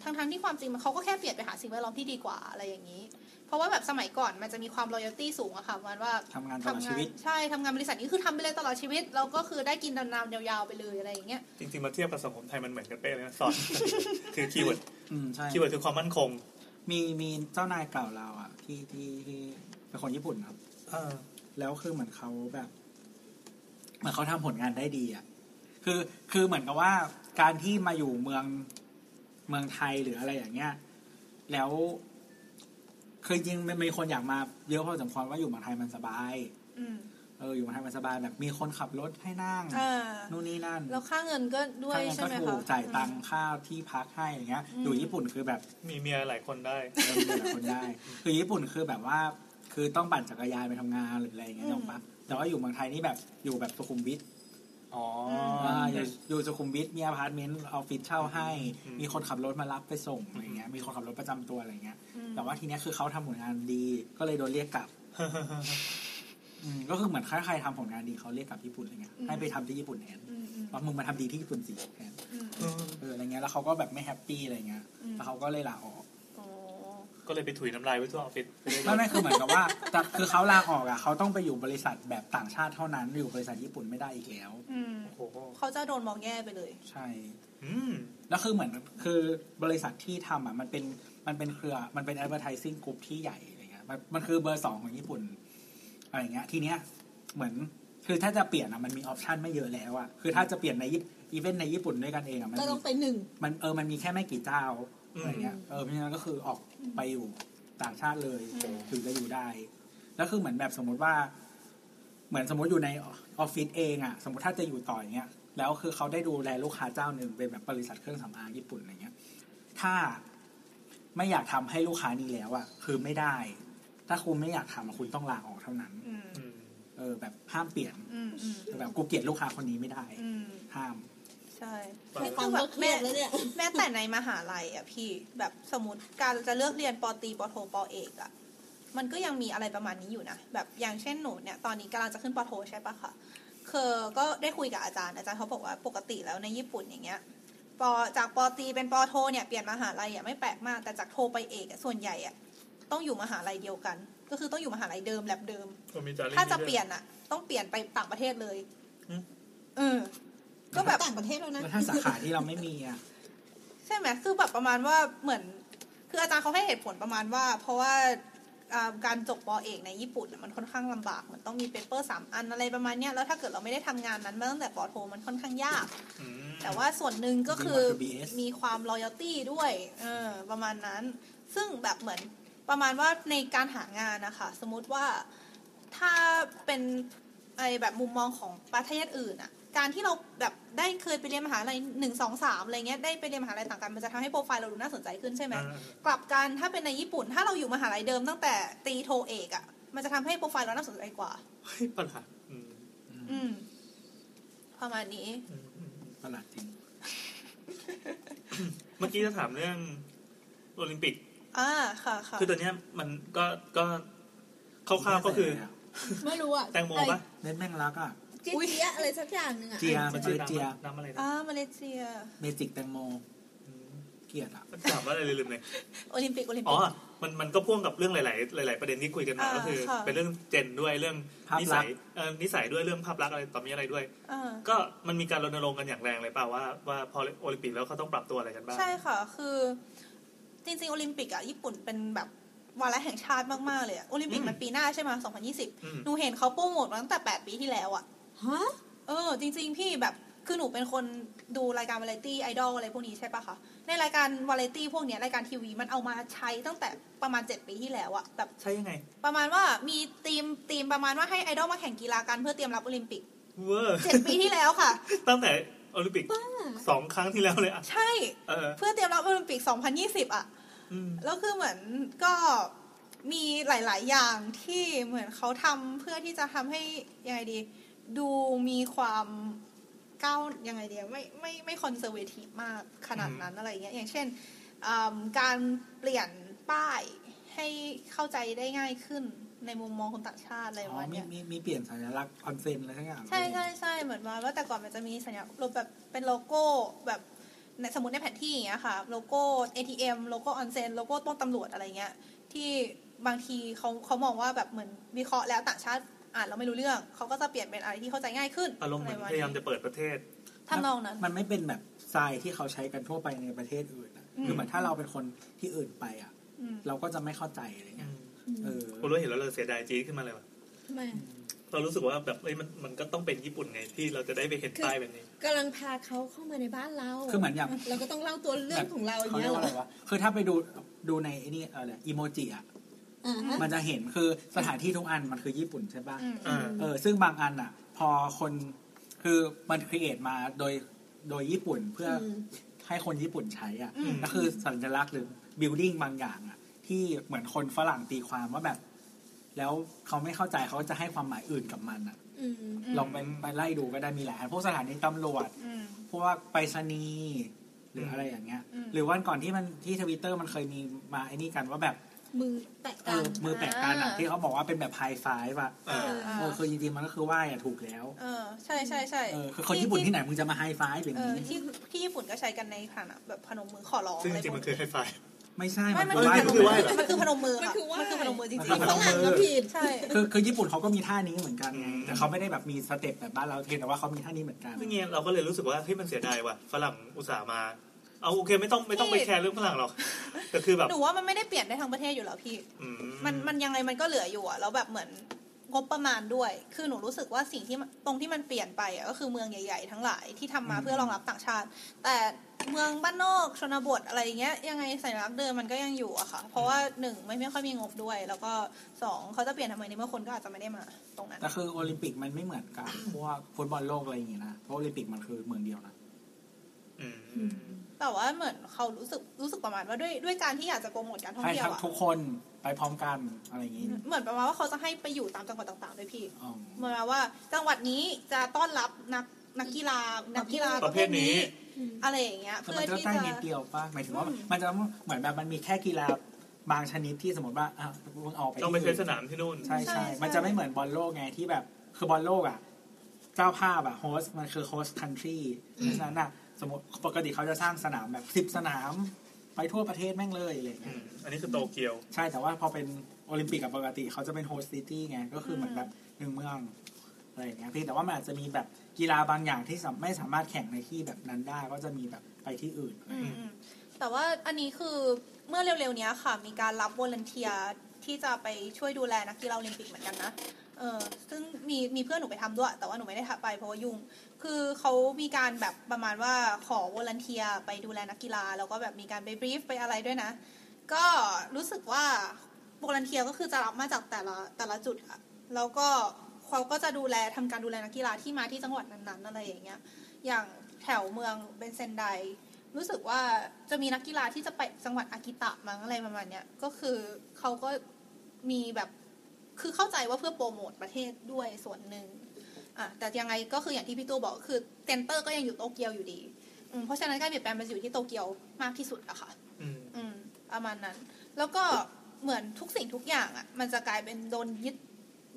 [SPEAKER 5] ทั้งๆที่ความจริงมันเขาก็แค่เปลี่ยนไปหาสิ่งแวดล้อมที่ดีกว่าอะไรอย่างนี้ เพราะว่าแบบสมัยก่อนมันจะมีความรอยัลตี้สูงอะค่ะประมันว่า
[SPEAKER 4] ทำงานตลอดชีวิต
[SPEAKER 5] ใช่ทำงานบริษัทนี้คือทำไปเลยตลอดชีวิตแล้วก็คือได้กินดำนามยาวๆไปเลยอะไรอย่างเงี้ย
[SPEAKER 2] จริงๆมาเทียบกับสังคมไทยมันเหมือนกันเป๊ะเลยนะสอน คือคีย์เวิร์ด
[SPEAKER 4] อืมใช่
[SPEAKER 2] คีย์เวิร์ดคือความมั่นคง
[SPEAKER 4] มีมีเจ้านายเก่าเราอ่ะ ที่ที่ที่เป็นคนญี่ปุ่นครับ
[SPEAKER 2] เออ
[SPEAKER 4] แล้วคือเหมือนเขาแบบ เหมือนเขาทำผลงานได้ดีอ่ะ คือคือเหมือนกับว่าการที่มาอยู่เมืองเมืองไทยหรืออะไรอย่างเงี้ย แล้วคือจริงๆมันมีคนอยากมาเยอะพอสมควรว่าอยู่เมืองไทยมันสบาย
[SPEAKER 5] อืม
[SPEAKER 4] เอออยู่เมืองไทยมันสบายแบบมีคนขับรถให้นั่ง
[SPEAKER 5] อ่า
[SPEAKER 4] นู่นนี่นั่น
[SPEAKER 5] แล้วค่าเงินก็ด้วย
[SPEAKER 4] ค่าเงิน
[SPEAKER 5] ใช่
[SPEAKER 4] ก็
[SPEAKER 5] ไหม
[SPEAKER 4] ถู
[SPEAKER 5] คะ
[SPEAKER 4] กจ่ายตัง
[SPEAKER 5] อืม
[SPEAKER 4] ค่าที่พักให้อย่างเงี้ย
[SPEAKER 5] อืม
[SPEAKER 4] อยู่ญี่ปุ่นคือแบบ
[SPEAKER 2] มีเมียหลายคนได้
[SPEAKER 4] เออมีหลายคนได้ คือญี่ปุ่นคือแบบว่า คือต้องปั่นจักรยานไปทำงานหรืออะไรอย่างเงี้ย
[SPEAKER 5] อืม
[SPEAKER 4] ถูกปะแต่ว่าอยู่เมืองไทยนี่แบบอยู่แบบสุขุมวิท
[SPEAKER 2] อ๋อ
[SPEAKER 4] อ่าอยู่อยู่สุขุมวิทมีอพาร์ตเมนต์ออฟฟิศเช่าให้
[SPEAKER 2] อืม
[SPEAKER 4] มีคนขับรถมารับไปส่งอะไรเงี้ยมีคนขับรถประจำตัวอะไรเงี้ย
[SPEAKER 5] อืม
[SPEAKER 4] แต่ว่าทีเนี้ยคือเขาทำผลงานดี ก็เลยโดนเรียกกลั บอืมก็คือเหมือนใครๆทำผลงานดีเขาเรียกกลับญี่ปุ่นอะไรเงี้ย
[SPEAKER 5] อืม
[SPEAKER 4] ให้ไปทำที่ญี่ปุ่นแทน
[SPEAKER 5] อืมอืม
[SPEAKER 4] ว่ามึงมาทำดีที่ญี่ปุ่นสิแทน
[SPEAKER 5] อืม
[SPEAKER 2] เออ
[SPEAKER 4] เอออะไรเงี้ยแล้วเขาก็แบบไม่แฮปปี้อะไรเงี้ย
[SPEAKER 5] อืม
[SPEAKER 4] แล้วเขาก็เลยลาออก
[SPEAKER 5] โอ้
[SPEAKER 2] ก็เลยไปถุยน้ำลายไว้ทั่วออฟฟิศ
[SPEAKER 4] ไม่ไม่คือเหมือนกับว่า แต่คือเขาลาออกอ่ะเขาต้องไปอยู่บริษัทแบบต่างชาติเท่านั้นอยู่บริษัทญี่ปุ่นไม่ได้อีกแล้ว
[SPEAKER 5] อืม
[SPEAKER 2] โอ้โห
[SPEAKER 5] เขาจะโดนมองแง่ไปเลย
[SPEAKER 4] ใช่
[SPEAKER 2] อืม
[SPEAKER 4] แล้วคือเหมือนคือบริษัทที่ทำอ่ะมันเป็นมันเป็นเครือมันเป็น advertising group ที่ใหญ่อะไรเงี้ยมันมันคือเบอร์สองของญี่ปุ่นอะไรเงี้ยทีเนี้ยเหมือนคือถ้าจะเปลี่ยนอ่ะมันมีออปชันไม่เยอะแล้วอ่ะคือถ้าจะเปลี่ยนในญี่ปุ่นอีเวนต์ในญี่ปุ่นด้วยกันเองอ่ะมัน
[SPEAKER 6] ก็
[SPEAKER 4] มี
[SPEAKER 6] ต้องไปหนึ่ง
[SPEAKER 4] มันเออ มันมีแค่ไม่กี่เจ้า
[SPEAKER 2] อืม
[SPEAKER 4] อะไรเงี้ย เออ เพราะฉะนั้นก็คือออกไปอยู่ต่างชาติเลย
[SPEAKER 5] อืม
[SPEAKER 4] ถึงจะอยู่ได้ แล้วคือเหมือนแบบสมมติว่า เหมือนสมมติอยู่ในออฟฟิศเองอะสมมติถ้าจะอยู่ต่ออย่างเงี้ย แล้วคือเขาได้ดูแลลูกค้าเจ้าหนึ่งเป็นแบบบริษัทเครื่องสำอางญี่ปุ่นอะไรเงี้ย ถ้าไม่อยากทำให้ลูกค้านี้แล้วอะคือไม่ได้ ถ้าคุณไม่อยากทำอะคุณต้องลาออกเท่านั้น
[SPEAKER 5] อืม
[SPEAKER 2] อืม
[SPEAKER 4] เออ แบบห้ามเปลี่ยน
[SPEAKER 5] อืมอืม
[SPEAKER 4] แบบกูเกลียดลูกค้าคนนี้ไม่ได้
[SPEAKER 5] อืม
[SPEAKER 4] ห้าม
[SPEAKER 5] ใช่
[SPEAKER 6] ไปฟังก็เครียดแล้วเนี่ย
[SPEAKER 5] แม้แต่ในมหาลัยอะพี่แบบสมมติการจะเลือกเรียนปอตรีปอโทปอเอกอะมันก็ยังมีอะไรประมาณนี้อยู่นะ แบบอย่างเช่นหนูเนี่ยตอนนี้กำลังจะขึ้นปอโทใช่ปะคะคือก็ได้คุยกับอาจารย์อาจารย์เขาบอกว่าปกติแล้วในญี่ปุ่นอย่างเงี้ยปอจากปอตรีเป็นปอโทเนี่ยเปลี่ยนมหาลัยอะไม่แปลกมากแต่จากโทไปเอกอะส่วนใหญ่อะต้องอยู่มหาลัยเดียวกัน ก็คือต้องอยู่มหาลัยเดิมแลบเดิม
[SPEAKER 2] ก็มีจารีต
[SPEAKER 5] ถ้าจะ
[SPEAKER 2] ด้วย
[SPEAKER 5] เปลี่ยนอะต้องเปลี่ยนไปต่างประเทศเลย
[SPEAKER 2] อืม
[SPEAKER 5] เออ ก็แบบ
[SPEAKER 3] ต่างประเทศแล้วนะ
[SPEAKER 4] แล้วถ้าสาขาที่เราไม่มีอ่ะ
[SPEAKER 5] ใช่ไหมคือแบบประมาณว่าเหมือน คืออาจารย์เขาให้เหตุผลประมาณว่า เพราะว่าอ่าการจบปอเอกในญี่ปุ่นน่ะมันค่อนข้างลำบาก มันต้องมีเปเปอร์สามอันอะไรประมาณเนี้ยแล้วถ้าเกิดเราไม่ได้ทำงานนั้นมาตั้งแต่ปอโทมันค่อนข้างยาก
[SPEAKER 2] อืม
[SPEAKER 5] แต่ว่าส่วนหนึ่งก็คือ
[SPEAKER 4] ดีกว่าคือ BS
[SPEAKER 5] มีความ loyalty ด้วยเออประมาณนั้น ซึ่งแบบเหมือนประมาณว่าในการหางานนะคะสมมติว่าถ้าเป็นไอแบบมุมมองของประเทศอื่นอะการที่เราแบบได้เคยไปเรียนมหาลัยหนึ่งสองสามอะไรเงี้ยได้ไปเรียนมหาลัยต่างกันมันจะทำให้โปรไฟล์เราดูน่าสนใจขึ้นใช่ไหม
[SPEAKER 2] อ่าก
[SPEAKER 5] ลับกันถ้าเป็นในญี่ปุ่น ถ้าเราอยู่มหาลัยเดิมตั้งแต่ตีโทเอกอะมันจะทำให้โปรไฟล์เราน่าสนใจกว่า
[SPEAKER 2] เฮ้ยประหลาดอืม
[SPEAKER 5] อืม ประมาณนี้
[SPEAKER 2] อืมอืม
[SPEAKER 4] ประหลาดจริง
[SPEAKER 2] เมื่อกี้จะถามเรื่องโอลิมปิก
[SPEAKER 5] อ่าค่ะค่ะ
[SPEAKER 2] คือตอนเนี้ยมันก็ก็คร่าวๆก็คือ
[SPEAKER 6] ไม่รู้อะ
[SPEAKER 2] แตงโม
[SPEAKER 6] ไอ้
[SPEAKER 2] ปะ
[SPEAKER 4] เล่นแม่งรักอ่ะ
[SPEAKER 3] เจี๊ยะอะไรสักอย่างหนึ่งอะ
[SPEAKER 4] เจีย
[SPEAKER 2] มั
[SPEAKER 4] มัน น
[SPEAKER 2] ชื่
[SPEAKER 4] ชื่
[SPEAKER 2] อ
[SPEAKER 4] อ
[SPEAKER 2] น้ำอะไร
[SPEAKER 4] เจีย
[SPEAKER 2] น้ำอะไรนะ
[SPEAKER 5] อ่ามาเลเซีย
[SPEAKER 4] เมจิกแตงโม
[SPEAKER 2] อืม
[SPEAKER 4] เกลียดอ่ะ
[SPEAKER 2] มันถามว่าอะไรลืมเลย
[SPEAKER 5] โอลิมปิก โอลิม
[SPEAKER 2] อ๋
[SPEAKER 5] ปิ
[SPEAKER 2] อก มันมันก็พ่วงกับเรื่องหลาย ๆ หลาย ๆ ประเด็นที่คุยกันมา
[SPEAKER 5] อ่า
[SPEAKER 2] ก็คือ
[SPEAKER 5] ค่ะ
[SPEAKER 2] เป็นเรื่องเจนด้วยเรื่อง
[SPEAKER 4] ภาพ
[SPEAKER 2] นิ
[SPEAKER 4] ลั
[SPEAKER 2] สั
[SPEAKER 4] ก
[SPEAKER 2] ย
[SPEAKER 4] ษณ์
[SPEAKER 2] เอ่อนิสัยด้วยเรื่องภาพลักษณ์อะไรต่อมีอะไรด้วย
[SPEAKER 5] อ่า
[SPEAKER 2] ก็มันมีการรณรงค์กันอย่างแรงเลยเปล่าว่าว่าพอโอลิมปิกแล้วเขาต้องปรับตัวอะไรกันบ้าง
[SPEAKER 5] ใช่ค่ะ คือ จริง ๆ โอลิมปิกอ่ะ ญี่ปุ่นเป็นแบบวาระแห่งชาติมาก ๆ เลยอะโอลิมปิกมันปีหน้าใช่ไหม2020
[SPEAKER 2] อืม
[SPEAKER 5] หนูเห็นเขาโปรโมทมาตั้งแต่ 8 ปีที่แล้วอ่ะ
[SPEAKER 6] ฮะ
[SPEAKER 5] เออ จริง ๆ พี่แบบ คือหนูเป็นคนดูรายการวาไรตี้ไอดอลอะไรพวกนี้ใช่ปะคะ ในรายการวาไรตี้พวกเนี้ยรายการทีวีมันเอามาใช้ตั้งแต่ประมาณ 7 ปีที่แล้วอะแบบ
[SPEAKER 2] ใช่ยังไง
[SPEAKER 5] ประมาณว่ามีทีมทีมประมาณว่าให้ไอดอลมาแข่งกีฬากันเพื่อเตรียมรับโอลิมปิก
[SPEAKER 2] เวอร์
[SPEAKER 5] เจ็ดปีที่แล้วค่ะ
[SPEAKER 2] ตั้งแต่โอลิมปิกสองครั้งที่แล้วเลยอ่ะ
[SPEAKER 5] ใช่
[SPEAKER 2] เออ
[SPEAKER 5] เพื่อเตรียมรับโอลิมปิก 2020 อ่ะ
[SPEAKER 2] อืม
[SPEAKER 5] แล้วคือเหมือนก็มีหลาย ๆ อย่างที่เหมือนเขาทำเพื่อที่จะทำให้ยังไงดี ดูมีความก้าวยังไงดีไม่ไม่ไม่คอนเซอร์เวทีฟมากขนาดนั้นอะไรอย่างเงี้ยอย่างเช่นอืมการเปลี่ยนป้ายให้เข้าใจได้ง่ายขึ้นในมุมมองคนต่างชาติอะไรป
[SPEAKER 4] อ๋อ
[SPEAKER 5] ระมาณ
[SPEAKER 4] มี
[SPEAKER 5] เนี้ย
[SPEAKER 4] มีมีเปลี่ยนสัญลักษณ์ออนเซนอะไรทั้งอย่าง
[SPEAKER 5] ใช่ใช่ใช่เหมือนมาว่าแต่ก่อนมันจะมีสัญลักษณ์แบบเป็นโลโก้แบบในสมมติในแผนที่อย่างเงี้ยค่ะ โลโก้ ATM โลโก้ออนเซนโลโก้ป้องตำรวจอะไรเงี้ย ที่บางทีเขาเขามองว่าแบบเหมือนวิเคราะห์แล้วต่างชาติอ่านแล้วไม่รู้เรื่อง เขาก็จะเปลี่ยนเป็นอะไรที่เข้าใจง่ายขึ้น
[SPEAKER 2] อารมณ์เหมือน
[SPEAKER 5] อะไประ
[SPEAKER 2] พยายามจะเปิดประเทศ
[SPEAKER 5] ทำนองนั้น
[SPEAKER 4] มันไม่เป็นแบบทรายที่เขาใช้กันทั่วไปในประเทศอื่นอะ
[SPEAKER 5] อืม
[SPEAKER 4] คือเหมือนถ้าเราเป็นคนที่อื่นไปอ่ะ
[SPEAKER 5] อืม
[SPEAKER 4] เราก็จะไม่เข้าใจอะไรเงี้ยเออ
[SPEAKER 2] ผมรู้เห็นแล้วเราเสียดายจี๊ดขึ้นมาเลยว่ะ
[SPEAKER 6] ทำไมอะ
[SPEAKER 2] เรารู้สึกว่าแบบเอ้ยมันมันก็ต้องเป็นญี่ปุ่นไงที่เราจะได้ไปเห็นป้ายแบบนี้
[SPEAKER 6] กำลังพาเขาเข้ามาในบ้านเรา
[SPEAKER 4] คือเหมือนอย่าง
[SPEAKER 6] เราก็ต้องเล่าตัวเรื่องของเราอย่าง
[SPEAKER 4] เขา
[SPEAKER 6] เงี้
[SPEAKER 4] เรีย
[SPEAKER 6] ย
[SPEAKER 4] ก
[SPEAKER 6] เหร
[SPEAKER 4] ว่า
[SPEAKER 6] อ
[SPEAKER 4] อะไรวะคือถ้าไปดูดูในไอ้นี่อะไรอีโมจิอ่ะ
[SPEAKER 6] อ่าฮะ
[SPEAKER 4] มันจะเห็นคือสถานที่ทุกอันมันคือญี่ปุ่นใช่ป่ะ
[SPEAKER 5] อืม
[SPEAKER 2] อ่า
[SPEAKER 4] เออซึ่งบางอันอ่ะ พอคนคือมันครีเอทมาโดยโดยญี่ปุ่นเพื่ออ
[SPEAKER 6] ม
[SPEAKER 4] ให้คนญี่ปุ่นใช้อ่ะ
[SPEAKER 5] อืม
[SPEAKER 4] ก็คือสัญลักษณ์หรือบิลดิ่งบางอย่างอ่ะ ที่เหมือนคนฝรั่งตีความว่าแบบ แล้วเขาไม่เข้าใจเขาจะให้ความหมายอื่นกับมันอ่ะ
[SPEAKER 6] อืม
[SPEAKER 4] ลองไปไปไล่ดูก็ได้มีหลายอันพวกสถานีตำรวจ
[SPEAKER 5] อืม
[SPEAKER 4] พวกไปรษณีย์หรืออะไรอย่างเงี้ย
[SPEAKER 5] อืม
[SPEAKER 4] หรือวันก่อนที่มันที่ทวิตเตอร์มันเคยมีมาไอ้นี่กันว่าแบบ
[SPEAKER 6] มือแตะ
[SPEAKER 4] เอ
[SPEAKER 6] กัน
[SPEAKER 4] อมือแปะกันอ่ะที่เขาบอกว่าเป็นแบบไฮไฟว่ะ
[SPEAKER 2] อ่า
[SPEAKER 5] อ่า
[SPEAKER 4] เออคือจริงๆมันก็คือไหว้อ่ะถูกแล้ว
[SPEAKER 5] เออใช่ใช่ใช่
[SPEAKER 4] เออคือคนญี่ปุ่นที่ไหนมึงจะมาไฮไฟฟ์แบบ
[SPEAKER 5] เออ
[SPEAKER 4] นี้
[SPEAKER 5] ที่ที่ญี่ปุ่นก็ใช้กันในฐานะแบบพนมมือขอร้อง
[SPEAKER 2] ซึ่ง
[SPEAKER 5] อะไร
[SPEAKER 2] จริงๆ
[SPEAKER 5] พว
[SPEAKER 2] มัน
[SPEAKER 5] ก
[SPEAKER 2] คือไฮไฟ
[SPEAKER 4] ไม่ใช่
[SPEAKER 5] ไม่
[SPEAKER 4] น
[SPEAKER 5] มัน
[SPEAKER 4] คือ
[SPEAKER 5] คือ
[SPEAKER 4] ไหว้
[SPEAKER 2] น
[SPEAKER 4] ปก
[SPEAKER 2] คือไหว้เหรอ
[SPEAKER 4] ติ
[SPEAKER 5] มันคือพนมมือค่ะ
[SPEAKER 6] ว่า
[SPEAKER 5] มันคือพนมมือจริง
[SPEAKER 4] มันคือ
[SPEAKER 5] ๆ
[SPEAKER 6] ฝ
[SPEAKER 4] พนมมื
[SPEAKER 6] รั่
[SPEAKER 4] อ
[SPEAKER 6] งก็ผิด
[SPEAKER 5] ใช่
[SPEAKER 4] คือคือญี่ปุ่นเขาก็มีท่านี้เหมือนกันไง
[SPEAKER 2] อืม
[SPEAKER 4] แต่เขาไม่ได้แบบมีสเต็ปแบบบ้านเราเพียงแต่ว่าเขามีท่านี้เหมือนกัน
[SPEAKER 2] ซึ่งเงี้ยเราก็เลยรู้สึกว่าเฮ้ยมันเสียดายว่ะฝรั่งอุตส่าห์มา เอาโอเคไม่ต้องไม่ต้องไปแคร์เรื่องฝรั่งหรอกแต่คือ แบบ
[SPEAKER 5] หนูว่ามันไม่ได้เปลี่ยนได้ทั้งประเทศอยู่แล้วพี่
[SPEAKER 2] อื
[SPEAKER 5] มันมันยังไงมันก็เหลืออยู่อะแล้วแบบเหมือนงบประมาณด้วย คือหนูรู้สึกว่าสิ่งที่มันตรงที่มันเปลี่ยนไปอะก็คือเมืองใหญ่ๆทั้งหลายที่ทำมาเพื่อรองรับต่างชาติ แต่เมืองบ้านนอกชนบทอะไรอย่างเงี้ยยังไงสัญลักษณ์เดิมมันก็ยังอยู่อะค่ะ เพราะว่าหนึ่งไม่ไม่ค่อยมีงบด้วย แล้วก็สองเขาจะเปลี่ยนทำไมในเมื่อคนก็อาจจะไม่ได้มาตรงนั้น
[SPEAKER 4] แต่คือโอลิมปิกมันไม่เหมือนกับพวกฟุตบอลโลกอะไรอย่างงี้นะเพราะโอลิมปิกมันคือเมืองเดียวนะ
[SPEAKER 2] อืม
[SPEAKER 5] แต่ว่าเหมือนเขารู้สึกรู้สึกประมาณว่าด้วยด้วยการที่อยากจะโปรโมทการท่อง
[SPEAKER 4] ให้
[SPEAKER 5] เที่ย
[SPEAKER 4] ทั้
[SPEAKER 5] ว
[SPEAKER 4] ง
[SPEAKER 5] อะ
[SPEAKER 4] ทุกคนไปพร้อมกันอะไรอย่างงี้
[SPEAKER 5] เหมือนประมาณว่าเขาจะให้ไปอยู่ตามจังหวัดต่างๆด้วยพี่
[SPEAKER 4] อ๋อ
[SPEAKER 5] เหมือนว่าจังหวัดนี้จะต้อนรับนักนักกีฬานักกีฬา
[SPEAKER 2] ประเภทนี้
[SPEAKER 5] อะไรอย่างเงี้ย
[SPEAKER 4] แต่
[SPEAKER 5] เพื่อ
[SPEAKER 4] มันก็
[SPEAKER 5] ที่
[SPEAKER 4] ตั้ง
[SPEAKER 5] จะ
[SPEAKER 4] นิดเดียวป่ะหมายถึงว่า
[SPEAKER 5] อืม
[SPEAKER 4] มันจะเหมือนแบบมันมีแค่กีฬาบางชนิดที่สมมติว่าอ่ะมึงเอาไป
[SPEAKER 2] ต้องไป
[SPEAKER 4] ที่
[SPEAKER 2] ใช้
[SPEAKER 4] อื่น
[SPEAKER 2] สนามที่นู่น
[SPEAKER 4] ใช่
[SPEAKER 5] ใช่
[SPEAKER 4] ใช่ มันจะไม่เหมือนบอลโลกไงที่แบบคือบอลโลกอ่ะ เจ้าภาพอ่ะโฮสมันคือโฮสคันทรีเพราะฉะนั้นอ่ะสมมติปกติเขาจะสร้างสนามแบบสิบ10 สนาม ไปทั่วประเทศแม่งเลยอะไรอย่าง
[SPEAKER 2] อื
[SPEAKER 4] เงี้ย
[SPEAKER 2] มอันนี้คือโตเกียว
[SPEAKER 4] ใช่แต่ว่าพอเป็นโอลิมปิกกับปกติเขาจะเป็นโฮสซิตี้ไง ก็คือเหมือนแบบหนึ่งเมือง อะไรอย่างเงี้ยเพี่แต่ว่ามันอาจจะมีแบบกีฬาบางอย่างที่สามไม่สามารถแข่งในที่แบบนั้นได้ก็จะมีแบบไปที่อื่นอะไรอย่างเงี้ย
[SPEAKER 5] อืมแต่ว่าอันนี้คือเมื่อเร็วๆเนี้ยค่ะ มีการรับวอลเนเทียที่จะไปช่วยดูแลนักกีฬาโอลิมปิกเหมือนกันนะเออซึ่งมีมีเพื่อนหนูไปทำด้วย แต่ว่าหนูไม่ได้ไปเพราะว่ายุ่ง คือเขามีการแบบประมาณว่าขอวอลเนเทียไปดูแลนักกีฬา แล้วก็แบบมีการไปบรีฟไปอะไรด้วยนะ ก็รู้สึกว่าวอลเนเทียก็คือจะรับมาจากแต่ละแต่ละจุดอะแล้วก็เขาก็จะดูแลทำการดูแลนักกีฬาที่มาที่จังหวัดนั้นๆอะไรอย่างเงี้ย อย่างแถวเมืองเบนเซนได รู้สึกว่าจะมีนักกีฬาที่จะไปจังหวัดอากิตะมั้งอะไรประมาณเนี้ยก็คือเขาก็มีแบบคือเข้าใจว่าเพื่อโปรโมทประเทศด้วยส่วนหนึ่งอ่ะแต่ยังไงก็คืออย่างที่พี่ตู้บอกคือเซนเตอร์ก็ยังอยู่โตเกียวอยู่ดีอืมเพราะฉะนั้นการเปลี่ยนแปลงมันจะอยู่ที่โตเกียวมากที่สุดอะค่ะ
[SPEAKER 2] อืม
[SPEAKER 5] อืมประมาณนั้น แล้วก็เหมือนทุกสิ่งทุกอย่างอะ่ะ มันจะกลายเป็นโดนยึด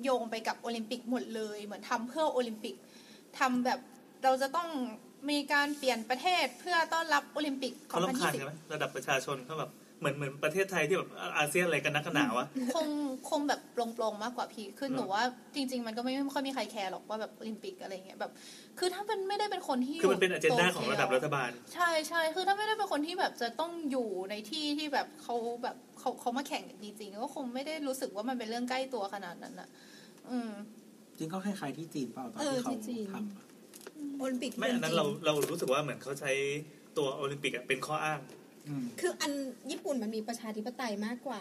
[SPEAKER 5] โยงไปกับโอลิมปิกหมดเลย เหมือนทำเพื่อโอลิมปิกทำแบบเราจะต้องมีการเปลี่ยนประเทศเพื่อต้อนรับโอลิมปิก
[SPEAKER 2] เขาลำคาญ
[SPEAKER 5] 2020
[SPEAKER 2] กันไหมระดับประชาชนเขาแบบเหมือนเหมือนประเทศไทยที่แบบอ่ะอาเซียนอะไรกันนักกันหนาวะ
[SPEAKER 5] คงคงแบบโปร่งๆมากกว่าพี่ คือหนูว่าจริง ๆ มันก็ไม่ไม่ค่อยมีใครแคร์หรอกว่าแบบโอลิมปิกอะไรเงี้ยแบบ คือถ้ามันไม่ได้เป็นคนที่
[SPEAKER 2] คือมันเป็นอเจนดาของระดับรัฐ
[SPEAKER 5] ล
[SPEAKER 2] บาล
[SPEAKER 5] ใช่ใช่คือถ้าไม่ได้เป็นคนที่แบบจะต้องอยู่ในที่ที่แบบเขาแบบเขาเขามาแข่งกันจริงๆก็คงไม่ได้รู้สึกว่ามันเป็นเรื่องใกล้ตัวขนาดนั้นอ่ะ อืม
[SPEAKER 4] จริงก็คล้ายๆที่จีนเปล่าตอนที่
[SPEAKER 7] เออ
[SPEAKER 4] เขา
[SPEAKER 7] ที่จีน
[SPEAKER 4] ทำอะ
[SPEAKER 6] โอลิมปิก
[SPEAKER 2] ไม่อันนั้น
[SPEAKER 6] จ
[SPEAKER 2] เรา
[SPEAKER 6] ง
[SPEAKER 2] เรารู้สึกว่าเหมือนเขาใช้ตัวโอลิมปิกอะเป็นข้ออ้าง
[SPEAKER 4] อืม
[SPEAKER 6] ๆคืออันญี่ปุ่นมันมีประชาธิปไตยมากกว่า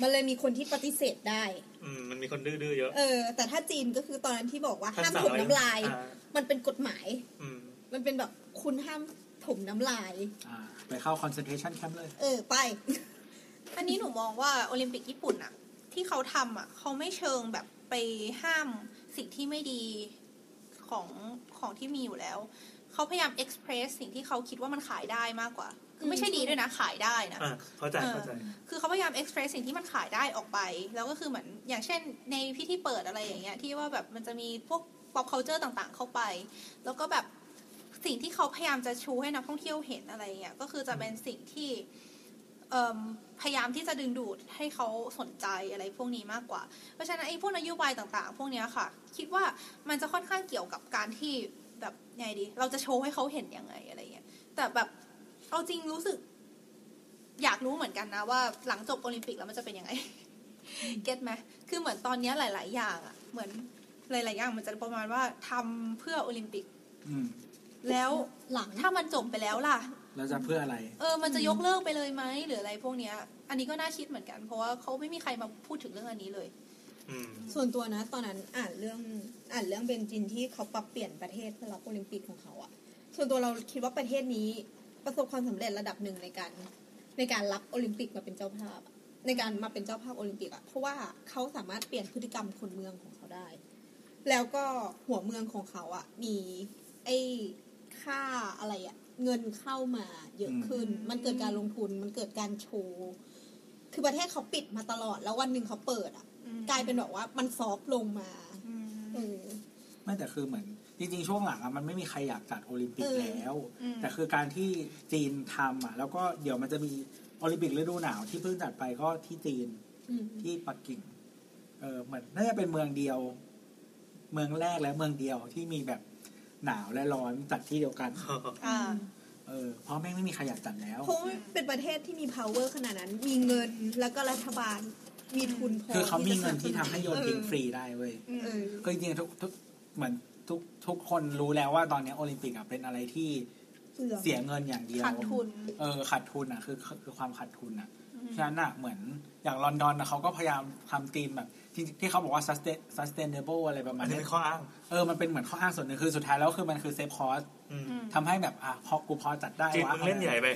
[SPEAKER 6] มันเลยมีคนที่ปฏิเสธได้
[SPEAKER 2] อืมมันมีคนดื้อๆเยอะ
[SPEAKER 6] เออ แต่ถ้าจีนก็คือตอนนั้นที่บอกว่า
[SPEAKER 2] ทัก
[SPEAKER 6] ห้าม
[SPEAKER 2] ษะ
[SPEAKER 6] ถมน้ำลาย
[SPEAKER 2] อ่
[SPEAKER 6] มันเป็นกฎหมาย
[SPEAKER 2] อืม
[SPEAKER 6] มันเป็นแบบคุณห้ามถมน้ำลาย
[SPEAKER 4] อ่าไปเข้าคอนเซนเทรชันแคมป์เลย
[SPEAKER 6] เออ ไป
[SPEAKER 5] อันนี้หนูมองว่าโอลิมปิกญี่ปุ่นอะที่เขาทำอะเขาไม่เชิงแบบไปห้ามสิ่งที่ไม่ดีของของที่มีอยู่แล้ว เขาพยายามเอ็กซ์เพรสสิ่งที่เขาคิดว่ามันขายได้มากกว่า คือไม่ใช่ดีด้วยนะ ขายได้นะ
[SPEAKER 2] อ่าเข้าใจเข้าใจ
[SPEAKER 5] คือเขาพยายามเอ็กซ์เพรสสิ่งที่มันขายได้ออกไป แล้วก็คือเหมือนอย่างเช่นในพิธีเปิดอะไรอย่างเงี้ยที่ว่าแบบมันจะมีพวก pop culture ต่างๆ เข้าไป แล้วก็แบบสิ่งที่เขาพยายามจะชูให้นักท่องเที่ยวเห็นอะไรเงี้ยก็คือจะเป็นสิ่งที่เอิ่มพยายามที่จะดึงดูดให้เขาสนใจอะไรพวกนี้มากกว่า เพราะฉะนั้นไอ้พวกนโยบายต่างๆ พวกเนี้ยค่ะ คิดว่ามันจะค่อนข้างเกี่ยวกับการที่แบบไงดี เราจะโชว์ให้เขาเห็นยังไงอะไรเงี้ยแต่แบบเอาจริงรู้สึก อยากรู้เหมือนกันนะว่าหลังจบโอลิมปิกแล้วมันจะเป็นยังไง เก็ตไหมคือเหมือนตอนเนี้ยหลาย ๆ อย่างอะเหมือนหลาย ๆ อย่างมันจะประมาณว่าทำเพื่อโอลิมปิก
[SPEAKER 4] อืม
[SPEAKER 5] แล้ว
[SPEAKER 6] หลัง
[SPEAKER 5] ถ้ามันจบไปแล้วล่ะ
[SPEAKER 4] แล้วจะเพื่ออะไร
[SPEAKER 5] เออ มันจะยกเลิกไปเลยไหมหรืออะไรพวกเนี้ย อันนี้ก็น่าคิดเหมือนกัน เพราะว่าเขาไม่มีใครมาพูดถึงเรื่องอันนี้เลย
[SPEAKER 2] อืม
[SPEAKER 6] ส่วนตัวนะ ตอนนั้นอ่านเรื่องอ่านเรื่องเบนจินที่เขาปรับเปลี่ยนประเทศเพื่อรับโอลิมปิกของเขาอะส่วนตัวเราคิดว่าประเทศนี้ประสบความสำเร็จระดับหนึ่งในการ ในการรับโอลิมปิกมาเป็นเจ้าภาพอะในการมาเป็นเจ้าภาพโอลิมปิกอะเพราะว่าเขาสามารถเปลี่ยนพฤติกรรมคนเมืองของเขาได้ แล้วก็หัวเมืองของเขาอะมีไอ้ค่าอะไรอะเงินเข้ามาเยอะขึ้น
[SPEAKER 5] อืม
[SPEAKER 6] มันเกิดการลงทุนมันเกิดการโชว์คือประเทศเขาปิดมาตลอดแล้ววันหนึ่งเขาเปิดอะ
[SPEAKER 5] อืม
[SPEAKER 6] กลายเป็นแบบว่ามันซอฟต์ลงมา
[SPEAKER 5] อืม
[SPEAKER 6] เออ
[SPEAKER 4] ไม่แต่คือเหมือน จริงๆ ช่วงหลังอะมันไม่มีใครอยากจัดโอลิมปิก
[SPEAKER 6] เออ
[SPEAKER 4] แล้ว
[SPEAKER 5] อืม
[SPEAKER 4] แต่คือการที่จีนทำอ่ะ แล้วก็เดี๋ยวมันจะมีโอลิมปิกฤดูหนาวที่เพิ่งจัดไปก็ที่จีน
[SPEAKER 6] อืม
[SPEAKER 4] ที่ปักกิ่ง เออเหมือนน่าจะเป็นเมืองเดียว เมืองแรกและเมืองเดียวที่มีแบบหนาวและร้อนจัดที่เดียวกัน
[SPEAKER 5] อ่า
[SPEAKER 4] เออเพราะแม่งไม่มีใครอยากจัดแล้ว
[SPEAKER 6] เพราะว่าเป็นประเทศที่มี power ขนาดนั้น มีเงินแล้วก็รัฐบาล มีทุนพอ
[SPEAKER 4] คือเขามีเงินที่ทำให้โยนทิ้ง
[SPEAKER 6] เออ
[SPEAKER 4] ฟรีได้เว้ย
[SPEAKER 5] อืม
[SPEAKER 6] เออ
[SPEAKER 4] ก็จริงๆทุกทุกเหมือนทุกทุกคนรู้แล้วว่าตอนนี้โอลิมปิกอะเป็นอะไรที่
[SPEAKER 6] เสื่อม
[SPEAKER 4] เสียเงินอย่างเดียว
[SPEAKER 5] ขาดทุน
[SPEAKER 4] เออขาดทุนอ่ะคือคือคือความขาดทุนอ่ะ
[SPEAKER 5] อืม
[SPEAKER 4] ฉะนั้นอะเหมือนอย่างลอนดอนอะเขาก็พยายามทำธีมแบบที่ที่เขาบอกว่า sustain sustainable อะไรประมา
[SPEAKER 2] อั
[SPEAKER 4] ณ
[SPEAKER 2] นนี้
[SPEAKER 4] เนี้ย
[SPEAKER 2] เป็นข้ออ้าง
[SPEAKER 4] เออมันเป็นเหมือนข้ออ้างส่วนหนึ่งคือสุดท้ายแล้วคือมันคือเซฟคอส
[SPEAKER 2] อืม
[SPEAKER 5] อืม
[SPEAKER 4] ทำให้แบบอ่ะพอกูพอจัดได้
[SPEAKER 2] จีน
[SPEAKER 4] วะ
[SPEAKER 2] มึงเล่นใหญ่ไป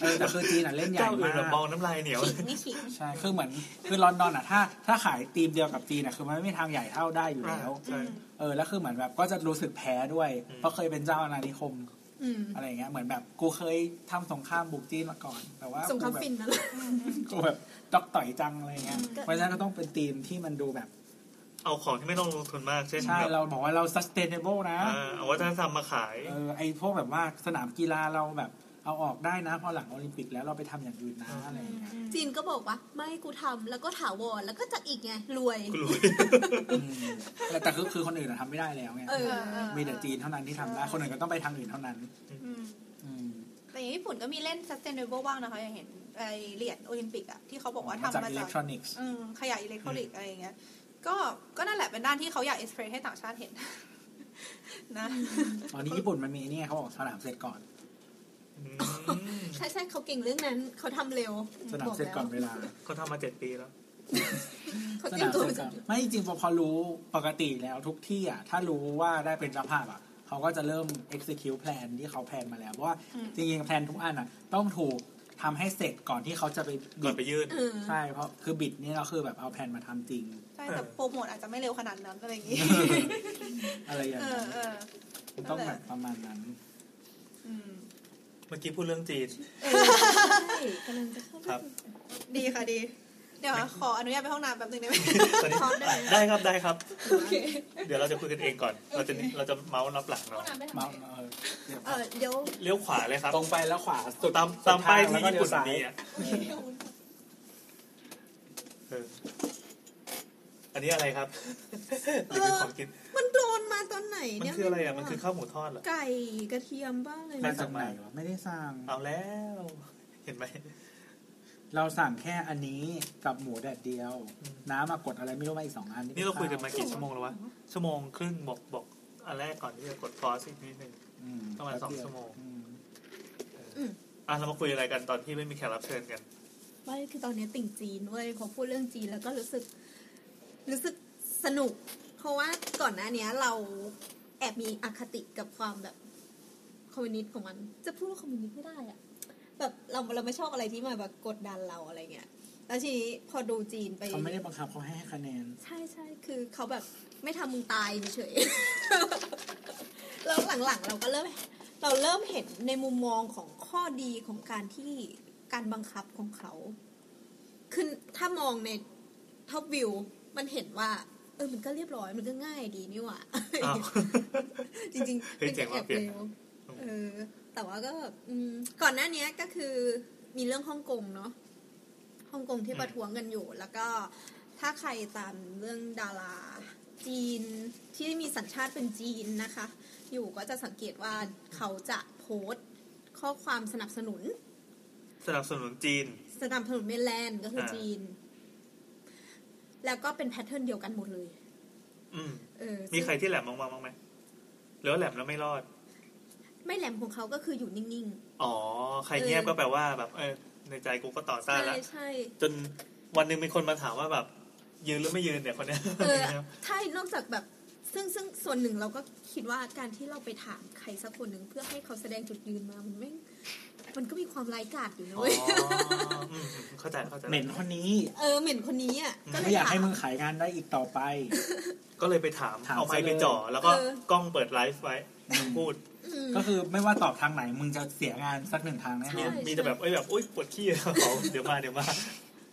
[SPEAKER 4] เออแต่คือจีนอ่ะเล่นใหญ่
[SPEAKER 2] เจ้าอื่
[SPEAKER 4] มาน
[SPEAKER 2] แบบ
[SPEAKER 4] ก
[SPEAKER 2] มองน้ำลายเหนียว
[SPEAKER 5] ขิงไม่ขิง
[SPEAKER 4] ใช่ คือเหมือน คือลอนดอนอ่ะ ถ้า ถ้าขายธีมเดียวกับจีนอ่ะ คือมันไม่มีทางใหญ่เท่าได้อยู่แล้ว
[SPEAKER 2] ใช่
[SPEAKER 4] เออ แล้วคือเหมือนแบบ ก็จะรู้สึกแพ้ด้วย
[SPEAKER 2] อืม
[SPEAKER 4] เพราะเคยเป็นเจ้าอาณานิคม
[SPEAKER 6] อืม
[SPEAKER 4] อะไรอย่างเงี้ย เหมือนแบบ กูเคยทำสงครามบุกจีนมาก่อน แต่ว่า
[SPEAKER 6] สงคราม
[SPEAKER 4] กูแบบ
[SPEAKER 6] ฟินนะ
[SPEAKER 4] กูแบบจอกต่อยจังอะไรเงี้ย
[SPEAKER 5] อืม
[SPEAKER 4] เพราะฉะนั้นก็ต้องเป็นธีมที่มันดูแบบ
[SPEAKER 2] เอาของที่ไม่ต้องลงทุนมากเช่น
[SPEAKER 4] ใช่
[SPEAKER 2] แบบ
[SPEAKER 4] เราบอกว่าเรา sustainable นะ
[SPEAKER 2] อ่าเอาวัฒนธรรมมาขาย
[SPEAKER 4] เออ ไอพวกแบบว่าสนามกีฬาเราแบบ เอาออกได้นะพอหลังโอลิมปิกแล้วเราไปทำอย่างอื่นนะอะไรอย่างเงี้ย
[SPEAKER 6] จีนก็บอกว่า ไม่กูทำแล้วก็ถาวรแล้วก็จัดอีกไง รวย
[SPEAKER 2] กูรวย
[SPEAKER 4] อืมแต่แต่คือคือคนอื่นอะทำไม่ได้แล้วไง
[SPEAKER 6] เออ
[SPEAKER 4] มีแต่จีนเท่านั้นที่ทำได้คนอื่นก็ต้องไปทางอื่นเท่านั้น
[SPEAKER 5] อืม
[SPEAKER 4] อืม
[SPEAKER 5] แต่อย่างญี่ปุ่นก็มีเล่น sustainable บ้างนะคะ อย่างเห็นไอเหรียญโอลิมปิกอะที่เขาบอกว่าทำ
[SPEAKER 4] จาก
[SPEAKER 5] มา
[SPEAKER 4] อิเล็
[SPEAKER 5] จาก ก
[SPEAKER 4] ทรอนิกส์
[SPEAKER 5] อืมขยะอิเล็กทรอนิกส์อะไรอย่างเงี้ย ก็ก็นั่นแหละเป็นด้านที่เขาอยากเอ็กซ์เพรสให้ต่างชาติเห็น นะ
[SPEAKER 4] ตอนนี้ญี่ปุ่นมันมีไอ้เนี่ยเขาบอกสนามเสร็จก่อน
[SPEAKER 2] อืม
[SPEAKER 6] ใช่ใช่เขาเก่งเรื่องนั้น เขาทำเร็ว
[SPEAKER 4] สนามเสร็จก่อนเวลา
[SPEAKER 2] เขาทำมาเจ็ดปีแล้ว
[SPEAKER 6] เขา
[SPEAKER 4] ส
[SPEAKER 6] เตรีย
[SPEAKER 4] นาม ม
[SPEAKER 6] ตัว
[SPEAKER 4] เสร็จ
[SPEAKER 6] มา
[SPEAKER 4] ก่
[SPEAKER 6] จา
[SPEAKER 4] อก นไม่จริงๆพอพอรู้ปกติแล้วทุกที่อ่ะถ้ารู้ว่าได้เป็นเจ้าภาพอ่ะเขาก็จะเริ่ม execute plan ที่เขาแพลนมาแล้วเพราะว่าจริงๆแพลนทุกอันอ่ะ ต้องถูกทำให้เสร็จก่อนที่เขาจะไป
[SPEAKER 2] ก่อ
[SPEAKER 4] บิ
[SPEAKER 2] น
[SPEAKER 4] ด
[SPEAKER 2] ไปยื่น
[SPEAKER 6] เออ
[SPEAKER 4] ใช่เพราะคือบิดนี่เราคือแบบเอาแพลนมาทำจริง
[SPEAKER 5] ใช่แต่โปรโมทอาจจะไม่เร็วขนาดนั้นอะไรอย่างงี้
[SPEAKER 4] อะไรอย่าง
[SPEAKER 5] เอ
[SPEAKER 4] นั้
[SPEAKER 5] อน เออ
[SPEAKER 4] มันต้องแบบประมาณนั้น
[SPEAKER 5] อืม
[SPEAKER 2] เมื่อกี้พูดเรื่องจีน
[SPEAKER 6] ใช่กำลังจะเข้า
[SPEAKER 2] ครับ
[SPEAKER 5] ดีค่ะดี เดี๋ยวนะขออนุญาตไปห้องน้ำแป๊บนึงได้ไหม
[SPEAKER 2] ตอนนี้
[SPEAKER 6] พร้อมได้ไหม
[SPEAKER 2] ได้ครับได้ครับ
[SPEAKER 6] โอเค
[SPEAKER 2] เดี๋ยวเราจะคุยกันเองก่อน เราจะเราจะเมาส์รับหลัง
[SPEAKER 6] ห้
[SPEAKER 2] เรา
[SPEAKER 6] องน้ำไปทำ
[SPEAKER 4] มา
[SPEAKER 6] ไม
[SPEAKER 4] เออเดี๋ยว
[SPEAKER 6] เออเดี๋ยว
[SPEAKER 2] เลี้ยวขวาเลยครับ
[SPEAKER 4] ตรงไปแล้วขวาสุด
[SPEAKER 2] ตามตามป้ายที่ญี่ปุ่น
[SPEAKER 4] แล้วก็
[SPEAKER 2] ดี
[SPEAKER 4] เลี้ยวซ้าย
[SPEAKER 2] อ่ะเอออันนี้อะไรครับหรือเป็นของกิน
[SPEAKER 6] มันโดนมาตอนไหน
[SPEAKER 2] มัน
[SPEAKER 6] เนี่ย
[SPEAKER 2] คืออะไรอ่ะ มันคือข้าวหมูทอดเหรอ
[SPEAKER 6] ไก่กระเทียมบ้างเลย
[SPEAKER 4] มา
[SPEAKER 6] นะ
[SPEAKER 4] จากไหนวะไม่ได้สั่ง
[SPEAKER 2] เอาแล้ว เห็นไหม
[SPEAKER 4] เราสั่งแค่อันนี้กับหมูแดดเดียว
[SPEAKER 2] อืม
[SPEAKER 4] น้ำมากดอะไรไม่รู้มาอีกสองอัน
[SPEAKER 2] นี่เราคุยกันมากี่ชั่วโมงแล้ววะ ชั่วโมงครึ่งบอกบอกอันแรกก่อนที่จะกดพอสอีกนิดหนึ่ง
[SPEAKER 4] อื
[SPEAKER 2] ประมาณสอง
[SPEAKER 4] แป๊บเดีย
[SPEAKER 2] ชั่วโมง
[SPEAKER 4] อื
[SPEAKER 2] อ่ะเรามาคุยอะไรกันตอนที่ไม่มีแขกรับเชิญกัน
[SPEAKER 6] ไม่คือตอนนี้ติ่งจีนเว้ยพอพูดเรื่องจีนแล้วก็รู้สึก รู้สึกสนุก เพราะว่าก่อนหน้าเนี้ยเราแอบมีอคติกับความแบบคอมมิวนิสต์ของมัน จะพูดว่าคอมมิวนิสต์ไม่ได้อะแบบเราเราไม่ชอบอะไรที่มาแบบกดดันเราอะไรเงี้ยแล้วทีนี้พอดูจีนไป
[SPEAKER 4] เขาไม่ได้บังคับเขาให้คะแนน
[SPEAKER 6] ใช่ใช่คือเขาแบบไม่ทำมึงตายเฉย แล้วหลังๆ เราก็เริ่ม เราเริ่มเห็นในมุมมองของข้อดีของการที่การบังคับของเขา คือถ้ามองในท็อปวิวมันเห็นว่า เออมันก็เรียบร้อยมันก็ง่ายดีนี่หว่า
[SPEAKER 2] อ้าว
[SPEAKER 6] จริงๆ
[SPEAKER 2] เฮ้ย
[SPEAKER 6] มัน
[SPEAKER 2] เจ๋
[SPEAKER 6] จะ
[SPEAKER 2] ง
[SPEAKER 6] แอ
[SPEAKER 2] ว่ะ
[SPEAKER 6] บ
[SPEAKER 2] เปลี่ยน
[SPEAKER 6] เร็วเออ แต่ว่าก็แบบอืมก่อนหน้าเนี้ยก็คือมีเรื่องฮ่องกงเนาะฮ่องกงที่
[SPEAKER 2] อืม
[SPEAKER 6] ประท้วงกันอยู่ แล้วก็ถ้าใครตามเรื่องดาราจีนที่มีสัญชาติเป็นจีนนะคะ อยู่ก็จะสังเกตว่าเขาจะโพสต์ข้อความสนับสนุน
[SPEAKER 2] สนับสนุนจีน
[SPEAKER 6] สนับสนุนเมนแลนด์ก็คืออา จีน แล้วก็เป็นแพทเทิร์นเดียวกันหมดเลย
[SPEAKER 2] อืม
[SPEAKER 6] เออ
[SPEAKER 2] มี
[SPEAKER 6] ซึ่ง
[SPEAKER 2] ใครที่แหลมมองมางบ้างไหมหรือว่าแหลมแล้วไม่รอด
[SPEAKER 6] ไม่แหลมของเขาก็คืออยู่นิ่ง
[SPEAKER 2] อ๋อ ใครเงียบ
[SPEAKER 6] เออ
[SPEAKER 2] ก็แปลว่าแบบ เออ ในใจกูก็ต่อ
[SPEAKER 6] ๆ
[SPEAKER 2] ต้าน
[SPEAKER 6] ใช่
[SPEAKER 2] แล้ว
[SPEAKER 6] ใช่
[SPEAKER 2] จนวันหนึ่งมีคนมาถามว่าแบบ ยืนหรือไม่ยืนเนี่ยคนเนี้ย
[SPEAKER 6] เออ ใช่ นอกจากแบบ ซึ่งซึ่งส่วนหนึ่งเราก็คิดว่าการที่เราไปถามใครสักคนหนึ่งเพื่อให้เขาแสดงจุดยืนมา มันไม่งมันก็มีความไร้ายกาดอยู่นะ
[SPEAKER 2] อ๋อ
[SPEAKER 6] เว้ย
[SPEAKER 2] อืมเข้าใจเข้าใจ
[SPEAKER 4] เหม็นคนนี้
[SPEAKER 6] เออเหม็นคนนี้อ่ะ ก็เล
[SPEAKER 4] ไม่
[SPEAKER 6] ย
[SPEAKER 4] อยาก
[SPEAKER 6] ถา
[SPEAKER 4] ให้
[SPEAKER 6] ม
[SPEAKER 4] มึงขายงานได้อีกต่อไป
[SPEAKER 2] ก็เลยไปถาม
[SPEAKER 4] ถาม
[SPEAKER 2] เอาไม
[SPEAKER 4] ซะ
[SPEAKER 2] ค์
[SPEAKER 4] เลย
[SPEAKER 2] ไปจ่อ แล้วก็
[SPEAKER 6] เออ
[SPEAKER 2] กล้องเปิดไลฟ์ไว้
[SPEAKER 4] อืม
[SPEAKER 2] พูด
[SPEAKER 6] อืม
[SPEAKER 4] ก็คือไม่ว่าตอบทางไหนมึงจะเสียงานสักหนึ่งทางแน่น
[SPEAKER 6] ใช่
[SPEAKER 4] อน
[SPEAKER 2] มีแต่แบบเอ้ยแบบโอ๊ยปวดขี้เขา เดี๋ยวมาเดี๋ยวมา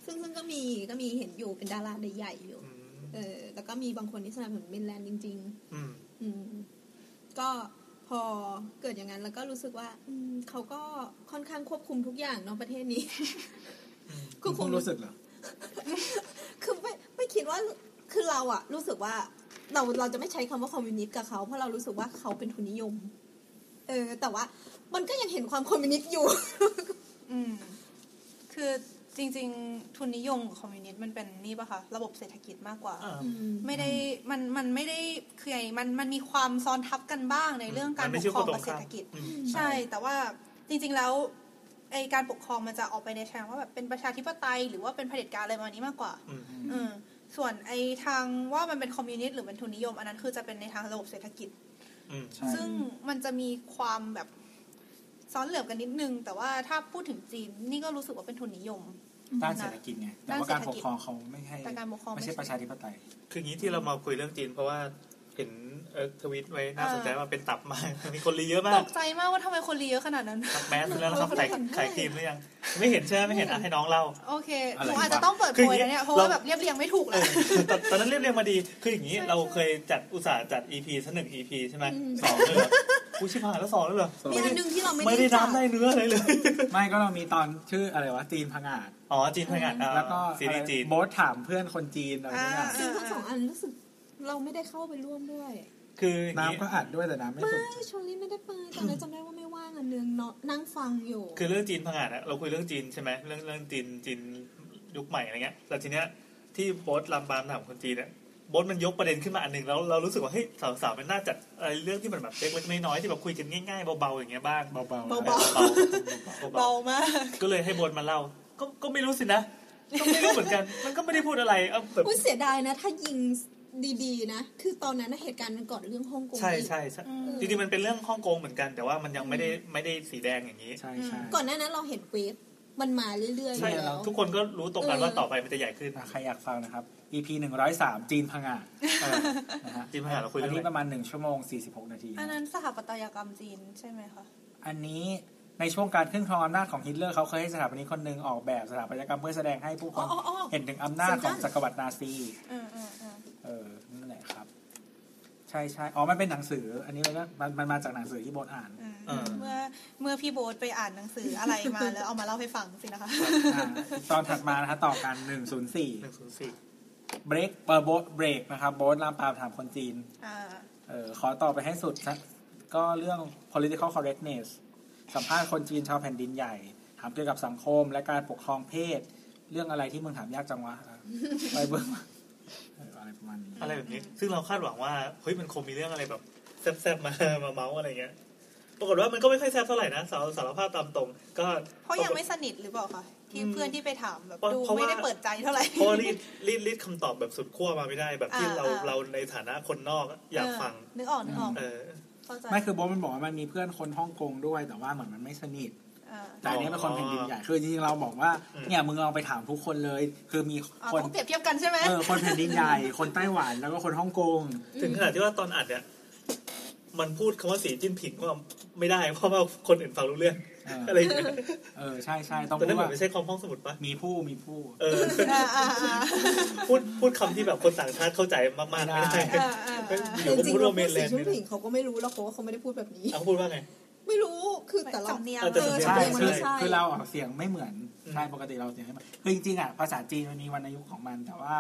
[SPEAKER 6] ซึ่งซึ่งก็มีก็มีเห็นอยู่เป็นดาราใหญ่ๆอยู่
[SPEAKER 2] อืม
[SPEAKER 6] เออ แล้วก็มีบางคนที่สนับสนุนเมนแลนด์จริง ๆ
[SPEAKER 2] อืม
[SPEAKER 6] อืมก็พอเกิดอย่างนั้นแล้วก็รู้สึกว่า อืมเขาก็ค่อนข้างควบคุมทุกอย่างเนาะประเทศนี้
[SPEAKER 2] อืม
[SPEAKER 6] ควบคุม
[SPEAKER 4] มึงรู้สึกเหรอ
[SPEAKER 6] คือไม่ไม่คิดว่าคือเราอะรู้สึกว่าเราเราจะไม่ใช้คำว่าคอมมิวนิสต์กับเขาเพราะเรารู้สึกว่าเขาเป็นทุนนิยม เออ แต่ว่ามันก็ยังเห็นความคอมมิวนิส ต์อยู่
[SPEAKER 5] อืม คือจริง ๆ ทุนนิยมกับคอมมิวนิสต์มันเป็นนี่ป่ะคะระบบเศรษฐกิจมากกว่า
[SPEAKER 2] อ่า
[SPEAKER 5] ไม่ได้มันมันไม่ได้คือไงมันมันมีความซ้อนทับกันบ้างในเรื่องการ
[SPEAKER 2] มัน
[SPEAKER 5] ป
[SPEAKER 2] ไม่
[SPEAKER 5] ก
[SPEAKER 2] ใช่
[SPEAKER 5] ครอ
[SPEAKER 2] ค
[SPEAKER 5] ง
[SPEAKER 2] นตรง
[SPEAKER 5] กับเศรษฐ
[SPEAKER 2] ข้าม
[SPEAKER 5] กิจ
[SPEAKER 2] อืม
[SPEAKER 5] ใช่แต่ว่าจริงๆแล้วไอการปกครองมันจะออกไปในทางว่าแบบเป็นประชาธิปไตยหรือว่าเป็นเผด็จการอะไรประมาณนี้มากกว่า
[SPEAKER 2] อืม
[SPEAKER 5] เออส่วนไอทางว่ามันเป็นคอมมิวนิสต์หรือเป็นทุนนิยม อันนั้นคือจะเป็นในทางระบบเศรษฐกิจ
[SPEAKER 2] อืม
[SPEAKER 4] ใช่
[SPEAKER 5] ซึ่งมันจะมีความแบบซ้อนเหลื่อมกันนิดนึง แต่ว่าถ้าพูดถึงจีนนี่ก็รู้สึกว่าเป็นทุนนิยม
[SPEAKER 4] ด้านเศรษฐกิจไงแต่ว่าการปกครองเขาไม่ให้
[SPEAKER 5] แต่การปกครอง
[SPEAKER 4] ไม่ใช่
[SPEAKER 5] ไม่ใช่
[SPEAKER 4] ประชาธิปไตย
[SPEAKER 2] คืออย่างนี้ที่เรามาคุยเรื่องจีน เพราะว่าเห็นเอิร์กทวิตไว้น่าสนใจว่าเป็นตับมาก มีคนรีเยอะ
[SPEAKER 5] ต
[SPEAKER 2] มาก
[SPEAKER 5] กใจมากว่าทำไมคนรีเยอะขนาดนั้น
[SPEAKER 2] ตับแมสแล้วนะครับใส่ใส่ครีมหรือยัง ไม่เห็นใช่ไหมไม่เห็นอ่ะให้น้องเล่า
[SPEAKER 5] โอเค
[SPEAKER 4] อะไร
[SPEAKER 5] หนูอาจจะ
[SPEAKER 4] วะ
[SPEAKER 5] ต้องเปิด
[SPEAKER 2] คือ
[SPEAKER 5] โพย
[SPEAKER 2] อย่าง
[SPEAKER 5] นะ
[SPEAKER 2] เงี้
[SPEAKER 5] เนี่ย ยเพราะว่า
[SPEAKER 2] เรา
[SPEAKER 5] แบบเรียบเรียงไม่ถูก
[SPEAKER 2] เอ
[SPEAKER 5] เลย
[SPEAKER 2] อตอนตอนนั้นเรียบเรียงมาดี คืออย่างนี้
[SPEAKER 5] ใช่
[SPEAKER 2] เรา
[SPEAKER 5] ใช่
[SPEAKER 2] เคยจัดอุตส่าห์จัด EP สักหนึ่ง EP ใช่ไหม
[SPEAKER 6] อืม
[SPEAKER 2] สองเลยเหรอ อุ้ยชิบหายแล้วสองแล้วเหรอ
[SPEAKER 6] มีอันหนึงที่เราไม่
[SPEAKER 2] ไม่ได้
[SPEAKER 6] จับ
[SPEAKER 2] น้ำได้เนื้ออะไรเลย
[SPEAKER 4] ไม่ก็เรามีตอนชื่ออะไรวะจีนพังอาด
[SPEAKER 2] อ๋อจีนพงัดอ่า
[SPEAKER 4] แล้วก็
[SPEAKER 2] ซีรีส์จีน
[SPEAKER 4] โบ๊ทถามเพื่อนคนจีนอะไรเนี่ย
[SPEAKER 5] อ่า
[SPEAKER 6] ซึ่งทั้งสองอันรู้สึกเราไม่ได้เข้าไปร่วมด้วย
[SPEAKER 2] คืออย่างนี้
[SPEAKER 4] น้ำก็อัดด้วยแต่น้ำไม่สน
[SPEAKER 6] ไม่ชอลี่ไม่ได้ไปตอนนั้นจำได้ว่าไม่ว่างอันนึงเนาะนั่งฟังอยู่
[SPEAKER 2] คือเรื่องจีนพังงาดอะเราคุยเรื่องจีนใช่ไหมเรื่องเรื่องจีนจีนยุคใหม่อะไรเงี้ยแต่ทีเนี้ยที่โบ๊ทลำบามถามคนจีนเนี่ยโบ๊ทมันยกประเด็นขึ้นมาอันหนึ่งแล้วเรารู้สึกว่าเฮ้ยสาวๆมันน่าจัดอะไรเรื่องที่มันแบบเล็กๆน้อยๆที่แบบคุยกันง่ายๆเบาๆอย่างเงี้ยบ้าง
[SPEAKER 4] เบา
[SPEAKER 2] เบาๆเบา
[SPEAKER 5] เบามาก
[SPEAKER 2] ๆก็เลยให้โบ๊ทมาเล่า ก็ก็ไม่รู้สินะก็ไม่รู้เหมือนกัน มันก็ไม่ได้พูดอะไรเอาแบบ
[SPEAKER 6] อุ้ยเสียดายนะ ถ้ายิงดีๆนะ คือตอนนั้นนะเหตุการณ์มันก่อนเรื่องฮ่องกง
[SPEAKER 2] ใช่
[SPEAKER 6] อีก
[SPEAKER 2] ใช่ใช่
[SPEAKER 5] อืม
[SPEAKER 2] จริงๆมันเป็นเรื่องฮ่องกงเหมือนกัน แต่ว่ามันยังไม่ได้ไม่ได้สีแดงอย่างนี้
[SPEAKER 4] ๆใช่ใช่
[SPEAKER 6] ก่อนหน้านั้นเราเห็นเวฟมันมาเรื่อยๆ
[SPEAKER 2] ใช่
[SPEAKER 6] อยู่แล้ว
[SPEAKER 2] ทุกคนก็รู้ตรงกัน
[SPEAKER 6] เออ
[SPEAKER 2] ว่าต่อไปมันจะใหญ่ขึ้น
[SPEAKER 4] อ่ะใครอยากฟังนะครับ EP หนึ่งร้อยสามจีนพังอาดเอ อนะฮะ
[SPEAKER 2] จีนพังงาดเราคุยเรื่อ
[SPEAKER 4] อั
[SPEAKER 2] น งอะไร
[SPEAKER 4] นี้ประมาณหนึ่งชั่วโมงสี่สิบหกนาที
[SPEAKER 5] อันนั้นสถาปัตยกรรมจีนใช่ไหมคะ
[SPEAKER 4] อันนี้ในช่วงการขึ้นครองอำนาจของฮิตเลอร์เขาเคยให้สถาปนิกคนหนึ่งออกแบบสถาปัตยกรรมเพื่อแสดงให้ผู้คน
[SPEAKER 5] อ๋ออ๋ออ๋อ
[SPEAKER 4] เห็นถึงอำนาจของจักรวรรดินาซี
[SPEAKER 5] อืมอืมอืม
[SPEAKER 4] เออนั่นแหละครับ ใช่ใช่อ๋อ มันเป็นหนังสือ อันนี้มันก็มันมันมาจากหนังสือที่โบท อ่าน
[SPEAKER 5] อืม
[SPEAKER 2] เออ
[SPEAKER 5] เมื่อเมื่อพี่โบ๊ทไปอ่านหนังสืออะไรมาแล้วเอามาเล่าให้ฟังสินะคะ
[SPEAKER 4] อ่าตอนถัดมานะคะต่อกันหนึ่งศูนย์สี่
[SPEAKER 2] หนึ่งศูนย์สี่
[SPEAKER 4] เบรกเปิดโบทเบรกนะครับ โบทลามปามถามคนจีน
[SPEAKER 5] อ่า
[SPEAKER 4] เออขอต่อไปให้สุดนะก็เรื่อง political correctness สัมภาษณ์คนจีนชาวแผ่นดินใหญ่ ถามเกี่ยวกับสังคมและการปกครองเพศ เรื่องอะไรที่มึงถามยากจังวะอ่ะไปเบื้องเอออะไรประมาณนี้
[SPEAKER 2] อะไรแบบนี้ ซึ่งเราคาดหวังว่าเฮ้ยมันคงมีเรื่องอะไรแบบแซ่บๆมามาเมาส์อะไรเงี้ยปรากฏว่ามันก็ไม่ค่อยแซ่บเท่าไหร่นะสารสารภาพตามตรง ก็
[SPEAKER 5] เพราะยังไม่สนิทหรือเปล่าคะที่
[SPEAKER 2] อืม
[SPEAKER 5] เพื่อนที่ไปถามแบบ
[SPEAKER 2] เพราะ
[SPEAKER 5] ดู
[SPEAKER 2] เพราะว่า
[SPEAKER 5] ไม่ได้เปิดใจเท่าไหร่
[SPEAKER 2] เพราะว่ารีดรีดรีดคำตอบแบบสุดขั้วมาไม่ได้แบบที่
[SPEAKER 5] อ่า
[SPEAKER 2] เรา
[SPEAKER 5] อ่า
[SPEAKER 2] เราในฐานะคนนอกอยากฟัง
[SPEAKER 5] เออนึกออกนึกออก
[SPEAKER 2] เออ
[SPEAKER 5] เข้าใจ
[SPEAKER 4] ไม่คือโบทมันบอกว่ามันมีเพื่อนคนฮ่องกงด้วย แต่ว่าเหมือนมันไม่สนิท
[SPEAKER 5] อ่า
[SPEAKER 4] แต่อันนี้เป็นคน
[SPEAKER 2] อ๋อ
[SPEAKER 4] แผ่นดินใหญ่ คือจริงๆเราบอกว่า
[SPEAKER 2] อืม
[SPEAKER 4] เนี่ยมึงลองไปถามทุกคนเลย คือมี
[SPEAKER 5] อ่า
[SPEAKER 4] คน
[SPEAKER 5] เขาเปรียบเทียบกันใช่ไหม
[SPEAKER 4] เออคนแผ่นดินใหญ่ คนไต้หวันแล้วก็คนฮ่องกง
[SPEAKER 2] ถึงขนาดที่ว่าตอนอัดเนี่ยมันพูดคำว่าสีจิ้นผิงว่าไม่ได้เพราะว่าคนอื่นฟังรู้เรื่อง
[SPEAKER 4] เอออ
[SPEAKER 2] อะไรอย่างเงี้ย
[SPEAKER 4] เออใช่ใช่ต้อง
[SPEAKER 2] แต่นั่น
[SPEAKER 4] พูด
[SPEAKER 2] เหมือ
[SPEAKER 4] ว่า
[SPEAKER 2] นไม่ใช่ความห้องสมุดปะ
[SPEAKER 4] มีผู้มีผู้
[SPEAKER 2] เออ
[SPEAKER 5] อ่าอ่าอ่า
[SPEAKER 2] พูดพูดคำที่แบบคนต่างชาติเข้าใจมากๆไม่
[SPEAKER 4] ไม่
[SPEAKER 2] ได้
[SPEAKER 4] ได้
[SPEAKER 5] อ่าอ่าอ่
[SPEAKER 6] จ
[SPEAKER 2] อ
[SPEAKER 5] า
[SPEAKER 2] ยู่ก็
[SPEAKER 6] ริง
[SPEAKER 2] พูด
[SPEAKER 6] ๆเรา
[SPEAKER 2] ว่าเม
[SPEAKER 6] พูด
[SPEAKER 2] นแล
[SPEAKER 6] สี
[SPEAKER 2] นด์
[SPEAKER 6] ชุ
[SPEAKER 2] เนี่
[SPEAKER 6] ด
[SPEAKER 2] ย
[SPEAKER 6] ผู้หญิงเขาก็ไม่รู้หรอกเพราะว่าเขาไม่ได้พูดแบบนี้
[SPEAKER 2] เอาเขาพูดว่าไง
[SPEAKER 6] ไม่รู้คือแต่เรา
[SPEAKER 5] สำเนียง
[SPEAKER 6] เออ
[SPEAKER 2] ใช่
[SPEAKER 6] สำเนียง
[SPEAKER 4] ใช่
[SPEAKER 6] มัน
[SPEAKER 4] คือ
[SPEAKER 6] ไม่ใช่
[SPEAKER 4] คือเราออกเสียงไม่เหมือน
[SPEAKER 2] อืม
[SPEAKER 4] ใช่ปกติเราเสียงไม่เหมือนคือจริงๆอ่ะภาษาจีนมันมีวรรณยุกต์ของมัน แต่ว่า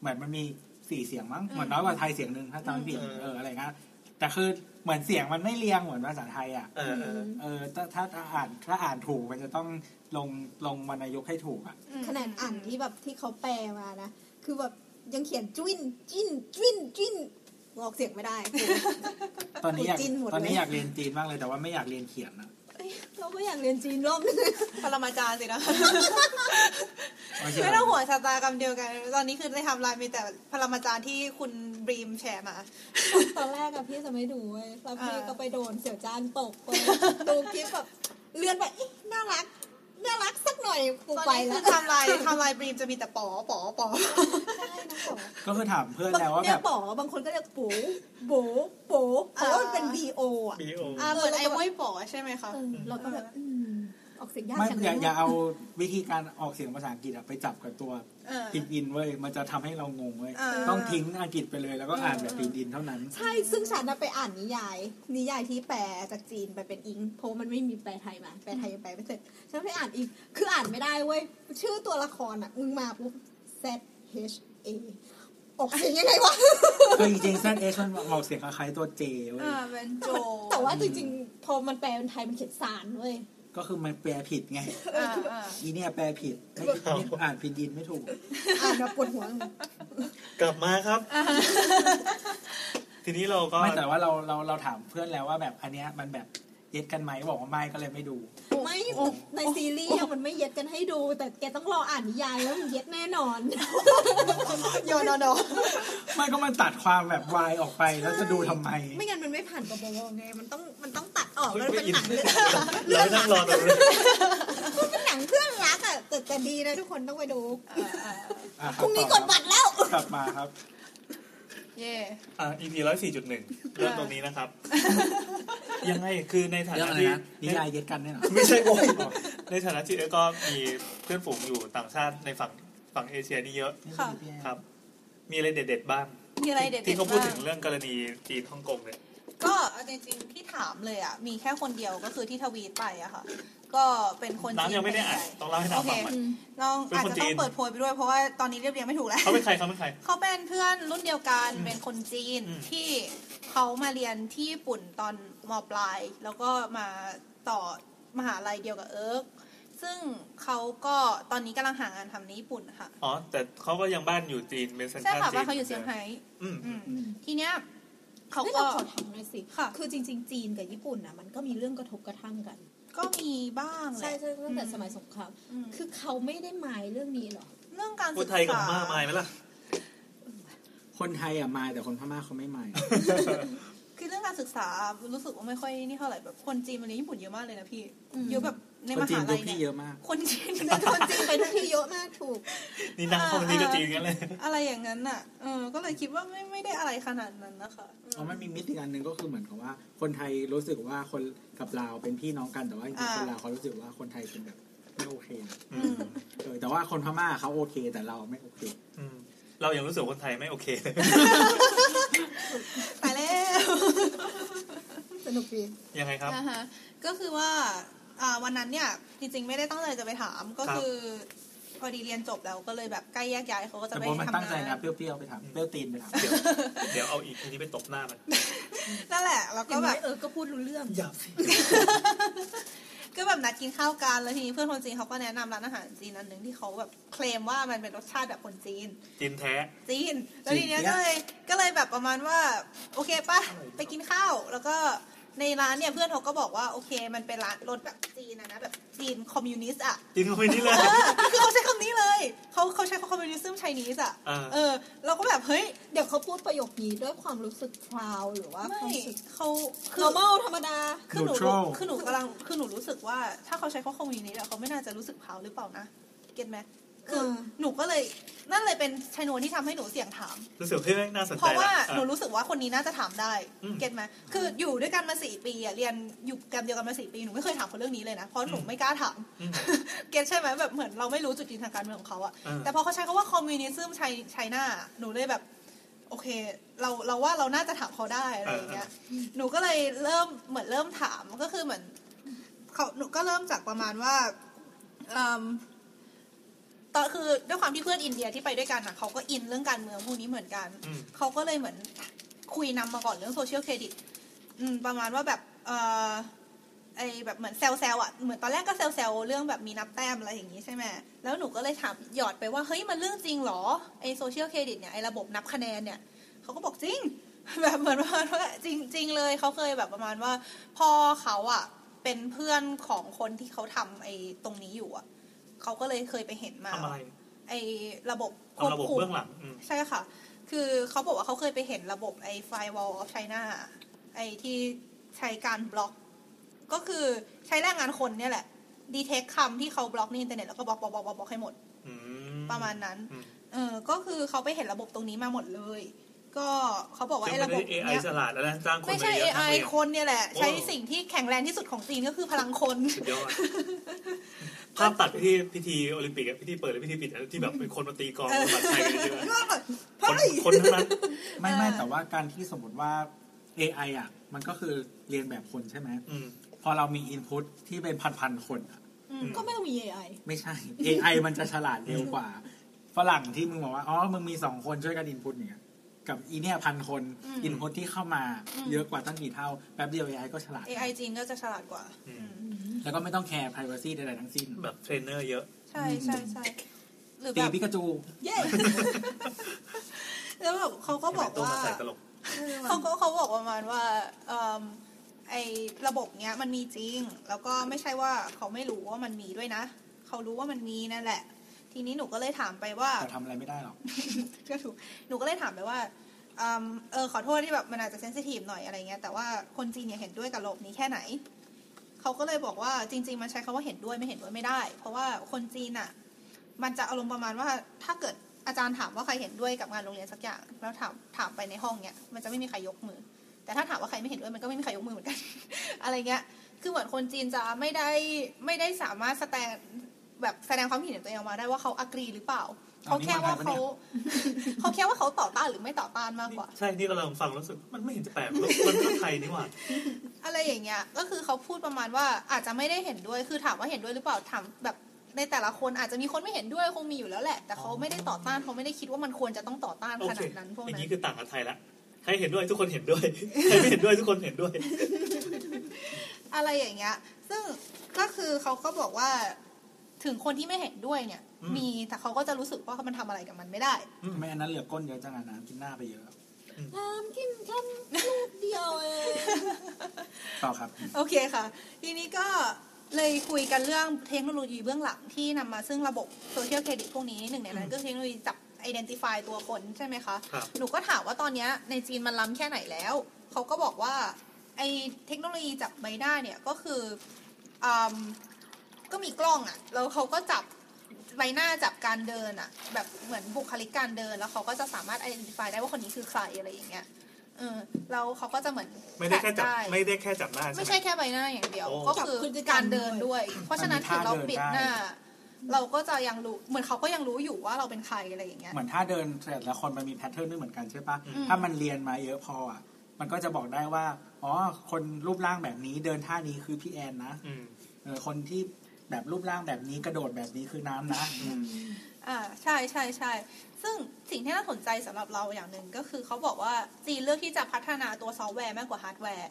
[SPEAKER 4] เหมือนมันมีสี่เสียงมั้งเหมือนน้อยกว่าไทยเสียงหนึ่งถ้าจำไม่ผิดเอออะไรเงี้ยแต่คือเหมือนเสียงมันไม่เรียงเหมือนภาษาไทยอ่ะ
[SPEAKER 2] เออเออ
[SPEAKER 4] เออถ้าถ้าถ้าอ่านถ้าอ่านถูกมันจะต้องลงลงวรรณยุกต์ให้ถูกอ่ะ
[SPEAKER 6] ขนาดอ่านที่แบบที่เขาแปลมานะ คือแบบยังเขียนจุ้นจิ้นจุ้นจิ้นออกเสียงไม่ได้
[SPEAKER 4] ตอนนี้อยาก
[SPEAKER 6] จีนหมดเลย
[SPEAKER 4] ตอนนี้อยากเรียนจีนมากเลยแต่ว่าไม่อยากเรียนเขียนอ่ะ
[SPEAKER 6] เอ้ยเราก็อยากเรียนจีนรอบนึง
[SPEAKER 5] ปรมาจารย์สินะ
[SPEAKER 4] ไม่ใช่
[SPEAKER 5] ไม่ต้องห่วงชะตากรรมเดียวกัน ตอนนี้คือในไทำลายมีแต่ปรมาจารย์ที่คุณบรีมแชร์มา
[SPEAKER 6] ตอนแรกอะพี่จะไม่ดูเว้ยแล้วพี่
[SPEAKER 5] อ่า
[SPEAKER 6] ก็ไปโดนเสี่ยวจานตกเว้ยดูคลิปแบบเลื่อนไปเอ๊ะน่ารัก น่ารักสักหน่อยกู
[SPEAKER 5] ตอน
[SPEAKER 6] ไป
[SPEAKER 5] นี้
[SPEAKER 6] แล้
[SPEAKER 5] คื
[SPEAKER 6] ว
[SPEAKER 5] อไทำลายไทำลายบรีมจะมีแต่ป๋อป๋อป๋อ
[SPEAKER 6] ใช่น้องบอก
[SPEAKER 4] ก็คือถามเพื่อนแล้วว่า
[SPEAKER 6] เรี
[SPEAKER 4] แบ
[SPEAKER 6] ยก
[SPEAKER 4] บ
[SPEAKER 6] ป๋อบางคนก็เรียกปูโบโปเพราะว่ามันเป็น B O อะ
[SPEAKER 2] B O
[SPEAKER 5] อ่าเหมือนไอ้ม้วยป๋อใช่ไหมคะ
[SPEAKER 6] เออเราก็แบบอืมออกเสียงยาก
[SPEAKER 4] ไม่
[SPEAKER 6] จัง
[SPEAKER 4] อย่าอย่า
[SPEAKER 6] เลย
[SPEAKER 4] เอาวิธีการออกเสียงภาษาอังกฤษอะไปจับกับตัว
[SPEAKER 5] เออ
[SPEAKER 4] ติดอินเว้ยมันจะทำให้เรางงเว้ย
[SPEAKER 5] อ่า
[SPEAKER 4] ต้องทิ้งอังกฤษไปเลยแล้วก็อ่านแบบติดอินเท่านั้น
[SPEAKER 6] ใช่ซึ่งฉันน่ะไปอ่านนิยาย นิยายที่แปลจากจีนไปเป็นอิงเพราะมันไม่มีแปลไทยมา แปลไทยยังแปลไม่เสร็จฉันไปอ่านอีก คืออ่านไม่ได้เว้ยชื่อตัวละครอะมึงมาปุ๊บ Z H A ออกเสียงยังไงวะ
[SPEAKER 4] คือจริงๆ ZH มันออกเสียงคล้ายๆตัว J เว้ย
[SPEAKER 5] อ่าเป็นโจ
[SPEAKER 6] แต่ว่าจริงๆ พอมันแปลเป็นไทยมันเขียนสารเว้ย
[SPEAKER 4] ก็คือมันแปลผิดไง
[SPEAKER 5] อ่าอ่า
[SPEAKER 4] อีเนี่ยแปลผิดไม่ไม่อ่านผิดอินไม่ถูก
[SPEAKER 6] อ่านมาปวดหัว
[SPEAKER 2] กลับมาครับ ทีนี้เราก็
[SPEAKER 4] ไม่แต่ว่าเราเราเราถามเพื่อนแล้วว่าแบบอันเนี้ยมันแบบเย็ดกันไหมบอกว่าไม่ก็เลยไม่ดู
[SPEAKER 6] ไม่แต่ในซีรีส์อะมันไม่เย็ดกันให้ดู แต่แกต้องรออ่านนิยายแล้วมันเย็ดแน่นอน
[SPEAKER 5] โยนอนอ
[SPEAKER 4] ไม่ก็มันตัดความแบบวายออกไปแล้วจะดูทำไม
[SPEAKER 6] ไม่งั้นมันไม่ผ่านกบวไง มันต้องมันต้องตัดออก
[SPEAKER 2] เฮ้ย
[SPEAKER 6] แล้วมัน
[SPEAKER 2] ไม่
[SPEAKER 6] เป็น
[SPEAKER 2] อิน
[SPEAKER 6] หนังเรื่อง
[SPEAKER 2] เรานั่งรอตรงนี้
[SPEAKER 6] เป็นหนังเพื่อนรักอะแต่แต่ดีนะทุกคนต้องไปดู
[SPEAKER 5] อ่า
[SPEAKER 4] อ่ะค
[SPEAKER 6] พ
[SPEAKER 4] บ
[SPEAKER 6] รุ่งนี้กดบัตรแล้ว
[SPEAKER 4] กลับมาครับ
[SPEAKER 5] เย่
[SPEAKER 2] อ่า EP ร้อยสี่จุดหนึ่งเริ่มตรงนี้นะครับ ยังไงคือในฐา
[SPEAKER 4] เรื่อง
[SPEAKER 2] นะ
[SPEAKER 4] อะไร
[SPEAKER 2] ที่
[SPEAKER 4] นะนิยายเย็ดกันเนี่ยเหรอ
[SPEAKER 2] ไม่ใช่โว้ยในฐานะที่เอ๊ะก็มีเพื่อนฝูงอยู่ต่างชาติในฝั่งฝั่งเอเชียนี่เยอะ
[SPEAKER 5] ค่ะ
[SPEAKER 2] ครับ มีอะไรเด็ด ๆ บ้าง
[SPEAKER 5] มีอะไรเด็ดๆ
[SPEAKER 2] ที่เขาพูด
[SPEAKER 5] บ้า
[SPEAKER 2] ถึงเรื่องกรณีจีนฮ่องกงเนี่ย
[SPEAKER 5] ก็เอาจริงๆที่ถามเลยอ่ะ มีแค่คนเดียวก็คือที่ทวีตไปอะค่ะ ก็เป็นคน
[SPEAKER 2] น้ำยังไม่ได้อ่าน
[SPEAKER 5] ใหญ่
[SPEAKER 2] ต้องเล่าให้น้ำฟัง
[SPEAKER 5] โอ
[SPEAKER 2] ก่อน
[SPEAKER 5] เค น้อง
[SPEAKER 2] เป็น
[SPEAKER 5] อาจ
[SPEAKER 2] คน
[SPEAKER 5] จะ
[SPEAKER 2] จีน
[SPEAKER 5] ต้องเปิดโพยไปด้วยเพราะว่าตอนนี้เรียบเรียงไม่ถูกแล้ว
[SPEAKER 2] เขาเป็นใครเขาเป็นใคร
[SPEAKER 5] เขาเป็นเพื่อนรุ่นเดียวกัน
[SPEAKER 2] อืม
[SPEAKER 5] เป็นคนจีน
[SPEAKER 2] อืม
[SPEAKER 5] ที่เขามาเรียนที่ญี่ปุ่นตอนมปลาย แล้วก็มาต่อมหาลัยเดียวกับเอิร์กซึ่งเขาก็ตอนนี้กำลังหางานทำในญี่ปุ่นค่ะ
[SPEAKER 2] อ๋อ แต่เขาก็ยังบ้านอยู่จีนเป็นสัญชา
[SPEAKER 5] ใช่
[SPEAKER 2] ติ
[SPEAKER 5] ค่ะ
[SPEAKER 2] จี
[SPEAKER 5] บ้าน
[SPEAKER 2] น
[SPEAKER 5] เขาอยู่เซี่ยงไฮ้
[SPEAKER 2] อืม
[SPEAKER 5] อืมทีเนี้ยเขา
[SPEAKER 6] เฮ้ย
[SPEAKER 5] ก็
[SPEAKER 6] เราขอถามหน่อยสิ
[SPEAKER 5] ค่ะ
[SPEAKER 6] คือจริง ๆ จีนกับญี่ปุ่นนะมันก็มีเรื่องกระทบกระทั่งกัน
[SPEAKER 5] ก็มีบ้างแห
[SPEAKER 6] ใช่
[SPEAKER 5] ละ
[SPEAKER 6] ใช่ตั้งแต่
[SPEAKER 5] อืม
[SPEAKER 6] สมัยสงคราม
[SPEAKER 5] อืม
[SPEAKER 6] คือเขาไม่ได้หมายเรื่องนี้หรอ
[SPEAKER 5] เรื่องการ
[SPEAKER 2] พู
[SPEAKER 5] ศึ
[SPEAKER 2] ด
[SPEAKER 5] ก
[SPEAKER 2] ไทยกับ
[SPEAKER 5] ษา
[SPEAKER 2] พม่าไม่ไหมล่ะ
[SPEAKER 4] คนไทยอ่ะมาแต่คนพม่าเขาไม่มา
[SPEAKER 5] คือเรื่องการศึกษารู้สึกว่าไม่ค่อยนี่เท่าไหร่แบบคนจีนมาเรียนญี่ปุ่นเยอะมากเลยนะพี่
[SPEAKER 6] อืม
[SPEAKER 5] เยอะแบบใน
[SPEAKER 4] ค
[SPEAKER 5] ม
[SPEAKER 4] นจี
[SPEAKER 5] หาน
[SPEAKER 4] ดู
[SPEAKER 5] ลัย
[SPEAKER 4] พี่
[SPEAKER 5] เนี่
[SPEAKER 4] เย
[SPEAKER 5] ย
[SPEAKER 4] อะมาก
[SPEAKER 5] คนจีน
[SPEAKER 6] คนจีนไปทุกที่เยอะมากถูก
[SPEAKER 2] นี่นั่งห้องนี้ก็จีนกันเลย
[SPEAKER 5] อะไรอย่างนั้นน่ะ เออ ก็เลยคิดว่าไม่ไม่ได้อะไรขนาดนั้นนะคะ
[SPEAKER 4] อ๋อมันมีมิติอันหนึ่งก็คือเหมือนกับว่า คนไทยรู้สึกว่าคนกับลาวเป็นพี่น้องกันแต่ว่าจริงๆคนลาวเขารู้สึกว่าคนไทยเป็นแบบไม่โอเคนะ
[SPEAKER 2] อืม
[SPEAKER 4] เออแต่ว่าคนพม่าเขาโอเค แต่เราไม่โอเค
[SPEAKER 2] อืมเรายังรู้สึกคนไทยไม่โอเคเลย
[SPEAKER 5] ตายแล้ว
[SPEAKER 6] สนุกดี
[SPEAKER 2] ยังไงครับ
[SPEAKER 5] นะฮะก็คือว่า อ่า วันนั้นเนี่ย จริงๆ ไม่ได้ตั้งใจจะไปถาม ก็คือ พอดีเรียนจบแล้วก็เลยแบบใกล้แยกย้ายเขาก็จะ
[SPEAKER 4] แต่
[SPEAKER 5] ไป
[SPEAKER 4] พอมัน
[SPEAKER 5] ทำ
[SPEAKER 4] ตั้งใจ
[SPEAKER 5] งาน
[SPEAKER 4] นะเปรี้ยวๆไปถามเปรี้ยวตีนไปถาม
[SPEAKER 2] เดี๋ยวเอาอีกทีนี้ไปตบหน้ามัน
[SPEAKER 5] นั่นแหละ แล้ว
[SPEAKER 6] ก็
[SPEAKER 5] ก็
[SPEAKER 6] แบ
[SPEAKER 5] แบบ บ
[SPEAKER 6] เออ ก็พูดรู้เรื่อง
[SPEAKER 2] อย่าสิ
[SPEAKER 5] ก็แบบนัดกินข้าวกัน แล้วทีนี้เพื่อนคนจีนเขาก็แนะนำร้านอาหารจีนอันหนึ่งที่เขาแบบเคลมว่ามันเป็นรสชาติแบบคนจีน
[SPEAKER 2] จีนแท้
[SPEAKER 5] จีน แล้วทีเนี้ยก็เลยก็เลยแบบประมาณว่า โอเคป่ะ ไปกินข้าว แล้วก็ในร้านเนี่ยเพื่อนเขาก็บอกว่าโอเค มันเป็นร้านรถแบบจีนนะนะแบบจีนคอมมิวนิสต์อ่ะ
[SPEAKER 2] จีนคนนี้เลย
[SPEAKER 5] เออคือเขาใช้คำนี้เลย เขาเขาใช้คำคอมมิวนิสต์ไชนีสอ่ะ
[SPEAKER 2] อ่า
[SPEAKER 5] เออ เราก็แบบเฮ้ย
[SPEAKER 6] เดี๋ยวเขาพูดประโยคนี้ด้วยความรู้สึกพราวหรือว่าค
[SPEAKER 5] ไม่
[SPEAKER 6] วามรู้สึก
[SPEAKER 5] เขาคือ
[SPEAKER 6] normal ธรรมดา
[SPEAKER 5] คือหนูรู้คือหนูกำลังคือหนูรู้สึกว่า ถ้าเขาใช้คำคอมมิวนิสต์อะเขาไม่น่าจะรู้สึกเผาหรือเปล่านะเก็ตไหมคือ
[SPEAKER 6] เออ
[SPEAKER 5] หนูก็เลยนั่นเลยเป็นชนวนที่ทำให้หนูเสี่ยงถาม
[SPEAKER 2] รู้สึกเฮ้ยน่าสน
[SPEAKER 5] เพ
[SPEAKER 2] ใจ
[SPEAKER 5] ราะว่า
[SPEAKER 2] ละ
[SPEAKER 5] หนู
[SPEAKER 2] อ่ะ
[SPEAKER 5] รู้สึกว่าคนนี้น่าจะถามได้
[SPEAKER 2] อืม
[SPEAKER 5] เก็ตไหมคืออยู่ด้วยกันมาสี่ปีอะเรียนอยู่แกรมเดียวกันมาสี่ปี หนูไม่เคยถามเขาเรื่องนี้เลยนะ เพราะหนู
[SPEAKER 2] อืม
[SPEAKER 5] ไม่กล้าถาม
[SPEAKER 2] อืม
[SPEAKER 5] เก็ตใช่ ไหมแบบเหมือนเราไม่รู้จุดยืนทางการเมืองของเขาอะ
[SPEAKER 2] อ่า
[SPEAKER 5] แต่พอเขาใช้คำว่าคอมมิวนิซึมไชไชน่าหนูเลยแบบ โอเค เราเราว่าเราน่าจะถามเขาได้อะไรอย่างเงี้ย หนูก็เลยเริ่มเหมือนเริ่มถามก็คือเหมือนเขาหนูก็เริ่มจากประมาณว่าเอิ่มตอนคือด้วยความที่เพื่อนอินเดียที่ไปด้วยกันอ่ะเขาก็อินเรื่องการเมืองพวกนี้เหมือนกัน
[SPEAKER 2] อืม
[SPEAKER 5] เขาก็เลยเหมือนคุยนำมาก่อนเรื่องโซเชียลเครดิตอืมประมาณว่าแบบเออไอแบบเหมือนแซวแซวๆอ่ะเหมือนตอนแรกก็แซวแซวๆเรื่องแบบมีนับแต้มอะไรอย่างนี้ใช่ไหมแล้วหนูก็เลยถามหยอดไปว่าเฮ้ยมันเรื่องจริงเหรอไอโซเชียลเครดิตเนี่ยไอระบบนับคะแนนเนี่ยเขาก็บอกจริง แบบเหมือนประมาณว่าจริงจริง ๆ เลยเขาเคยแบบประมาณว่าพ่อเขาอ่ะเป็นเพื่อนของคนที่เขาทำไอตรงนี้อยู่อ่ะเขาก็เลยเคยไปเห็นมา
[SPEAKER 2] ทำอะไร
[SPEAKER 5] ไอระบบค
[SPEAKER 2] ทำ
[SPEAKER 5] วบ
[SPEAKER 2] ระบบ
[SPEAKER 5] คุม
[SPEAKER 2] เบื้องหลังอืม
[SPEAKER 5] ใช่ค่ะ คือเขาบอกว่าเขาเคยไปเห็นระบบไอ้ firewall of China ไอ้ที่ใช้การบล็อก ก็คือใช้แรงงานคนเนี่ยแหละ ดีเทคคำที่เขาบล็อกในอินเทอร์เน็ตแล้วก็บล็อกบล็อกบล็อกบล็อกให้หมด
[SPEAKER 2] อืม
[SPEAKER 5] ประมาณนั้น
[SPEAKER 2] อืม
[SPEAKER 5] เออ ก็คือเขาไปเห็นระบบตรงนี้มาหมดเลย ก็เขาบอกว่า
[SPEAKER 2] ซึ่งไม่
[SPEAKER 5] ไอ้ระบบ
[SPEAKER 2] ได้ AI
[SPEAKER 5] เนี้ย
[SPEAKER 2] ฉลาดแล้วนะจ้างคน
[SPEAKER 5] ไม่ใช่
[SPEAKER 2] ปเยอะ
[SPEAKER 5] AI
[SPEAKER 2] ทำเอง
[SPEAKER 5] คนเนี่ยแหละ ใช้
[SPEAKER 2] โอ้
[SPEAKER 5] สิ่งที่แข็งแรงที่สุดของจีนก็คือพลัง คน
[SPEAKER 2] สุดยอด ภาพตัดไปที่พิธีโอลิมปิกอะพิธีเปิดและพิธีปิดอะที่แบบเป็นคนมาตีกลองมาไทยกันเยอะๆคนคนทั้งนั้น
[SPEAKER 4] ไม่ไม่
[SPEAKER 5] เออ
[SPEAKER 4] แต่ว่าการที่สมมติว่า AI อ่ะ มันก็คือเรียนแบบคนใช่ไหม
[SPEAKER 2] อืม
[SPEAKER 4] พอเรามีอินพุตที่เป็นพันๆคนอ่ะ
[SPEAKER 5] อืม
[SPEAKER 6] ก็ไม่ต้องมี AI
[SPEAKER 4] ไม่ใช่ AI มันจะฉลาดเร็วกว่า ฝรั่งที่มึงบอกว่า อ๋อ มึงมีสองคนช่วยกันอินพุตเนี่ย กับอีเนี่ยพันคน
[SPEAKER 5] อืม
[SPEAKER 4] อินพุตที่เข้ามา
[SPEAKER 5] อืม
[SPEAKER 4] เยอะกว่าตั้งกี่เท่า แป๊บเดียว AI ก็ฉลาด
[SPEAKER 5] AI จีนก็จะฉลาดกว่า
[SPEAKER 2] อืม
[SPEAKER 5] อืม
[SPEAKER 4] แล้วก็ไม่ต้องแคร์ privacy ใดๆทั้งสิ้น
[SPEAKER 2] แบบเทรนเนอร์เยอะ
[SPEAKER 5] ใช่ใช่ใช่หรือ
[SPEAKER 4] ตี
[SPEAKER 5] แบบ
[SPEAKER 4] พิกาจู
[SPEAKER 5] เย้ แล้วแบบเขาก็บอกว่า
[SPEAKER 2] ใส่ตลก
[SPEAKER 5] เขาก็เขาบอกประมาณว่าเอิ่มไอ้ระบบเนี้ยมันมีจริง แล้วก็ไม่ใช่ว่าเขาไม่รู้ว่ามันมีด้วยนะ เขารู้ว่ามันมีนั่นแหละ ทีนี้หนูก็เลยถามไปว่า
[SPEAKER 4] แต่ทำอะไรไม่ได้หรอก
[SPEAKER 5] ก็ถูกหนูก็เลยถามไปว่าอืมเออขอโทษที่แบบมันอาจจะเซนซิทีฟหน่อยอะไรเงี้ย แต่ว่าคนจีนเนี่ยเห็นด้วยกับระบบนี้แค่ไหน เขาก็เลยบอกว่าจริง ๆ มันใช้คำว่าเห็นด้วยไม่เห็นด้วยไม่ได้ เพราะว่าคนจีนอ่ะ มันจะอารมณ์ประมาณว่าถ้าเกิดอาจารย์ถามว่าใครเห็นด้วยกับงานโรงเรียนสักอย่าง แล้วถามถามไปในห้องเนี่ยมันจะไม่มีใครยกมือ แต่ถ้าถามว่าใครไม่เห็นด้วยมันก็ไม่มีใครยกมือเหมือนกัน อะไรเงี้ย คือเหมือนคนจีนจะไม่ได้ไม่ได้สามารถแสดงแบบแสดงความเห็นของตัวเองออกมาได้ว่าเขาอกรีหรือเปล่า เขาแค่ว่า
[SPEAKER 4] อันนี้
[SPEAKER 5] เขา
[SPEAKER 4] มันไทยปะ
[SPEAKER 5] เขาแค่ว่าเขาต่อต้านหรือไม่ต่อต้านมากกว่า
[SPEAKER 2] ใช่นี่เราลองฟังรู้สึกมันไม่เห็นจะแปลกเลยมันก็ไทยนี่หว่า
[SPEAKER 5] อะไรอย่างเงี้ย ก็คือเขาพูดประมาณว่าอาจจะไม่ได้เห็นด้วย คือถามว่าเห็นด้วยหรือเปล่า ถามแบบในแต่ละคนอาจจะมีคนไม่เห็นด้วยคงมีอยู่แล้วแหละ แต่เขาไม่ได้ต่อต้านเขาไม่ได้คิดว่ามันควรจะต้องต่อต้าน
[SPEAKER 2] โอ
[SPEAKER 5] ข
[SPEAKER 2] เค
[SPEAKER 5] นาดนั้นพวก
[SPEAKER 2] อย่าง
[SPEAKER 5] นั้
[SPEAKER 2] นี้
[SPEAKER 5] น
[SPEAKER 2] คือต่างกับไทยละใครเห็นด้วยทุกคนเห็นด้วย ใครไม่เห็นด้วยทุกคนเห็นด้วย
[SPEAKER 5] อะไรอย่างเงี้ย ซึ่งก็คือเขาก็บอกว่าถึงคนที่ไม่เห็นด้วยเนี่ย
[SPEAKER 2] อืม
[SPEAKER 5] มี แต่เขาก็จะรู้สึกว่ามันทำอะไรกับมันไม่ได้
[SPEAKER 4] ทำไมอันนั้นเหลือก้นเยอะจังอะน้ำกินหน้าไปเยอะ
[SPEAKER 6] น้ำกินแค่ลูกเดียวเอง
[SPEAKER 4] ต่อครับ
[SPEAKER 5] โอเคค่ะ ทีนี้ก็เลยคุยกันเรื่องเทคโนโลยีเบื้องหลังที่นำมาซึ่งระบบโซเชียลเครดิตพวกนี้หนึ่งในนั้นก็คือเทคโนโลยีจับ identify ตัวคนใช่ไหมคะ
[SPEAKER 2] ครับ
[SPEAKER 5] หนูก็ถามว่าตอนเนี้ยในจีนมันล้ำแค่ไหนแล้ว เขาก็บอกว่าไอเทคโนโลยีจับใบหน้าเนี่ยก็คืออืมก็มีกล้องอะแล้วเขาก็จับใบหน้าจับการเดินอะแบบเหมือนบุคลิกการเดิน แล้วเขาก็จะสามารถ identify ได้ว่าคนนี้คือใครอะไรอย่างเงี้ยเออแล้วเขาก็จะเหมือน
[SPEAKER 2] ไม่ได้แค่จับ
[SPEAKER 5] ตะ
[SPEAKER 2] ไม่ได้แค่จับหน้าใช่
[SPEAKER 5] ไม่
[SPEAKER 2] ไหม
[SPEAKER 5] ใช่แค่ใบหน้าอย่างเดียว
[SPEAKER 2] โอ้
[SPEAKER 5] ก็คือการเดินด้วย เพราะฉะนั้นถึงเราปิดหน้า เราก็จะยังรู้เหมือนเขาก็ยังรู้อยู่ว่าเราเป็นใครอะไรอย่างเงี้ย
[SPEAKER 4] เหมือนถ้าเดินแต่ละคนมันมีแพทเทิร์นไม่เหมือนกันใช่ปะ
[SPEAKER 2] อืม
[SPEAKER 4] ถ้ามันเรียนมาเยอะพออ่ะ มันก็จะบอกได้ว่า อ๋อ คนรูปร่างแบบนี้เดินท่านี้คือพี่แอนนะ
[SPEAKER 2] อืม
[SPEAKER 4] เออคนที่แบบรูปร่างแบบนี้กระโดดแบบนี้คือน้ำนะ
[SPEAKER 5] อ่าใช่ใช่ใช่ซึ่งสิ่งที่น่าสนใจสำหรับเราอย่างหนึ่งก็คือเขาบอกว่าจีนเลือกที่จะพัฒนาตัวซอฟต์แวร์มากกว่าฮาร์ดแวร์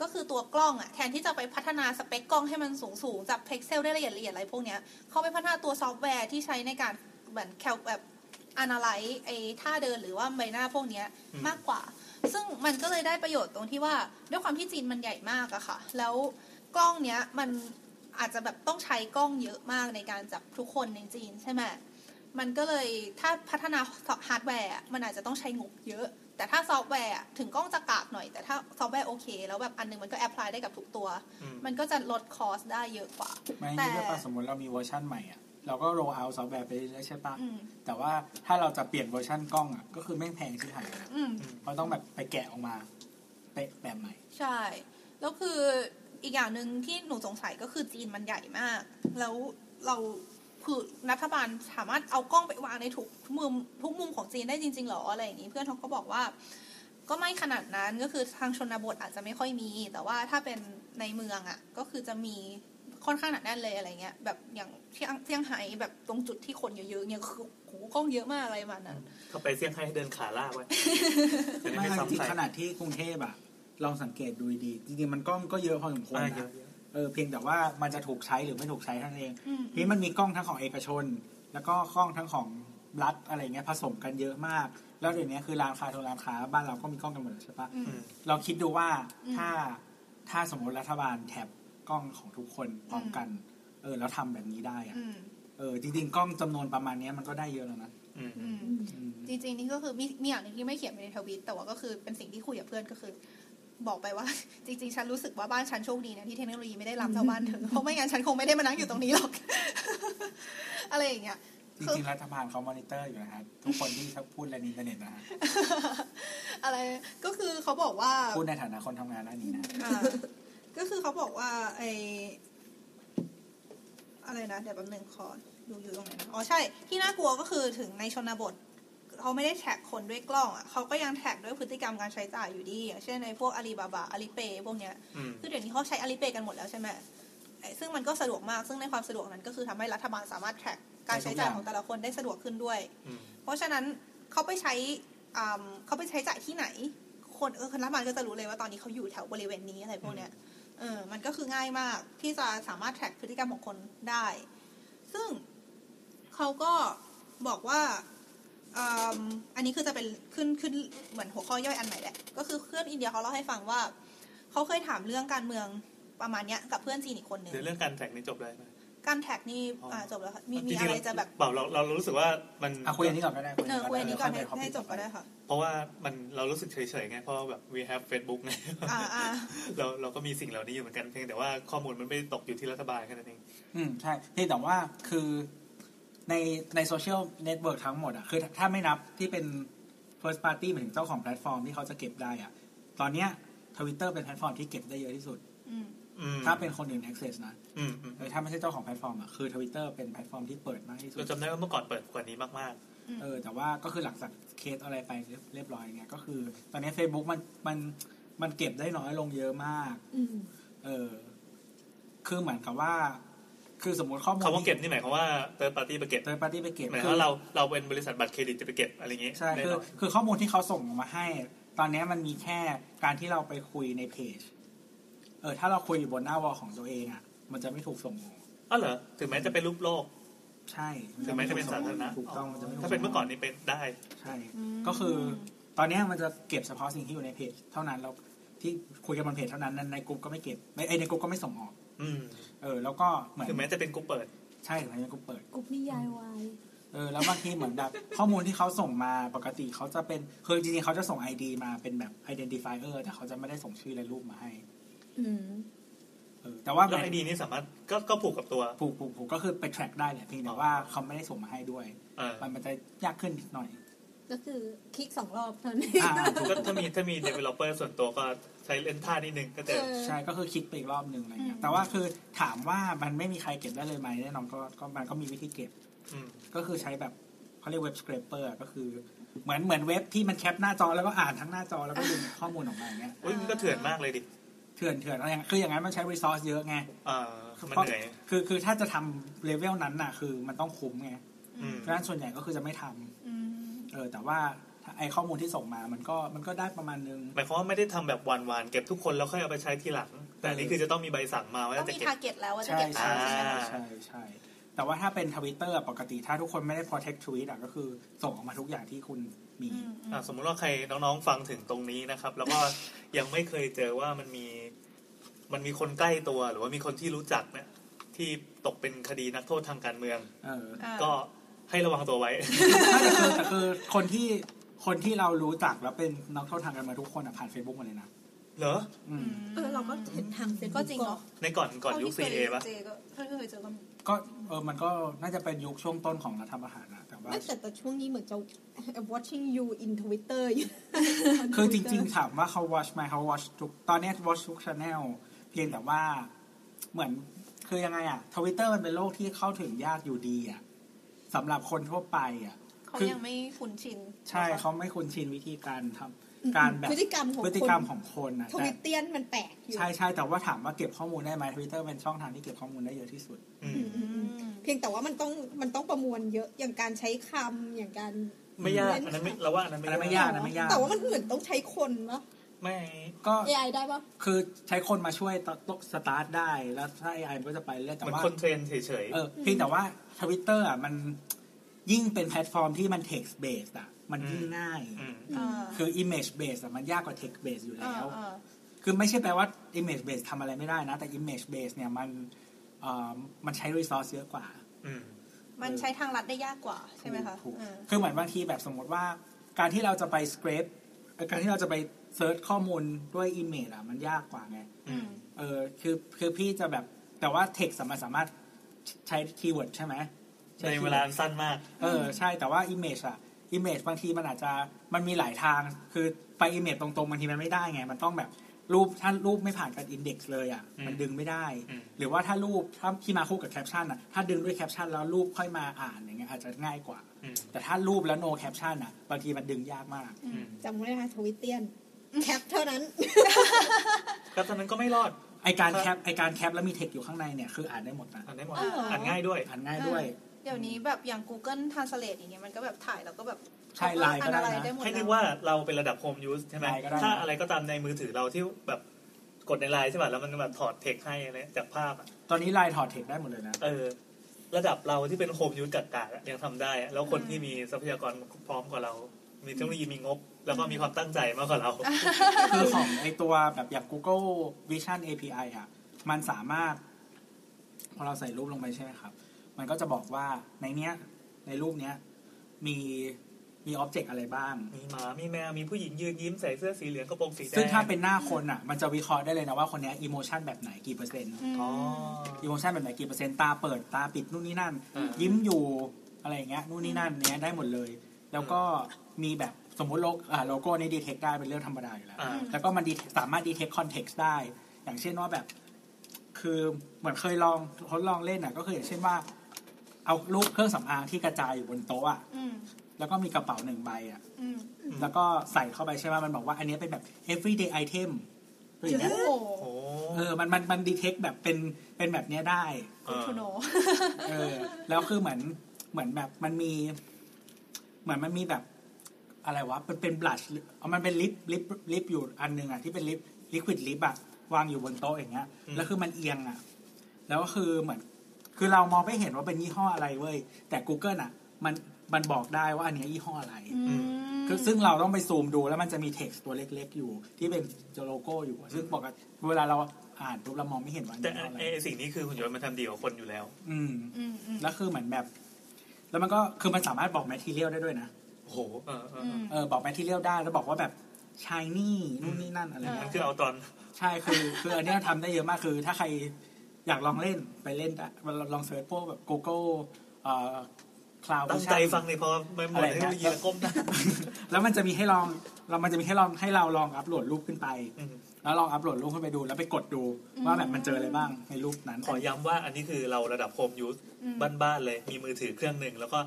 [SPEAKER 5] ก็คือตัวกล้องอะแทนที่จะไปพัฒนาสเปคกล้องให้มันสูงสูงๆจับเพกเซลได้ละเอียดละเอียดอะไรพวกเนี้ยเขาไปพัฒนาตัวซอฟต์แวร์ที่ใช้ในการเหมือนแคลแบบอนาลัยไอ้ท่าเดินหรือว่าใบหน้าพวกเนี้ย
[SPEAKER 2] อืม
[SPEAKER 5] มากกว่า ซึ่งมันก็เลยได้ประโยชน์ตรงที่ว่าด้วยความที่จีนมันใหญ่มากอะค่ะ แล้วกล้องเนี้ยมันอาจจะแบบต้องใช้กล้องเยอะมากในการจับทุกคนในจีนใช่ไหม มันก็เลยถ้าพัฒนาฮาร์ดแวร์อะมันอาจจะต้องใช้งบเยอะ แต่ถ้าซอฟต์แวร์อะถึงกล้องจะกากหน่อย แต่ถ้าซอฟต์แวร์โอเค แล้วแบบอันหนึงมันก็แอพพลายได้กับทุกตัว
[SPEAKER 2] อืม
[SPEAKER 5] มันก็จะลดคอสได้เยอะกว่า
[SPEAKER 4] ไม่ใช่ด้วยป่ะสมมติเรามีเวอร์ชั่นใหม่อ่ะ เราก็โรลเอาซอฟต์แวร์ไปเรื่อยๆใช่ปะ
[SPEAKER 5] อืม
[SPEAKER 4] แต่ว่าถ้าเราจะเปลี่ยนเวอร์ชันกล้องอ่ะ ก็คือแม่งแพงที่หายนะ
[SPEAKER 5] อืม
[SPEAKER 4] เพราะต้องแบบไปแกะออกมาเปะแบบใหม่
[SPEAKER 5] ใช่ แล้วคืออีกอย่างหนึ่งที่หนูสงสัยก็คือจีนมันใหญ่มาก แล้วเราคือรัฐบาลสามารถเอากล้องไปวางในทุกมุมทุกมุมของจีนได้จริงๆหรออะไรอย่างนี้ เพื่อนเขาก็บอกว่า ก็ไม่ขนาดนั้นก็คือทางชนบทอาจจะไม่ค่อยมี แต่ว่าถ้าเป็นในเมืองอะ่ะ ก็คือจะมีค่อนข้างหนาแน่นเลยอะไรเงี้ยแบบอย่างเซี่ยงเซี่ยงไฮ้แบบตรงจุดที่คนเยอะๆเนี่ยคือโอ้โหกล้องเยอะมากอะไรประมาณนั้น
[SPEAKER 2] เข้าไปเซี่ยงไฮ้ให้เดินขาลากไว้จะได้
[SPEAKER 4] ไม่
[SPEAKER 2] ไม่
[SPEAKER 4] เอาจริ
[SPEAKER 2] ซ้ำ
[SPEAKER 4] ง
[SPEAKER 2] ใส่
[SPEAKER 4] ๆขนาดที่กรุงเทพอะลองสังเกตดูดีๆจริงๆมันกล้องก็เยอะพอสมควร
[SPEAKER 2] อ่าเย
[SPEAKER 4] นะ
[SPEAKER 2] อะ
[SPEAKER 4] เออเพียงแต่ว่ามันจะถูกใช้หรือไม่ถูกใช้เท่านั้นเอง
[SPEAKER 5] อืม
[SPEAKER 4] นี่มันมีกล้องทั้งของเอกชน แล้วก็กล้องทั้งของรัฐอะไรเงี้ยผสมกันเยอะมาก แล้วเดี๋ยวนี้คือร้านค้าทุกร้านค้าบ้านเราก็มีกล้องกันหมดแล้วใช่ปะ
[SPEAKER 5] อืม
[SPEAKER 4] เราคิดดูว่า
[SPEAKER 5] อืม
[SPEAKER 4] ถ้าถ้าสมมติรัฐบาลแถบกล้องของทุกคนพร้อม
[SPEAKER 5] อืม
[SPEAKER 4] กัน เออแล้วทำแบบนี้ได้อะ
[SPEAKER 5] อืม
[SPEAKER 4] เออจริงๆกล้องจำนวนประมาณเนี้ยมันก็ได้เยอะแล้วนะ
[SPEAKER 2] อืม
[SPEAKER 5] อืม
[SPEAKER 4] อืม
[SPEAKER 5] จริงๆนี่ก็คือมีมีอย่างหนึงที่ไม่เขียนไปในทวิตแต่ว่าก็คือเป็นสิ่งที่คุยกับเพื่อนก็คือ บอกไปว่า จริงๆ ฉันรู้สึกว่าบ้านฉันโชคดีนะที่เทคโนโลยีไม่ได้ล้ำเท่าบ้านเธอ เพราะไม่งั้นฉันคงไม่ได้มานั่งอยู่ตรงนี้หรอก อะไรอย่างเงี้ย
[SPEAKER 4] จริงๆรัฐบาลเขามอนิเตอร์อยู่นะครับทุกคนที่ชอบพูดอะไรในอินเทอร์เน็ตนะฮะ
[SPEAKER 5] อะไรก็ คือเขาบอกว่า
[SPEAKER 4] พูดในฐานะคนทำงานด้านนี้นะ
[SPEAKER 5] อ่าก็คือเขาบอกว่าไออะไรนะเดี๋ยวแป๊บนึงขอดูอยู่ตรงไหนนะอ๋อใช่ที่น่ากลัวก็คือถึงในชนบทเขาไม่ได้แท็กคนด้วยกล้องอ่ะเขาก็ยังแท็กด้วยพฤติกรรมการใช้จ่ายอยู่ดีอย่างเช่นในพวกอาลีบาบาอาลีเปพวกเนี้ย
[SPEAKER 2] อืม
[SPEAKER 5] คือเดี๋ยวนี้เขาใช้อาลีเปกันหมดแล้วใช่ไหมไอ้ซึ่งมันก็สะดวกมากซึ่งในความสะดวกนั้นก็คือทำให้รัฐบาลสามารถแท็กการใช้จ่ายของแต่ละคนได้สะดวกขึ้นด้วย
[SPEAKER 2] อืม
[SPEAKER 5] เพราะฉะนั้นเขาไปใช้อ่ำเขาไปใช้จ่ายที่ไหน คนเออคนรัฐบาลก็จะรู้เลยว่าตอนนี้เขาอยู่แถวบริเวณนี้อะไรพวกเนี้ยเออมันก็คือง่ายมากที่จะสามารถแทร็กพฤติกรรมของคนได้ ซึ่งเขาก็บอกว่าอ่ำอันนี้คือจะเป็นขึ้นขึ้นเหมือนหัวข้อย่อยอันใหม่แหละก็คือเพื่อนอินเดียเขาเล่าให้ฟังว่าเขาเคยถามเรื่องการเมืองประมาณเนี้ยกับเพื่อนจีนอีกคนหนึ่ง
[SPEAKER 2] เดี๋ยวเรื่องการแท็กนี่จบได้ไหม
[SPEAKER 5] การแท็กนี่
[SPEAKER 2] อ๋ออ่
[SPEAKER 5] าจบแล้วค่ะมีมีอะไรจะแบบ
[SPEAKER 2] เปล่าเราเรารู้สึกว่ามัน
[SPEAKER 4] อ่ะคุยอันนี้ก่อนก็ได้
[SPEAKER 5] เออคุยอันนี้ก่อนให้
[SPEAKER 4] เดี๋ยวค่ยป
[SPEAKER 5] ให้จบก็ได้ค่ะ
[SPEAKER 2] เพราะว่ามันเรารู้สึกเฉยๆไงเพราะแบบ we have Facebook ไง
[SPEAKER 5] อ่าอ่า
[SPEAKER 2] เราเราก็มีสิ่งเหล่านี้อยู่เหมือนกันเพียงแต่ว่าข้อมูลมันไม่ได้ตกอยู่ที่รัฐบาลแค่นั้นเอง
[SPEAKER 4] อืม ใช่เพียงแต่ว่าคือในในโซเชียลเน็ตเวิร์กทั้งหมดอะคือถ้าไม่นับที่เป็น first party หมายถึงเจ้าของแพลตฟอร์มที่เขาจะเก็บได้อะตอนเนี้ยทวิตเตอร์เป็นแพลตฟอร์มที่เก็บได้เยอะที่สุด
[SPEAKER 5] อืม
[SPEAKER 2] อืม
[SPEAKER 4] ถ้าเป็นคนอื่น access นะ
[SPEAKER 2] อืมอืม
[SPEAKER 4] โดยถ้าไม่ใช่เจ้าของแพลตฟอร์มอ่ะคือ Twitter เป็นแพลตฟอร์มที่เปิดมากที่สุด
[SPEAKER 2] เราจำได้ว่าเมื่อก่อนเปิดกว่านี้มาก
[SPEAKER 4] เออแต่ว่าก็คือหลังจากเคสอะไรไปเรียบร้อยเนี่ยก็คือ ตอนนี้ Facebook มันมันมันเก็บได้น้อยลงเยอะมาก
[SPEAKER 6] อืม
[SPEAKER 4] เออ คือเหมือนกับว่า คือสมมติข้อมู
[SPEAKER 2] ๆ
[SPEAKER 4] ล
[SPEAKER 2] คำว่าเก็บนี่หมายความว่าเติร์ดปาร์ตี้ไปเก็บ
[SPEAKER 4] เตอร์ปาร์ตี้ไปเก็บ
[SPEAKER 2] หมายค
[SPEAKER 4] คื
[SPEAKER 2] วามว่าเราเราเป็นบริษัทบัตรเครดิตจะไปเก็บอะไรอย่างงี้
[SPEAKER 4] ใช่
[SPEAKER 2] แน่น
[SPEAKER 4] คือ
[SPEAKER 2] อน
[SPEAKER 4] คือข้อมูลที่เขาส่งมาให้ ตอนนี้มันมีแค่การที่เราไปคุยในเพจ เออ ถ้าเราคุยอยู่บนหน้าวอลของตัวเองอ่ะ มันจะไม่ถูกส่งออก
[SPEAKER 2] อ๋อเหรอถึงแม้จะเป็นรูปโลก
[SPEAKER 4] ใช่
[SPEAKER 2] ถึงแม้จะเป็นสาธารณะ
[SPEAKER 4] ถูกต้องมันจะไม่ถู
[SPEAKER 2] ถ้าเป็นเมื่อก่อนนี่เป็นได้
[SPEAKER 4] ใช่ ก็คือตอนเนี้ยมันจะเก็บเฉพาะสิ่งที่อยู่ในเพจ เท่านั้นแล้วที่คุยกันบนเพจเท่านั้นในกลุ่มก็ไม่เก็บในไอ้ในกลุ่มก็ไม่ส่งออก
[SPEAKER 2] อืม
[SPEAKER 4] เออ แล้วก็เหมือน
[SPEAKER 2] ถึงแม้จะเป็นกลุ่มเปิด
[SPEAKER 4] ใช่ถึงแม้จะกลุ่มเปิด
[SPEAKER 6] กรุ๊ปนิยายวาย
[SPEAKER 4] เออแล้วบางทีเหมือนแบบ ข้อมูลที่เขาส่งมาปกติเขาจะเป็นคือจริงๆเขาจะส่ง ID มาเป็นแบบ identifier แต่เขาจะไม่ได้ส่งชื่อและรูปมาให้
[SPEAKER 6] อืม
[SPEAKER 4] เออแต่ว่า
[SPEAKER 2] แล้วไอดีนี่สามารถก็ก็ผูกกับตัว
[SPEAKER 4] ผูกผูกผูกก็คือไป track ได้แหละเพียงแต่ว่าเขาไม่ได้ส่งมาให้ด้วย
[SPEAKER 2] เออ
[SPEAKER 4] มันมันจะยากขึ้นนิด หน่อย
[SPEAKER 6] ก็คือคลิกสองรอบเท่านั้น
[SPEAKER 4] อ่า
[SPEAKER 2] ก็ถ้ามีถ้ามี developer ส่วนตัวก็ใช้เล่นท่านิดนึงก็เจอ
[SPEAKER 6] เออ
[SPEAKER 4] ใช่ก็คือคิดไปอีกรอบหนึ่งอะไรเงี้ย
[SPEAKER 5] อืม
[SPEAKER 4] แต่ว่าคือถามว่ามันไม่มีใครเก็บได้เลยไหมแน่นอนก็ก็มันก็มีวิธีเก็บ
[SPEAKER 2] อืม
[SPEAKER 4] ก็คือใช้แบบเขาเรียกเว็บส c ครเปอร์ก็คือ เหมือนเหมือนเว็บที่มันแคปหน้าจอแล้วก็อ่านทั้งหน้าจอแล้วก็ดึงข้อมูลออกมาอย่างเงี้ย
[SPEAKER 2] อุ้ยมันก็เถื่อนมากเลยดิ
[SPEAKER 4] เถื่อนเถื่อนอะไรเงี้ยคืออย่างนั้นมันใช้รีซอสเยอะไง
[SPEAKER 2] เออมันเหนื่อย
[SPEAKER 4] คือคือถ้าจะทำเลเวลนั้นน่ะ คือมันต้องคุ้มไง
[SPEAKER 2] อืม
[SPEAKER 4] เพราะฉะนั้นส่วนใหญ่ก็คือจะไม่ท
[SPEAKER 5] อืม
[SPEAKER 4] ำเออแต่ว่าถ้าไอข้อมูลที่ส่งมามันก็มันก็ได้ประมาณนึง
[SPEAKER 2] หมายความว่าไม่ได้ทำแบบหวานๆ เก็บทุกคนแล้วค่อยเอาไปใช้ทีหลัง แต่อันนี้คือจะต้องมีใบสั่งมาว่า
[SPEAKER 5] ต้อง
[SPEAKER 2] จะ
[SPEAKER 5] มี
[SPEAKER 2] เก็บ
[SPEAKER 5] ทาร์เก็ตแล้วว่าจะ
[SPEAKER 4] ใช่
[SPEAKER 5] เก็บ
[SPEAKER 4] ใช่
[SPEAKER 5] อะไร
[SPEAKER 4] ใช่
[SPEAKER 5] อ่ะ
[SPEAKER 4] ใช่ใช่แต่ว่าถ้าเป็นทวิตเตอร์ปกติถ้าทุกคนไม่ได้ protect tweet อ่ะก็คือส่งออกมาทุกอย่างที่คุณมี
[SPEAKER 5] อืมอืม
[SPEAKER 2] อ่ะสมมุติว่าใครน้องๆฟังถึงตรงนี้นะครับ แล้วก็ ยังไม่เคยเจอว่ามันมีมันมีคนใกล้ตัว หรือว่ามีคนที่รู้จักเนี่ยที่ตกเป็นคดีนักโทษทางการเมือง
[SPEAKER 4] เออ
[SPEAKER 5] อ่า
[SPEAKER 2] ก็ให้ระวังตัวไว้
[SPEAKER 4] ไม่แต่คือแต่คือคนที่คนที่เรารู้จักแล้วเป็นนักโทษทางการเมืองทุกคนอ่ะผ่าน Facebook หมดเลยนะ
[SPEAKER 2] เหรอ
[SPEAKER 4] อืม
[SPEAKER 6] เออ เราก็เห็นทางเฟซ
[SPEAKER 5] ก็จริงเหรอ
[SPEAKER 2] ในก่อนก่อนยุค
[SPEAKER 5] เท่าที่
[SPEAKER 2] 4A ปะ
[SPEAKER 5] เคยเจอก็เท่าที่เคยเจอก็มี
[SPEAKER 4] ก็เออมันก็น่าจะเป็นยุคช่วงต้นของรัฐประหารนะแต่ว่า
[SPEAKER 6] ไม่แต่แต่ช่วงนี้เหมือนจะ watching you in Twitter อยู่
[SPEAKER 4] คือจริงๆ ถามว่าเขา watch ไหมเขา watch ทุกตอนเนี้ย watch ทุก channel เพียงแต่ว่าเหมือนคือยังไงอะทวิตเตอร์มันเป็นโลกที่เข้าถึงยากอยู่ดีอะสำหรับคนทั่วไปอะ
[SPEAKER 5] เขา
[SPEAKER 4] คือ
[SPEAKER 5] ยังไม่คุ้นชิน
[SPEAKER 4] ใช่เขาไม่คุ้นชินวิธีการทำการแบบ
[SPEAKER 6] พฤติกรรมของ
[SPEAKER 4] พฤติ
[SPEAKER 6] คน
[SPEAKER 4] กรรมของคนนะ
[SPEAKER 6] ท
[SPEAKER 4] แต่
[SPEAKER 6] วิตเตียนมันแปลกอยู่
[SPEAKER 4] ใช่ใช่แต่ว่าถามว่าเก็บข้อมูลได้ไหมทวิตเตอร์เป็นช่องทางที่เก็บข้อมูลได้เยอะที่สุด
[SPEAKER 2] อืม
[SPEAKER 5] อืม
[SPEAKER 6] เพียงแต่ว่ามันต้องมันต้องประมวลเยอะอย่างการใช้คำอย่างการ
[SPEAKER 2] ไม่ยากอันนั้นไม่เราว่าอันนั้น
[SPEAKER 4] อันนั้นไม่ยาย
[SPEAKER 2] ไม่าก ก
[SPEAKER 4] นะไม่ยาก
[SPEAKER 6] แต่ว่ามันเหมือนต้องใช้คนปะ
[SPEAKER 2] ไม่
[SPEAKER 4] ก็
[SPEAKER 6] AI ได้ปะ
[SPEAKER 4] คือใช้คนมาช่วยตตสตาร์ทได้แล้วถ้า AI มันก็จะไปเรื่อยแต่
[SPEAKER 2] เหมือน
[SPEAKER 4] ว่า
[SPEAKER 2] คนเทรนเฉย
[SPEAKER 4] เออเพียงแต่ว่าทวิตเตอร์อ่ะมันยิ่งเป็นแพลตฟอร์มที่มัน text based อ่ะ มันยิ่งง่าย
[SPEAKER 2] ๆอืม
[SPEAKER 5] อ่า
[SPEAKER 4] คือ image based อ่ะ มันยากกว่า text based อยู่
[SPEAKER 5] อ่า
[SPEAKER 4] แล้ว
[SPEAKER 5] อ่า
[SPEAKER 4] คือไม่ใช่แปลว่า image based ทำอะไรไม่ได้นะ แต่ image based เนี่ยมันเอ่อมันใช้ resource เยอะกว่า
[SPEAKER 2] อืม
[SPEAKER 5] มันใช้ทางลัดได้ยากกว่าใช่ไหมคะ
[SPEAKER 4] ถูก
[SPEAKER 5] อืม
[SPEAKER 4] คือเหมือนบางทีแบบสมมติว่า การที่เราจะไป scrape เอ่อการที่เราจะไป search ข้อมูลด้วย image อ่ะ มันยากกว่าไง
[SPEAKER 2] อืม
[SPEAKER 4] เออคือคือพี่จะแบบแต่ว่า text อะมันสามารถใช้คีย์เวิร์ดใช่ไหมช้
[SPEAKER 2] ในเวลาอันสั้นมาก
[SPEAKER 4] เออใช่แต่ว่า Image อะ Image บางทีมันอาจจะมันมีหลายทาง คือไป Image ตรงๆบางทีมันไม่ได้ไง มันต้องแบบรูปถ้ารูปไม่ผ่านการอินเด็กซ์เลยอะ
[SPEAKER 2] อืม
[SPEAKER 4] มันดึงไม่ได้
[SPEAKER 2] อืม
[SPEAKER 4] หรือว่าถ้ารูปถ้าที่มาคู่กับแคปชั่นอะถ้าดึงด้วยแคปชั่นแล้วรูปค่อยมาอ่านอย่างเงี้ยอาจจะง่ายกว่า
[SPEAKER 2] อืม
[SPEAKER 4] แต่ถ้ารูปแล้วโนแคปชั่นอะบางทีมันดึงยากมาก
[SPEAKER 2] อืม
[SPEAKER 6] จำไว้นะคะทวิตเตียนแคปเท่านั้น
[SPEAKER 2] ก็ตอนนั้นก็ไม่รอด
[SPEAKER 4] ไอการ
[SPEAKER 2] ครับ
[SPEAKER 4] แคปไอการแคปแล้วมีเทคอยู่ข้างในเนี่ยคืออ่านได้หมดนะ
[SPEAKER 2] อ่านได้หมด
[SPEAKER 5] อ้าวเหรออ่
[SPEAKER 2] อ่านง่ายด้วย
[SPEAKER 4] อ่านง่ายด้วย
[SPEAKER 5] เดี๋ยวนี้แบบอย่าง Google Translate อย่างเงี้ยมันก็แบบถ่ายแล้วก็แบบ
[SPEAKER 4] ใช่ Line ก็ได้นะ
[SPEAKER 5] อหมด
[SPEAKER 2] ให้
[SPEAKER 5] แล้
[SPEAKER 2] นึ
[SPEAKER 5] ว
[SPEAKER 2] กว่าเราเป็นระดับโฮมยูสใช่ไหม
[SPEAKER 4] ได้ก็ได้
[SPEAKER 2] ถ้าอะไรก็ตามในมือถือเราที่แบบกดในไลน์ใช่ป่ะแล้วมันแบบถอดเทคให้อะไรจากภาพอะ
[SPEAKER 4] ตอนนี้ไลน์ถอดเทคได้หมดเลยนะ
[SPEAKER 2] เออ ระดับเราที่เป็นโฮมยูสกากายังทำได้อะแล้วคนที่มีทรัพยากรพร้อมกว่าเรา มีเทคโนโลยีมีงบ แล้วก็มีความตั้งใจมากกว่าเรา
[SPEAKER 4] คือของไอตัวแบบอย่าง Google Vision API อ่ะ มันสามารถ พอเราใส่รูปลงไปใช่ไหมครับ มันก็จะบอกว่าในเนี้ย ในรูปเนี้ย มีมีอ็อบเจกต์อะไรบ้าง
[SPEAKER 2] มีหมา มีแมว มีผู้หญิงยืนยิ้มใส่เสื้อสีเหลืองกระโปรงสีแดง
[SPEAKER 4] ซึ่งถ้าเป็นหน้าคนอ่ะ มันจะวิเคราะห์ได้เลยนะว่าคนเนี้อิโมชันแบบไหนกี่เปอร์เซ็นต์
[SPEAKER 5] อืม
[SPEAKER 2] อ๋อ
[SPEAKER 4] อิโมชันแบบไหนกี่เปอร์เซ็นต์ตาเปิดตาปิดนู่นนี่นั่น
[SPEAKER 2] อืม
[SPEAKER 4] ยิ้มอยู่อะไรอย่างเงี้ยนู่นนี่นั่นเนี้ยได้หมดเลย แล้วก็มีแบบสมมติโลโก้อ่าโลโก้นี่ดีเทคได้เป็นเรื่องธรรมดาอยู่แล้ว
[SPEAKER 2] อ่า
[SPEAKER 4] แล้วก็มัน detect- สามารถดีเทคคอนเท็กซ์ได้ อย่างเช่นว่าแบบ คือเหมือนเคยลองทดลองเล่นอ่ะ ก็คืออย่างเช่นว่า เอารูปเครื่องสำอางที่กระจายอยู่บนโต๊ะอ่ะ
[SPEAKER 5] อืม
[SPEAKER 4] แล้วก็มีกระเป๋าหนึ่งใบอ่ะ
[SPEAKER 5] อืม
[SPEAKER 2] อืม
[SPEAKER 4] แล้วก็ใส่เข้าไปใช่ไหมมันบอกว่า อันนี้เป็นแบบ everyday item อะไรอย่างเงี้ย
[SPEAKER 5] โอ้โห
[SPEAKER 2] โอ้
[SPEAKER 4] เออมันมันมันดีเทคแบบเป็นเป็นแบบเนี้ยได้
[SPEAKER 5] ทูโน
[SPEAKER 4] เออแล้วคือเหมือนเหมือนแบบมันมี เหมือนมันมีแบบอะไรวะมันเป็นบลัชเอามันเป็นลิปลิปลิปอยู่อันหนึงอ่ะที่เป็นลิปลิควิดลิปอะวางอยู่บนโต๊ะอย่างเงี้ย
[SPEAKER 2] อืม
[SPEAKER 4] แล้วคือมันเอียงอ่ะ แล้วก็คือเหมือน คือเรามองไม่เห็นว่าเป็นยี่ห้ออะไรเว้ยแต่ Google อ่ะ มันมันบอกได้ว่าอันเนี้ยยี่ห้ออะไรคือซึ่งเราต้องไปซูมดูแล้วมันจะมีเท็กซ์ตัวเล็ก ๆ อยู่ ที่เป็นโลโก้อยู่อะซึ่งปกติเวลาเราอ่านปุ๊บเรามองไม่เห็นว่าอัน
[SPEAKER 2] แต่
[SPEAKER 4] นี้ยี่ห้ออะไร
[SPEAKER 2] ไอ้ไอ้สิ่งนี้คือหุ่นยนต์มันทำดีกว่าคนอยู่แล้ว
[SPEAKER 4] อืม
[SPEAKER 5] อืมอืม
[SPEAKER 4] แล้วคือเหมือนแบบ แล้วมันก็คือมันสามารถบอกแมทเทียลได้ด้วยนะ
[SPEAKER 2] โอ้โหเออเออ
[SPEAKER 5] อื
[SPEAKER 2] เออ
[SPEAKER 5] ม
[SPEAKER 4] เออบอกแมทเทียลได้แล้วบอกว่าแบบชายนี่นู่นนี่นั่นอะไร
[SPEAKER 5] ม
[SPEAKER 4] เงี้
[SPEAKER 2] มัน
[SPEAKER 4] ย
[SPEAKER 2] คือเอาตอน
[SPEAKER 4] ใช่คือคืออันเนี้ยทำได้เยอะมากคือ ถ้าใครอยากลองเล่นไปเล่นได้ลองเสิร์ชพวกแบบ Google เอ่อ Cloud
[SPEAKER 2] ตั้ง
[SPEAKER 4] Vision
[SPEAKER 2] ใจฟังเลยเพราะไม่หมดเทคโนโลยีแล้วก้มหน้า
[SPEAKER 4] แล้วมันจะมีให้ลองเรามันจะมีให้ลองให้เราลองอัพโหลดรูปขึ้นไป
[SPEAKER 2] อืม
[SPEAKER 4] แล้วลองอัพโหลดรูปขึ้นไปดู แล้วไปกดดูว่าแบบมันเจออะไรบ้างในรูปนั้น
[SPEAKER 2] ขอย้ำว่าอันนี้คือเราระดับโฮมยูส
[SPEAKER 5] อืม
[SPEAKER 2] บ้านๆเลย มีมือถือเครื่องหนึ่งแล้วก็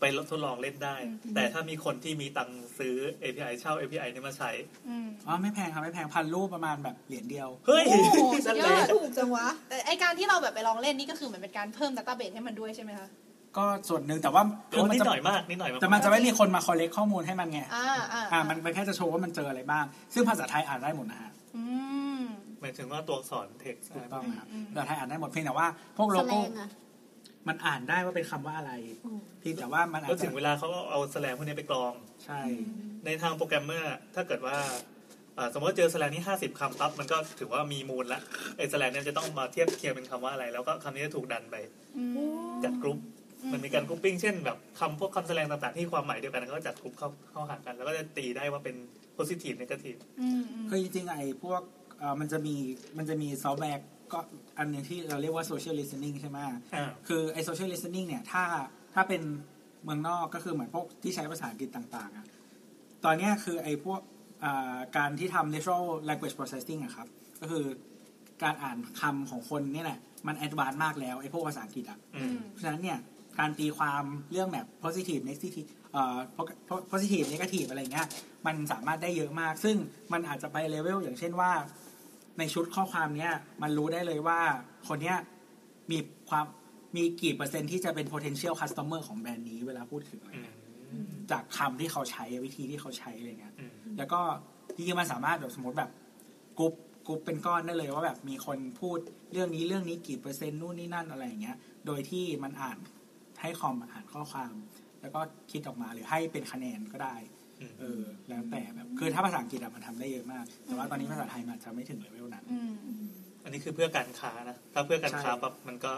[SPEAKER 2] ไปทดลองเล่นได้ แต่ถ้ามีคนที่มีตังค์ซื้อ API เช่า API เนี่ยมาใช้
[SPEAKER 5] อืม
[SPEAKER 4] อ๋อไม่แพงครับไม่แพงพันรูปประมาณแบบเหรียญเดียว
[SPEAKER 2] เฮ้ย
[SPEAKER 5] โอ้ โหสุ
[SPEAKER 2] นั่
[SPEAKER 5] ด
[SPEAKER 2] น
[SPEAKER 5] ย
[SPEAKER 2] เล
[SPEAKER 5] อย ดถูกจังวะ แต่ไอการที่เราแบบไปลองเล่นนี่ก็คือเหมือนเป็นการเพิ่มดัตต้าเบสให้มันด้วยใช่ไหมคะ
[SPEAKER 4] ก็ส่วนหนึ่งแต่ว่า
[SPEAKER 2] โอ้
[SPEAKER 4] มั
[SPEAKER 2] นิด
[SPEAKER 4] จะ
[SPEAKER 2] หน่อยมากนิดหน่อยมาก
[SPEAKER 4] แต่มันจะไม่มีคนมาคอลเลกข้อมูลให้มันไง
[SPEAKER 5] อ่าอ่า
[SPEAKER 4] อ่า มันมันแค่จะโชว์ว่ามันเจออะไรบ้าง ซึ่งภาษาไทยอ่านได้หมดนะฮะ
[SPEAKER 5] อืม
[SPEAKER 2] หมายถึงว่าตัวอักษรเท็กซ์
[SPEAKER 4] ถูกต้องนะครับ
[SPEAKER 5] อืม
[SPEAKER 4] ภาษาไทยอ่านได้หมดเพียงแต่ว่า พวกโล
[SPEAKER 6] แสล
[SPEAKER 4] โก้
[SPEAKER 6] งอ่ะ
[SPEAKER 4] มันอ่านได้ว่าเป็นคำว่าอะไร
[SPEAKER 6] อืม
[SPEAKER 4] เพียงแต่ว่ามันอาจ
[SPEAKER 2] แล้วถึ
[SPEAKER 4] จะ
[SPEAKER 2] งเวลาเขาก็เอาแสลงพวกนี้ไปกรอง
[SPEAKER 4] ใช่
[SPEAKER 2] ในทางโปรแกรมเมอร์ถ้าเกิดว่าเอ่อสมมติว่าเจอแสแลงนี่ห้าสิบคำปั๊บมันก็ถือว่ามีมูลละไอ้แสแลงเนี่ยจะต้องมาเทียบเคียงเป็นคำว่าอะไร แล้วก็คำนี้จะถูกดันไป
[SPEAKER 5] อืม
[SPEAKER 2] จัดกรุ๊ป
[SPEAKER 5] อืม
[SPEAKER 2] มันมีการกรุ๊ปปิ้งเช่นแบบคำพวกคำแสแลงต่างๆที่ความหมายเดียวกันก็จัดกรุ๊ปเข้าเข้าหากัน แล้วก็จะตีได้ว่าเป็น positive negative
[SPEAKER 5] อืมอืม
[SPEAKER 4] คือจริงๆ ไอ้พวกเอ่อมันจะมี มันจะมีซอฟต์แวร์ก็อันหนึงที่เราเรียกว่า social listening ใช่ไหม
[SPEAKER 2] อ่า
[SPEAKER 4] คือไอ้ social listening เนี่ย ถ้าถ้าเป็นเมืองนอกก็คือเหมือนพวกที่ใช้ภาษาอังกฤษต่าง ๆอะตอนเนี้ยคือไอ้พวกอ่าการที่ทำ natural language processing อะครับ ก็คือการอ่านคำของคนเนี่ยแหละ มันแอดวานซ์มากแล้ว ไอ้พวกภาษาอังกฤษอะ
[SPEAKER 2] อืม
[SPEAKER 4] เพราะฉะนั้นเนี่ย การตีความเรื่องแบบ positive negative เอ่อ positive negative อะไรเงี้ย มันสามารถได้เยอะมาก ซึ่งมันอาจจะไปเลเวลอย่างเช่นว่า ในชุดข้อความเนี้ยมันรู้ได้เลยว่าคนเนี้ยมีความมีกี่เปอร์เซ็นต์ที่จะเป็น potential customer ของแบรนด์นี้เวลาพูดถึงอะไร
[SPEAKER 2] อืม
[SPEAKER 4] เงี้ยจากคำที่เขาใช้วิธีที่เขาใช้อะไรเงี้ย
[SPEAKER 2] อืม
[SPEAKER 4] แล้วก็จริงๆมันสามารถแบบสมมติแบบกรุ๊ปกรุ๊ปเป็นก้อนได้เลยว่าแบบมีคนพูดเรื่องนี้เรื่องนี้กี่เปอร์เซ็นต์นู่นนี่นั่นอะไรอย่างเงี้ย โดยที่มันอ่านให้คอมอ่านข้อความ แล้วก็คิดออกมาหรือให้เป็นคะแนนก็ได้
[SPEAKER 2] อืม
[SPEAKER 4] เออ แล้วแต่แบบคือถ้าภาษาอังกฤษอะมันทำได้เยอะมาก แต่ว่าตอนนี้ภาษาไทยมันอาจจะไม่ถึงเลเวลนั้น
[SPEAKER 5] อืม
[SPEAKER 2] อันนี้คือเพื่อการค้านะถ้าเพื่อการค้าปั๊บมันก็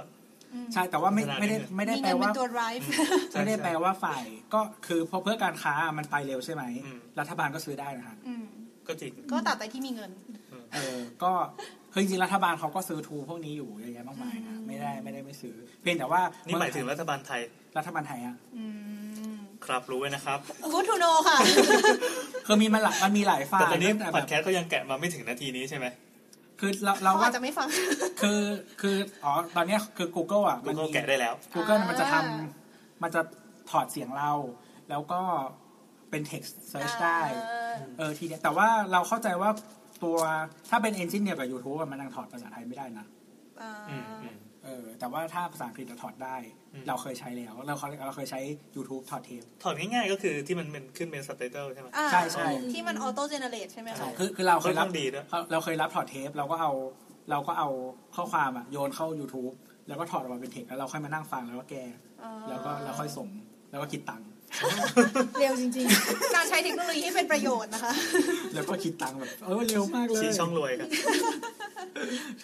[SPEAKER 5] อืม
[SPEAKER 4] ใช่แต่ว่าไม่ไม่ได้ไม่ได้
[SPEAKER 5] มี
[SPEAKER 4] แปล
[SPEAKER 5] เงินเป็
[SPEAKER 4] ว่าน
[SPEAKER 5] ตัว drive
[SPEAKER 4] ไม่ได้แปลว่าฝ่าย ก็คือพอเพื่อการค้ามันไปเร็วใช่ไหม
[SPEAKER 2] อืม
[SPEAKER 4] รัฐบาลก็ซื้อได้นะฮะ
[SPEAKER 5] อืม
[SPEAKER 2] ก็จริง
[SPEAKER 5] ก็ตัดแต่ที่มีเงิน
[SPEAKER 4] เออก็คือจริงๆรัฐบาลเขาก็ซื้อทูพวกนี้อยู่เยอะแยะมากมายนะไม่ได้ไม่ได้ไม่ซื้อ เพียงแต่ว่า
[SPEAKER 2] นี่
[SPEAKER 4] นี่
[SPEAKER 2] หมายถึงรัฐบาลไทย
[SPEAKER 4] รัฐบาลไทยอะ
[SPEAKER 5] อืม
[SPEAKER 2] ครับรู้ไว้นะครับ
[SPEAKER 5] กูทูโนค่ะ
[SPEAKER 4] คือมีมันหลายมันมีหลายฝ่าย
[SPEAKER 2] แต่ตอนนี้
[SPEAKER 4] ตั้งแต่
[SPEAKER 2] พ
[SPEAKER 4] แบ
[SPEAKER 2] อด
[SPEAKER 4] บ
[SPEAKER 2] แคสต์ก็ยังแกะมาไม่ถึงนาทีนี้ใช่ไหม
[SPEAKER 4] คือเราเรา
[SPEAKER 5] เขา
[SPEAKER 4] ว่า
[SPEAKER 5] อาจจะไม่ฟัง
[SPEAKER 4] คือคืออ๋อตอนเนี้ยคือ Google อ่ะ
[SPEAKER 2] กู
[SPEAKER 4] มัน
[SPEAKER 2] ก็
[SPEAKER 4] มี
[SPEAKER 2] แกะได้แล้ว
[SPEAKER 4] Google
[SPEAKER 5] อ่ามั
[SPEAKER 4] มันจะทำมันจะถอดเสียงเรา แล้วก็เป็น text search ได้ เออทีเนี้ยแต่ว่าเราเข้าใจว่าตัวถ้าเป็น engine เดียวกับ YouTube อะมันยังถอดภาษาไทยไม่ได้นะ
[SPEAKER 5] า
[SPEAKER 2] อืมอืม
[SPEAKER 4] เออแต่ว่าถ้าภาษาอังกฤษจะถอดได้
[SPEAKER 2] อืม
[SPEAKER 4] เราเคยใช้แล้ว เราเคยเราเคยใช้ YouTube ถอดเทป
[SPEAKER 2] ถอดง่ายๆก็คือที่มันเป็นขึ้นเป็นสเตเติลใช่ไหม
[SPEAKER 5] อ่า
[SPEAKER 4] ใช่ใช่
[SPEAKER 5] ที่มันออโต้เจเนเรตใช่ไหม
[SPEAKER 2] ใช่
[SPEAKER 5] คะ
[SPEAKER 4] คือคือเราเคยรั
[SPEAKER 2] ค่อน
[SPEAKER 4] บ
[SPEAKER 2] ข้างดีด้วย
[SPEAKER 4] เราเคยรับถอดเทป เราก็เอาเราก็เอาข้อความอะโยนเข้า YouTube แล้วก็ถอดออกมาเป็นเทปแล้วเราค่อยมานั่งฟังแล้วก็แก
[SPEAKER 5] อ๋อ
[SPEAKER 4] แล้วก็เราค่อยส่งแล้วก็คิดตังค์
[SPEAKER 3] เร็วจริง
[SPEAKER 5] การใช้เทคโนโลยีให้เป็นประโยชน์นะคะ
[SPEAKER 4] แล้วก็คิดตังค์แบบเออเร็วมากเลย
[SPEAKER 2] ชี้ช่องรวยครับ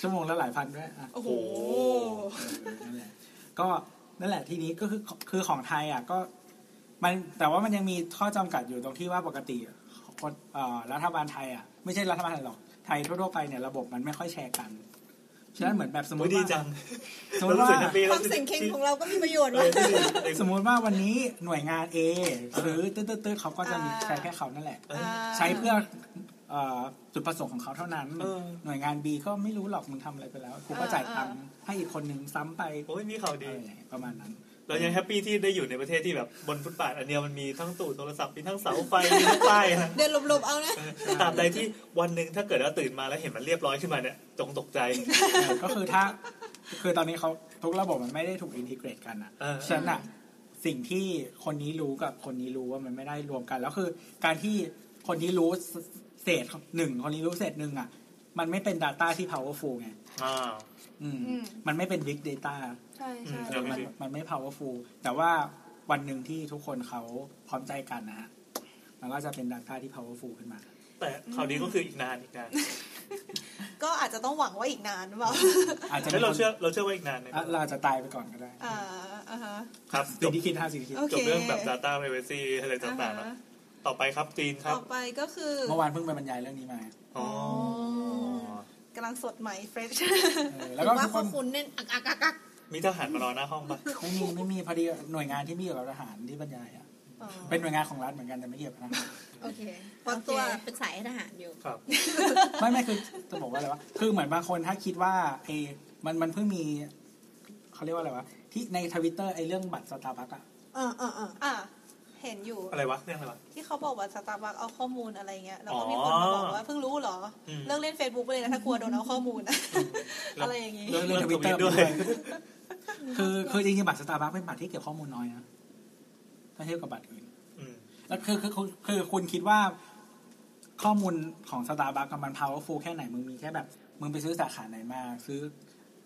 [SPEAKER 4] ชั่วโมงละหลายพันด้วยอะ
[SPEAKER 5] โอ้โห
[SPEAKER 4] เออนั่นแหละก็นั่นแหละทีนี้ก็คือคือของไทยอ่ะก็มันแต่ว่ามันยังมีข้อจำกัดอยู่ตรงที่ว่าปกติอ่ะคนเอ่อรัฐบาลไทยอ่ะไม่ใช่รัฐบาลไทยหรอกไทยทั่วๆไปเนี่ยระบบมันไม่ค่อยแชร์กันฉะนั้นเหมือนแบบสมม
[SPEAKER 2] มุ้ย
[SPEAKER 4] ติ
[SPEAKER 2] ดี
[SPEAKER 4] ว่า
[SPEAKER 2] จัง
[SPEAKER 4] สมมติว่า
[SPEAKER 2] สึกแฮปปี้
[SPEAKER 3] ๆ ความ
[SPEAKER 2] รู้สึ
[SPEAKER 3] เสียงเคงของ
[SPEAKER 2] ที่
[SPEAKER 3] เราก็มีประโยชน์
[SPEAKER 2] เอ
[SPEAKER 3] ว่ะ
[SPEAKER 2] อที่ดีเออ
[SPEAKER 4] สมมติว่าวันนี้หน่วยงาน A ซื้อตืดๆๆเขาก็จะมี
[SPEAKER 5] อ่า
[SPEAKER 4] ใช้แค่เขานั่นแหละ
[SPEAKER 2] เออ
[SPEAKER 4] ใช้เพื่อ เอ่อจุดประสงค์ของเขาเท่านั้น
[SPEAKER 2] เออ
[SPEAKER 4] หน่วยงาน B ก็ไม่รู้หรอกมึงทำอะไรไปแล้วกูก็จ่ายตังค์ให้อีกคนนึงซ้ำไป
[SPEAKER 2] โอ้ยนี่ข่าว
[SPEAKER 4] เอ
[SPEAKER 2] ดี
[SPEAKER 4] ออย่างเงี้ยประมาณนั้น
[SPEAKER 2] เรายังแฮปปี้ที่ได้อยู่ในประเทศที่แบบบนฟุตบาทอันเดียวมันมีทั้งตู้โทรศัพท์มีทั้งเสาไฟมีทั้งป้ายนะ
[SPEAKER 3] เดินหลบๆเอานะ
[SPEAKER 2] ตราบใดที่วันหนึ่งถ้าเกิดเราตื่นมาแล้วเห็นมันเรียบร้อยขึ้นมาเนี่ยจงตกใจ
[SPEAKER 4] ก็คือถ้าคือตอนนี้เขาทุกระบบมันไม่ได้ถูกอินทิเกรตกันอ่ะ
[SPEAKER 2] เออ
[SPEAKER 4] ฉะนั้นอ่ะสิ่งที่คนนี้รู้กับคนนี้รู้ว่ามันไม่ได้รวมกัน แล้วคือการที่คนนี้รู้เศษหนึ่งคนนี้รู้เศษหนึ่งอ่ะ มันไม่เป็น Data ที่ powerful ไง
[SPEAKER 2] อ่า
[SPEAKER 4] อืม
[SPEAKER 5] อืม
[SPEAKER 4] มันไม่เป็น big data
[SPEAKER 5] ใช่ใช่
[SPEAKER 2] อื
[SPEAKER 4] มันมันไม่ powerful แต่ว่าวันหนึ่งที่ทุกคนเขาพร้อมใจกันนะฮะมันก็จะเป็น Data ที่ powerful ขึ้นมา
[SPEAKER 2] แต่ข่าวดีก็คืออีกนานอีกนาน
[SPEAKER 5] ก็อาจจะต้องหวังว่าอีกนานหรือเปล่า
[SPEAKER 4] อาจจะ
[SPEAKER 2] แล้
[SPEAKER 4] มี
[SPEAKER 2] ว
[SPEAKER 4] ค
[SPEAKER 2] เรา
[SPEAKER 4] น
[SPEAKER 2] เชื่อเราเชื่อว่าอีกนานนะ
[SPEAKER 4] อ่ะเราอาจจะตายไปก่อนก็ได้
[SPEAKER 5] อ่าอ่าฮะ
[SPEAKER 2] ครับจ
[SPEAKER 4] สิ่
[SPEAKER 2] บ
[SPEAKER 4] งที่คิดห้าสิ่งที่คิด
[SPEAKER 5] โอเค
[SPEAKER 2] จบเรื่องแบบ Data Privacy อะไรต่างๆ
[SPEAKER 5] อ่า
[SPEAKER 2] แล้ว
[SPEAKER 5] ฮะ
[SPEAKER 2] ต่อไปครับจีนครั
[SPEAKER 5] ต่
[SPEAKER 2] บ
[SPEAKER 5] อไปก็คือ
[SPEAKER 4] เมื่อวานเพิ่งไปบรรยายเรื่องนี้มา
[SPEAKER 2] อ๋ออก
[SPEAKER 5] ำลังสดใหม่เฟรช
[SPEAKER 4] เออแล้วก็
[SPEAKER 6] ว่า
[SPEAKER 4] ทุก
[SPEAKER 6] พ
[SPEAKER 4] ค
[SPEAKER 6] วน กคุณเนี่ยอักอักอักอัก
[SPEAKER 2] มีทหารมารอหน้าห้องปะ
[SPEAKER 4] ไม่มีไม่มีพอดีหน่วยงานที่มีเกี่ยวกับทหารที่บรรยายอ่ะเป็นหน่วยงานของรัฐเหมือนกันแต่ไม่เกี่ยวกับทหาร
[SPEAKER 6] โอเคเพราะตัวเป็นสายทหารอยู่
[SPEAKER 2] ครับ
[SPEAKER 4] ไม่ไม่คือจะบอกว่าอะไรวะคือเหมือนบางคนถ้าคิดว่าไอ้มันมันเพิ่งมีเขาเรียกว่าอะไรวะที่ในทวิตเตอร์ไอ้เรื่องบัตรสตาร์บัคอะ
[SPEAKER 3] เออเออเออ
[SPEAKER 5] อ่ะเห็นอยู่
[SPEAKER 2] อะไรวะเรื่องอะไรวะ
[SPEAKER 5] ที่เขาบอกว่าสตาร์บัคเอาข้อมูลอะไรเงี้ยแล้วก็มีคนมาบอกว่าเพิ่งรู้เหรอ
[SPEAKER 2] อืม
[SPEAKER 5] เลิกเล่น Facebook ไปเลยนะถ้ากลัวโดนเอาข้อมูลอะอะไรอย่างงี้
[SPEAKER 2] เรื่อง
[SPEAKER 4] เรื่
[SPEAKER 2] เรื่
[SPEAKER 4] อ
[SPEAKER 2] องง
[SPEAKER 4] ท
[SPEAKER 2] ทวิ
[SPEAKER 4] วิต
[SPEAKER 2] ต
[SPEAKER 4] เต
[SPEAKER 2] เต
[SPEAKER 4] อ
[SPEAKER 2] อ
[SPEAKER 4] ร์
[SPEAKER 2] ร์ด้วย
[SPEAKER 4] คือคือจริงๆบัตรสตาร์บัคเป็นบัตรที่เก็บข้อมูลน้อยนะถ้าเทียบกับบัตรอื่น
[SPEAKER 2] อืม
[SPEAKER 4] แล้วคือคือคือคือคุณคิดว่าข้อมูลของสตาร์บัคกับมัน powerful แค่ไหน มึงมีแค่แบบ มึงไปซื้อสาขาไหนมา ซื้อ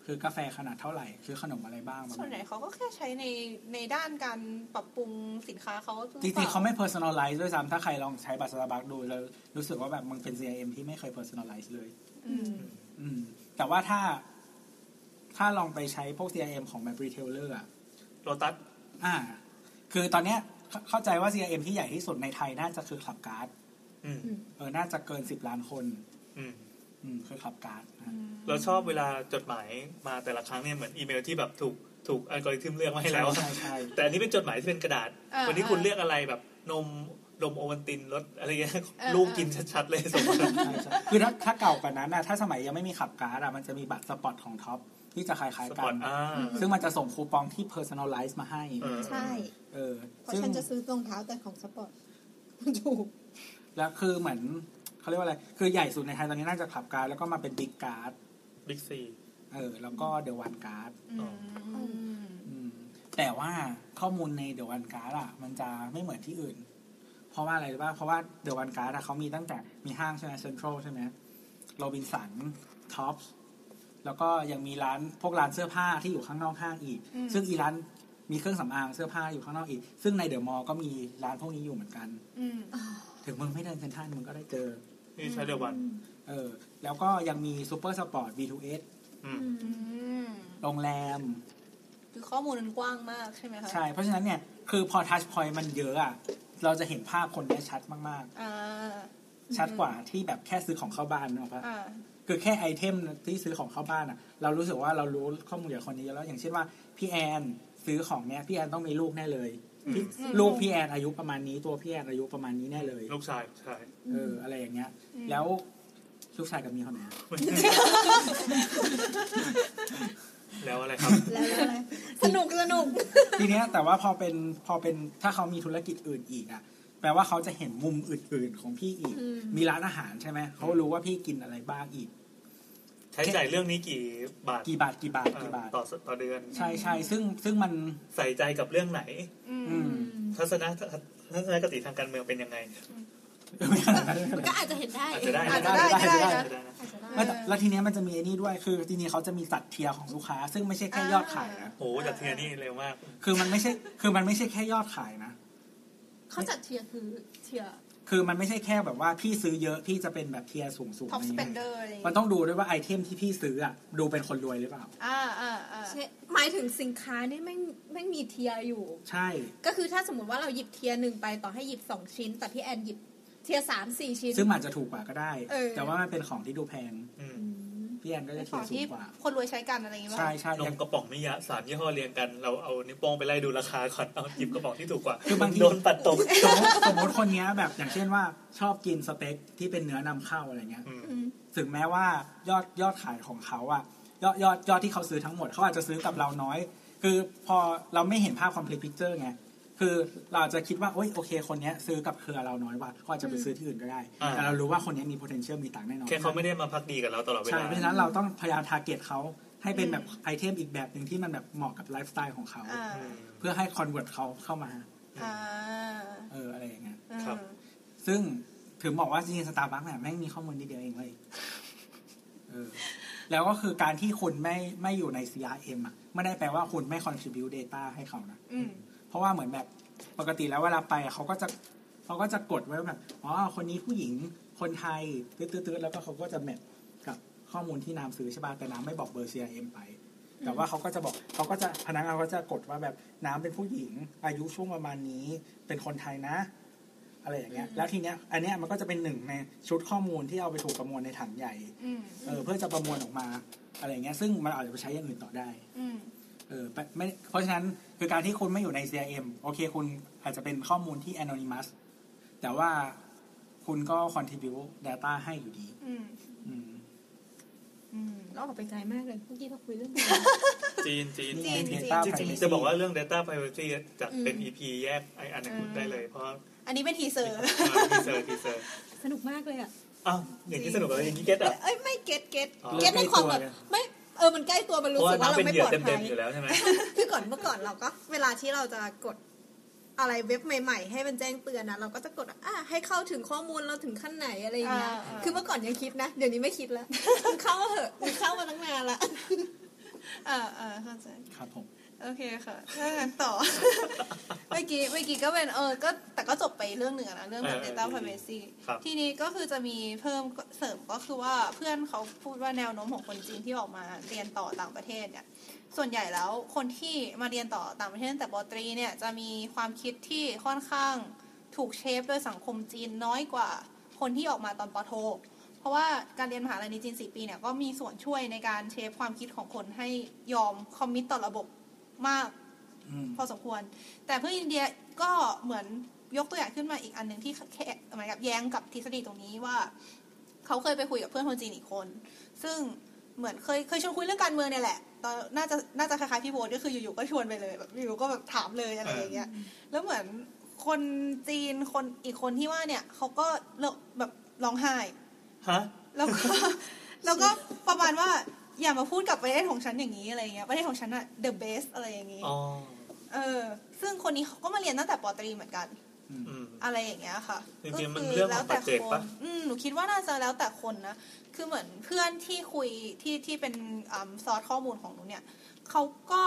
[SPEAKER 4] คือกาแฟขนาดเท่าไหร่ ซื้อขนมอะไรบ้างประ
[SPEAKER 5] ส่
[SPEAKER 4] มา
[SPEAKER 5] วน
[SPEAKER 4] ณ
[SPEAKER 5] ใหญ่
[SPEAKER 4] นี้
[SPEAKER 5] เขาก็แค่ใช้ในในด้านการปรับปรุงสินค้าเขา
[SPEAKER 4] จริงๆเขาไม่ personalize ด้วยซ้ำถ้าใครลองใช้บัตรสตาร์บัคดูแล้วรู้สึกว่าแบบมึงเป็น CRM ที่ไม่เคย personalize เลย
[SPEAKER 5] อืม
[SPEAKER 4] อืม แต่ว่าถ้า ถ้าลองไปใช้พวก CRM ของแบบ retailer อะ
[SPEAKER 2] โลตัส
[SPEAKER 4] อ่า คือตอนเนี้ยเข้าเข้าใจว่า CRM ที่ใหญ่ที่สุดในไทยน่าจะคือ Club Card
[SPEAKER 2] อืม
[SPEAKER 4] เออ น่าจะเกิน 10 ล้านคน
[SPEAKER 2] อืม
[SPEAKER 4] อืมคือ Club Card นะ
[SPEAKER 2] เราชอบเวลาจดหมายมาแต่ละครั้งเนี่ยเหมือนอีเมลที่แบบถูกถูกอัลกอริทึมเลือกมาให้แล้ว
[SPEAKER 4] ใช่ใช่ใช่
[SPEAKER 2] แต่อันนี้เป็นจดหมายที่เป็นกระดาษ
[SPEAKER 5] า
[SPEAKER 2] วันนี้คุณ
[SPEAKER 5] อ่า
[SPEAKER 2] เลือกอะไรแบบนมนมโอวัลตินรสอะไรเงี้ย
[SPEAKER 5] อ่า
[SPEAKER 2] ลูกกินชัด ๆเลยสมมติ
[SPEAKER 4] ใช่ใช่คือถ้าถ้าเก่ากว่านั้นนะถ้าสมัยยังไม่มีขับการ์ดอะมันจะมีบัตรสปอตของท็อปที่จะคล้าย
[SPEAKER 2] ส
[SPEAKER 4] ๆกั
[SPEAKER 2] ปอร์ต
[SPEAKER 4] น
[SPEAKER 2] อ่า
[SPEAKER 4] ซึ่งมันจะส่งคูปองที่ personalize มาให้
[SPEAKER 2] เออ
[SPEAKER 3] ใช่
[SPEAKER 4] เออ
[SPEAKER 3] เพราะ
[SPEAKER 4] ซึ่ง
[SPEAKER 3] ฉันจะซื้อรองเท้าแต่ของสปอร์ตถูก
[SPEAKER 4] แล้วคือเหมือนเขาเรียกว่าอะไร คือใหญ่สุดในไทยตอนนี้น่าจะขับการ์ดแล้วก็มาเป็นบิ๊กการ์ด
[SPEAKER 2] บิ๊กซี
[SPEAKER 4] เออ แล้วก็เดอะวันการ์ด
[SPEAKER 5] อืมอืม
[SPEAKER 4] แต่ว่าข้อมูลในเดอะวันการ์ดอะมันจะไม่เหมือนที่อื่น เพราะว่าอะไรรู้ป่ะเพราะว่าเดอะวันการ์ดอะเขามีตั้งแต่มีห้างใช่ไหมเซ็นทรัลใช่ไหมโรบินสันท็อปส์แล้วก็ยังมีร้านพวกร้านเสื้อผ้าที่อยู่ข้างนอกห้างอีก ซึ่งอีร้านมีเครื่องสำอางเสื้อผ้าอยู่ข้างนอกอีก ซึ่งในเดอะมอลล์ก็มีร้านพวกนี้อยู่เหมือนกัน
[SPEAKER 5] อืม
[SPEAKER 4] ถึงมึงไม่เดินเซ็นทรัลมึงก็ได้เจอ
[SPEAKER 2] นี่ใช้เร็ววัน
[SPEAKER 4] เออ แล้วก็ยังมีซูเปอร์สปอร์ต B2S
[SPEAKER 2] อืม
[SPEAKER 5] อืม
[SPEAKER 4] โรงแรม
[SPEAKER 5] คือข้อมูลมันกว้างมากใช่ไหมคะ
[SPEAKER 4] ใช่ เพราะฉะนั้นเนี่ย คือพอทัชพอยต์มันเยอะอะเราจะเห็นภาพคนได้ชัดมาก
[SPEAKER 5] อ่า
[SPEAKER 4] ๆ ชัดกว่าที่แบบแค่ซื้อของเข้าบ้านเนกอะปะ
[SPEAKER 5] อ่า
[SPEAKER 4] คือแค่ไอเทมที่ซื้อของเข้าบ้านอะเรารู้สึกว่าเรารู้ข้อมูลเกี่ยวกับคนนี้เยอะแล้ว อย่างเช่นว่าพี่แอนซื้อของเนี่ยพี่แอนต้องมีลูกแน่เลย
[SPEAKER 2] อืม
[SPEAKER 4] พี่
[SPEAKER 5] อืม
[SPEAKER 4] ลูกพี่แอนอายุประมาณนี้ตัวพี่แอนอายุประมาณนี้แน่เลย
[SPEAKER 2] ลูกชายใช่
[SPEAKER 4] เอออะไรอย่างเงี้ย แล้วลูกชายกับเมียคนไหนอะ
[SPEAKER 2] แล้วอะไรครับ
[SPEAKER 6] แล้วแล้วแล้ว สนุกสนุก
[SPEAKER 4] ทีเนี้ยแต่ว่าพอเป็นพอเป็นถ้าเขามีธุรกิจอื่นอีกอะแปลว่าเขาจะเห็นมุมอื่น ๆ ของพี่อีก
[SPEAKER 6] อืม
[SPEAKER 4] มีร้านอาหารใช่ไหมเขารู้ว่าพี่กินอะไรบ้างอีก
[SPEAKER 2] ใช้จ่ายเรื่องนี้กี่บาท
[SPEAKER 4] กี่บาทกี่บาทกี่บาท
[SPEAKER 2] เออต่อต่อเดือน
[SPEAKER 4] ใช่ใช่ซึ่งซึ่งมัน
[SPEAKER 2] ใส่ใจกับเรื่องไหน
[SPEAKER 5] อืม
[SPEAKER 4] อืม
[SPEAKER 2] ทัศนะทัศนคติทางการเมืองเป็นยังไง
[SPEAKER 4] ไม่ขนาดนั้น
[SPEAKER 6] มันก็อาจจะเห็นได้
[SPEAKER 2] อาจจะได้
[SPEAKER 5] อาจจะได้
[SPEAKER 2] อาจจะได้นะ
[SPEAKER 6] อาจจะได้
[SPEAKER 4] ไม่แต่แล้วทีเนี้ยมันจะมีไอ้นี่ด้วยคือทีนี้เขาจะมีจัดเทียร์ของลูกค้า ซึ่งไม่ใช่แค่ยอดขายนะ
[SPEAKER 2] โหจากเทียนี่เร็วมาก
[SPEAKER 4] คือมันไม่ใช่คือมันไม่ใช่แค่ยอดขายนะ
[SPEAKER 6] เขาจัดเทียร์คือเทียร์
[SPEAKER 4] คือมันไม่ใช่แค่แบบว่าพี่ซื้อเยอะพี่จะเป็นแบบเทียร์สูงสูง
[SPEAKER 5] ท็อปสเปนเดอร์อะไรอย่าง
[SPEAKER 4] มัน
[SPEAKER 5] งี้
[SPEAKER 4] ต้องดูด้วยว่าไอเทมที่พี่ซื้ออะดูเป็นคนรวยหรือเปล่า
[SPEAKER 5] อ่าอ่าอ่า
[SPEAKER 6] ใช่หมายถึงสินค้านี่แม่งแม่งมีเทียร์อยู่
[SPEAKER 4] ใช่
[SPEAKER 6] ก็คือถ้าสมมติว่าเราหยิบเทียร์หนึ่งไปต่อให้หยิบสองชิ้น แต่พี่แอนหยิบเทียร์สามสี่ชิ้น
[SPEAKER 4] ซึ่งมันอาจจะถูกกว่าก็ได้
[SPEAKER 6] เออ
[SPEAKER 4] แต่ว่ามันเป็นของที่ดูแพง
[SPEAKER 2] อืม
[SPEAKER 6] อืม
[SPEAKER 4] จ พี่แอนก็
[SPEAKER 5] เป็
[SPEAKER 4] จะ
[SPEAKER 5] นข
[SPEAKER 4] เขีนสู
[SPEAKER 5] อย งที่
[SPEAKER 4] งกว่า
[SPEAKER 5] คนรวยใช้กันอะไรอย่างเงี้ย
[SPEAKER 4] ใช่ใช่
[SPEAKER 2] นมกระป๋องมิยะสามยี่ห้อเรียงกัน เราเอานิ้วโป้งไปไล่ดูราคาก่อนเอาหยิบกระป๋องที่ถูกกว่า
[SPEAKER 4] คือบางที
[SPEAKER 2] โดนปัดตก
[SPEAKER 4] สมมติสมมติคนเนี้ยแบบอย่างเช่นว่าชอบกินสเต็กที่เป็นเนื้อนำเข้าอะไรเงี้ย
[SPEAKER 2] อืม
[SPEAKER 4] ถึงแม้ว่ายอดยอดขายของเขาอะยอดยอดยอดที่เขาซื้อทั้งหมดเขาอาจจะซื้อกับเราน้อย คือพอเราไม่เห็นภาพ complete picture ไงคือเราอาจจะคิดว่าโอ๊ยโอเค คนเนี้ยซื้อกับเครือเราน้อยว่ะเขาอาจจะไปซื้อที่อื่นก็ได้
[SPEAKER 2] อ่า
[SPEAKER 4] แต่เรารู้ว่าคนเนี้ยมี potential มีตังค์แน่นอน
[SPEAKER 2] แค่เขาไม่ได้มาพักดีกับเราตลอดเว
[SPEAKER 4] ใช่
[SPEAKER 2] ลา
[SPEAKER 4] เพราะฉะนั้นเราต้องพยายาม target เขาให้เป็นแบบไอเทมอีกแบบหนึ่งที่มันแบบเหมาะกับไลฟ์สไตล์ของเขา
[SPEAKER 5] อ่า
[SPEAKER 2] อืม
[SPEAKER 4] เพื่อให้ convert เขาเข้ามา
[SPEAKER 5] อ่า
[SPEAKER 4] เอออะไรอย่างเงี้ย
[SPEAKER 5] อืม
[SPEAKER 2] ครับ
[SPEAKER 4] ซึ่งถึงบอกว่าจริงๆสตาร์บัคเนี่ยแม่งมีข้อมูลนิดเดียวเองเลยเออแล้วก็คือการที่คุณไม่ไม่อยู่ใน CRM อ่ะไม่ได้แปลว่าคุณไม่ contribute data ให้เขานะ
[SPEAKER 5] อืม
[SPEAKER 4] เพราะว่าเหมือนแบบปกติแล้วเวลาไปอะเขาก็จะเขาก็จะกดไว้ว่าแบบอ๋อคนนี้ผู้หญิงคนไทยตื้อๆแล้วก็เขาก็จะแมทกับข้อมูลที่น้ำซื้อใช่ป่ะแต่น้ำไม่บอกเบอร์ CRM ไป แต่ว่าเขาก็จะบอกเขาก็จะพนักงานเขาจะกดว่าแบบน้ำเป็นผู้หญิง อายุช่วงประมาณนี้เป็นคนไทยนะ อะไรอย่างเงี้ย แล้วทีเนี้ยอันเนี้ยมันก็จะเป็นหนึ่งในชุดข้อมูลที่เอาไปถูกประมวลในถังใหญ่
[SPEAKER 5] อืม
[SPEAKER 4] เออเพื่อจะประมวลออกมาอะไรอย่างเงี้ยซึ่งมันอาจจะไปใช้อย่างอื่นต่อได้
[SPEAKER 5] อืม
[SPEAKER 4] เออไม่ไม่เพราะฉะนั้นคือการที่คุณไม่อยู่ใน CRM โอเค คุณอาจจะเป็นข้อมูลที่ anonymous แต่ว่าคุณก็ contribute data ให้อยู่ดี
[SPEAKER 5] อืม
[SPEAKER 4] อืม
[SPEAKER 5] อืม
[SPEAKER 6] เราออกไปไกลมากเลยเมื่อกี้เราคุยเรื่อง
[SPEAKER 2] จีนจีน
[SPEAKER 4] นี่ไง
[SPEAKER 5] จริง
[SPEAKER 4] data
[SPEAKER 2] จริง
[SPEAKER 4] privacy
[SPEAKER 2] ๆ จะบอกว่าเรื่อง Data Privacy จะเป็น
[SPEAKER 6] อืม
[SPEAKER 2] EP แยกไออันไหนพูดได้เลย เพราะ
[SPEAKER 5] อันนี้เป็นทีเซอร์
[SPEAKER 2] ทีเซอร์ทีเซอร์
[SPEAKER 6] สนุกมากเลยอ่ะ
[SPEAKER 2] อ้าวอย่างนี้สนุกเลยอย่างนี้เก็ตอ่ะ
[SPEAKER 3] เอ้ยไม่เก็ตเก็ต
[SPEAKER 2] อ๋อ
[SPEAKER 3] เก็ตในความแบบไม่เออมันใกล้ตัวมัน
[SPEAKER 2] เพ
[SPEAKER 3] รู้
[SPEAKER 2] ราะ
[SPEAKER 3] สึ
[SPEAKER 2] ว่าก
[SPEAKER 3] ว่า
[SPEAKER 2] น้ำ
[SPEAKER 3] เรา
[SPEAKER 2] เป็น
[SPEAKER 3] ไม่
[SPEAKER 2] เหยื่
[SPEAKER 3] ปล
[SPEAKER 2] อ
[SPEAKER 3] อด
[SPEAKER 2] เต็
[SPEAKER 3] ภั
[SPEAKER 2] ม
[SPEAKER 3] ย
[SPEAKER 2] ๆอยู่แล้วใช่ไหม
[SPEAKER 6] คือก่อนเมื่อก่อนเราก็ เวลาที่เราจะกดอะไรเว็บใหม่ ๆ ให้มันแจ้งเตือนนะเราก็จะกดอ่ะให้เข้าถึงข้อมูลเราถึงขั้นไหนอะไรอย่างเงี้ย
[SPEAKER 5] อ่าอ่า
[SPEAKER 6] คือเมื่อก่อนยังคิดนะ เดี๋ยวนี้ไม่คิดละ มึงเข้ามาเหอะมึงเข้ามาตั้งนานละ
[SPEAKER 5] อ่าอ่าเข้าใจ
[SPEAKER 4] ครับผม
[SPEAKER 5] โอเคค่ะถ้างั้นต่อ เมื่อกี้เมื่อกี้ก็เป็นเออก็แต่ก็จบไปเรื่องหนึ่งอะนะเรื่องแบบ
[SPEAKER 2] เออ
[SPEAKER 5] data privacy
[SPEAKER 2] ครับ
[SPEAKER 5] ทีนี้ก็คือจะมีเพิ่มเสริมก็คือว่าเพื่อนเขาพูดว่าแนวโน้มของคนจีนที่ออกมาเรียนต่อต่างประเทศเนี่ย ส่วนใหญ่แล้วคนที่มาเรียนต่อต่างประเทศตั้งแต่ปอตรีเนี่ยจะมีความคิดที่ค่อนข้างถูกเชฟโดยสังคมจีนน้อยกว่าคนที่ออกมาตอนปอโท เพราะว่าการเรียนมหาลัยในจีน4ปีเนี่ยก็มีส่วนช่วยในการเชฟความคิดของคนให้ยอมคอมมิตต่อระบบมาก
[SPEAKER 4] อืม
[SPEAKER 5] พอสมควร แต่เพื่อนอินเดียก็เหมือนยกตัวอย่างขึ้นมาอีกอันหนึ่งที่แค่เหมือนกับแย้งกับทฤษฎีตรงนี้ว่า เขาเคยไปคุยกับเพื่อนคนจีนอีกคน ซึ่งเหมือนเคยเคยชวนคุยเรื่องการเมืองเนี่ยแหละตอนน่าจะน่าจะคล้ายๆพี่โบทก็คืออยู่ๆก็ชวนไปเลยแบบอยู่ๆก็แบบถามเลยอะไรอย่างเงี้ย แล้วเหมือนคนจีนคนอีกคนที่ว่าเนี่ยเขาก็เลิกแบบร้องไห้
[SPEAKER 2] ฮะ
[SPEAKER 5] แล้วก็ แล้วก็ประมาณว่าอย่ามาพูดกับประเทศของฉันอย่างนี้อะไรอย่างเงี้ยประเทศของฉันอะ the best อะไรอย่างงี้
[SPEAKER 2] อ๋อ
[SPEAKER 5] เออ ซึ่งคนนี้เขาก็มาเรียนตั้งแต่ปอตรีเหมือนกัน
[SPEAKER 4] อืม
[SPEAKER 2] อืม
[SPEAKER 5] อะไรอย่างเงี้ยค่ะ
[SPEAKER 2] จริงๆมัน
[SPEAKER 5] ก็คื
[SPEAKER 2] เรื่องของ
[SPEAKER 5] แล้วแต่
[SPEAKER 2] ปัจเจก
[SPEAKER 5] ค
[SPEAKER 2] ปะ
[SPEAKER 5] นอืมหนูคิดว่าน่าจะแล้วแต่คนนะ คือเหมือนเพื่อนที่คุยที่ที่เป็นอ่าซอสข้อมูลของหนูเนี่ย เขาก็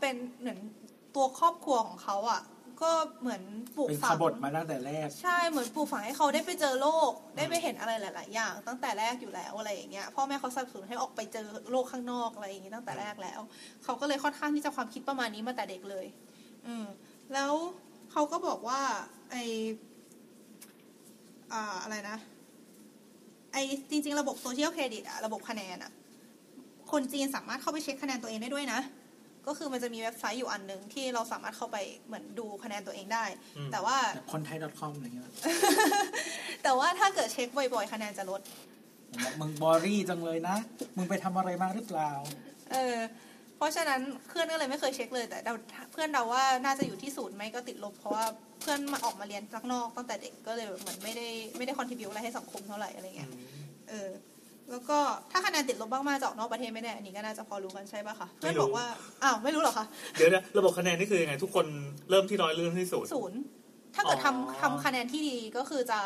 [SPEAKER 5] เป็นเหมือนตัวครอบครัวของเขาอ่ะ ก็เหมือนปลูก
[SPEAKER 4] เป็น
[SPEAKER 5] ฝั
[SPEAKER 4] ข
[SPEAKER 5] ง
[SPEAKER 4] บฏมาตั้งแต่แรก
[SPEAKER 5] ใช่เหมือนปลูกฝังให้เขาได้ไปเจอโลก ได้ไปเห็นอะไรหลาย ๆ อย่าง ตั้งแต่แรกอยู่แล้วอะไรอย่างเงี้ยพ่อแม่เขาสนับสนุนให้ออกไปเจอโลกข้างนอกอะไรอย่างงี้ตั้งแต่แรกแล้ว เขาก็เลยค่อนข้างที่จะความคิดประมาณนี้มาแต่เด็กเลย อืมแล้วเขาก็บอกว่า ไออ่าอะไรนะ ไอจริง ๆ ระบบโซเชียลเครดิตอะระบบคะแนนอะคนจีนสามารถเข้าไปเช็คคะแนนตัวเองได้ด้วยนะ ก็คือมันจะมีเว็บไซต์อยู่อันหนึ่งที่เราสามารถเข้าไปเหมือนดูคะแนนตัวเองได้
[SPEAKER 2] อืม
[SPEAKER 5] แต่ว่า
[SPEAKER 4] แบบคนไทย .com อะไรเงี้ย
[SPEAKER 5] แต่ว่าถ้าเกิดเช็คบ่อยๆ คะแนนจะลด
[SPEAKER 4] ผมบอกมึงบอรี่จังเลยนะ มึงไปทำอะไรมาหรือเปล่า
[SPEAKER 5] เออ เพราะฉะนั้นเพื่อนก็เลยไม่เคยเช็คเลย แต่เดาเพื่อนเราว่าน่าจะอยู่ที่ศูนย์ไม่ก็ติดลบ เพราะว่าเพื่อนมาออกมาเรียนข้างนอกตั้งแต่เด็กก็เลยแบบเหมือนไม่ได้ไม่ได้คอนทิบิวอะไรให้สังคมเท่าไหร่อะไร
[SPEAKER 2] อื
[SPEAKER 5] เงี้ย
[SPEAKER 2] ม
[SPEAKER 5] เออ แล้วก็ถ้าคะแนนติดลบมากๆจะออกนอกประเทศไม่แน่อันนี้ก็น่าจะพอรู้กันใช่ป่ะคะ เพื่อนบอกว่า อ้าวไม่รู้เหรอคะ
[SPEAKER 2] เดี๋ยวนะระบบคะแนนนี่คือยังไง ทุกคนเริ่มที่ร้อยเริ่มที่ศูนย์
[SPEAKER 5] ศูนย์ ถ้าเกิด
[SPEAKER 2] อ๋อ
[SPEAKER 5] ทำทำคะแนนที่ดีก็คือจะ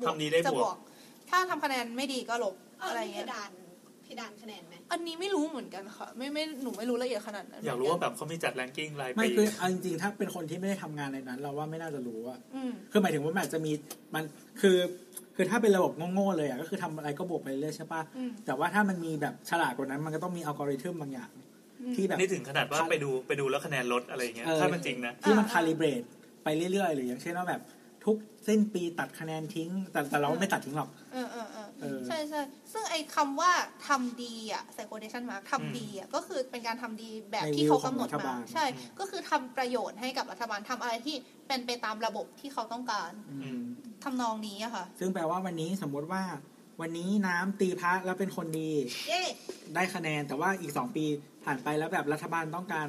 [SPEAKER 5] บวก
[SPEAKER 2] ทำดีได้
[SPEAKER 5] จะ
[SPEAKER 2] บวก
[SPEAKER 5] บวก ถ้าทำคะแนนไม่ดีก็ลบ
[SPEAKER 6] อะ
[SPEAKER 5] อะ
[SPEAKER 6] ไร
[SPEAKER 5] ไร
[SPEAKER 6] เพ
[SPEAKER 5] เงี้ย
[SPEAKER 6] ดานเพดานคะแนนไหม
[SPEAKER 5] อันนี้ไม่รู้เหมือนกันค่ะ ไม่ไม่หนูไม่รู้ละเอียดขนาดนั้น
[SPEAKER 2] อยากรู้ว่าแบบเขามีจัดแรงกิ้งราย
[SPEAKER 4] ไม่
[SPEAKER 2] ปี
[SPEAKER 4] คือเอาจริงๆถ้าเป็นคนที่ไม่ได้ทำงานในนั้น เราว่าไม่น่าจะรู้อะ
[SPEAKER 5] อืม
[SPEAKER 4] คือหมายถึงว่ามันอาจจะมีมันคือคือถ้าเป็นระบบโง่ๆเลยอะก็คือทำอะไรก็บวกไปเรื่อยใช่ปะ
[SPEAKER 5] อืม
[SPEAKER 4] แต่ว่าถ้ามันมีแบบฉลาดกว่านั้นมันก็ต้องมีอัลกอริทึมบางอย่าง
[SPEAKER 5] อืม
[SPEAKER 4] ที่แบบ
[SPEAKER 2] นี่ถึงขนาดว่า
[SPEAKER 4] ครับ
[SPEAKER 2] ไปดูไปดูแล้วคะแนนลดอะไรอย่างเงี้ย
[SPEAKER 4] เออ
[SPEAKER 2] ถ้ามันจริงนะ
[SPEAKER 4] ที่มัน
[SPEAKER 5] อ่า
[SPEAKER 4] คาลิเบรตไปเรื่อยๆ หรืออย่างเช่นว่าแบบทุกเส้นปีตัดคะแนนทิ้ง แต่แต่เราไม่ตัดทิ้งหรอก
[SPEAKER 5] เออเออเออ
[SPEAKER 4] เอ เออ
[SPEAKER 5] ใช่ใช่ซึ่งไอ้คำว่าทำดีอ่ะใส่ quotation mark ทำดีอ่ะก็คือเป็นการทำดีแบบที่เขากำหนด
[SPEAKER 4] ในวิวของรัฐ
[SPEAKER 5] มา
[SPEAKER 4] บาล
[SPEAKER 5] ใช่ ก็คือทำประโยชน์ให้กับรัฐบาลทำอะไรที่เป็นไปตามระบบที่เขาต้องการ
[SPEAKER 4] อืม
[SPEAKER 5] ทำนองนี้อะค่ะ
[SPEAKER 4] ซึ่งแปลว่าวันนี้สมมติว่า วันนี้น้ำตีพระแล้วเป็นคนดี
[SPEAKER 3] เย้
[SPEAKER 4] ได้คะแนน แต่ว่าอีกสองปีผ่านไปแล้วแบบรัฐบาลต้องการ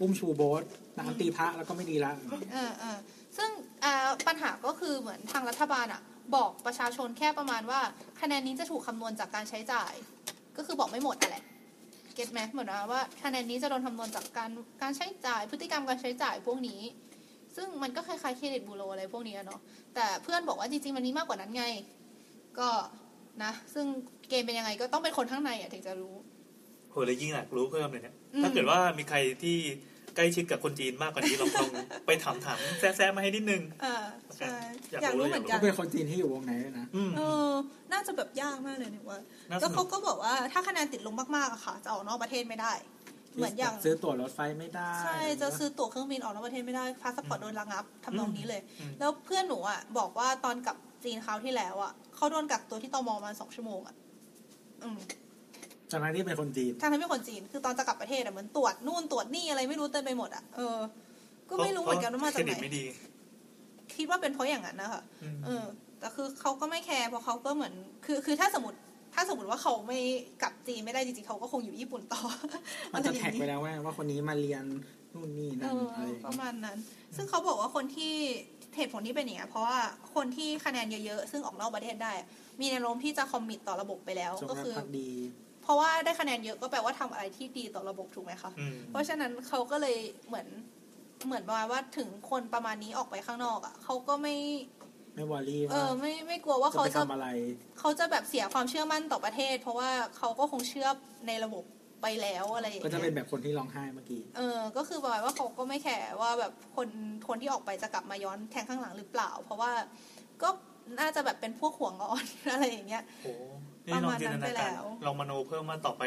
[SPEAKER 4] อุ้มชูโบสน้ำตีพระแล้วก็ไม่ดีละ
[SPEAKER 5] เออเออซึ่งอ่าปัญหาก็คือเหมือนทางรัฐบาลอ่ะ บอกประชาชนแค่ประมาณว่า คะแนนนี้จะถูกคำนวณจากการใช้จ่าย ก็คือบอกไม่หมดอะแหละเก็ตไหมเหมือนว่าคะแนนนี้จะโดนคำนวณจากการการใช้จ่าย พฤติกรรมการใช้จ่ายพวกนี้ ซึ่งมันก็คล้ายๆเครดิตบูโรอะไรพวกนี้อะเนาะแต่เพื่อนบอกว่าจริงๆมันมีมากกว่านั้นไง ก็นะ ซึ่งเกมเป็นยังไงก็ต้องเป็นคนข้างในอ่ะถึงจะรู้
[SPEAKER 2] โหเลยยิ่งอยากรู้เพิ่มเลยเนี่ย
[SPEAKER 5] อืม
[SPEAKER 2] ถ้าเกิดว่ามีใครที่ใกล้ชิดกับคนจีนมากกว่า นี้ลองลองไปถามถามๆแซ่ๆมาให้นิดนึง
[SPEAKER 5] เออใช่
[SPEAKER 2] อยากรู้
[SPEAKER 5] อยากรู้เหมือนกั
[SPEAKER 4] ก็
[SPEAKER 5] น
[SPEAKER 4] เป็นคนจีนที่อยู่วงไหนด้วยนะ
[SPEAKER 2] อืม
[SPEAKER 5] เออ น่าจะแบบยากมากเลยเนี่ยว่า
[SPEAKER 2] น่าส
[SPEAKER 5] แล้ว
[SPEAKER 2] นุ
[SPEAKER 5] เขา
[SPEAKER 2] ก
[SPEAKER 5] ก็บอกว่าถ้าคะแนนติดลงมากๆอะค่ะ จะออกนอกประเทศไม่ได้ เหมือนอย่าง
[SPEAKER 4] ซื้อตั๋วรถไฟไม่ได้
[SPEAKER 5] ใช่จะซื้อตั๋วเครื่องบินออกนอกประเทศไม่ได้พาสปอร์ตโดนระงับทำนองนี้เลย
[SPEAKER 2] อืม
[SPEAKER 5] แล้วเพื่อนหนูอ่ะบอกว่าตอนกลับจีนคราวที่แล้วอ่ะเขาโดนกักตัวที่ตมประมาณสองชั่วโมงอ่ะอืม
[SPEAKER 4] จากนั้นที่เป็นคนจีน
[SPEAKER 5] ทางที่เป็นคนจีนคือตอนจะกลับประเทศอ่ะเหมือนตรวจนู่นตรวจนี่อะไรไม่รู้เต็มไปหมดอ่ะเออ ก็ไม่รู้เหมือนกันว่ามาจาก
[SPEAKER 2] เคร
[SPEAKER 5] ไหน
[SPEAKER 2] ดิตไม่ดี
[SPEAKER 5] คิดว่าเป็นเพราะอย่างนั้นนะคะ
[SPEAKER 2] อืม
[SPEAKER 5] เออแต่คือเขาก็ไม่แคร์เพราะเขาก็เหมือน คือคือถ้าสมมติถ้าสมมติว่าเขาไม่กลับจีนไม่ได้จริงๆเขาก็คงอยู่ญี่ปุ่นต่อ
[SPEAKER 4] มันจะแท็ก
[SPEAKER 5] อ
[SPEAKER 4] ไปแล้วว่าว่าคนนี้มาเรียนนู่นนี่
[SPEAKER 5] เอ
[SPEAKER 4] นั่น
[SPEAKER 5] อ
[SPEAKER 4] อะไรอย่าง
[SPEAKER 5] ป
[SPEAKER 4] เงี้
[SPEAKER 5] ระ
[SPEAKER 4] ย
[SPEAKER 5] มาณนั้น ซึ่งเขาบอกว่าคนที่เหตุผลที่เป็นอย่างเงี้ยเพราะว่าคนที่คะแนนเยอะๆ ซึ่งออกนอกประเทศได้ มีแนวโน้มที่จะคอมมิตต่อระบบไปแล้ว
[SPEAKER 4] จง
[SPEAKER 5] ก็
[SPEAKER 4] รัก
[SPEAKER 5] คือ
[SPEAKER 4] ภักดี
[SPEAKER 5] เพราะว่าได้คะแนนเยอะก็แปลว่าทำอะไรที่ดีต่อระบบถูกไหมคะ
[SPEAKER 2] อืม
[SPEAKER 5] เพราะฉะนั้นเขาก็เลยเหมือนเหมือนประมาณว่าถึงคนประมาณนี้ออกไปข้างนอกอ่ะเขาก็ไม่
[SPEAKER 4] ไม่วอรี่
[SPEAKER 5] เอ
[SPEAKER 4] ว่า
[SPEAKER 5] อไม่ไม่กลัวว่า
[SPEAKER 4] จะ
[SPEAKER 5] เขา
[SPEAKER 4] ไป
[SPEAKER 5] จะ
[SPEAKER 4] ทำอะไร
[SPEAKER 5] เขาจะแบบเสียความเชื่อมั่นต่อประเทศ เพราะว่าเขาก็คงเชื่อในระบบไปแล้วอะไรอย่าง
[SPEAKER 4] ก็จะเป็
[SPEAKER 5] เงี้
[SPEAKER 4] น
[SPEAKER 5] ย
[SPEAKER 4] แบบคนที่ร้องไห้เมื่อกี้
[SPEAKER 5] เออ ก็คือประมาณว่าเขาก็ไม่แคร์ว่าแบบคนคนที่ออกไปจะกลับมาย้อนแทงข้างหลังหรือเปล่า เพราะว่าก็น่าจะแบบเป็นพวกห่วงอ่อน อะไรอย่างเงี้ย
[SPEAKER 2] โอ้นี่ลองจินตนา
[SPEAKER 5] ประมาณนั้นไปแล้
[SPEAKER 2] การ
[SPEAKER 5] ว
[SPEAKER 2] ลองมโนเพิ่มมาต่อไป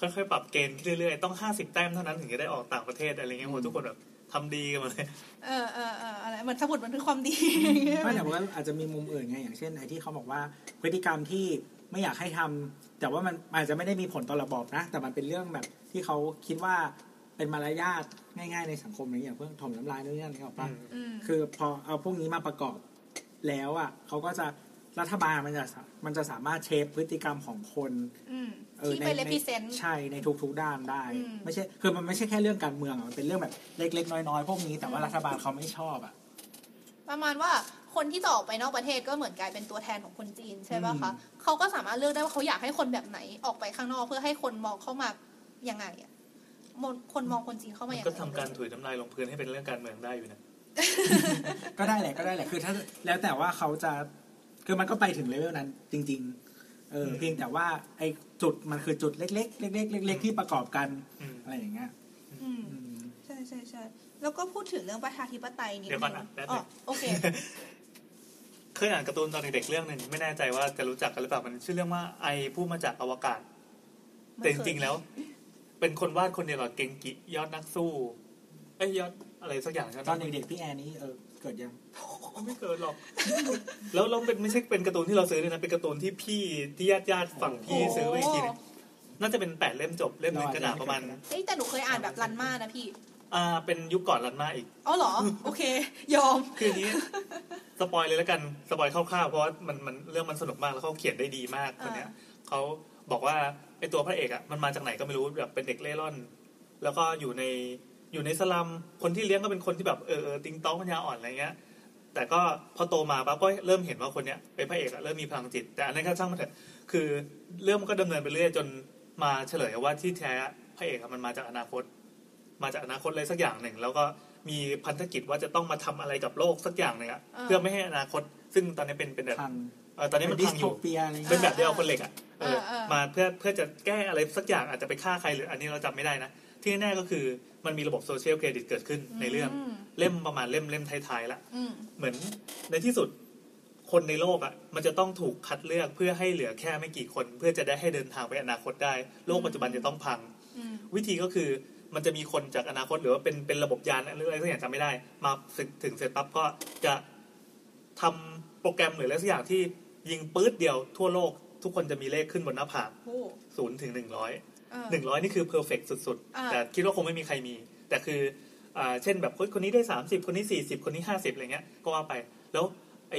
[SPEAKER 2] ค่อยๆ ปรับเกณฑ์ขึ้นเรื่อยๆ ต้องห้าสิบแต้มเท่านั้นถึงจะได้ออกต่างประเทศอะไรเงี้ยโห
[SPEAKER 4] อืม
[SPEAKER 2] ทุกคนแบบทำดีกันหมาเลย
[SPEAKER 5] เออเออเอออะไรเหมือนสมุดบันทึกความดี
[SPEAKER 4] ไม่แต่ว่าอาจจะมีมุมอื่นไงอย่างเช่นไอ้ที่เขาบอกว่าพฤติกรรมที่ไม่อยากให้ทำแต่ว่ามันอาจจะไม่ได้มีผลต่อระบอบนะ แต่มันเป็นเรื่องแบบที่เขาคิดว่าเป็นมารยาทง่าย ๆ ในสังคมอะไรอย่างเพื่อถมน้ำลายนู่นนี่นั่นเขาบอกว่า
[SPEAKER 5] อืม
[SPEAKER 4] คือพอเอาพวกนี้มาประกอบแล้วอ่ะเขาก็จะรัฐบาลมันจะสามันจะสามารถเชฟพฤติกรรมของคน
[SPEAKER 5] อืม
[SPEAKER 4] เออ
[SPEAKER 5] ที่ไปเลพิเซน
[SPEAKER 4] ใช่ในทุกๆด้านได้
[SPEAKER 5] อืม
[SPEAKER 4] ไม่ใช่คือมันไม่ใช่แค่เรื่องการเมืองอะมันเป็นเรื่องแบบเล็กๆ น้อยๆพวกนี้แต่ว่ารัฐบาลเขาไม่ชอบอ่ะ
[SPEAKER 5] ประมาณว่าคนที่จะออกไปนอกประเทศก็เหมือนกลายเป็นตัวแทนของคนจีนใช่ป่ะคะเขาก็สามารถเลือกได้ว่าเขาอยากให้คนแบบไหนออกไปข้างนอกเพื่อให้คนมองเข้ามายังไงอะมองคนมองคนจีนเข้ามา
[SPEAKER 2] มัน
[SPEAKER 5] ยังไง
[SPEAKER 2] ก็ทำการถุยน้ำลายลงพื้นให้เป็นเรื่องการเมืองได้อยู่นะ
[SPEAKER 4] ก็ได้แหละก็ได้แหละคือถ้าแล้วแต่ว่าเขาจะคือมันก็ไปถึงเลเวลนั้นจริง ๆ เออ
[SPEAKER 2] อืม
[SPEAKER 4] เพียงแต่ว่าไอ้จุดมันคือจุดเล็กๆเล็กๆเล็กๆที่ประกอบกัน
[SPEAKER 2] อืม
[SPEAKER 4] อะไรอย่างเงี้ย
[SPEAKER 5] อืม
[SPEAKER 4] อืม
[SPEAKER 5] ใช่ใช่ใช่แล้วก็พูดถึงเรื่องประชาธิปไตยนิด
[SPEAKER 2] เดี๋ยวก่
[SPEAKER 5] นึ
[SPEAKER 2] อน
[SPEAKER 5] ง
[SPEAKER 2] นะแป๊บนึง
[SPEAKER 5] อ๋อโอ เค
[SPEAKER 2] เคยอ่านการ์ตูนตอนเด็กๆเรื่องหนึ่งไม่แน่ใจว่าจะรู้จักกันหรือเปล่ามันชื่อเรื่องว่าไอผู้มาจากอวกาศ แต่จริงๆแล้ว เป็นคนวาดคนเดียวกับเกงกิยอดนักสู้ไอ้ยยอดอะไรสักอย่างใช่ไหม
[SPEAKER 4] ตอนเด็กๆพี่แอนนี่เออเกิดยัง
[SPEAKER 2] ไม่เกินหรอก แล้วเราเป็นไม่ใช่เป็นการ์ตูนที่เราซื้อเลยนะเป็นการ์ตูนที่พี่ที่ญาติญาติๆฝั่งพี่ซื้อไปอีกทีหนึงน่าจะเป็นแปดเล่มจบเล่มหนึ่งกระดาษประมาณ
[SPEAKER 5] เอ้ยแต่หนูเคยอ่านแบบรันมานะพี่
[SPEAKER 2] อ่าเป็นยุคก่อนรันมาอีก
[SPEAKER 5] อ๋อเหรอ โอเค ยอม
[SPEAKER 2] คืออย่างนี้ สปอยเลยแล้วกันสปอยคร่าวๆเพราะว่ามันมันเรื่องมันสนุกมากแล้วเขาเขียนได้ดีมากคนเนี้ยเขาบอกว่าไอตัวพระเอกอะมันมาจากไหนก็ไม่รู้แบบเป็นเด็กเล่ร่อน แล้วก็อยู่ในอยู่ในสลัมคนที่เลี้ยงก็เป็นคนที่แบบเออเออติงต้องปัญญาอ่อนอะไรเงี้ย แต่ก็พอโตมาปั๊บก็เริ่มเห็นว่าคนเนี้ยเป็นพระเอกอะเริ่มมีพลังจิต แต่อันนั้นก็ช่างมันเถอะคือเรื่องมันก็ดำเนินไปเรื่อยจนมาเฉลยว่าที่แท้พระเอกอะมันมาจากอนาคต มาจากอนาคตอะไรสักอย่างหนึ่ง แล้วก็มีพันธกิจว่าจะต้องมาทำอะไรกับโลกสักอย่างหนึ่งอะ
[SPEAKER 5] อ่า
[SPEAKER 2] เพื่อไม่ให้อนาคต ซึ่งตอนนี้เป็นเป็นแบบ
[SPEAKER 4] พัง
[SPEAKER 2] เอ่อตอนนี้มัน
[SPEAKER 4] ดิส
[SPEAKER 2] พังอ
[SPEAKER 4] โท
[SPEAKER 2] ยู่
[SPEAKER 4] เปียอะไรอย่าง
[SPEAKER 2] เป็
[SPEAKER 4] เงี้ย
[SPEAKER 2] นแบบเดียวกับคนเหล็กอ่ะเออ
[SPEAKER 5] เออเออ
[SPEAKER 2] มาเพื่อเพื่อจะแก้อะไรสักอย่างอาจจะไปฆ่าใครหรืออันนี้เราจำไม่ได้นะ ที่แน่ๆก็คือมันมีระบบโซเชียลเครดิตเกิดขึ้นในเรื่อง
[SPEAKER 5] ม
[SPEAKER 2] เล่มประมาณเล่มเล่มท้ายๆละ
[SPEAKER 5] อืม
[SPEAKER 2] เหมือนในที่สุดคนในโลกอะ่ะ มันจะต้องถูกคัดเลือกเพื่อให้เหลือแค่ไม่กี่คน เพื่อจะได้ให้เดินทางไปอนาคตได้ โลกปัจจุบันจะต้องพัง
[SPEAKER 5] อืม
[SPEAKER 2] วิธีก็คือมันจะมีคนจากอนาคตหรือว่าเป็นเป็นระบบยานหรืออะไรสักอย่างจำไม่ได้ มาถึงถึงเสร็จปั๊บก็จะทำโปรแกรมหรืออะไรสักอย่างที่ยิงปื๊ดเดียวทั่วโลก ทุกคนจะมีเลขขึ้นบนหน้าผาก
[SPEAKER 5] โอ้
[SPEAKER 2] ศูนย์ถึงหนึ่งร้อย
[SPEAKER 5] เออ
[SPEAKER 2] หนึ่งร้อยนี่คือเพอร์เฟกสุด
[SPEAKER 5] อ่า
[SPEAKER 2] ๆ แต่คิดว่าคงไม่มีใครมี แต่คืออ่าเช่นแบบเฮ้ยคนนี้ได้สามสิบคนนี้สี่สิบคนนี้ห้าสิบอะไรเงี้ย ก็ว่าไป แล้วไอ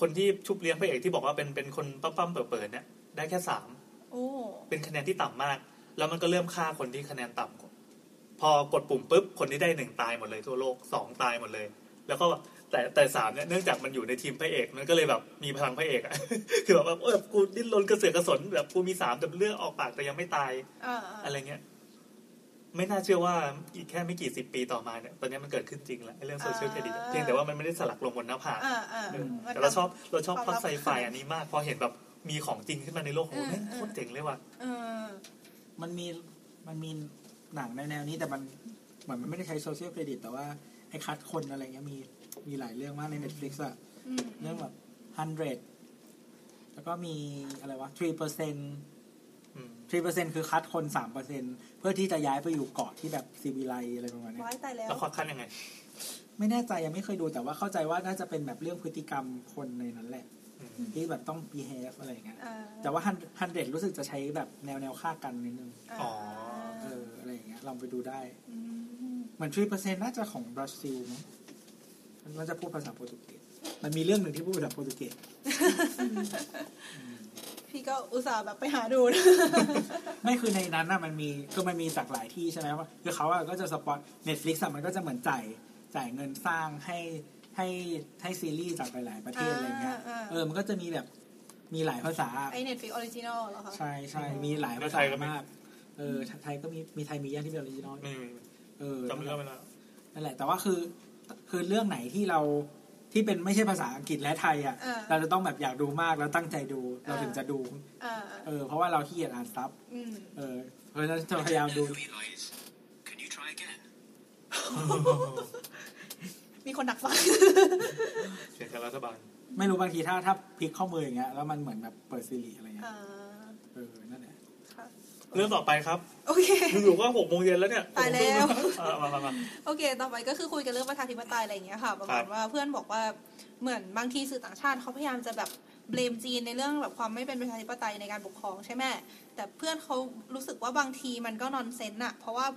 [SPEAKER 2] คนที่ชุบเลี้ยงพระเอกที่บอกว่าเป็นเป็นคนปั้มๆเปิดๆเนี่ยได้แค่สาม
[SPEAKER 5] โอ้
[SPEAKER 2] เป็นคะแนนที่ต่ำมาก แล้วมันก็เริ่มฆ่าคนที่คะแนนต่ำกว่าพอกดปุ่มปุ๊บคนที่ได้หนึ่งตายหมดเลยทั่วโลกสองตายหมดเลย แล้วก็แต่แต่สามเนี่ยเนื่องจากมันอยู่ในทีมพระเอกมันก็เลยแบบมีพลังพระเอกอะ คือแบบว่าเออกูดิ้นรนกระเสือกกระสนแบบกูมีสามแต่เลือดออกปากแต่ยังไม่ตาย
[SPEAKER 5] เออเออ
[SPEAKER 2] อะไรเงี้ย ไม่น่าเชื่อว่าอีกแค่ไม่กี่สิบปีต่อมาเนี่ย ตอนนี้มันเกิดขึ้นจริงแล้วไอ้เรื่องโซเชียลเครดิตเพียงแต่ว่ามันไม่ได้สลักลงบนหน้าผาก
[SPEAKER 5] เออเออ
[SPEAKER 2] เออ
[SPEAKER 5] มัน
[SPEAKER 2] แต่เราชอบ
[SPEAKER 5] แบบ
[SPEAKER 2] เราชอบ
[SPEAKER 5] ค
[SPEAKER 2] พล็อ
[SPEAKER 5] วาม
[SPEAKER 2] ด
[SPEAKER 5] ลับ
[SPEAKER 2] ไซไฟ อันนี้มาก พอเห็นแบบมีของจริงขึ้นมาในโลกโอ้โห
[SPEAKER 5] เออ
[SPEAKER 2] แม่ง
[SPEAKER 5] เออ
[SPEAKER 2] โคตรเจ๋งเลยว่ะ
[SPEAKER 5] เออ
[SPEAKER 4] มันมีมันมีหนังในแนวนี้แต่มันเหมือนมันไม่ได้ใช้โซเชียลเครดิตแต่ว่าไอ้คัดคนอะไรเงี้ยมีมีหลายเรื่องมากใน Netflix อะ
[SPEAKER 5] อืม
[SPEAKER 4] เรื่องแบบ hundred แล้วก็มีอะไรวะ three percent
[SPEAKER 2] อืม
[SPEAKER 4] three percent คือคัดคนสามเปอร์เซ็นเพื่อที่จะย้ายไปอยู่เกาะที่แบบซีวิไลอะไรประมาณเนี้ย
[SPEAKER 5] ว้ายตายแล้ว
[SPEAKER 2] แล้วควักคันยังไง
[SPEAKER 4] ไม่แน่ใจยังไม่เคยดูแต่ว่าเข้าใจว่าน่าจะเป็นแบบเรื่องพฤติกรรมคนในนั้นแหละ
[SPEAKER 2] อืม
[SPEAKER 4] ที่แบบต้อง behave อะไรอย่างเงี้ย
[SPEAKER 5] เออ
[SPEAKER 4] แต่ว่าฮันเดรู้สึกจะใช้แบบแนวแนวฆ่ากันนิดนึง
[SPEAKER 5] อ๋อ
[SPEAKER 4] เอออะไรอย่างเงี้ยลองไปดูได้
[SPEAKER 5] ม
[SPEAKER 4] เหมือนทรีเปอร์เซ็นต์น่าจะของบราซิลมั้งมันน่าจะพูดภาษาโปรตุเกสมันมีเรื่องหนึ่งที่พูดภาษาโปรตุเกส
[SPEAKER 5] พี่ก็อุตส่าห์แบบไปหาดูนะ
[SPEAKER 4] ไม่คือในนั้นน่ะมันมีคือมันมีจากหลายที่ใช่ไหมว่าคือเขาอะก็จะสปอตเน็ตฟลิกซ์มันก็จะเหมือนจ่ายจ่ายเงินสร้างให้ให้ให้ซีรีส์จากหลายๆประเทศอะไรอย่างเงี้ย
[SPEAKER 5] อ่าอ่า
[SPEAKER 4] เออมันก็จะมีแบบมีหลายภาษา
[SPEAKER 5] ไอเน็ตฟิกออริจินอลเหรอคะ
[SPEAKER 4] ใช่ใช่มีหลายภา
[SPEAKER 2] ในไท
[SPEAKER 4] ษาย
[SPEAKER 2] ก็มี
[SPEAKER 4] มาก เออไทยก็มีมีไทยมีย่างที่เป็นออริจินอล
[SPEAKER 2] ไม่มี
[SPEAKER 4] เออ
[SPEAKER 2] จำเรื่องไม่ได้
[SPEAKER 4] นั่นแหละ แต่ว่าคือคือเรื่องไหนที่เราที่เป็นไม่ใช่ภาษาอังกฤษและไทยอ่ะ
[SPEAKER 5] อ่า
[SPEAKER 4] เราจะต้องแบบอยากดูมากแล้วตั้งใจดูเรา
[SPEAKER 5] อ่า
[SPEAKER 4] ถึงจะดู
[SPEAKER 5] อ่า
[SPEAKER 4] เออเพราะว่าเราขี้เกียจอ่านซับ
[SPEAKER 5] อืม
[SPEAKER 4] เออเพราะฉะนั้นจะพยายามดู
[SPEAKER 8] Elias, can you try again?
[SPEAKER 5] มีคนดักฟัง
[SPEAKER 2] เสียงการรัฐบาล
[SPEAKER 4] ไม่รู้บางทีถ้าถ้าพลิกข้อมืออย่างเงี้ยแล้วมันเหมือนแบบเปิดซีรีส์อะไรเงี้ย
[SPEAKER 5] อ่า
[SPEAKER 4] เออนั่นแหละ
[SPEAKER 5] ค่ะ
[SPEAKER 2] เรื่องต่อไปครับ
[SPEAKER 5] โอเค
[SPEAKER 2] อยู่ๆก็หกโมงเย็นแล้วเนี่ย
[SPEAKER 5] ตายแล้ว
[SPEAKER 2] เออมามามา
[SPEAKER 5] โอเค ต่อไปก็คือคุยกันเรื่องประชาธิปไตยอะไรอย่างเงี้ยค่ะ ประ
[SPEAKER 2] ค
[SPEAKER 5] มา
[SPEAKER 2] รั
[SPEAKER 5] ณ
[SPEAKER 2] บ
[SPEAKER 5] ว่าเพื่อนบอกว่าเหมือนบางทีสื่อต่างชาติเขาพยายามจะแบบเบลมจีนในเรื่องแบบความไม่เป็นประชาธิปไตยในการปกครองใช่ไหมแต่เพื่อนเขารู้สึกว่าบางทีมันก็นอนเซนอะเพราะว่า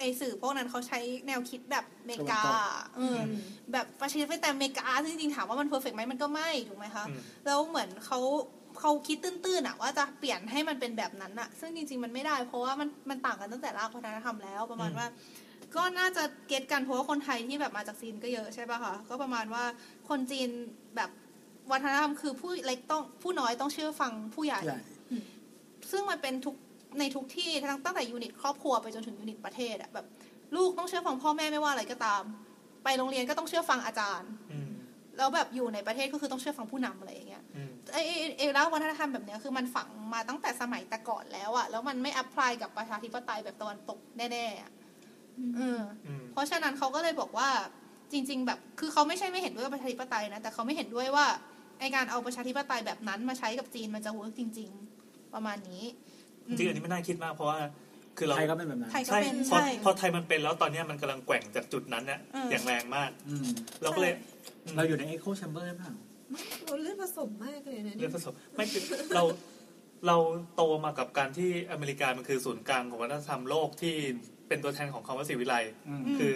[SPEAKER 5] ไอสื่อพวกนั้นเขาใช้แนวคิดแบบอเมริกาเอออแบบประชาธิปไตยอเมริกาซึ่งจริงๆถามว่ามันเพอร์เฟกไหมมันก็ไม่ถูกไหมคะ
[SPEAKER 2] อืม
[SPEAKER 5] แล้วเหมือนเขาเขาคิดตื้นๆอะว่าจะเปลี่ยนให้มันเป็นแบบนั้นอะซึ่งจริงๆมันไม่ได้ เพราะว่ามันมันต่างกันตั้งแต่รากวัฒนธรรมแล้วประมาณว่า ก็น่าจะเก็ตกันเพราะว่าคนไทยที่แบบมาจากจีนก็เยอะใช่ป่ะคะก็ประมาณว่าคนจีนแบบวัฒนธรรมคือผู้เล็กต้องผู้น้อยต้องเชื่อฟังผู้ใหญ่
[SPEAKER 4] ใช่
[SPEAKER 5] ซึ่งมันเป็นทุกในทุกที่ทั้งตั้งแต่ยูนิตครอบครัวไปจนถึงยูนิตประเทศอะแบบลูกต้องเชื่อฟังพ่อแม่ไม่ว่าอะไรก็ตาม ไปโรงเรียนก็ต้องเชื่อฟังอาจารย์
[SPEAKER 2] อืม
[SPEAKER 5] แล้วแบบอยู่ในประเทศก็คือต้องเชื่อฟังผู้นำอะไรอย่างเงี้ย
[SPEAKER 2] อืม
[SPEAKER 5] ไอ้ไอ้ไอ้แล้ววัฒนธรรมแบบเนี้ยคือมันฝังมาตั้งแต่สมัยแต่ก่อนแล้วอะแล้วมันไม่แอพพลายกับประชาธิปไตยแบบตะวันตกแน่ๆอะเออ
[SPEAKER 2] อืม
[SPEAKER 5] เพราะฉะนั้นเขาก็เลยบอกว่าจริง ๆ แบบคือเขาไม่ใช่ไม่เห็นด้วยกับประชาธิปไตยนะ แต่เขาไม่เห็นด้วยว่าไอการเอาประชาธิปไตยแบบนั้นมาใช้กับจีนมันจะเวิร์กจริง ๆ ประมาณนี้อืม
[SPEAKER 2] จริงๆอันนี้ไม่น่าคิดมากเพราะว่าคือเรา
[SPEAKER 4] ไทยก็เป็นแบบนั้น
[SPEAKER 5] ไทยก็
[SPEAKER 2] ใช่
[SPEAKER 5] เป็น
[SPEAKER 2] พอ
[SPEAKER 5] ใช่
[SPEAKER 2] พอไทยมันเป็นแล้วตอนเนี้ยมันกำลังแกว่งจากจุดนั้นเนี่ย
[SPEAKER 5] อืม
[SPEAKER 2] อย่างแรงมาก
[SPEAKER 4] อืม
[SPEAKER 2] เราก็เลย
[SPEAKER 4] เราอยู่ในเอ็กโคแชมเบอร์หรือเปล่า
[SPEAKER 6] เราเลือดผสมมากเลยนะ
[SPEAKER 2] เรี
[SPEAKER 6] เนี่ย ย
[SPEAKER 2] นผสมไม่คือเราเราโตมากับการที่อเมริกามันคือศูนย์กลางของวัฒนธรรมโลกที่เป็นตัวแทนของคำว่าสีวิไลซ์
[SPEAKER 4] อืม
[SPEAKER 2] คือ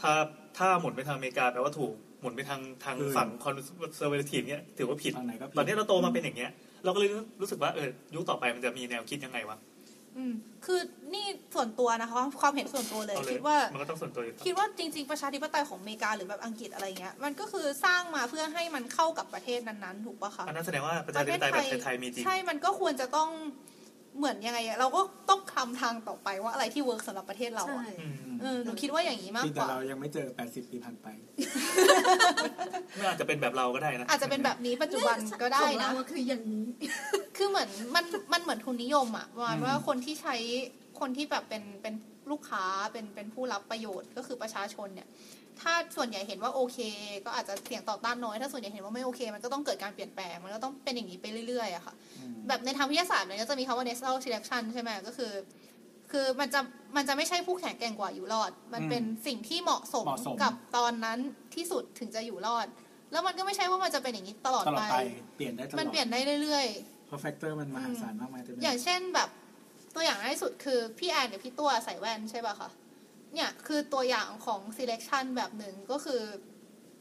[SPEAKER 2] ถ้าถ้าหมุนไปทางอเมริกาแปลว่าถูกหมุนไปทางทาง
[SPEAKER 4] อืม
[SPEAKER 2] ฝั่งคอนเซอร์เวทีฟเนี่ยถือว่าผิด
[SPEAKER 4] ฝั่งไหนก็ผิด
[SPEAKER 2] ตอนนี้เราโตมาเป็นอย่างเงี้ย เราก็เลยรู้สึกว่าเออยุคต่อไปมันจะมีแนวคิดยังไงวะ
[SPEAKER 5] อืมคือนี่ส่วนตัวนะคะความเห็นส่วนตัวเลย
[SPEAKER 2] เอาเลย
[SPEAKER 5] คิดว่า
[SPEAKER 2] นก็ต้องส่วนตัวอยู่ครับ
[SPEAKER 5] คิดว่าจริง ๆ ประชาธิปไตยของอเมริกาหรือแบบอังกฤษอะไรเงี้ยมันก็คือสร้างมาเพื่อให้มันเข้ากับประเทศนั้นๆ ถูกปะคะ
[SPEAKER 2] อันนั้นแสดงว่าประชาธิปไตยแบบไทยๆมีจริง
[SPEAKER 5] ใช่มันก็ควรจะต้องเหมือนยังไงอะเราก็ต้องทำทางต่อไปว่าอะไรที่เวิร์กสำหรับประเทศเรา
[SPEAKER 6] ใช่
[SPEAKER 5] อะ
[SPEAKER 2] อืม
[SPEAKER 5] เออหนูคิดว่าอย่างนี้มาก
[SPEAKER 4] ที่
[SPEAKER 5] ก
[SPEAKER 4] แต่
[SPEAKER 5] ว่า
[SPEAKER 4] เรายังไม่เจอ 80 ปีผ่านไป
[SPEAKER 2] ไม่อาจจะเป็นแบบเราก็ได้นะ
[SPEAKER 5] อาจจะเป็นแบบนี้ปัจจุบันก็ได้
[SPEAKER 6] ของ
[SPEAKER 5] นะ
[SPEAKER 6] เราคืออย่างนี้
[SPEAKER 5] คือเหมือนมันมันเหมือนทุนนิยมอะประมาณ
[SPEAKER 4] อืม
[SPEAKER 5] ว่าคนที่ใช้คนที่แบบเป็นเป็นลูกค้าเป็นเป็นผู้รับประโยชน์ก็คือประชาชนเนี่ย ถ้าส่วนใหญ่เห็นว่าโอเค ก็อาจจะเสี่ยงต่อต้านน้อย ถ้าส่วนใหญ่เห็นว่าไม่โอเค มันก็ต้องเกิดการเปลี่ยนแปลง มันก็ต้องเป็นอย่างนี้ไปเรื่อยๆอะค่ะ
[SPEAKER 4] อืม
[SPEAKER 5] แบบในทางวิทยาศาสตร์มันก็จะมีคำว่า natural selection ใช่ไหมก็คือ คือมันจะมันจะไม่ใช่ผู้แข่งแกร่งกว่าอยู่รอด มัน
[SPEAKER 4] อืม
[SPEAKER 5] เป็นสิ่งที่เหมาะสม
[SPEAKER 4] เหมาะสม
[SPEAKER 5] กับตอนนั้นที่สุดถึงจะอยู่รอด แล้วมันก็ไม่ใช่ว่ามันจะเป็นอย่างนี้ตลอด
[SPEAKER 4] ตลอ
[SPEAKER 5] ไป
[SPEAKER 4] ดไปเปลี่ยนได้ตลอด
[SPEAKER 5] มันเปลี่ยนได้เรื่อย
[SPEAKER 4] เพราะแฟกเตอร์มันมหาศาลมากมายเต็มไปหม
[SPEAKER 9] อย่าง
[SPEAKER 4] ด
[SPEAKER 9] เช่นแบบตัวอย่างง่ายสุดคือพี่แอนหรือพี่ตัวใส่แว่นใช่ป่ะคะเนี่ยคือตัวอย่างของ selection แบบหนึ่งก็คือ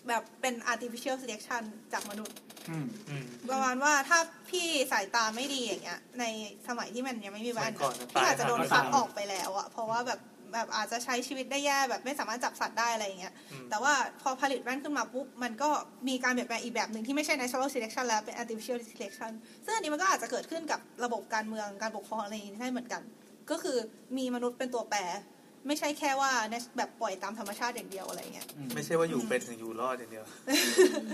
[SPEAKER 5] แบบเป็น artificial selection จากมนุษย์
[SPEAKER 4] อืม
[SPEAKER 2] อืม
[SPEAKER 5] ประมาณว่าถ้าพี่สายตาไม่ดีอย่างเงี้ย ในสมัยที่มันยังไม่มีแว่น
[SPEAKER 2] สมัยก่อนนะ
[SPEAKER 5] พี่อาจจะโดน
[SPEAKER 2] ตายหา
[SPEAKER 5] คัด
[SPEAKER 2] ตาย
[SPEAKER 5] ออกไปแล้วอะเพราะว่าแบบแบบอาจจะใช้ชีวิตได้แย่แบบไม่สามารถจับสัตว์ได้อะไรอย่างเงี้ย
[SPEAKER 2] อืม
[SPEAKER 5] แต่ว่าพอผลิตแว่นขึ้นมาปุ๊บ มันก็มีการเปลี่ยนแปลงอีกแบบหนึ่งที่ไม่ใช่ natural selection แล้วเป็น artificial selection ซึ่งอันนี้มันก็อาจจะเกิดขึ้นกับระบบการเมืองการปกครองอะไรอย่างนี้ได้เหมือนกัน ก็คือมีมนุษย์เป็นตัวแปร ไม่ใช่แค่ว่า nat- แบบปล่อยตามธรรมชาติอย่างเดียวอะไรอย่างเงี้ย
[SPEAKER 4] อืม
[SPEAKER 2] ไม่ใช่ว่าอยู่เป็นถึงอยู่รอดอย่างเดียว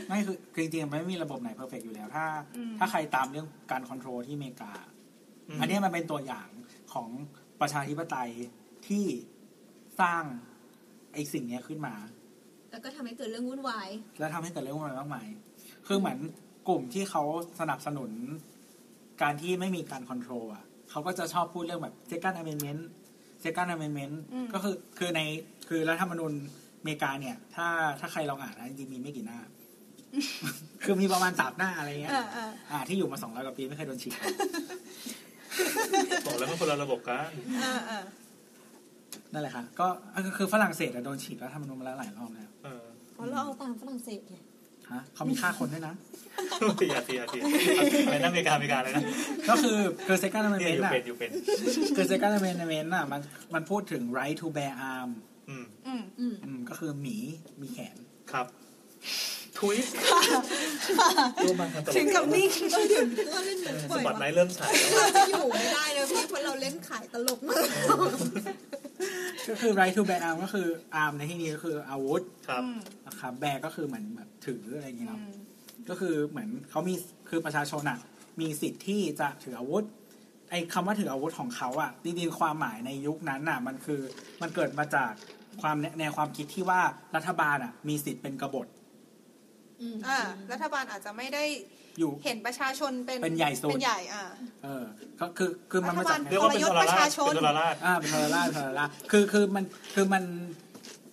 [SPEAKER 4] ไม่คือคือจริงๆมันไม่มีระบบไหนเพอร์เฟกอยู่แล้ว ถ้า
[SPEAKER 5] อืม
[SPEAKER 4] ถ้าใครตามเรื่องการคอนโทรลที่อเมริกา
[SPEAKER 2] อืม
[SPEAKER 4] อันเนี้ยมันเป็นตัวอย่างของประชาธิปไตยที่สร้างไอ้สิ่งเนี้ยขึ้นมา
[SPEAKER 6] แล้วก็ทำให้เกิดเรื่องวุ่นวาย
[SPEAKER 4] แล้วทำให้เกิดเรื่องอะไรมากมาย คือเหมือนกลุ่มที่เขาสนับสนุนการที่ไม่มีการคอนโทรลอ่ะ เขาก็จะชอบพูดเรื่องแบบ second amendment second amendment
[SPEAKER 5] อืม
[SPEAKER 4] ก็คือคือในคือรัฐธรรมนูญอเมริกาเนี่ย ถ้าถ้าใครลองอ่านนะจริงๆมีไม่กี่หน้า คือมีประมาณสามหน้าอะไรเงี้ย
[SPEAKER 5] อ่าอ่า
[SPEAKER 4] อ่าที่อยู่มาสองร้อยกว่าปีไม่เคยโดนฉีก
[SPEAKER 2] บอกแล้วมันคนละระบบกัน
[SPEAKER 5] อ่าอ่า
[SPEAKER 4] นั่นแหละค่ะก็ก็คือฝรั่งเศสอะโดนฉีกรัฐธรรมนูญมาแล้วหลายรอบแล้ว
[SPEAKER 2] เอ อ
[SPEAKER 6] เพราะเราเอาตามฝรั่งเศสไง
[SPEAKER 4] ฮะเขามีค่าคนด้วยนะ
[SPEAKER 2] ทีอาทีอาทีอะไรนะอเมริกาอเมริกาเลยนะ
[SPEAKER 4] ก็คือคือเซก n น a ์ e ม
[SPEAKER 2] เนี่ย
[SPEAKER 4] เมน
[SPEAKER 2] อ
[SPEAKER 4] ต์
[SPEAKER 2] ยู่
[SPEAKER 4] อะ
[SPEAKER 2] เป็นอยู่เป็น
[SPEAKER 4] คือเซก n น a ์ e มเมนต์อะมันมันพูดถึง right to bear arm
[SPEAKER 2] อืม
[SPEAKER 5] อืม
[SPEAKER 6] อืม
[SPEAKER 4] อืมก็คือหมีมีแขน
[SPEAKER 2] ครับ ทุยร่วมมาทำตลก
[SPEAKER 5] ถึงกับนิ่ง
[SPEAKER 6] ก็เล่นเหมือน
[SPEAKER 2] ส
[SPEAKER 6] ปล่อย
[SPEAKER 2] ปอต
[SPEAKER 6] วะ
[SPEAKER 2] ไลท์เริ่มฉายแล้ว
[SPEAKER 6] เราจะอยู่ไม่ได้เลยพี่เพราะเราเล่นขายตลกมาก
[SPEAKER 4] ก็คือ right to bear arm ก็คือ arm ในที่นี้ก็คืออาวุธ
[SPEAKER 2] ครับ
[SPEAKER 5] อืม
[SPEAKER 4] นะครับ bear ก็คือเหมือนแบบถืออะไรอย่างเงี้ย
[SPEAKER 5] อื
[SPEAKER 4] เนาะ
[SPEAKER 5] ม
[SPEAKER 4] ก็คือเหมือนเขามีคือประชาชนอ่ะมีสิทธิ์ที่จะถืออาวุธไอ้คำว่าถืออาวุธของเขาอ่ะจริงๆความหมายในยุคนั้นน่ะ มันคือมันเกิดมาจากความแนแนวความคิดที่ว่ารัฐบาลอ่ะ มีสิทธิ์เป็นกบฏ
[SPEAKER 5] อ่ารัฐบาลอาจจะไม่ได้
[SPEAKER 4] อยู่
[SPEAKER 5] เห็นประชาชนเป็น
[SPEAKER 4] เป็นใหญ่สุด
[SPEAKER 5] เป็นใหญ่อ่า
[SPEAKER 4] เออก็คือคือมันมาจาก
[SPEAKER 5] รัฐบาล
[SPEAKER 2] เรียกว่าเป็นทรราชเป็นทรราช
[SPEAKER 4] อ่าเป็นทรราชทรราชคือคือมันคือมัน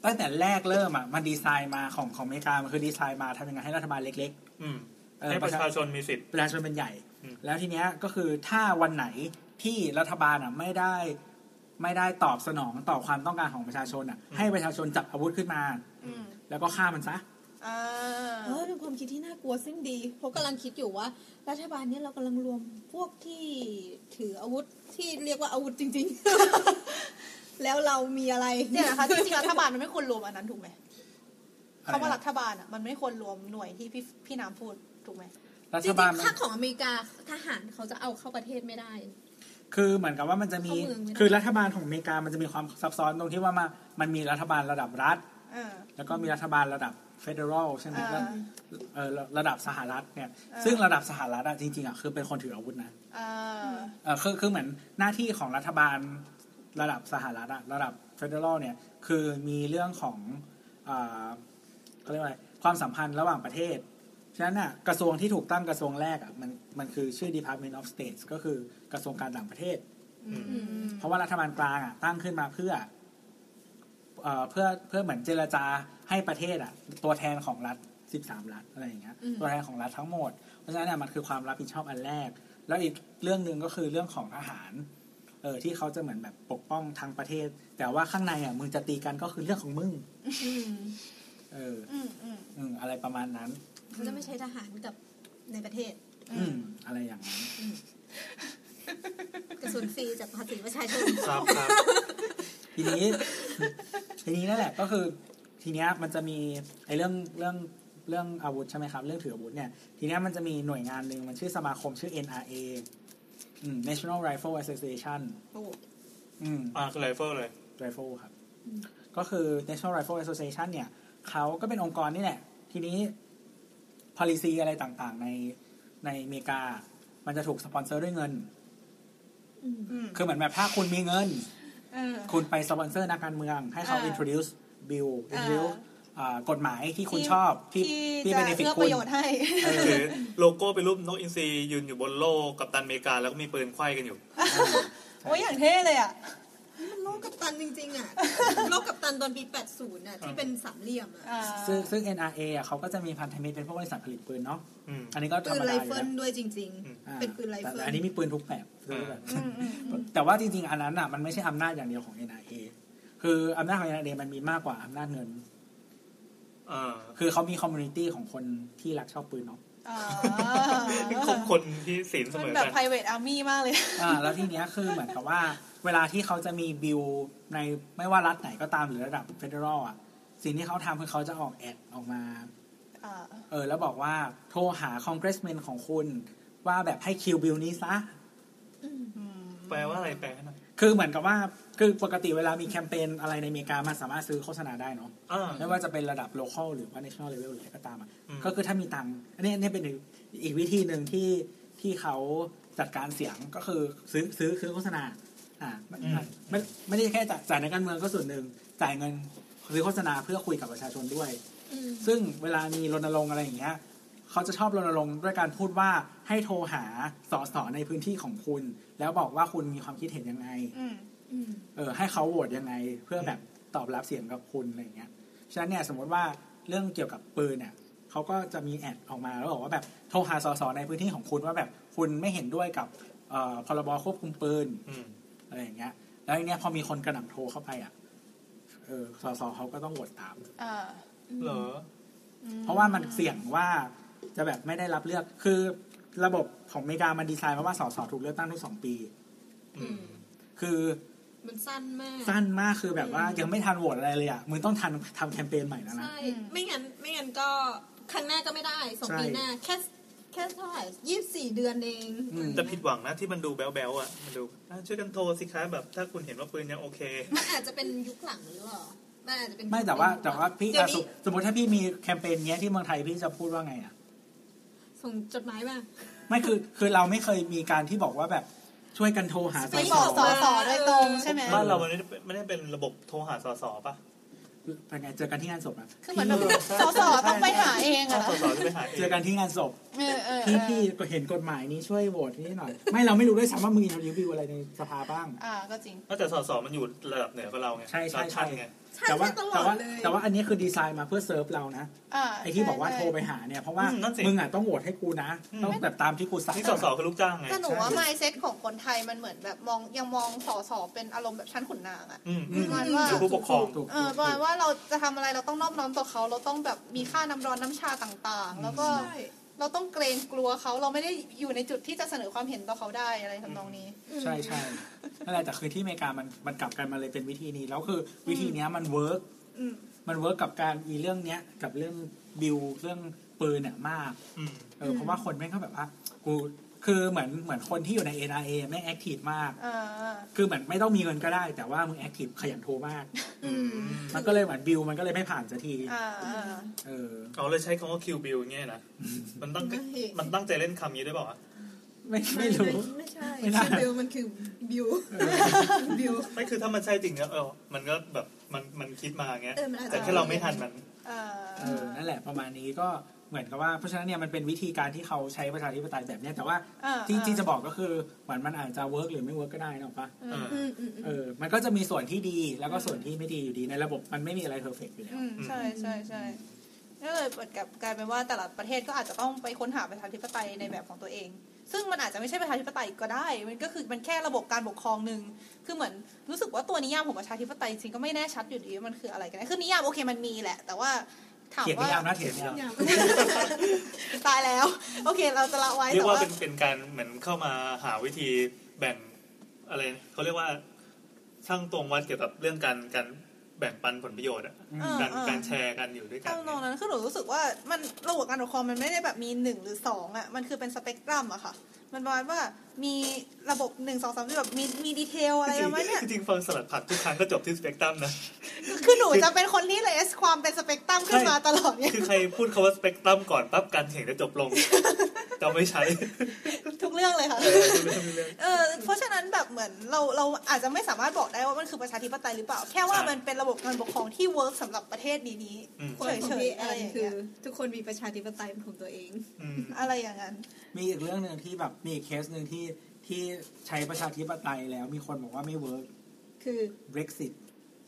[SPEAKER 4] ตั้งแต่แรกเริ่มอ่ะมันดีไซน์มาของของอเมริกามันคือดีไซน์มาทำยังไงให้รัฐบาลเล็ก
[SPEAKER 2] อืม
[SPEAKER 4] ๆเออ
[SPEAKER 2] ให้ประชาชนมีสิทธิ์
[SPEAKER 4] ประชาชนเป็นใหญ่
[SPEAKER 2] อืม
[SPEAKER 4] แล้วทีเนี้ยก็คือถ้าวันไหนที่รัฐบาลอ่ะไม่ได้ไม่ได้ตอบสนองต่อความต้องการของประชาชนอ่ะ ให้ประชาชนจับอาวุธขึ้นมา
[SPEAKER 5] อืม
[SPEAKER 4] แล้วก็ฆ่ามันซะ
[SPEAKER 5] อ่า
[SPEAKER 6] เออเป็นความคิดที่น่ากลัวซึ่งดีเพราะกำลังคิดอยู่ว่า รัฐบาลเนี่ยเรากำลังรวมพวกที่ถืออาวุธที่เรียกว่าอาวุธจริง ๆ แล้วเรามีอะไร
[SPEAKER 5] เดี๋ยวนะคะจริงๆรัฐบาลมันไม่ควรรวมอันนั้นถูกไหม
[SPEAKER 4] อะไรนะ
[SPEAKER 5] คำว่ารัฐบาลอ่ะมันไม่ควรรวมหน่วยที่พี่พี่น้ำพูดถูกไหม
[SPEAKER 4] รั
[SPEAKER 6] จ
[SPEAKER 4] ฐ
[SPEAKER 6] ริง
[SPEAKER 4] บาล
[SPEAKER 6] ๆค่าของอเมริกาทหารเขาจะเอาเข้าประเทศไม่ได้
[SPEAKER 4] คือเหมือนกับว่ามันจะมี
[SPEAKER 6] เข้าเมืองไม่ได้
[SPEAKER 4] คือรัฐบาลของอเมริกามันจะมีความซับซ้อนตรงที่ว่ามามันมีรัฐบาลระดับรัฐ
[SPEAKER 5] เออ
[SPEAKER 4] แล้วก็มีรัฐบาลระดับเฟเดอรัลใช่ไหม
[SPEAKER 5] อ่า
[SPEAKER 4] แล้วเอ่อระดับสหรัฐเนี่ย
[SPEAKER 5] อ่า
[SPEAKER 4] ซึ่งระดับสหรัฐอ่ะจริงๆอ่ะคือเป็นคนถืออาวุธนะ
[SPEAKER 5] เอ่อ
[SPEAKER 4] เออคือคือเหมือนหน้าที่ของรัฐบาลระดับสหรัฐอะระดับเฟเดอรัลเนี่ยคือมีเรื่องของอ่าเขาเรียกว่าอะไรความสัมพันธ์ระหว่างประเทศ ฉะนั้นอะกระทรวงที่ถูกตั้งกระทรวงแรกอะมันมันคือชื่อ Department of State ก็คือกระทรวงการต่างประเทศ
[SPEAKER 5] อืม
[SPEAKER 4] เพราะว่ารัฐบาลกลางอะตั้งขึ้นมาเพื่อเอ่อเพื่อเพื่อเหมือนเจรจาให้ประเทศอะตัวแทนของรัฐ 13 รัฐอะไรอย่างเงี้ยตัวแทนของรัฐทั้งหมด เพราะฉะนั้นเนี่ยมันคือความรับผิดชอบอันแรก แล้วอีกเรื่องหนึ่งก็คือเรื่องของทหารเออที่เขาจะเหมือนแบบปกป้องทางประเทศ แต่ว่าข้างในอะมึงจะตีกันก็คือเรื่องของมึงเออ
[SPEAKER 5] อืมอืม
[SPEAKER 4] อืมอะไรประมาณนั้น
[SPEAKER 6] เขาจะไม่ใช้ทหารกับในประเทศ
[SPEAKER 4] อืมอะไรอย่างนั้น
[SPEAKER 6] กระสุนฟรีจากภาษีประชาชน
[SPEAKER 2] ครับครับ
[SPEAKER 4] ทีนี้ ทีนี้นั่นแหละก็คือ ทีเนี้ยมันจะมีไอ้เรื่องเรื่องเรื่องอาวุธใช่ไหมครับ เรื่องถืออาวุธเนี่ย ทีเนี้ยมันจะมีหน่วยงานหนึ่งมันชื่อสมาคมชื่อ NRA อืม National Rifle Association
[SPEAKER 5] โอ้
[SPEAKER 4] อืม
[SPEAKER 2] อ่าคือไรเฟิลเลย
[SPEAKER 4] Rifle ครับ ก็คือ National Rifle Association เนี่ยเขาก็เป็นองค์กรนี่แหละ ทีนี้ policy อะไรต่างๆ ในในอเมริกา มันจะถูกสปอนเซอร์ด้วยเงิน
[SPEAKER 5] อืม
[SPEAKER 4] คือเหมือนแบบถ้าคุณมีเงิน
[SPEAKER 5] เออ
[SPEAKER 4] คุณไปสปอนเซอร์นักการเมือง ให้เขา
[SPEAKER 5] อ่า
[SPEAKER 4] introduce bill introduce อ่ากฎหมายที่คุณ
[SPEAKER 5] ที่
[SPEAKER 4] ชอบที่
[SPEAKER 5] ที่
[SPEAKER 4] ที่
[SPEAKER 5] จะ
[SPEAKER 4] เป็นในฟิ
[SPEAKER 5] เพื่อ
[SPEAKER 4] คุ
[SPEAKER 5] ป
[SPEAKER 4] ณ
[SPEAKER 5] ระโยชน์ให้
[SPEAKER 4] เออ
[SPEAKER 2] คือโลโก้เป็นรูปนกอินทรียืนอยู่บนโลกกับตันอเมริกาแล้วก็มีปืนไขว้กันอยู่
[SPEAKER 5] โอ้ยอย่างเท่เลยอ่ะ
[SPEAKER 6] มันโล กกับตันจริงๆอ่ะ โลกกับตันตอนปี 80อ่ะที่เป็นสามเหลี่ยมอ่ะ
[SPEAKER 5] อ่า
[SPEAKER 4] ซึ่งซึ่ง NRA อ่ะเขาก็จะมีพันธมิตรเป็นพวกบริษัทผลิตปืนเนาะ
[SPEAKER 2] อืม
[SPEAKER 4] อันนี้ก็ธร
[SPEAKER 6] ปืน
[SPEAKER 4] รม
[SPEAKER 6] ไร
[SPEAKER 4] ดาอยู่
[SPEAKER 6] เฟิ
[SPEAKER 4] แล้ว
[SPEAKER 6] ลด้วยจริง
[SPEAKER 2] อืม
[SPEAKER 6] ๆ เป็นปืนไร
[SPEAKER 4] แต่
[SPEAKER 6] เฟิล
[SPEAKER 4] แต่อันนี้มีปืนทุกแบบ
[SPEAKER 2] อ่า
[SPEAKER 5] อืมอืมอืม
[SPEAKER 4] แต่ว่าจริงๆ อันนั้นอ่ะมันไม่ใช่อำนาจอย่างเดียวของ NRA คืออำนาจของ NRA มันมีมากกว่าอำนาจเงิน
[SPEAKER 2] เออ
[SPEAKER 4] คือเขามีคอมมูนิตี้ของคนที่รักชอบปืนเนาะ
[SPEAKER 5] อ่า
[SPEAKER 2] คนคนที่ศีลเส
[SPEAKER 5] มั
[SPEAKER 2] ม
[SPEAKER 5] น
[SPEAKER 2] อ
[SPEAKER 5] แบบ
[SPEAKER 2] กัน
[SPEAKER 5] private army มากเลย
[SPEAKER 4] อ่าแล้วทีเนี้ยคือเหมือนกับว่า เวลาที่เขาจะมีบิลในไม่ว่ารัฐไหนก็ตามหรือระดับเฟเดอรัลอ่ะสิ่งที่เขาทำคือเขาจะออกแอดออกมา
[SPEAKER 5] อ่า
[SPEAKER 4] เออแล้วบอกว่าโทรหาคอนเกรสแมนของคุณ ว่าแบบให้คิวบิลนี้ซะ
[SPEAKER 2] แปลว่าอะไรแปลให้หน่อย
[SPEAKER 4] คือเหมือนกับว่าคือปกติเวลามีแคมเปญอะไรในอเมริกามันสามารถซื้อโฆษณาได้เนาะ
[SPEAKER 2] อ่า
[SPEAKER 4] ไม่ว่าจะเป็นระดับ local หรือว่า national level หรืออะไรก็ตามอ่ะ
[SPEAKER 2] อืม
[SPEAKER 4] ก็คือถ้ามีตังค์อันนี้อันนี่เป็นอีกอีกวิธีหนึ่งที่ที่เขาจัดการเสียงก็คือซื้อซื้อซื้อโฆษณาอ่าไม่ไม่ไม่ได้แค่จ่ายจ่ายในการเมืองก็ส่วนหนึ่งจ่ายเงินซื้อโฆษณาเพื่อคุยกับประชาชนด้วย
[SPEAKER 6] อืม
[SPEAKER 4] ซึ่งเวลามีรณรงค์อะไรอย่างเงี้ย เขาจะชอบรณรงค์ด้วยการพูดว่าให้โทรหาสสในพื้นที่ของคุณ แล้วบอกว่าคุณมีความคิดเห็นยังไง
[SPEAKER 5] อืม
[SPEAKER 6] อืม
[SPEAKER 4] เออให้เขาโหวตยังไงเพื่อแบบตอบรับเสียงกับคุณอะไรอย่างเงี้ย ฉะนั้นเนี่ยสมมติว่าเรื่องเกี่ยวกับปืนเนี่ยเขาก็จะมีแอดออกมาแล้วบอกว่าแบบโทรหาสสในพื้นที่ของคุณว่าแบบคุณไม่เห็นด้วยกับเอ่อพรบควบคุมปืน
[SPEAKER 2] อืม
[SPEAKER 4] อะไรอย่างเงี้ย แล้วทีเนี้ยพอมีคนกระหน่ำโทรเข้าไปอ่ะ เออสสเขาก็ต้องโหวตตาม
[SPEAKER 5] อ่า
[SPEAKER 2] เหรอ
[SPEAKER 4] เพราะว่ามันเสี่ยงว่าจะแบบไม่ได้รับเลือก คือระบบของอเมริกามันดีไซน์มาว่าสสถูกเลือกตั้งทุกสองปี
[SPEAKER 2] อืม
[SPEAKER 4] คือ
[SPEAKER 6] มันสั้นมาก
[SPEAKER 4] สั้นมากคือแบบว่ายังไม่ทันโหวตอะไรเลยอ่ะ มึงต้องทันทำแคมเปญใหม่แล้วนะ
[SPEAKER 6] ใช่
[SPEAKER 5] อืม
[SPEAKER 6] ไม่งั้น ไม่งั้นก็ ครั้งหน้าก็ไม่ได้สอง
[SPEAKER 4] ใช่
[SPEAKER 6] ปีหน้า แค่แค่เท่าไหร่ยี่สิบสี่เดือนเอง
[SPEAKER 4] อืม
[SPEAKER 2] แต่ผิดหวังนะที่มันดูแบ๊วๆอ่ะ มันดูอ่ะช่วยกันโทรสิคะแบบถ้าคุณเห็นว่าปืนยังโอเค
[SPEAKER 6] มันอาจจะเป็นยุคหลังหรือเปล่ามันอาจจะเป็น
[SPEAKER 4] ไม่แต่ว่าแต่ว่าพี่
[SPEAKER 6] เดี๋ย
[SPEAKER 4] อ่ะ
[SPEAKER 6] ว
[SPEAKER 4] สม
[SPEAKER 6] นี้
[SPEAKER 4] สมมติถ้าพี่มีแคมเปญเนี้ยที่เมืองไทยพี่จะพูดว่าไงอ่ะ
[SPEAKER 6] ส่งจดหมายมา
[SPEAKER 4] ไม่คือคือเราไม่เคยมีการที่บอกว่าแบบช่วยกันโทรหาส
[SPEAKER 5] ไม่
[SPEAKER 4] ส
[SPEAKER 5] บอกสอสอโดยตรงใช่ไหม
[SPEAKER 2] บ้านเรามันไม่ได้เป็นไม่ได้เป็นระบบโทรหาสสป่ะ
[SPEAKER 4] เป็นไงเจอกันที่งานศพอ่ะ
[SPEAKER 5] คือเหมือนแบบสอสอต้องไปหาเองอะเหร
[SPEAKER 2] ส
[SPEAKER 5] อ
[SPEAKER 2] สจะไปหาเอ
[SPEAKER 4] เจอง กันที่งานศพ
[SPEAKER 5] เออเออเอ
[SPEAKER 4] พี่
[SPEAKER 5] อ
[SPEAKER 4] พี่ก็เห็นกฎหมายนี้ช่วยโหวตนี่หน่อย ไม่เราไม่รู้ด้วยซ้ำว่ามึงอินเทอร์วิวบิวอะไรในสภาบ้าง
[SPEAKER 5] อ่า ก็จริง
[SPEAKER 2] ก็แต่สสมันอยู่ระดับเหนือกว่าเราไง
[SPEAKER 4] ใช่ใช่
[SPEAKER 2] เราน
[SPEAKER 4] ใช่
[SPEAKER 2] ไง
[SPEAKER 6] ใช่
[SPEAKER 4] แต่ว่า
[SPEAKER 6] ใช่ตลอ
[SPEAKER 4] แต่
[SPEAKER 6] ด
[SPEAKER 4] ว่า
[SPEAKER 6] เลย
[SPEAKER 4] แต่ว่าอันนี้คือดีไซน์มาเพื่อเซิร์ฟเรานะ
[SPEAKER 5] อ่า
[SPEAKER 4] ไอที่บอกว่า
[SPEAKER 5] ใช่
[SPEAKER 4] โทรไปหาเนี่ยเพราะว่า
[SPEAKER 2] อืมนั่นสิ
[SPEAKER 4] มึงอ่ะต้องโหวตให้กูนะ
[SPEAKER 2] อืม
[SPEAKER 4] ต้องแบบตามที่กูสั่ง
[SPEAKER 2] นี่สสคือลูกจ้างไง
[SPEAKER 5] แต่หนูว่า mindset ของคนไทยมันเหมือนแบบมองยังมองสอสอเป็นอารมณ์แบบชั้นขุนนางอะ
[SPEAKER 2] อืม
[SPEAKER 4] อืม
[SPEAKER 5] ประมาณว่า
[SPEAKER 2] คือผู้ปกครอง
[SPEAKER 4] ถูก
[SPEAKER 5] เออประมาณว่าเราจะทำอะไรเราต้องนอบน้อมต่อเขาเราต้องแบบมีค่าน้ำร้อนน้ำชาต่างๆ แล้วก็เราต้องเกรงกลัวเขาเราไม่ได้อยู่ในจุดที่จะเสนอความเห็นต่อเขาได้อะไรทำนองนี้
[SPEAKER 4] ใช่ใช่นั่นแหละแต่คือที่อเมริกามันมันกลับกันมาเลยเป็นวิธีนี้ แล้วคือวิธีเนี้ยมันเวิร์ก
[SPEAKER 5] อืม
[SPEAKER 4] มันเวิร์กกับการอีเรื่องเนี้ยกับเรื่องบิลเรื่องปืนเนี่ยมาก
[SPEAKER 2] อืม
[SPEAKER 4] เออเพราะว่าคนแม่งก็แบบว่ากูคือเหมือนเหมือนคนที่อยู่ใน NRA แม่งแอคทีฟมาก
[SPEAKER 5] อ่า
[SPEAKER 4] คือเหมือนไม่ต้องมีเงินก็ได้แต่ว่ามึงแอคทีฟขยันโทรมาก
[SPEAKER 5] อืม
[SPEAKER 4] มันก็เลยเหมือนบิลมันก็เลยไม่ผ่านสักที
[SPEAKER 5] อ่าอ่า
[SPEAKER 4] เออ
[SPEAKER 2] เอาเลยใช้คำว่าคิวบิลเงี้ยนะ มันตั้ง
[SPEAKER 6] ไม่
[SPEAKER 2] มันตั้งใจเล่นคำนี้ได้เปล่าวะ
[SPEAKER 4] ไม่ไม่รู้
[SPEAKER 6] ไม่ใช่
[SPEAKER 4] ไม่น่า
[SPEAKER 6] ชื่อบิวมันคือบิวบิว
[SPEAKER 2] ไม่คือถ้ามันใช่จริงก็เออ มันก็แบบมันมันคิดมาเงี้ย
[SPEAKER 6] เออมันอาจจะ
[SPEAKER 2] แต่แค่เราไม่ทันมัน
[SPEAKER 5] อ่า
[SPEAKER 4] เออนั่นแหละประมาณนี้ก็เหมือนกับว่าเพราะฉะนั้นเนี่ยมันเป็นวิธีการที่เขาใช้ประชาธิปไตยแบบเนี้ยแต่ว่า
[SPEAKER 5] อ่า
[SPEAKER 4] ที่ที่จะบอกก็คือเหมือนมันอาจจะเวิร์กหรือไม่เวิร์กก็ได้นะปะ
[SPEAKER 2] เออ
[SPEAKER 6] อืมอืมอืม
[SPEAKER 4] เออมันก็จะมีส่วนที่ดีแล้วก็ส่วนที่ไม่ดีอยู่ดีในระบบมันไม่มีอะไรเพอร์เฟกอยู่แล้ว
[SPEAKER 5] อืมใช่ใช่ใช่ก็เลยเปิดกับกลายเป็นว่าแต่ละประเทศก็อาจจะต้องไปค้นหาประชาธิปไตยในแบบของตัวเอง ซึ่งมันอาจจะไม่ใช่ประชาธิปไตยก็ได้ มันก็คือมันแค่ระบบการปกครองหนึ่งคือเหมือนรู้สึกว่าตัวนิยามของประชาธิปไตยจริงก็ไม่แน่ชัดอยู่ดีว่ามันคืออะไรกันแน่คือนิยามโอเคมันมีแหละ แต่ว่าถาม
[SPEAKER 4] เถียง
[SPEAKER 5] ว่าย
[SPEAKER 4] นิามนะเถียงนิยาม
[SPEAKER 6] อย่าง
[SPEAKER 5] ตายแล้ว โอเค เราจะละไว้
[SPEAKER 2] เรีย
[SPEAKER 5] แต่
[SPEAKER 2] กว่า
[SPEAKER 5] ว่า
[SPEAKER 2] เป็นเป็นการเหมือนเข้ามาหาวิธีแบ่งอะไรเขาเรียกว่าช่างตรงวัดเกี่ยวกับเรื่องการการแบ่งปันผลประโยชน์อะ
[SPEAKER 5] อ่า
[SPEAKER 2] การ
[SPEAKER 5] อ่า
[SPEAKER 2] การแชร์กันอยู่ด้วยกัน
[SPEAKER 5] ทำนองนั้นคือหนูรู้สึกว่ามันระบบการปกครองมันไม่ได้แบบมีหนึ่งหรือสองอะมันคือเป็นสเปกตรัมอะค่ะ มันประมาณว่ามีระบบหนึ่งสองสามที่แบบมีมีดีเทลอะไรประมาณเนี้ ย
[SPEAKER 2] จริงๆจริงๆฟังสลัดผักทุกครั้งก็จบที่สเปกตรัมนะ
[SPEAKER 5] คือหนูจะเป็นคนที่เลสความเป็นสเปกตรัมขึ้นมาตลอดเนี่ย
[SPEAKER 2] คือใครพูดคาว่าสเปกตรัมก่อนปั๊บการแข่งจะจบลงจะไม่ใช้
[SPEAKER 5] ทุกเรื่องเลยค่ะ
[SPEAKER 2] เออเรื่องเรื่อง
[SPEAKER 5] เออเพราะฉะนั้นแบบเหมือนเราเราอาจจะไม่สามารถบอกได้ว่ามันคือประชาธิปไตยหรือเปล่า แค่ว่า
[SPEAKER 2] ใช่
[SPEAKER 5] มันเป็นระบบการปกครองที่เวิร์กสำหรับประเทศนี้นี้ๆ
[SPEAKER 2] อืม
[SPEAKER 6] คนของ
[SPEAKER 5] เฉย
[SPEAKER 6] พี่
[SPEAKER 5] ๆ
[SPEAKER 6] แอ
[SPEAKER 5] อะไร
[SPEAKER 6] น
[SPEAKER 5] อย่าง
[SPEAKER 6] คื
[SPEAKER 5] เงี้
[SPEAKER 6] อย ทุกคนมีประชาธิปไตยเป็นของตัวเอง
[SPEAKER 2] อืม
[SPEAKER 5] อะไรอย่างนั้น
[SPEAKER 4] มีอีกเรื่องหนึ่งที่แบบมีอีกเคสหนึ่งที่ที่ใช้ประชาธิปไตยแล้วมีคนบอกว่าไม่เวิร์ก
[SPEAKER 3] คือ
[SPEAKER 4] Brexit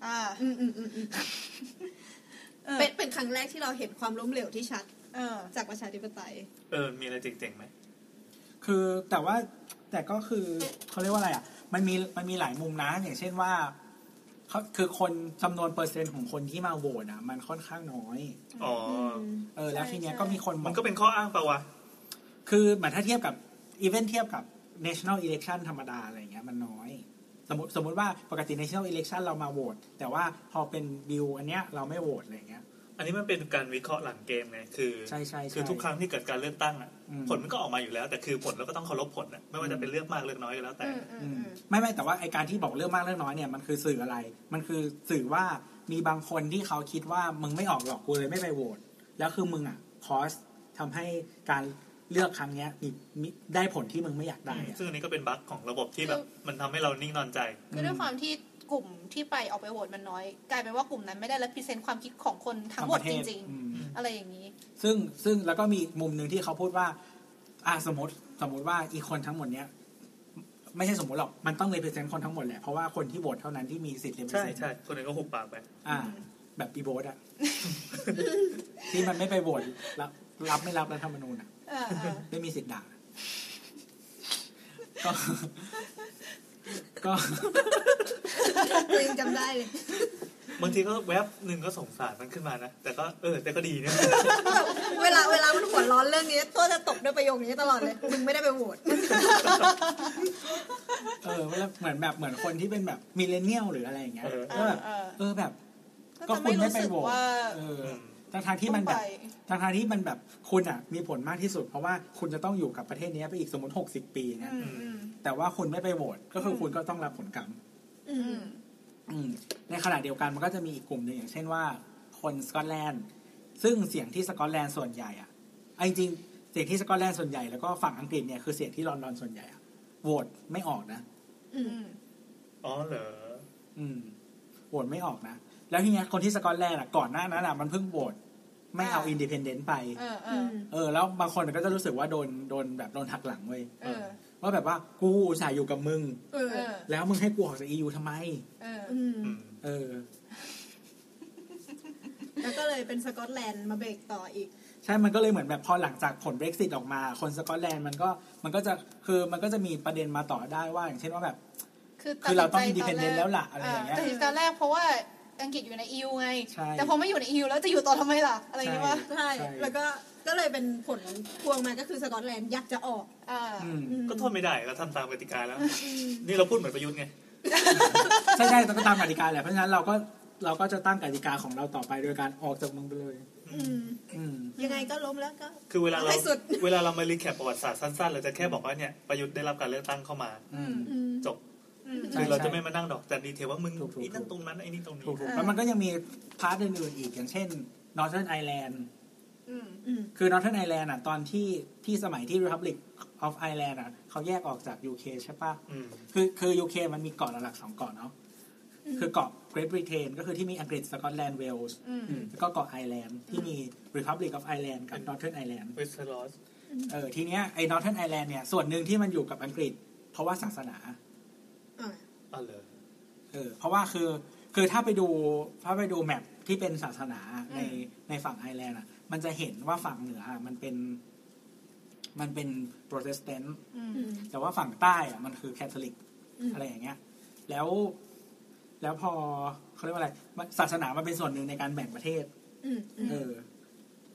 [SPEAKER 5] อ่า
[SPEAKER 6] อืมอืมอืมอืม
[SPEAKER 5] ออ
[SPEAKER 6] เป็นเป็นครั้งแรกที่เราเห็นความล้มเหลวที่ชัด
[SPEAKER 5] เออ
[SPEAKER 6] จากประชาธิปไตย
[SPEAKER 2] เออ มีอะไรเจ๋งๆไหม
[SPEAKER 4] คือแต่ว่าแต่ก็คือเขาเรียกว่าอะไรอ่ะ มันมีมันมีหลายมุมนะอย่างเช่นว่าเขาคือคนจำนวนเปอร์เซ็นต์ของคนที่มาโหวตอ่ะ มันค่อนข้างน้อย
[SPEAKER 2] อ๋อ
[SPEAKER 4] เออแล้วทีเนี้ย
[SPEAKER 5] ใช่
[SPEAKER 4] ก็มีคนบ
[SPEAKER 2] มั
[SPEAKER 4] อน ก
[SPEAKER 2] ก็เป็นข้ออ้างปะวะ
[SPEAKER 4] คือเหมือนถ้าเทียบกับอีเวนต์เทียบกับ national election ธรรมดาอะไรอย่างเงี้ยมันน้อย สมมติสมมติว่าปกติ national election เรามาโหวตแต่ว่าพอเป็นบิลอันเนี้ยเราไม่โหวตอะไรอย่างเงี้ย
[SPEAKER 2] อันนี้มันเป็นการวิเคราะห์หลังเกมไง คือ
[SPEAKER 4] ใช่ใช่ใช่
[SPEAKER 2] คือทุกครั้งที่เกิดการเลือกตั้งอ่ะ
[SPEAKER 4] อืม
[SPEAKER 2] ผลมันก็ออกมาอยู่แล้ว แต่คือผลเราก็ต้องเคารพผลนะไม่ว่าจะเป็นเลือกมากเลือกน้อยก็แล้วแต่
[SPEAKER 9] อืมอืม
[SPEAKER 4] อืม
[SPEAKER 9] อืม
[SPEAKER 4] ไม่ไม่แต่ว่าไอการที่บอกเรื่องมากเรื่องน้อยเนี่ยมันคือสื่ออะไร มันคือสื่อว่ามีบางคนที่เขาคิดว่ามึงไม่ออกหรอกกูเลยไม่ไปโหวตแล้วคือมึงอ่ะคอสทำให้การเลือกครั้งเนี้ยมีมีได้ผลที่มึงไม่อยากได้อะ
[SPEAKER 2] ซึ่งอันนี้ก็เป็นบั๊กของระบบที่แบบมันทำให้เรานิ่งนอนใจ
[SPEAKER 9] คือด้วยความที่กลุ่มที่ไปออกไปโหวตมันน้อย กลายเป็นว่ากลุ่มนั้นไม่ได้รับพิเศษความคิดของคนทั้งหมดจริง
[SPEAKER 4] อืม
[SPEAKER 9] ๆ อะไรอย่างนี้
[SPEAKER 4] ซึ่งซึ่งแล้วก็มีอีกมุมหนึ่งที่เขาพูดว่า อ่าสมมติสมมติว่าอีคนทั้งหมดเนี้ยไม่ใช่สมมติหรอก มันต้องเลเ e เซนต์คนทั้งหมดแหละ เพราะว่าคนที่โหวตเท่านั้นที่มีสิทธิ์เลเ e
[SPEAKER 2] ใช่
[SPEAKER 4] เซนต์
[SPEAKER 2] ใช่คนอื่นก็หุบปากไป
[SPEAKER 4] อ่า แบบปีโบสอะที่มันไม่ไปโหวตรับรับไม่รับรัฐธรรมนูญอะ
[SPEAKER 5] เออเออ
[SPEAKER 4] ไม่มีสิทธิ์ด่าก็ ก็
[SPEAKER 6] ตัวเองจำได้เลย
[SPEAKER 2] บางทีก็แวบหนึ่งก็สงสารมันขึ้นมานะ แต่ก็เออ แต่ก็ดีเนี่ย
[SPEAKER 6] เวลาเวลามันหัวร้อนเรื่องนี้ตัวจะตบด้วยประโยคนี้ตลอดเลยมึงไม่ได้ไปโหวต
[SPEAKER 4] เออแล้วเหมือนแบบเหมือนคนที่เป็นแบบมิเลเนียลหรืออะไรอย่างเงี้ย
[SPEAKER 2] เออ
[SPEAKER 4] ก็แบบ
[SPEAKER 5] เออ
[SPEAKER 4] เออแบบ
[SPEAKER 5] ก็
[SPEAKER 4] ก็
[SPEAKER 5] จะ
[SPEAKER 4] คุ
[SPEAKER 5] ไม่
[SPEAKER 4] ณไม่
[SPEAKER 5] รู้
[SPEAKER 4] ไป
[SPEAKER 5] สึก
[SPEAKER 4] โหวต
[SPEAKER 5] ว่า
[SPEAKER 4] เออทั้งทางๆที่มัน
[SPEAKER 5] ต้อง
[SPEAKER 4] แบ
[SPEAKER 5] ไป
[SPEAKER 4] บ ทางทางที่มันแบบคุณอ่ะมีผลมากที่สุด เพราะว่าคุณจะต้องอยู่กับประเทศนี้ไปอีกสมมติ 60 ปีเนี่ย
[SPEAKER 5] อืมอืม
[SPEAKER 4] แต่ว่าคุณไม่ไปโหวตก็คืออ
[SPEAKER 5] ม
[SPEAKER 4] คุณก็ต้องรับผลกรรม
[SPEAKER 5] อืม
[SPEAKER 4] อืมในขณะเดียวกันมันก็จะมีอีกกลุ่มหนึ่งอย่างเช่นว่าคนสกอตแลนด์ซึ่งเสียงที่สกอตแลนด์ส่วนใหญ่อ่ะไอ้จริงๆเสียงที่สกอตแลนด์ส่วนใหญ่แล้วก็ฝั่งอังกฤษเนี่ยคือเสียงที่ลอนดอนส่วนใหญ่อะโหวตไม่ออกนะ
[SPEAKER 2] อ๋อเหรอ
[SPEAKER 4] อืมโหวตไม่ออกนะ แล้วทีเนี้ยคนที่สกอตแลนด์อ่ะก่อนหน้านั้นอ่ะมันเพิ่งโหวตไม่เอา
[SPEAKER 5] อ่า
[SPEAKER 4] อินดิเพนเดนต์ไป
[SPEAKER 5] เออเออ
[SPEAKER 4] เออแล้วบางคนมันก็จะรู้สึกว่าโดนโดนแบบโดนหักหลังเว้ย
[SPEAKER 5] เออ
[SPEAKER 4] ว่าแบบว่ากูอุตส่าห์อยู่กับมึง
[SPEAKER 5] เออ
[SPEAKER 4] แล้วมึงให้กูออกจาก EU ทำไม
[SPEAKER 5] เออ
[SPEAKER 2] อืม
[SPEAKER 4] เออ
[SPEAKER 6] แล้วก็เลยเป็นสกอตแลนด์มาเบรกต่ออีก
[SPEAKER 4] ใช่ มันก็เลยเหมือนแบบพอหลังจากผล Brexit ออกมา คนสกอตแลนด์มันก็มันก็จะคือมันก็จะมีประเด็นมาต่อได้ว่าอย่างเช่นว่าแบบ
[SPEAKER 9] คือ
[SPEAKER 4] คือเราต้อง
[SPEAKER 9] ตัดสิ
[SPEAKER 4] อิน
[SPEAKER 9] นใจ
[SPEAKER 4] ดิเพนเดนต์
[SPEAKER 9] ต
[SPEAKER 4] แล้ว
[SPEAKER 9] อนแรก
[SPEAKER 4] ล่ะอะไรอย่างเงี้ย
[SPEAKER 9] ตัดสินใจตอนแรกเพราะว่าอังกฤษอยู่ใน EU ไง
[SPEAKER 4] ใช่
[SPEAKER 9] แต่พอไม่อยู่ใน EU แล้วจะอยู่ต่อทำไมล่ะ อะไรอย่างเงี้ยว่า
[SPEAKER 6] ใช่
[SPEAKER 4] ใช่
[SPEAKER 6] แล้วก็ ก็เลยเป็นผลพวงมาก็คือสกอตแลนด์อยากจะออก
[SPEAKER 9] อ่า
[SPEAKER 4] อืม
[SPEAKER 6] อืม
[SPEAKER 2] ก็โทษไม่ได้เราทำตามกติกาแล้ว นี่เราพูดเหมือนประยุทธ์ไง
[SPEAKER 4] ใช่ใช่ต้องตามกติกาแหละเพราะฉะนั้นเราก็เราก็จะตั้งกติกาของเราต่อไปโดยการออกจากเมึงไปเลย
[SPEAKER 6] อืม
[SPEAKER 4] อืม
[SPEAKER 6] ยังไงก็ล้มแล้วก็
[SPEAKER 2] คือเวลาเรา
[SPEAKER 6] เอาให้สุด
[SPEAKER 2] เวลาเรามารีแคปประวัติศาสตร์สั้นๆ เราจะแค่บอกว่าเนี่ยประยุทธ์ได้รับการเลือกตั้งเข้ามา
[SPEAKER 4] อืม
[SPEAKER 6] อืม
[SPEAKER 2] จบ
[SPEAKER 4] ใช่
[SPEAKER 2] คือเราจะ
[SPEAKER 4] ใช่
[SPEAKER 2] ไม่มานั่งดอกจันดีเทลว่ามึง
[SPEAKER 4] ถูกๆ
[SPEAKER 2] ไอ้นั่นตรงนั้นไอ้นี่ตรงนี้
[SPEAKER 4] ถูกๆแล้วมันก็ยังมีพาร์ทอื่นๆอีกอย่างเช่น Northern Ireland
[SPEAKER 5] อืม
[SPEAKER 4] คือ Northern Ireland อ่ะตอนที่ที่สมัยที่ Republic of Ireland อ่ะเขาแยกออกจาก UK ใช่ปะ
[SPEAKER 2] อืม
[SPEAKER 4] คือคือยูเคมันมีเกาะหลักๆสองเกาะเนาะคือเกาะเกร t บริเตนก็คือที่มีอังกฤษสกอตแลนด์เวลส์
[SPEAKER 5] อืม
[SPEAKER 4] แล้วก็เกาะไอร์แลนด์ที่มี Republic of Ireland กับ
[SPEAKER 2] อืม
[SPEAKER 4] Northern Ireland
[SPEAKER 2] เวสเทอร์ลอส
[SPEAKER 4] เออทีเนี้ยไอ้ Northern Ireland เนี่ย ส่วนหนึ่งที่มันอยู่กับอังกฤษ เพราะว่าศาสนา
[SPEAKER 2] อ๋อเหรอ
[SPEAKER 4] เออเพราะว่าคือคือถ้าไปดูถ้าไปดูแมปที่เป็นศาสนาในในฝั่งไอร์แลนด์อ่ะ มันจะเห็นว่าฝั่งเหนืออะมันเป็น มันเป็นโปรเตสแตนต์ แต่ว่าฝั่งใต้อะมันคือแคทอลิก
[SPEAKER 6] อืม
[SPEAKER 4] อะไรอย่างเงี้ย แล้ว แล้วพอเขาเรียกว่าอะไรมันศาสนามันเป็นส่วนหนึ่งในการแบ่งประเทศ
[SPEAKER 6] อืมอืม
[SPEAKER 4] เออ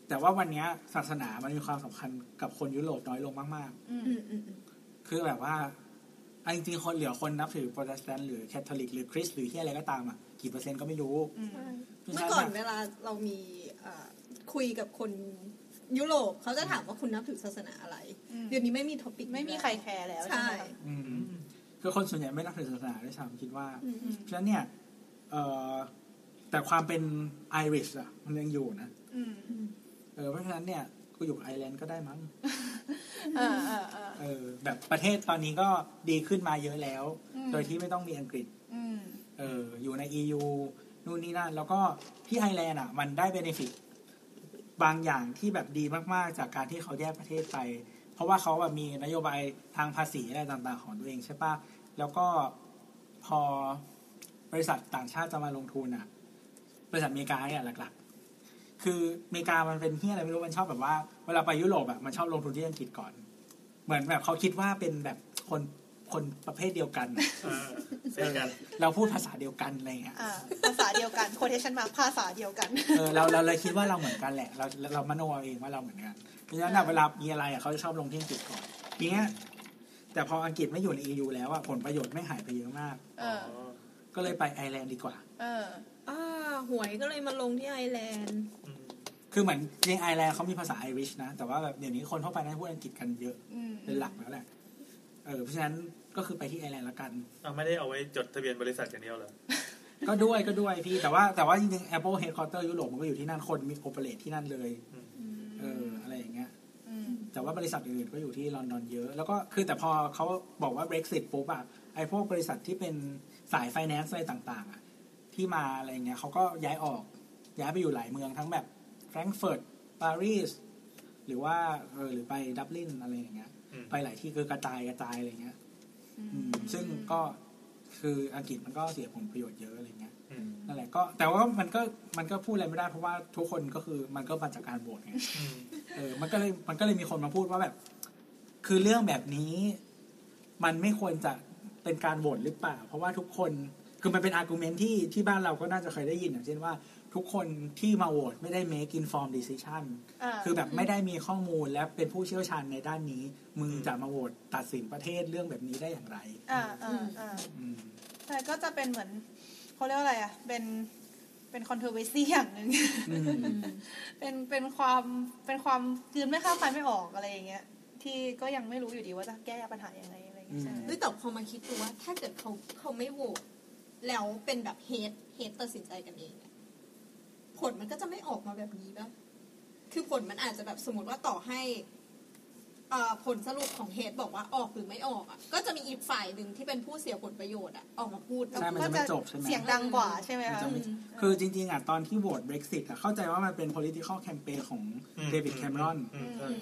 [SPEAKER 4] แต่ว่าวันเนี้ยศาสนามันมีความสำคัญกับคนยุโรปน้อยลงมาก
[SPEAKER 6] อืมอืม
[SPEAKER 4] ๆ คือแบบว่าเอาจริงๆคนเหลือคนนับถือโปรเตสแตนต์หรือแคทอลิกหรือคริสต์หรือที่อะไรก็ตามอ่ะกี่เปอร์เซ็นต์ก็ไม่รู้
[SPEAKER 5] อืม
[SPEAKER 4] เพราะ
[SPEAKER 6] เมื่อ
[SPEAKER 4] ฉะนั้น
[SPEAKER 6] ก่อน
[SPEAKER 4] อะ
[SPEAKER 6] เวลาเรามีเอ่อคุยกับคนยุโรปเขาจะถามว่าคุณนับถือศาสนาอะไร
[SPEAKER 5] อืม
[SPEAKER 6] เดี๋ยวนี้ไม่มีท็อปิก
[SPEAKER 9] ไม่มีใครแคร์แล้ว
[SPEAKER 6] ใช่
[SPEAKER 9] ใช่ไหมคะ
[SPEAKER 4] อืมคือคนส่วนใหญ่ไม่นับถือศาสนาด้วยซ้ำคิดว่า
[SPEAKER 6] อืม
[SPEAKER 4] เพราะฉะนั้นเนี่ยเอ่อแต่ความเป็นไอริชอ่ะ มันยังอยู่นะ
[SPEAKER 5] อืม
[SPEAKER 4] เออเพราะฉะนั้นเนี่ยกูอยู่กับไอร์แลนด์ก็ได้มั้ง
[SPEAKER 5] อ่าอ่าอ่า
[SPEAKER 4] เออแบบประเทศตอนนี้ก็ดีขึ้นมาเยอะแล้ว โดยที่ไม่ต้องมีอังกฤษ
[SPEAKER 5] อืม
[SPEAKER 4] เอออยู่ใน EU นู่นนี่นั่น แล้วก็ที่ไอร์แลนด์อ่ะ มันได้เบนฟิตบางอย่างที่แบบดีมาก ๆ จากการที่เขาแยกประเทศไป เพราะว่าเขาแบบมีนโยบายทางภาษีอะไรต่าง ๆ ของตัวเองใช่ปะแล้วก็พอ บริษัทต่างชาติจะมาลงทุนอ่ะ บริษัทอเมริกาเนี่ยหลักๆ คืออเมริกามันเป็นที่อะไรไม่รู้มันชอบแบบว่าเวลาไปยุโรปอะมันชอบลงทุนที่อังกฤษก่อน เหมือนแบบเขาคิดว่าเป็นแบบคนคนประเภทเดียวกันอะ
[SPEAKER 2] อ่าเช่นกัน
[SPEAKER 4] เราพูดภาษาเดียวกันอะไรเงี้ย
[SPEAKER 5] อ่าภาษาเดียวกันโคเทชันมาภาษาเดียวกัน
[SPEAKER 4] เออเราเราเลยคิดว่าเราเหมือนกันแหละ เราเรามโนเอาเองว่าเราเหมือนกันเพราะฉะนั้นอะเวลามีอะไรอะเขาจะชอบลงที่อังกฤษก่อนทีเนี้ยแต่พออังกฤษไม่อยู่ใน EU แล้วอะผลประโยชน์ไม่หายไปเยอะมาก
[SPEAKER 5] เออ
[SPEAKER 4] ก็เลยไปไอร์แลนด์ดีกว่า
[SPEAKER 5] เออ
[SPEAKER 6] อ่าหวยก็เลยมาลงที่ไอร์แลนด์
[SPEAKER 4] คือเหมือนจริงไอร์แลนด์เขามีภาษาไอริชนะ แต่ว่าแบบเดี๋ยวนี้คนทั่วไปน่าจะพูดอังกฤษกันเยอะ
[SPEAKER 5] อืม
[SPEAKER 4] เป็นหลักแล้วแหละ เออเพราะฉะนั้นก็คือไปที่ไอร์แลนด์ละกัน
[SPEAKER 2] เอาไม่ได้เอาไว้จดทะเบียนบริษัทอย่างเดียวเหรอ
[SPEAKER 4] ก็ด้วยก็ด้วยพี่ แต่ว่าแต่ว่าจริงๆ Apple headquarter ยุโรปมันก็อยู่ที่นั่นคนมีโอเปเรตที่นั่นเลย เอออะไรอย่างเงี้ย
[SPEAKER 5] อืม
[SPEAKER 4] แต่ว่าบริษัทอื่นๆก็อยู่ที่ลอนดอนเยอะ แล้วก็คือแต่พอเขาบอกว่า Brexit ปุ๊บอะไอพวกบริษัทที่เป็นสายไฟแนนซ์อะไรต่างๆอะที่มาอะไรเงี้ยเขาก็ย้ายออกย้ายไปอยู่หลายเมืองทั้งแบบแฟรงก์เฟิร์ตปารีสหรือว่าเออหรือไปดับลินอะไรอย่างเงี้ย
[SPEAKER 2] อืม
[SPEAKER 4] ไปหลายที่คือกระจายกระจายอะไรเงี้ยอืมซึ่งก็คืออังกฤษมันก็เสียผลประโยชน์เยอะอะไรเงี้ย
[SPEAKER 2] อืม
[SPEAKER 4] นั่นแหละก็แต่ว่ามันก็มันก็พูดอะไรไม่ได้เพราะว่าทุกคนก็คือมันก็มาจากการโหวตไง
[SPEAKER 2] อืม
[SPEAKER 4] เออ มันก็เลย มันก็เลยมีคนมาพูดว่าแบบ คือเรื่องแบบนี้ มันไม่ควรจะเป็นการโหวตหรือเปล่า เพราะว่าทุกคน คือมันเป็นอาร์กิวเมนที่ที่บ้านเราก็น่าจะเคยได้ยินอย่างเช่นว่า ทุกคนที่มาโหวตไม่ได้ make informed decision
[SPEAKER 5] อ่า
[SPEAKER 4] คือแบบไม่ได้มีข้อมูลและเป็นผู้เชี่ยวชาญในด้านนี้ มึงจะมาโหวตตัดสินประเทศเรื่องแบบนี้ได้อย่างไร
[SPEAKER 5] อ่าอ่าอ่า
[SPEAKER 4] อืม
[SPEAKER 5] แต่ก็จะเป็นเหมือนเขาเรียกว่าอะไรอ่ะ เป็นเป็นคอนเทอร์เวซี่อย่างหนึ่ง
[SPEAKER 4] อืม
[SPEAKER 5] เป็นเป็นความเป็นความกลืนไม่เข้าไฟไม่ออกอะไรอย่างเงี้ยที่ก็ยังไม่รู้อยู่ดีว่าจะแก้ปัญหายังไงอะไรอย่างเงี้ยใช่ไหม
[SPEAKER 6] เฮ้ยแต่พอมาคิดดูว่าถ้าเกิดเขาเขาไม่โหวตแล้วเป็นแบบเฮดเฮดตัดสินใจกันเองอะผลมันก็จะไม่ออกมาแบบนี้ป่ะคือผลมันอาจจะแบบสมมติว่าต่อให้เอ่อผลสรุปของเฮดบอกว่าออกหรือไม่ออกอ่ะ ก็จะมีอีกฝ่ายหนึ่งที่เป็นผู้เสียผลประโยชน์อ่ะออกมาพูด
[SPEAKER 4] ใช่มันจะไม่จบใช่ไหม
[SPEAKER 5] เสียงดังกว่าใช่ไหม
[SPEAKER 4] มัน
[SPEAKER 5] คะ
[SPEAKER 4] จะไม่คือจริง ๆอ่ะตอนที่โหวต Brexit อ่ะเข้าใจว่ามันเป็น political campaign ของเดวิดแคมรอน
[SPEAKER 2] อืม
[SPEAKER 6] อืม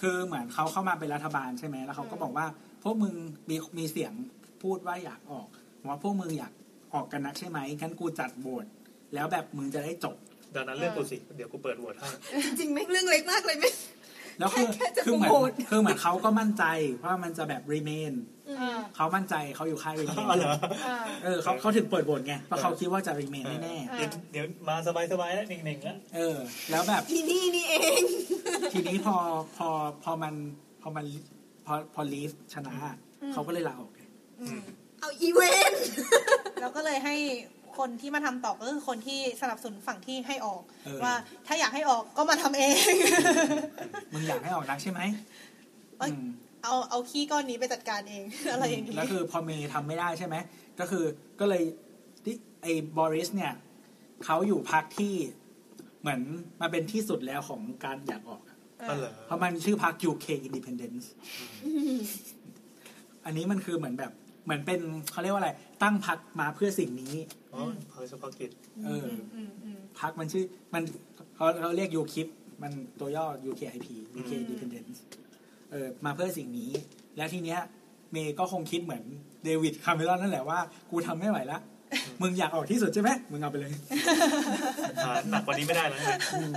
[SPEAKER 4] คือเหมือนเขาเข้ามาเป็นรัฐบาลใช่ไหม แล้วเขาก็บอกว่าพวกมึงมีมีเสียงพูดว่าอยากออกว่าพวกมึงอยากออกกันนักใช่ไหมงั้นกูจัดโบสแล้วแบบมึงจะได้จบ
[SPEAKER 2] ดังนั้นเลือกกูสิ เดี๋ยวกูเปิดโหวตให้
[SPEAKER 6] จริงๆไม่งเรื่องเล็กมากเลยไม่
[SPEAKER 4] แล้วคือ
[SPEAKER 6] แค่จะ
[SPEAKER 4] คือเหมือน
[SPEAKER 6] โปรโมท
[SPEAKER 4] คือเหมือนเขาก็มั่นใจว่ามันจะแบบ remain
[SPEAKER 5] อ่า
[SPEAKER 4] เขามั่นใจเขาอยู่ค่าย
[SPEAKER 2] อ๋
[SPEAKER 4] remain
[SPEAKER 2] อเหรอ
[SPEAKER 5] อ่า
[SPEAKER 4] เออเขาเขาถึงเปิดโบสไงเพราะเขาคิดว่าจะ remain
[SPEAKER 2] เออ
[SPEAKER 4] แน่
[SPEAKER 5] อ่า
[SPEAKER 2] เดี๋ยวเดี๋ยวมาสบายสบายๆแล้วหนึ่งๆแล้ว
[SPEAKER 4] ๆเออ แล้วแบบ
[SPEAKER 6] ที่นี่นี่เอง
[SPEAKER 4] ทีนี้พอพอพอมันพอมันพอพอลีฟชนะ
[SPEAKER 5] อืม
[SPEAKER 4] เขาก็เลยลาออกไง
[SPEAKER 5] อืม
[SPEAKER 6] เอาอีเวนต์
[SPEAKER 5] แล้วก็เลยให้คนที่มาทำต่อก็คือคนที่สนับสนุนฝั่งที่ให้ออก
[SPEAKER 4] เออ
[SPEAKER 5] ว่าถ้าอยากให้ออกก็มาทำเอง
[SPEAKER 4] มึงอยากให้ออกนักใช่ไหม
[SPEAKER 5] เอ้ย
[SPEAKER 4] อืม
[SPEAKER 5] เอาเอาขี้ก้อนนี้ไปจัดการเอง อะไรอย่างนี้
[SPEAKER 4] แล้วคือพอเมย์ทำไม่ได้ใช่ไหม ก็คือก็เลยที่ไอ้บอริสเนี่ยเขาอยู่พักที่เหมือนมาเป็นที่สุดแล้วของการอยากออกอะ
[SPEAKER 5] อ่า
[SPEAKER 2] นั่นเหรอ
[SPEAKER 4] เพราะมันชื่อพัก UK Independence อันนี้มันคือเหมือนแบบเหมือนเป็นเขาเรียกว่าอะไร ตั้งพักมาเพื่อสิ่งนี้
[SPEAKER 2] อ๋อพรรคเฉพาะกิจ
[SPEAKER 4] เออ
[SPEAKER 5] มอืมอืม
[SPEAKER 4] พักมันชื่อมันเขาเขาเรียก UKIP มันตัวย่อ UKIP UK Independence เออมาเพื่อสิ่งนี้ และทีเนี้ยเมย์ก็คงคิดเหมือนเดวิดคาเมรอนนั่นแหละว่า กูทำไม่ไหว ละ มึงอยากออกที่สุดใช่ไหมมึงเอาไปเลย
[SPEAKER 2] หาหนักกว่านี้ไม่ได้แล้วนะ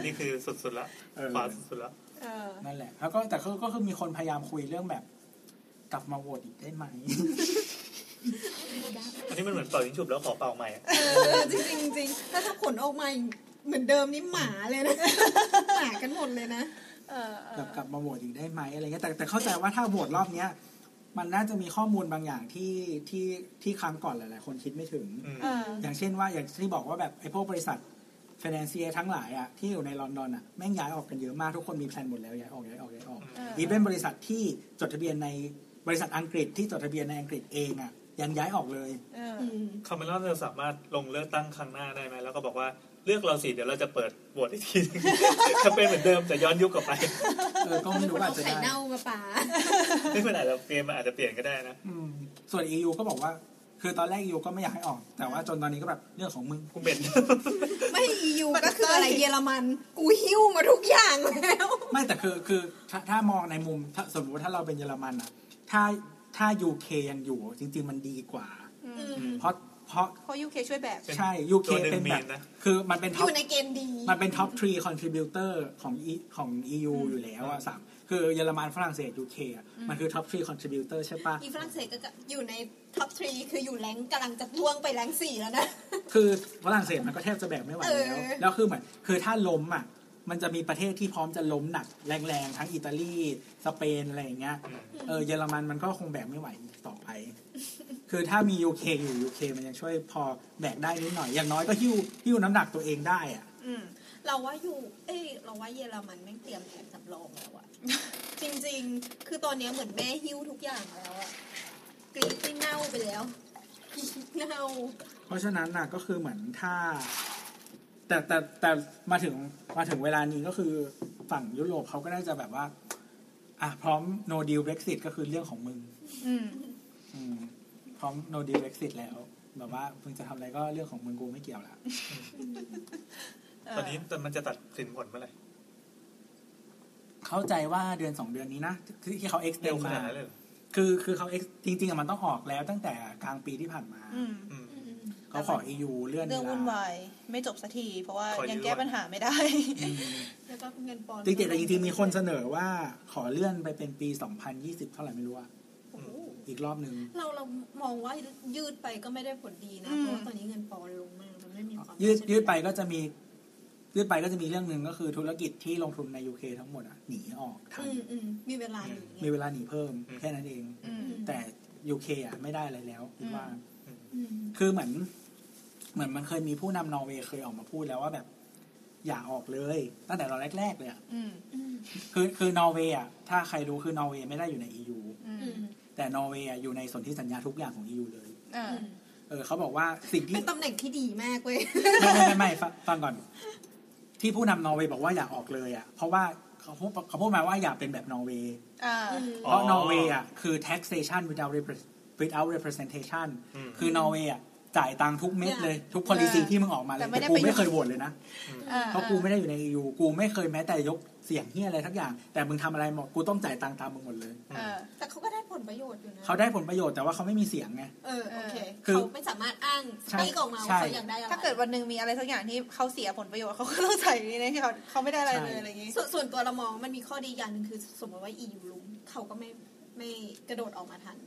[SPEAKER 2] นี่คือสุดๆละ
[SPEAKER 4] เออ
[SPEAKER 2] ขวาสุดๆละ
[SPEAKER 5] เออ
[SPEAKER 4] นั่นแหละ แล้วก็แต่ก็ก็คือมีคนพยายามคุยเรื่องแบบ กลับมาโหวตอีกได้ไหม
[SPEAKER 2] อันนี้มันเหมือนเป่ายิงฉุบแล้วขอเป่าใหม่อะ
[SPEAKER 6] เออจริงๆจริงๆแล้วถ้าผลออกมาเหมือนเดิมนี่หมาเลย นะ หมากันหมดเลยนะ
[SPEAKER 5] เออเอ
[SPEAKER 4] แบบ
[SPEAKER 5] อก
[SPEAKER 4] ลับมาโหวตอีกได้ไหมอะไรเงี้ยแต่แต่เข้าใจว่าถ้าโหวตรอบเนี้ย มันน่าจะมีข้อมูลบางอย่างที่ที่ที่ครั้งก่อนหลาย ๆ คนคิดไม่ถึง
[SPEAKER 2] อืม
[SPEAKER 5] เออ
[SPEAKER 4] อย่างเช่นว่าอย่างที่บอกว่าแบบไอ้พวกบริษัทฟ i น a นเซียทั้งหลายอะที่อยู่ในลอนดอนอะแม่งย้ายออกกันเยอะมากทุกคนมีแพลนหมดแล้วย้ายออกย้ายออกย้ายออก
[SPEAKER 5] เอออี
[SPEAKER 4] อีเป็นบริษัทที่จดทะเบียนในบริษัทอังกฤษที่จดทะเบียนในอังกฤษเองอะยังย้ายออกเลย
[SPEAKER 5] เออ
[SPEAKER 2] คาเมรอนจะสามารถลงเลือกตั้งครั้งหน้าได้ไหมแล้วก็บอกว่าเลือกเราสิเดี๋ยวเราจะเปิดโหวตอีกทีหนึ่ง แคมเปญเหมือนเดิมแต่ย้อนยุคกลับไป
[SPEAKER 4] เออก็ไม่รู้ว่าจะ
[SPEAKER 6] ไข่
[SPEAKER 4] ได้
[SPEAKER 6] เน่ามาป่า
[SPEAKER 2] นี่มันอาจจะเกมมันอาจจะเปลี่ยนก็ได้นะ
[SPEAKER 4] อืมส่วน EU ก็บอกว่า คือตอนแรก EU ก็ไม่อยากให้ออก แต่ว่าจนตอนนี้ก็แบบเรื่องของมึง
[SPEAKER 2] คุณเบ น
[SPEAKER 6] ไม่ EU
[SPEAKER 5] มัน
[SPEAKER 6] ก็คืออะไร
[SPEAKER 5] ใช่
[SPEAKER 6] เยอรมัน กูหิ้วมาทุกอย่างแล้ว
[SPEAKER 4] ไม่แต่คือคือถ้าถ้ามองในมุมถ้าสมมติว่าถ้าเราเป็นเยอรมันอะถ้าถ้า UK ยังอยู่จริง ๆ มันดีกว่า
[SPEAKER 5] อืม
[SPEAKER 4] เพราะ เพราะ
[SPEAKER 5] เพราะยูเคช่วยแบก
[SPEAKER 4] ใช่ยูเค
[SPEAKER 2] ตัวหนึ่ง
[SPEAKER 4] เป็นแบ
[SPEAKER 2] มี
[SPEAKER 4] บ
[SPEAKER 2] นนะ
[SPEAKER 4] คือมันเป็น
[SPEAKER 3] อ
[SPEAKER 4] ท็อป
[SPEAKER 3] ยู่ในเกณฑ์ดี
[SPEAKER 4] มันเป็นท็อปทรีคอนทริบิวเตอร์ของ E ของ EU อยู่แล้วอะสามคือเยอรมันฝรั่งเศส UK อะมันคือท็อปทรีคอนทริบิวเตอร์ใช่ปะ
[SPEAKER 6] อีฝรั่งเศสก็อยู่ในท็อปทรีคืออยู่แรงกำลังจะล่วงไปแรงสี่แล้วนะ
[SPEAKER 4] คือฝรั่งเศสมันก็แทบจะแบกไม่ไหวแล้ว
[SPEAKER 6] เออ
[SPEAKER 4] แล้วคือเหมือนคือถ้าล้มอะมันจะมีประเทศที่พร้อมจะล้มหนักแรงๆ ทั้งอิตาลี สเปน อะไรอย่างเงี้ย
[SPEAKER 2] อืม
[SPEAKER 4] เออเยอรมันมันก็คงแบกไม่ไหวอีกต่อไป คือถ้ามี UK อยู่ UK มันยังช่วยพอแบกได้นิดหน่อย อย่างน้อยก็หิ้วหิ้วน้ำหนักตัวเองได้อะ
[SPEAKER 5] อืม
[SPEAKER 6] เราว่าอยู่ เอ้ย เราว่าเยอรมันแม่งเตรียมแผนสำรองแล้ว อะ จริงๆ คือตอนเนี้ยเหมือนแม่หิ้วทุกอย่างแล้วอะกรีดที่เน่าไปแล้วกรีดเน่า
[SPEAKER 4] เพราะฉะนั้นน่ะก็คือเหมือนถ้า แต่แต่แต่มาถึงมาถึงเวลานี้ก็คือฝั่งยุโรปเขาก็น่าจะแบบว่า อ่ะพร้อม no deal brexit ก็คือเรื่องของมึง
[SPEAKER 5] อืม
[SPEAKER 4] อืม พร้อม no deal brexit แล้ว แบบว่ามึงจะทำอะไรก็เรื่องของมึงกูไม่เกี่ยวละ
[SPEAKER 2] ตอนนี้แต่มันจะตัดสินผลเมื่อไหร่
[SPEAKER 4] เข้าใจว่าเดือนสองเดือนนี้นะที่ที่เขา
[SPEAKER 2] เร็ว
[SPEAKER 4] extend
[SPEAKER 2] ข
[SPEAKER 4] มา
[SPEAKER 2] นาดนั้นเลยเหรอ
[SPEAKER 4] คือคือเขา ex จริงๆอะมันต้องออกแล้วตั้งแต่กลางปีที่ผ่านมา
[SPEAKER 5] อืม
[SPEAKER 2] อืม
[SPEAKER 4] เขาขอ EU เลื่อน
[SPEAKER 5] เรื่อง
[SPEAKER 4] วล
[SPEAKER 5] วุ่นวายไม่จบสักที เพราะว่า
[SPEAKER 2] ขอยื้อ
[SPEAKER 5] ยังแก้ปัญหาไม่ได้
[SPEAKER 4] อืม
[SPEAKER 6] แล้วก็เงินปอนด์
[SPEAKER 4] จริงๆแต่จริงๆมีคนเสนอว่าขอเลื่อนไปเป็นปี 2020 เท่าไหร่ไม่รู้อะ
[SPEAKER 6] โอ้โห
[SPEAKER 4] อีกรอบหนึ่ง
[SPEAKER 6] เราเรามองว่ายืดไปก็ไม่ได้ผลดีนะ
[SPEAKER 5] อืม
[SPEAKER 6] เพราะว่าตอนนี้เงินปอนด์ลงมากมันไม่มีความ
[SPEAKER 4] ยืด
[SPEAKER 6] น่าเชื่อ
[SPEAKER 4] ยืดไปก็จะมี ยืดไปก็จะมีเรื่องหนึ่งก็คือธุรกิจที่ลงทุนใน UK ทั้งหมดอะหนีออกทัน
[SPEAKER 6] อืมอืมมีเวลาอยู่
[SPEAKER 4] มี
[SPEAKER 6] ไง
[SPEAKER 4] เวลาหนีเพิ่ม
[SPEAKER 2] อืม
[SPEAKER 4] แค่นั้นเอง
[SPEAKER 5] อืม
[SPEAKER 4] แต่ UK อะไม่ได้อะไรแล้วคิดว่า
[SPEAKER 6] อืม
[SPEAKER 4] คือเหมือน เหมือนมันเคยมีผู้นำนอร์เวย์เคยออกมาพูดแล้วว่าแบบ อย่าออกเลย ตั้งแต่ตอนแรก ๆ เลยอะ
[SPEAKER 5] อืม
[SPEAKER 4] คือคือนอร์เวย์อะถ้าใครรู้คือนอร์เวย์ไม่ได้อยู่ใน EU
[SPEAKER 5] อืม
[SPEAKER 6] อืม
[SPEAKER 4] แต่นอร์เวย์อะอยู่ในสนธิสัญญาทุกอย่างของ EU เลย
[SPEAKER 5] อ่า
[SPEAKER 6] อืม
[SPEAKER 4] เออเขาบอกว่าสิ่งที่
[SPEAKER 6] เป็นตำแหน่งที่ดีมากเว้ย
[SPEAKER 4] ไม่ไม่ไม่ไม่ฟังฟังก่อน ที่ผู้นำนอร์เวย์บอกว่าอย่าออกเลยอ่ะ เพราะว่าเขาพูดเขาพูดมาว่าอย่าเป็นแบบนอร์เวย์
[SPEAKER 5] อ่า
[SPEAKER 2] เพ
[SPEAKER 4] เพราะนอร์เวย์อ่ะคือ taxation without repre- without representation
[SPEAKER 2] อืม
[SPEAKER 4] คือนอร์เวย์อ่ะจ่ายตังค์ทุกเม็ดเลย ทุก policy
[SPEAKER 5] อ่า
[SPEAKER 4] ที่มึงออกมาเล
[SPEAKER 5] แต่
[SPEAKER 4] ย
[SPEAKER 5] ไม่ได้
[SPEAKER 4] แต่กู
[SPEAKER 5] ประโยชน์
[SPEAKER 4] ไม่เคยโหวตเลยนะ
[SPEAKER 5] อ่า
[SPEAKER 4] เพราะกูไม่ได้อยู่ใน EU กูไม่เคยแม้แต่ยกเสียงเฮียอะไรทักอย่าง แต่มึงทำอะไรหมดกูต้องจ่ายตังค์ตามมึงหมดเลย
[SPEAKER 5] อ่า
[SPEAKER 6] แต่เขาก็ได้ผลประโยชน์อยู่นะ
[SPEAKER 4] เขาได้ผลประโยชน์แต่ว่าเขาไม่มีเสียงไง
[SPEAKER 6] เออ โอเค
[SPEAKER 4] คือ
[SPEAKER 6] เขาไม่สามารถอ้าง
[SPEAKER 4] ใช่
[SPEAKER 6] ตีกออกมาว่า
[SPEAKER 4] ใช่
[SPEAKER 6] เขาอยากได้อะไร
[SPEAKER 5] ถ้าเกิดวันหนึ่งมีอะไรสักอย่างที่เขาเสียผลประโยชน์เขาก็ต้องใส่ในนี้ที่เขาเขาไม่ได้อะไรเลยอะไรอย่างงี้
[SPEAKER 6] ส่วนส่วนตัวเรามองมันมีข้อดีอย่างหนึ่งคือ สมมติว่า EU ลุมเขาก็ไม่ไม่กระโดดออกมาทัน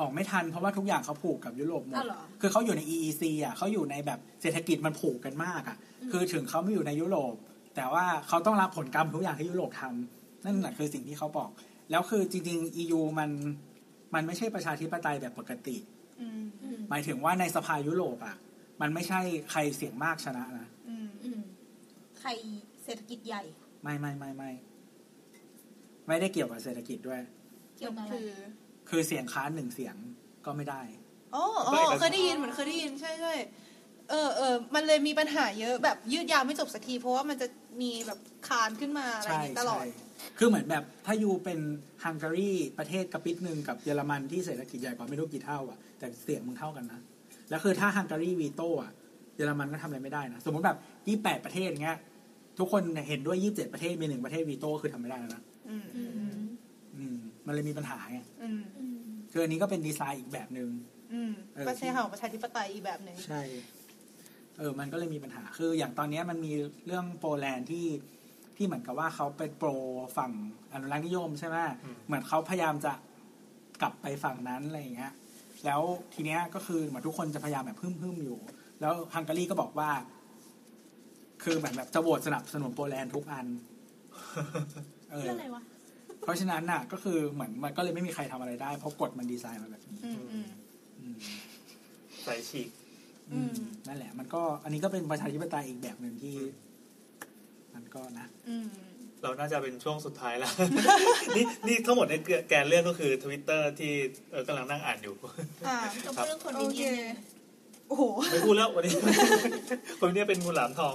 [SPEAKER 4] ออกไม่ทันเพราะว่าทุกอย่างเขาผูกกับยุโรปหมด
[SPEAKER 6] อ้าวเหรอ
[SPEAKER 4] คือเขาอยู่ใน EEC อ่ะเขาอยู่ในแบบเศรษฐกิจมันผูกกันมากอ่ะ คือถึงเขาไม่อยู่ในยุโรป แต่ว่าเขาต้องรับผลกรรมทุกอย่างที่ยุโรปทำนั่นแหละคือสิ่งที่เขาบอก แล้วคือจริงๆ EU มันมันไม่ใช่ประชาธิปไตยแบบปกติ
[SPEAKER 5] อืม
[SPEAKER 6] อืม
[SPEAKER 4] หมายถึงว่าในสภายุโรปอ่ะ มันไม่ใช่ใครเสียงมากชนะนะ
[SPEAKER 5] อืม
[SPEAKER 6] อืมใครเศรษฐกิจใหญ่
[SPEAKER 4] ไม่ไม่ไม่ไม่ไม่ได้เกี่ยวกับเศรษฐกิจด้วย
[SPEAKER 6] เกี่ยวกับอะไร
[SPEAKER 5] คือ
[SPEAKER 4] คือเสียงค้านหนึ่งเสียงก็ไม่ได้
[SPEAKER 5] อ๋ออ๋อเคยได้ยินเหมือนเคยได้ยินใช่ใช่เออเออมันเลยมีปัญหาเยอะแบบยืดยาวไม่จบสักที เพราะว่ามันจะมีแบบคานขึ้นมาอะไรอย่างงี้ตลอด
[SPEAKER 4] ใช่คือเหมือนแบบถ้ายูเป็นฮังการีประเทศกระปิดหนึ่งกับเยอรมันที่เศรษฐกิจใหญ่กว่าไม่รู้กี่เท่าอ่ะ แต่เสียงมึงเท่ากันนะ แล้วคือถ้าฮังการีวีโต้อ่ะ เยอรมันก็ทำอะไรไม่ได้นะ สมมติแบบยี่แปดประเทศเงี้ย ทุกคนเห็นด้วยยี่สิบเจ็ดประเทศมีหนึ่งประเทศวีโต้คือทำไม่ได้แล้วนะ
[SPEAKER 5] อืม
[SPEAKER 6] อื
[SPEAKER 5] อืม
[SPEAKER 6] ม
[SPEAKER 4] อืม มันเลยมีปัญหาไง
[SPEAKER 5] อืม
[SPEAKER 6] อืม
[SPEAKER 4] คืออันนี้ก็เป็นดีไซน์อีกแบบหนึ่ง
[SPEAKER 5] อืม
[SPEAKER 4] เออ
[SPEAKER 5] ประเทศของประชาธิปไตยอีกแบบหนึ่ง
[SPEAKER 4] ใช่ เออ มันก็เลยมีปัญหา คืออย่างตอนเนี้ยมันมีเรื่องโปแลนด์ที่ที่เหมือนกับว่าเขาเป็นโปรฝั่งอนุรักษ์นิยมใช่ไหม
[SPEAKER 2] อืม
[SPEAKER 4] เหมือนเขาพยายามจะกลับไปฝั่งนั้นอะไรอย่างเงี้ย แล้วทีเนี้ยก็คือเหมือนทุกคนจะพยายามแบบพึ่มพึ่มอยู่ แล้วฮังการีก็บอกว่า คือเหมือนแบบจะโหวตสนับสนุนโปแลนด์ทุกอัน เออ
[SPEAKER 6] เรื่องอะไรวะ
[SPEAKER 4] เพราะฉะนั้นน่ะ ก็คือเหมือนมันก็เลยไม่มีใครทำอะไรได้ เพราะกฎมันดีไซน์มาแบบนี้
[SPEAKER 5] อืมอืม
[SPEAKER 4] อืม
[SPEAKER 2] ใส่ฉีก
[SPEAKER 4] อืม
[SPEAKER 5] อืม
[SPEAKER 4] นั่นแหละ มันก็อันนี้ก็เป็นประชาธิปไตยอีกแบบหนึ่งที่
[SPEAKER 2] อืม
[SPEAKER 4] มันก็นะ
[SPEAKER 5] อืม
[SPEAKER 2] เราน่าจะเป็นช่วงสุดท้ายแล้ว นี่นี่ทั้งหมดในแกนเรื่องก็คือทวิตเตอร์ที่เออกำลังนั่งอ่านอยู่
[SPEAKER 5] อ่า
[SPEAKER 6] เราพูดเรื่องคน
[SPEAKER 5] โอ
[SPEAKER 6] มี
[SPEAKER 5] เค
[SPEAKER 6] เงิน
[SPEAKER 5] โอ้โห
[SPEAKER 2] ไม่พูดแล้ววัน นี้ คนเนี้เป็นงูหลามทอง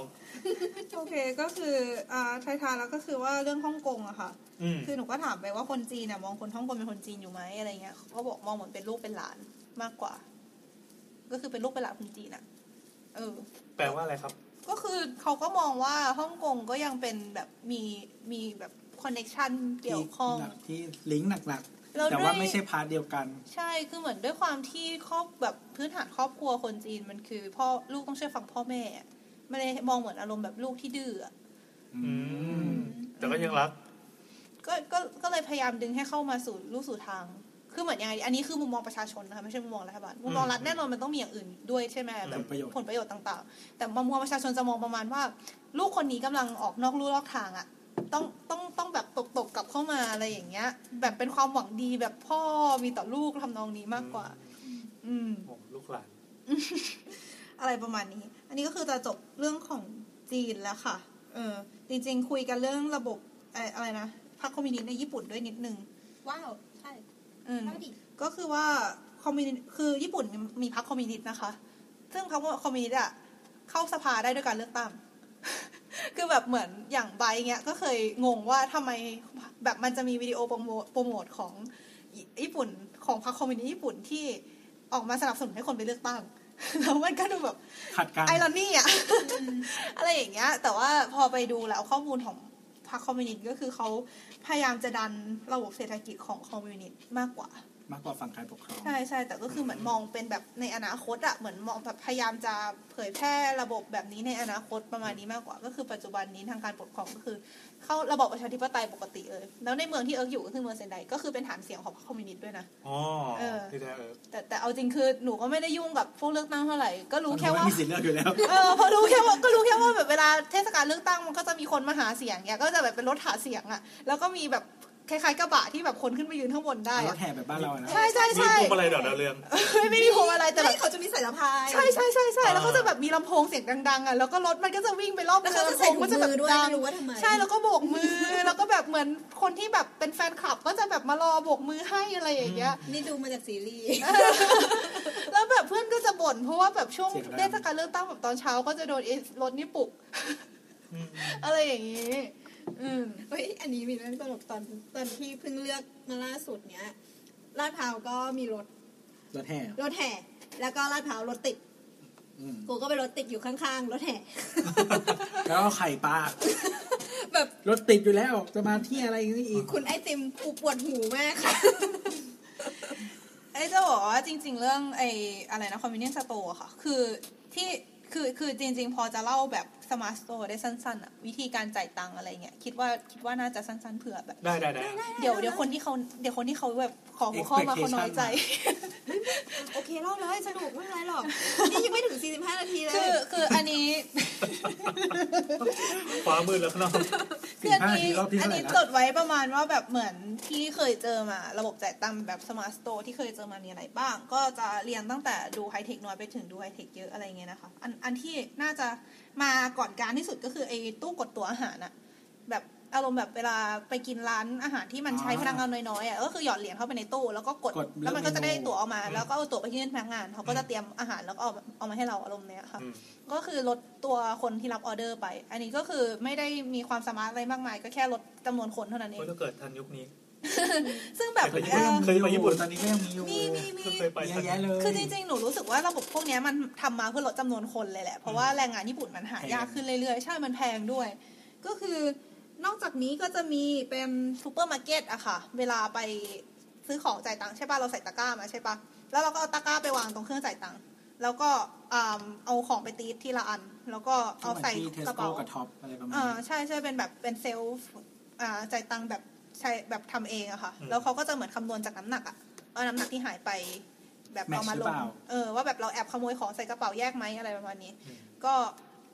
[SPEAKER 5] โอเค ก็คืออ่าทายทานแล้วก็คือว่าเรื่องฮ่องกงอะค่ะ
[SPEAKER 2] อืม
[SPEAKER 5] คือหนูก็ถามไปว่าคนจีนอะมองคนฮ่องกงเป็นคนจีนอยู่ไหมอะไรเงี้ยเขาก็บอกมองเหมือนเป็นลูกเป็นหลานมากกว่า ก็คือเป็นลูกเป็นหลานคนจีนอะเออ
[SPEAKER 2] แปลว่าอะไรครับ
[SPEAKER 5] ก็คือเขาก็มองว่าฮ่องกงก็ยังเป็นแบบมีมีแบบคอนเน็ชันเกี่ยวข้อง
[SPEAKER 4] ที่ที่ลิงก์หนัก
[SPEAKER 5] แล้ว
[SPEAKER 4] แต่
[SPEAKER 5] ด้ว
[SPEAKER 4] ว่าย ไม่ใช่พาร์ทเดียวกัน
[SPEAKER 5] ใช่คือเหมือนด้วยความที่ครอบแบบพื้นฐานครอบครัวคนจีนมันคือพ่อลูกต้องเชื่อฟังพ่อแม่อะมันเลยมองเหมือนอารมณ์แบบลูกที่ดื้ออะ
[SPEAKER 4] อืม
[SPEAKER 2] แต่ก็ยังรัก
[SPEAKER 5] ก็ก็ ก็เลยพยายามดึงให้เข้ามาสู่รูสู่ทาง คือเหมือนยังไง อันนี้คือมุมมองประชาชนนะคะไม่ใช่มุมมองรัฐบาล มุมมองรัฐ
[SPEAKER 2] อืม
[SPEAKER 5] แน่นอนมันต้องมีอย่างอื่นด้วยใช่ไหมแบบ
[SPEAKER 4] ผลประโยชน์
[SPEAKER 5] ผลประโยชน์ต่าง ๆ แต่มุมมองประชาชนจะมองประมาณว่า ลูกคนนี้กำลังออกนอกลู่นอกทางอะต้อง ต้อง ต้องแบบตกตกกลับเข้ามาอะไรอย่างเงี้ย แบบเป็นความหวังดีแบบพ่อมีต่อลูกทำนองนี้มากกว่า อืม
[SPEAKER 2] โอ้ลูกหลาน
[SPEAKER 3] อะไรประมาณนี้ อันนี้ก็คือจะจบเรื่องของจีนแล้วค่ะ เออ จริงๆ คุยกันเรื่องระบบเอ่ออะไรนะ พรรคคอมมิวนิสต์ในญี่ปุ่นด้วยนิดนึง
[SPEAKER 6] ว้าว ใช่
[SPEAKER 5] อืม
[SPEAKER 6] ว้าวดิ
[SPEAKER 3] ก็คือว่าคอมมิวนิสต์คือญี่ปุ่นมีพรรคคอมมิวนิสต์นะคะ
[SPEAKER 5] ซึ่งพรรคคอมมิวนิสต์อ่ะเข้าสภาได้ด้วยการเลือกตั้ง คือแบบเหมือนอย่างไบร์ทเงี้ยก็เคยงงว่าทำไมแบบมันจะมีวิดีโอโปรโมทโปรโมทของญี่ปุ่นของพรรคคอมมิวนิสต์ญี่ปุ่นที่ออกมาสนับสนุนให้คนไปเลือกตั้ง แล้วมันก็ดูแบบ
[SPEAKER 4] ขัดกัน
[SPEAKER 5] ไอรอ นี่อะอะไรอย่างเงี้ย แต่ว่าพอไปดูแล้วข้อมูลของพรรคคอมมิวนิสต์ก็คือเขาพยายามจะดันระบบเศรษฐกิจของคอมมิวนิสต์มากกว่า
[SPEAKER 4] มากกว่าฝั่งการปกครอง
[SPEAKER 5] ใช่ใช่แต่ก็คือเหมือนมองเป็นแบบในอนาคตอะเหมือนมองแบบพยายามจะเผยแพร่ระบบแบบนี้ในอนาคตประมาณนี้มากกว่า ก็คือปัจจุบันนี้ทางการปกครองก็คือ เข้าระบบประชาธิปไตยปกติเลยแล้วในเมืองที่เอิร์กอยู่ก็คือเมืองเซนไดก็คือเป็นฐานเสียงของพรรคคอมมิวนิสต์ด้วยนะ
[SPEAKER 2] อ๋อ
[SPEAKER 5] เออ
[SPEAKER 2] ที่แท้เออ
[SPEAKER 5] แต่แต่เอาจริงคือหนูก็ไม่ได้ยุ่งกับพวกเลือกตั้งเท่าไหร่ก็รู้แค่ว่า
[SPEAKER 4] ไม่มีสิทธิ์เลือกอยู่แล้ว
[SPEAKER 5] เออเพอรู้แค่ว่าก็รู้แค่ว่าแบบเวลาเทศกาลเลือกตั้งมันก็จะมีคนมาหาเสียงเนี่ยก็จะแบบเป็นรถหาเสียงอะแล้วก็มีแบบคล้ายๆกระบะที่แบบคนขึ้นไปยืนข้างบนได้
[SPEAKER 4] ร
[SPEAKER 5] อะ
[SPEAKER 4] ถแห่แบบบ้านเราอะนะ
[SPEAKER 5] ใช่ใช่
[SPEAKER 2] มี
[SPEAKER 5] ใช่
[SPEAKER 2] พวงมาลัยดอกดาวเรือง
[SPEAKER 5] ไม่ไม่มีพวงอะไรแต่
[SPEAKER 3] แต่
[SPEAKER 5] แบบ
[SPEAKER 3] เขาจะมีสายสะพาย
[SPEAKER 5] ใช่ใช่ใช่ใช่
[SPEAKER 2] อ่า
[SPEAKER 5] แล้วก็จะแบบมีลำโพงเสียงดังๆอ่ะแล้วก็รถมันก็จะวิ่งไปรอบ
[SPEAKER 6] แล้ว
[SPEAKER 5] เมื
[SPEAKER 6] เขาจะ
[SPEAKER 5] อง
[SPEAKER 6] ใส่ถุง
[SPEAKER 5] ก็จะ
[SPEAKER 6] มื
[SPEAKER 5] แบบ
[SPEAKER 6] อด้วย
[SPEAKER 5] ดัง
[SPEAKER 6] ไม่รู้ว่าทำไม
[SPEAKER 5] ใช่แล้วก็โบกมือ แล้วก็แบบเหมือนคนที่แบบเป็นแฟนคลับก็จะแบบมารอโบกมือให้อะไรอย่างเงี้ย
[SPEAKER 6] นี่ดูมาจากซีรีส์
[SPEAKER 5] แล้วแบบเพื่อนก็จะบ่นเพราะว่าแบบช่วง
[SPEAKER 4] เสียงดัง
[SPEAKER 5] เทศกาลเลือกตั้งแบบตอนเช้าก็จะโดนไอ้รถนี่ปลุก
[SPEAKER 2] อืม
[SPEAKER 5] อะไรอย่างงี้ อืม
[SPEAKER 6] เฮ้ย อันนี้มีเรื่องตลกตอนตอนที่เพิ่งเลือกมาล่าสุดเนี้ยลาดพร้าวก็มีรถ
[SPEAKER 4] รถแห่
[SPEAKER 6] รถแห่ แล้วก็ลาดพร้าวรถติด
[SPEAKER 4] อืม
[SPEAKER 6] กูก็ไปรถติดอยู่ข้างๆ รถแห่
[SPEAKER 4] แล้วก็ไข่ปลา
[SPEAKER 6] แบบ
[SPEAKER 4] รถติดอยู่แล้ว จะมาที่อะไรนี่อีก
[SPEAKER 6] คุณไอติมกูปวดหูมากค่ะ
[SPEAKER 5] ไอ้จะบอกว่าจริง ๆ เรื่องไอ้อะไรนะคอมมิวนิสต์สโตค่ะ คือที่คือคือจริง ๆ พอจะเล่าแบบสมาร์ทสโตได้สั้นๆอะวิธีการจ่ายตังค์อะไรเงี้ยคิดว่าคิดว่าน่าจะสั้น ๆ เผื่อแบบ
[SPEAKER 2] ได้ได้ได้
[SPEAKER 5] เดี๋ยวเดี๋ยวคนที่เขาเดี๋ยวคนที่เขาแบบขอหัวข้อมาเขาน้อยใจ
[SPEAKER 6] โอเคเล่าเลยสนุกไม่เป็นไรหรอก นี่ยังไม่ถึง 45 นาทีเล
[SPEAKER 5] คื
[SPEAKER 6] ย
[SPEAKER 5] อคืออันนี้
[SPEAKER 2] ฟ้ามืดแล้วข้างนอก
[SPEAKER 5] คืออันนี้
[SPEAKER 4] สี่ห้าทีรอบที่
[SPEAKER 5] อัน
[SPEAKER 4] เท่าไหร่
[SPEAKER 5] นี้
[SPEAKER 4] นะ
[SPEAKER 5] จดไว้ประมาณว่าแบบเหมือนที่เคยเจอมา ระบบจ่ายตังค์แบบสมาร์ทสโตร์ที่เคยเจอมามีอะไรบ้าง ก็จะเรียนตั้งแต่ดูไฮเทคน้อยไปถึงดูไฮเทคเยอะอะไรเงี้ยนะคะ อันอันที่น่าจะมาก่อนการที่สุดก็คือไอ้ตู้กดตั๋วอาหารอะแบบอารมณ์แบบเวลาไปกินร้านอาหารที่มันใช้
[SPEAKER 4] อ๋อ
[SPEAKER 5] พลังงานน้อยๆอ่ะก็คือหยอดเหรียญเข้าไปในตู้แล้วก็กด
[SPEAKER 4] กดเลือก
[SPEAKER 5] แล้วมันก็จะได้
[SPEAKER 4] เมนู
[SPEAKER 5] ตั๋วออกมา แล้วก็เอาตั๋วไปยื่นพนักงานเขาก็จะเตรียมอาหารแล้วก็เอาเอามาให้เราอารมณ์เนี้ยค่ะ
[SPEAKER 2] อืม
[SPEAKER 5] ก็คือลดตัวคนที่รับออเดอร์ไป อันนี้ก็คือไม่ได้มีความสามารถอะไรมากมาย ก็แค่ลดจำนวนคนเท่านั้นเอ
[SPEAKER 2] โอ้
[SPEAKER 5] ง
[SPEAKER 2] ยถ้าเกิดทันยุคนี้
[SPEAKER 5] ซึ่งแบบ
[SPEAKER 2] เคย
[SPEAKER 5] เอ่อ
[SPEAKER 2] เคยไปญี่ปุ่น
[SPEAKER 4] ตอนนี้ก็ยังมีอยู่
[SPEAKER 5] มีมีมี
[SPEAKER 2] เคยไป
[SPEAKER 4] เย
[SPEAKER 2] ทั
[SPEAKER 4] อะ
[SPEAKER 2] น
[SPEAKER 4] แยะเลย
[SPEAKER 5] คือจริงๆ หนูรู้สึกว่าระบบพวกเนี้ยมันทำมาเพื่อลดจำนวนคนเลยแหละ เพราะว่าแรงงานญี่ปุ่นมันหา
[SPEAKER 4] แพง
[SPEAKER 5] ยากขึ้นเรื่อยๆ ใช่มันแพงด้วย ก็คือนอกจากนี้ก็จะมีเป็นซูเปอร์มาร์เก็ตอะค่ะ เวลาไปซื้อของจ่ายตังค์ใช่ป่ะ เราใส่ตะกร้ามาใช่ป่ะ แล้วเราก็เอาตะกร้าไปวางตรงเครื่องจ่ายตังค์ แล้วก็อ่าเอาของไปตีดทีละอัน แล้วก็เอาใส่
[SPEAKER 4] ที่เทส
[SPEAKER 5] กระ
[SPEAKER 4] โก้
[SPEAKER 5] เป๋า
[SPEAKER 4] กับท็อปอะไรประมาณ
[SPEAKER 5] อ่า
[SPEAKER 4] นี้
[SPEAKER 5] ใช่ใช่เป็นแบบเป็นเซลฟ์อ่าจ่ายตังค์แบบใช้แบบทำเองอะค่ะ
[SPEAKER 2] อืม
[SPEAKER 5] แล้วเขาก็จะเหมือนคำนวณจากน้ำหนักอะว่าน้ำหนักที่หายไป แบบ
[SPEAKER 4] แมทช์
[SPEAKER 5] เอามาล
[SPEAKER 4] หรือเป
[SPEAKER 5] ง
[SPEAKER 4] ล่า
[SPEAKER 5] เออว่าแบบเราแอบขโมยของใส่กระเป๋าแยกไหมอะไรประมาณนี้ ก็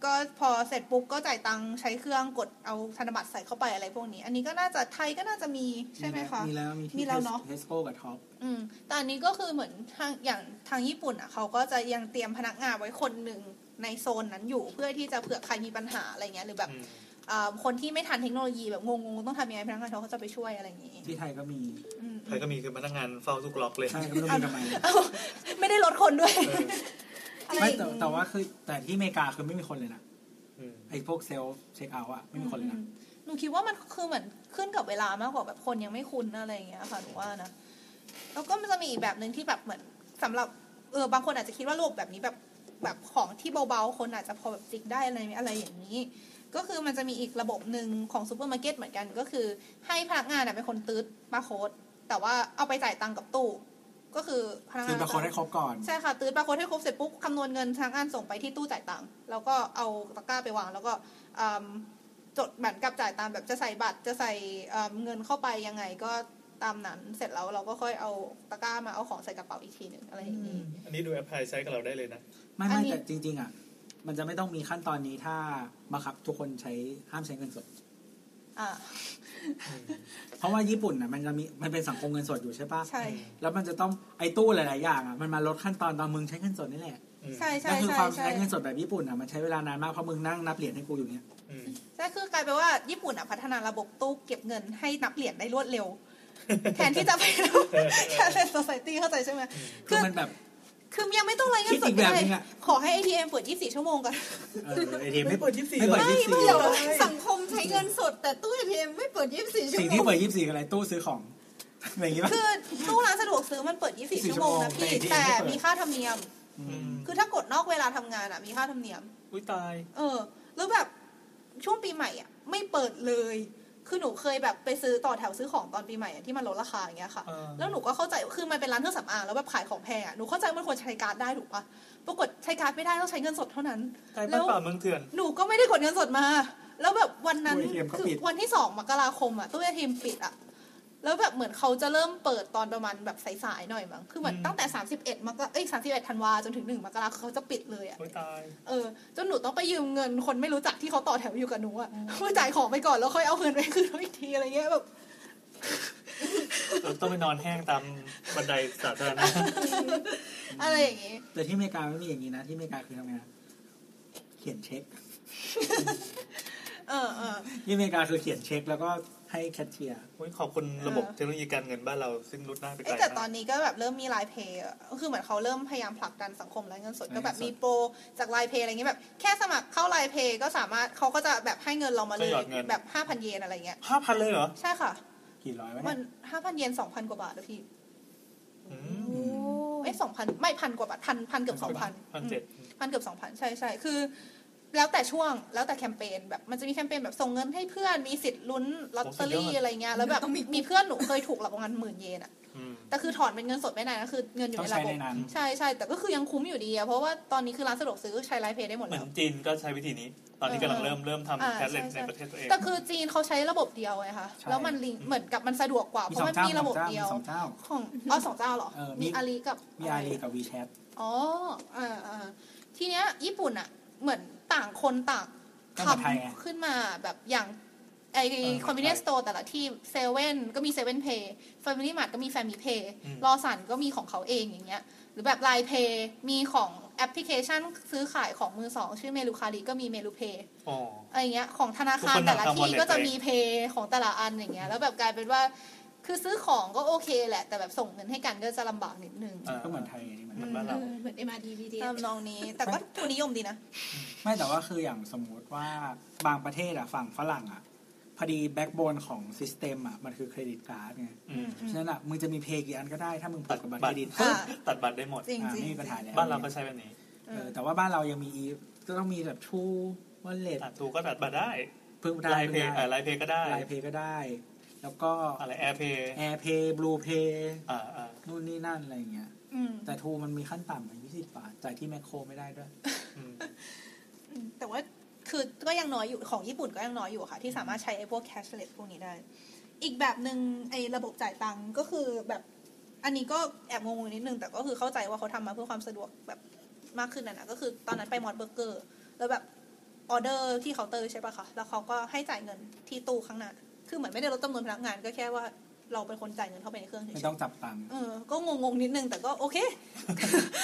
[SPEAKER 5] ก็พอเสร็จปุ๊บก็จ่ายตังค์ใช้เครื่องกดเอาธนบัตรใส่เข้าไปอะไรพวกนี้ อันนี้ก็น่าจะไทยก็น่าจะมีใช่ไหมคะ
[SPEAKER 4] มีแล้วมี
[SPEAKER 5] มี
[SPEAKER 4] ที่
[SPEAKER 5] แล้วเนอะ
[SPEAKER 4] เทสโก้กับท็อป
[SPEAKER 5] อืมแต่อันนี้ก็คือเหมือนทางอย่างทางญี่ปุ่นอ่ะเขาก็จะยังเตรียมพนักงานไว้คนหนึ่งในโซนนั้นอยู่ เพื่อที่จะเผื่อใครมีปัญหาอะไรเงี้ยหรือแบบ
[SPEAKER 2] อืม
[SPEAKER 5] เอ่อคนที่ไม่ทันเทคโนโลยีแบบงงๆ ต้องทำยังไงพนักงานเขาก็จะไปช่วยอะไรอย่างนี้
[SPEAKER 4] ที่ไทยก็มี
[SPEAKER 5] อืม
[SPEAKER 2] ใครก็มีคือพนักงานเฝ้าทุกล็อกเลย
[SPEAKER 4] ใช่ก็ไม่รู้มีทำไม
[SPEAKER 5] เอ้า ไม่ได้ลดคนด้วย
[SPEAKER 2] เออ
[SPEAKER 5] อะไร
[SPEAKER 4] ไม่
[SPEAKER 5] อย่าง
[SPEAKER 4] แต่
[SPEAKER 5] นี้
[SPEAKER 4] แต่ว่าคือแต่ที่อเมริกาคือไม่มีคนเลยนะ
[SPEAKER 2] อืม
[SPEAKER 4] ไอ้พวกเซลล์เช็คเอาท์อะไม่มีคนเลย
[SPEAKER 5] อื
[SPEAKER 4] นะ
[SPEAKER 5] มหนูคิดว่ามันคือเหมือนขึ้นกับเวลามากกว่าแบบคนยังไม่คุ้นอะไรอย่างเงี้ยค่ะหนูว่านะแล้วก็มันจะมีอีกแบบหนึ่งที่แบบเหมือนสำหรับเออบางคนอาจจะคิดว่าโลกแบบนี้แบบแบบของที่เบาๆคนอาจจะพอแบบจิกได้อะไรอะไรอย่างนี้ ก็คือมันจะมีอีกระบบหนึ่งของซูเปอร์มาร์เก็ตเหมือนกันก็คือให้พนักงานอะเป็นคนตืดบาร์โค้ด แต่ว่าเอาไปจ่ายตังค์กับตู้ ก็คือพนักงา
[SPEAKER 4] คือน เป็นคนให้ครบก่อน
[SPEAKER 5] ใช่ค่ะตื้นปรากฏให้ครบเสร็จปุ๊บคำนวณเงินพนักงานส่งไปที่ตู้จ่ายตังค์แล้วก็เอาตะกร้าไปวาง แล้วก็อืมจดเหมือนกับจ่ายตามแบบจะใส่บัตรจะใส่อืมเงินเข้าไปยังไงก็ตามนั้นเสร็จแล้วเราก็ค่อยเอาตะกร้ามาเอาของใส่กระเป๋าอีกทีหนึ่งอะไรอย่างนี้
[SPEAKER 2] อันนี้ดูแอปพลายใช้กับเราได้เลยนะ
[SPEAKER 4] ไม่
[SPEAKER 5] อั
[SPEAKER 4] ไม่
[SPEAKER 5] นนี้
[SPEAKER 4] แต่จริง ๆ อ่ะ มันจะไม่ต้องมีขั้นตอนนี้ถ้าบังคับทุกคนใช้ห้ามใช้เงินสด
[SPEAKER 5] อ่า
[SPEAKER 4] เพราะว่าญี่ปุ่นอ่ะมันจะมีมันเป็นสังคมเงินสดอยู่ใช่ปะ
[SPEAKER 5] ใช่
[SPEAKER 4] แล้วมันจะต้องไอ้ตู้หลาย ๆ อย่างอ่ะมันมาลดขั้นตอนตอนมึงใช้เงินสดนี่แหละ
[SPEAKER 2] อืม
[SPEAKER 5] ใช่ใช่
[SPEAKER 4] นั่นคือ
[SPEAKER 5] ใช่
[SPEAKER 4] ความ
[SPEAKER 5] ใช่
[SPEAKER 4] ใช้เงินสดแบบญี่ปุ่นอ่ะมันใช้เวลานานมากเพราะมึงนั่งนับเหรียญให้กูอยู่เนี่ย
[SPEAKER 2] อืม
[SPEAKER 5] ใช่คือกลายเป็นว่าญี่ปุ่นอ่ะพัฒนาระบบตู้เก็บเงินให้นับเหรียญได้รวด เร็ว แทนที่จะไป นับ cashless society เข้าใจใช่ไหม คื
[SPEAKER 4] คือ อมันแบบ
[SPEAKER 5] คือยังไม่ต้องรายงาน
[SPEAKER 4] คิด
[SPEAKER 5] ส
[SPEAKER 4] อี
[SPEAKER 5] ด
[SPEAKER 4] กแบบ
[SPEAKER 5] เล
[SPEAKER 4] นึ
[SPEAKER 5] ย
[SPEAKER 4] งอะ
[SPEAKER 5] ขอให้ ATM เปิด 24 ชั่วโมงก่อน
[SPEAKER 4] เออไอทีไม่
[SPEAKER 2] ไม่เปิด24
[SPEAKER 4] ไม่เปิดยี่สิบสี่
[SPEAKER 6] เดี๋ยวสังคมใช้เงินสด แต่ตู้เอทีเอ็มไม่เปิดยี่สิบสี่ชั่ว
[SPEAKER 4] สิ่ง
[SPEAKER 6] โม
[SPEAKER 4] ที่
[SPEAKER 6] ง
[SPEAKER 4] เปิดยี่สิบสี่อะไรตู้ซื้อของ อะไรอย่างงี้ปะ
[SPEAKER 5] คือตู้ร้านสะดวกซื้อมันเปิด 24 ชั่วโมงนะพี่
[SPEAKER 4] ชั่วโมงแต่ ATM
[SPEAKER 5] แต่
[SPEAKER 4] ไม่เปิด
[SPEAKER 5] มีค่าธรรมเนียม
[SPEAKER 4] อื
[SPEAKER 2] อื
[SPEAKER 4] ม
[SPEAKER 2] ม
[SPEAKER 5] คือถ้ากดนอกเวลาทำงานอ่ะ มีค่าธรรมเนียม
[SPEAKER 2] อุ้ยตาย
[SPEAKER 5] เออ แล้วแบบช่วงปีใหม่อ่ะ ไม่เปิดเลย คือหนูเคยแบบไปซื้อต่อแถวซื้อของตอนปีใหม่อะที่มันลดราคาอย่างเงี้ยค่ะ
[SPEAKER 2] เออ
[SPEAKER 5] แล้วหนูก็เข้าใจ คือมันเป็นร้านเครื่องสำอางแล้วแบบขายของแพงอ่ะ หนูเข้าใจว่ามันควรใช้การ์ดได้ถูกปะปรากฏใช้การ์ดไม่ได้ต้องใช้เงินสดเท่านั้น
[SPEAKER 2] กลาย
[SPEAKER 5] แล้
[SPEAKER 2] เป็น
[SPEAKER 5] ว
[SPEAKER 2] ป่าเมืองเถื่อน
[SPEAKER 5] หนูก็ไม่ได้กดเงินสดมา แล้วแบบวันนั้น
[SPEAKER 4] ตู้ ATM ก็
[SPEAKER 5] คื
[SPEAKER 4] ปิด
[SPEAKER 5] วันที่สองมกราคมอ่ะตู้ไอทีมปิดอ่ะ แล้วแบบเหมือนเขาจะเริ่มเปิดตอนประมาณแบบสายๆหน่อยมั้ง คือเหมือน
[SPEAKER 2] อืม
[SPEAKER 5] ตั้งแต่ 31มกราเอ้ย31ธันวาจนถึง 1 มกราคือเขาจะปิดเลยอ่ะ
[SPEAKER 2] อุ้ยตาย
[SPEAKER 5] เออ จนหนูต้องไปยืมเงินคนไม่รู้จักที่เขาต่อแถวอยู่กับหนูอ่ะเพื่อจ่ายของไปก่อนแล้วค่อยเอาเงินไปคืนเขาอีกทีอะไรเงี้ยแบบ
[SPEAKER 2] เราต้องไปนอนแห้งตามบันไดสาธารณะ
[SPEAKER 5] อะไรอย่างงี้
[SPEAKER 4] แต่ที่อเมริกาไม่มีอย่างนี้นะ ที่อเมริกาคือทำไงนะเขียนเช็ค
[SPEAKER 5] เออเออ
[SPEAKER 4] ที่อเมริกาคือเขียนเช็คแล้วก็ให้แคชเชียร์
[SPEAKER 2] อุ๊ยขอบคุณระบบ
[SPEAKER 5] เออ
[SPEAKER 2] เทคโนโลยีการเงินบ้านเราซึ่งรุดหน้าไปไก
[SPEAKER 5] เอ้
[SPEAKER 2] ล
[SPEAKER 5] ยแต่ตอ
[SPEAKER 2] มาน ก
[SPEAKER 5] นี้ก็แบบเริ่มมีไลน์เพย์คือเหมือนเขาเริ่มพยายามผลักดันสังคมไร้เงินสด ก็แบบ
[SPEAKER 4] ไร้เงินสด
[SPEAKER 5] มีโปรจากไลน์เพย์อะไรเงี้ยแบบแค่สมัครเข้าไลน์เพย์ก็สามารถเขาก็จะแบบให้เงินเรามาเลยแบบห้าพันเยนอะไรเงี้ย
[SPEAKER 2] ห้าพันเลยเหรอ
[SPEAKER 5] ใช่ค่ะ
[SPEAKER 4] กี่ร้อยวะ
[SPEAKER 5] มั
[SPEAKER 4] เนี่
[SPEAKER 5] น
[SPEAKER 4] ย
[SPEAKER 5] ห้าพันเยนสองพันกว่าบาทนะพี่
[SPEAKER 2] อืม
[SPEAKER 4] อืม
[SPEAKER 5] ไม่สองพันไม่พันกว่าบาทพันพันเกือบสองพัน
[SPEAKER 2] พันเจ็ด
[SPEAKER 5] พันเกือบสองพันใช่ใช่คือ แล้วแต่ช่วงแล้วแต่แคมเปญแบบมันจะมีแคมเปญแบบส่งเงินให้เพื่อนมีสิทธิ์ลุ้นลอตเตอรี่อะไรเงี้ยแล้วแบบมีเพื่อนหนูเคยถูกหลักประมาณหมื่นเยนอะ
[SPEAKER 2] อืม
[SPEAKER 5] แต่คือถอนเป็นเงินสดไม่ได้นะคือเงินอยู่ในระบบ
[SPEAKER 4] ต้องใช้ในนั้น
[SPEAKER 5] ใช่ใช่แต่ก็คือยังคุ้มอยู่ดีอะเพราะว่าตอนนี้คือร้านสะดวกซื้อใช้ไลน์เพย์ได้หมด
[SPEAKER 2] เหมื
[SPEAKER 5] แล้
[SPEAKER 2] อน
[SPEAKER 5] ว
[SPEAKER 2] จีนก็ใช้วิธีนี้ ตอนนี้กำลัง
[SPEAKER 5] เออ
[SPEAKER 2] เริ่มเริ่ม
[SPEAKER 5] อ่า
[SPEAKER 2] ทำแคสเลส
[SPEAKER 5] ใช่ใช่
[SPEAKER 2] ในประเทศตัวเอง
[SPEAKER 5] แต่คือจีนเขาใช้ระบบเดียวไงคะ
[SPEAKER 4] ใช่
[SPEAKER 5] แล้วมันลิงก์เหมือนกับมันสะดวกกว่าเพ
[SPEAKER 4] มี
[SPEAKER 5] ราะ
[SPEAKER 4] สอง
[SPEAKER 5] มัน
[SPEAKER 4] เจ้า
[SPEAKER 5] มี
[SPEAKER 4] ส
[SPEAKER 5] ระ
[SPEAKER 4] อง
[SPEAKER 5] บบ
[SPEAKER 4] เจ้ามี
[SPEAKER 5] เดียว
[SPEAKER 4] สองเจ้า
[SPEAKER 5] ของอ๋อสองเจ้าเหรอ
[SPEAKER 4] เออมี
[SPEAKER 5] มีอาลีกับ
[SPEAKER 4] มีอาลีกับวีแชท
[SPEAKER 5] อ๋อเออเออทีเนี้ยญี่ปุ่นอะเหมือนต่างคนต่าง
[SPEAKER 4] ก็เหมือนไทยไง
[SPEAKER 5] ทำขึ้นมาแบบอย่างไอ
[SPEAKER 2] เออ
[SPEAKER 5] คอมมิวนิสต์โตแต่ละที่เซเว่นก็มีเซเว่นเพย์แฟมิลี่มาร์ทก็มีแฟมิลี่เพย์
[SPEAKER 2] อืม
[SPEAKER 5] รอสันก็มีของเขาเองอย่างเงี้ย หรือแบบไลน์เพย์มีของแอปพลิเคชันซื้อขายของมือสองชื่อเมลูคารีก็มีเมลูเพย์
[SPEAKER 2] อ๋อ
[SPEAKER 5] อะไรเงี้ยของธนาคาร
[SPEAKER 2] ทุกคน
[SPEAKER 5] แต่ละ
[SPEAKER 2] ทำ
[SPEAKER 5] ที่
[SPEAKER 2] wallet
[SPEAKER 5] ก็จะ
[SPEAKER 2] ตัวเอง
[SPEAKER 5] มีเพย์ของแต่ละอันอย่างเงี้ยแล้วแบบกลายเป็นว่า คือซื้อของก็โอเคแหละ แต่แบบส่งเงินให้กันก็จะลำบากนิดนึง
[SPEAKER 4] ก็เหมือนไทยไงนี่เหมือน
[SPEAKER 2] เหมือน น
[SPEAKER 4] กั
[SPEAKER 2] บ้านเรา
[SPEAKER 6] เหมือนเอ็มอาร์ดีวีดี
[SPEAKER 5] ตามนองนี้ แต่ก็ทุนนิยมดีนะ
[SPEAKER 4] ไม่แต่ว่าคืออย่างสมมุติว่าบางประเทศอะฝั่งฝรั่งอะพอดีแบ็กโบนของซิสเต็มอะมันคือเครดิตการ์ดไง
[SPEAKER 2] อืม
[SPEAKER 4] ฉะนั้นอะมึงจะมีเพย์กี่อันก็ได้ ถ้ามึง
[SPEAKER 2] ตั
[SPEAKER 4] เปิ
[SPEAKER 2] ด
[SPEAKER 4] ดกับบัตร
[SPEAKER 2] บัต
[SPEAKER 4] เคร
[SPEAKER 2] ร
[SPEAKER 4] ดิต
[SPEAKER 5] อ่า
[SPEAKER 2] ตัดบัตรได้หมด
[SPEAKER 5] จริง
[SPEAKER 4] อ่า
[SPEAKER 5] จริง
[SPEAKER 4] ไม่มีปัญหาแล้ว
[SPEAKER 2] บ้านเราก็ใช้แบบนี้
[SPEAKER 5] เอ
[SPEAKER 4] เอ
[SPEAKER 5] อ
[SPEAKER 4] อแต่ว่าบ้านเรายังมีอีฟก็ต้องมีแบบชูวอลเล็ต
[SPEAKER 2] ตัดถูกก็ตัดบัตรได้
[SPEAKER 4] พึ่งได้
[SPEAKER 2] ไลน์เพย์
[SPEAKER 4] ได้
[SPEAKER 2] ไลน์เพย์ก็ได้
[SPEAKER 4] ไลน์เพย์ก็ได้ แล้วก็
[SPEAKER 2] อะไรแอร์เพย์
[SPEAKER 4] แอร์เพย์บลูเพย์
[SPEAKER 2] อ่าอ่า
[SPEAKER 4] นู่นนี่นั่นอะไรอย่างเงี้ย
[SPEAKER 5] อืม
[SPEAKER 4] แต่ทูมันมีขั้นต่ำถึงยี่สิบบาทจ่ายที่แมคโครไม่ได้ด้วย
[SPEAKER 2] อืม
[SPEAKER 5] อืมแต่ว่าคือก็ยังน้อยอยู่ของญี่ปุ่นก็ยังน้อยอยู่ค่ะ ที่สามารถใช้ไอ้พวกแคชเลสพวกนี้ได้ อีกแบบหนึ่งไอ้ระบบจ่ายตังค์ก็คือแบบอันนี้ก็แอบงงๆนิดนึง แต่ก็คือเข้าใจว่าเขาทำมาเพื่อความสะดวกแบบมากขึ้นนะนะก็คือตอนนั้นไปมอสเบอร์เกอร์ แล้วแบบออเดอร์ที่เคาน์เตอร์ใช่ปะคะแล้วเขาก็ให้จ่ายเงินที่ตู้ข้างหน้า คือเหมือนไม่ได้ลดจำนวนพนักงาน ก็แค่ว่าเราเป็นคนจ่ายเงินเข้าไปในเครื่องเฉ
[SPEAKER 4] ไม่
[SPEAKER 5] ย
[SPEAKER 4] ต้องจับตังค์
[SPEAKER 5] ๆเออก็งงๆนิดนึงแต่ก็โอเค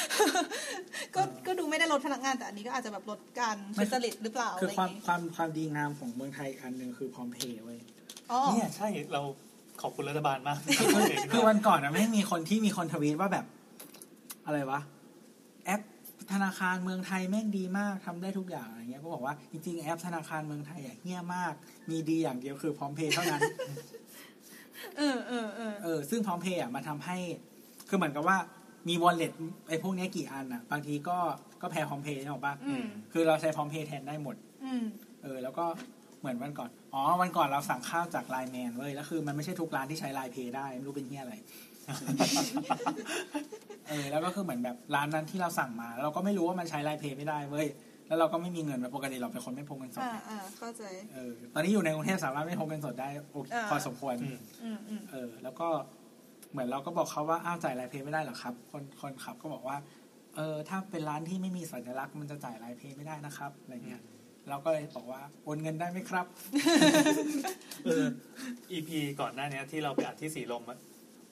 [SPEAKER 5] ก็ก็ดูไม่ได้ลดพนักงานแต่อันนี้ก็อาจจะแบบลดการทุจริตหรือเปล่า
[SPEAKER 4] คื
[SPEAKER 5] อะ
[SPEAKER 4] อ
[SPEAKER 5] ไรอ
[SPEAKER 4] ควา
[SPEAKER 5] ย่าม งงี้
[SPEAKER 4] ความความดีงามของเมืองไทยอีกอันหนึ่งคือพร้อมเพย์เว้ย
[SPEAKER 5] อ๋อ
[SPEAKER 2] เนี่ยใช่เราขอบคุณรัฐบาลมาก
[SPEAKER 4] คือวันก่อนนะไม่งมีคนที่มีคนทวีตว่าแบบ อะไรวะ แอปธนาคารเมืองไทยแม่งดีมากทำได้ทุกอย่างอะไรเงี้ยก็บอกว่าจริงๆแอปธนาคารเมืองไทยอ่ะเหี้ยมาก มีดีอย่างเดียวคือพร้อมเพย์เท่านั้น
[SPEAKER 5] เออเออเออ
[SPEAKER 4] เออซึ่งพร้อมเพย์อ่ะมันทำให้ คือเหมือนกับว่ามีวอลเล็ตไอ้พวกเนี้ยกี่อันอ่ะ บางทีก็ก็แพ้พร้อมเพย์ใช่หรอปะ
[SPEAKER 5] อืม
[SPEAKER 4] คือเราใช้พร้อมเพย์แทนได้หมด
[SPEAKER 5] อืม
[SPEAKER 4] เออแล้วก็ เหมือนวันก่อน อ๋อ วันก่อนเราสั่งข้าวจากไลน์แมนเว้ย แล้วคือมันไม่ใช่ทุกร้านที่ใช้ไลน์เพย์ได้ไม่รู้เป็นเฮียอะไร เออ แล้วก็คือเหมือนแบบร้านนั้นที่เราสั่งมาแล้วเราก็ไม่รู้ว่ามันใช้ไลน์เพย์ไม่ได้เว้ย แล้วเราก็ไม่มีเงินแบบปกติเราเป็นคนไม่พกเงินสด
[SPEAKER 5] อ่าอ่าเข้าใจ
[SPEAKER 4] เออ ตอนนี้อยู่ในกรุงเทพสามารถไม่พกเงินสดได้โอเค
[SPEAKER 5] อ่า
[SPEAKER 4] พอสมควร
[SPEAKER 2] อืม
[SPEAKER 5] อืมอืม
[SPEAKER 4] เออ แล้วก็เหมือนเราก็บอกเขาว่าอ้าวจ่ายลายเพย์ไม่ได้เหรอครับ คนคนขับก็บอกว่า เออ ถ้าเป็นร้านที่ไม่มีสัญลักษณ์มันจะจ่ายลายเพย์ไม่ได้นะครับอะไรเงี้ย เราก็เลยบอกว่าโอนเงินได้ไหมครับ
[SPEAKER 2] เออ EP ก่อนหน้าเนี้ยที่เราไปอัดที่สีลมอะ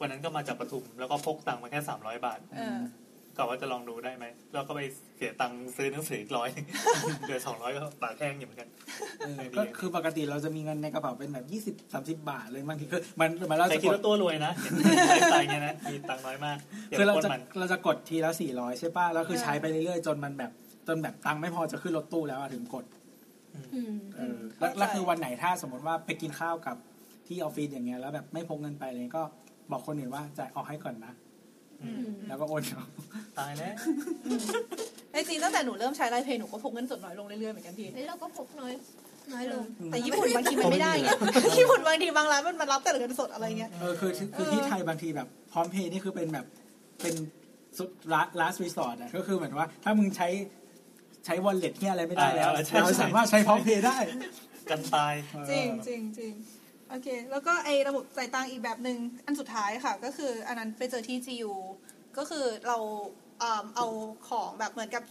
[SPEAKER 2] วันนั้นก็มาจากปทุม แล้วก็พกตังค์มาแค่สามร้อยบาท
[SPEAKER 5] เออ
[SPEAKER 2] กะว่าจะลองดูได้ไหมแล้วก็ไปเสียตังค์ซื้อหนังสืออีกร้อย เดือสองร้อยก็ปากแห้งอยู่เหมือนกัน
[SPEAKER 4] เอ อ ก็คือปกติเราจะมีเงินในกระเป๋าเป็นแบบยี่สิบสามสิบาทเลยบางทีคือ มันมันเรา
[SPEAKER 2] ใคร
[SPEAKER 4] จะ
[SPEAKER 2] คิด
[SPEAKER 4] กด
[SPEAKER 2] ว่าตัวรวยนะเห็นไลฟ์สไตล์เงี้ยนะมีตังค์น้อยมากอย่า
[SPEAKER 4] คือ
[SPEAKER 2] ไป
[SPEAKER 4] เรา
[SPEAKER 2] ปล้น
[SPEAKER 4] จะ
[SPEAKER 2] มัน
[SPEAKER 4] เราจะกดทีละสี่ร้อยใช่ป่ะแล้วคือ
[SPEAKER 5] เออ
[SPEAKER 4] ใช้ไปเรื่อยๆจนมันแบบจนแบบตังค์ไม่พอจะขึ้นรถตู้แล้วอะถึงกด
[SPEAKER 6] อืม
[SPEAKER 4] เออแล้วแล้วคือวันไหนถ้าสมมติว่าไปกินข้าวกับที่ออฟฟิศอย่างเงี้ยแล้วแบบไม่พกเงินไปเลยก็บอกคนอื่นว่าจ่ายออกให้ก่อนนะ
[SPEAKER 2] อืม
[SPEAKER 4] แล้วก็โอนเอา
[SPEAKER 2] ตายแล้ว
[SPEAKER 5] ไอ้จริงตั้งแต่หนูเริ่มใช้ไลน์เพย์หนูก็พกเงินสดน้อยลงเรื่อยๆเหมือนกันพี่
[SPEAKER 9] เฮ้ยเราก็พกน้อย
[SPEAKER 6] น้อยลง
[SPEAKER 5] แต่ญี่ปุ่นบางทีมันไม่ได้ไง ญี่ปุ่นบางทีบางร้านมันมันรับแต่เงินสดอะไรเงี้ย
[SPEAKER 4] เออคือคือคือที่ไทยบางทีแบบพร้อมเพย์นี่คือเป็นแบบเป็นสุดร้านร้านรีสอร์ทอ่ะก็คือเหมือนว่าถ้ามึงใช้ใช้วอลเล็ตเนี่ยอะไรไม่ได้แล้ว เราสามารถใช้พร้อมเพย์ได้
[SPEAKER 2] กันตาย
[SPEAKER 5] จริงจริงจริงโอเค แล้วก็ไอ้ระบบจ่ายตังค์อีกแบบหนึ่งอันสุดท้ายค่ะ ก็คืออันนั้นไปเจอที่ GU ก็คือเราเอิ่มเอาของแบบเหมือนกับ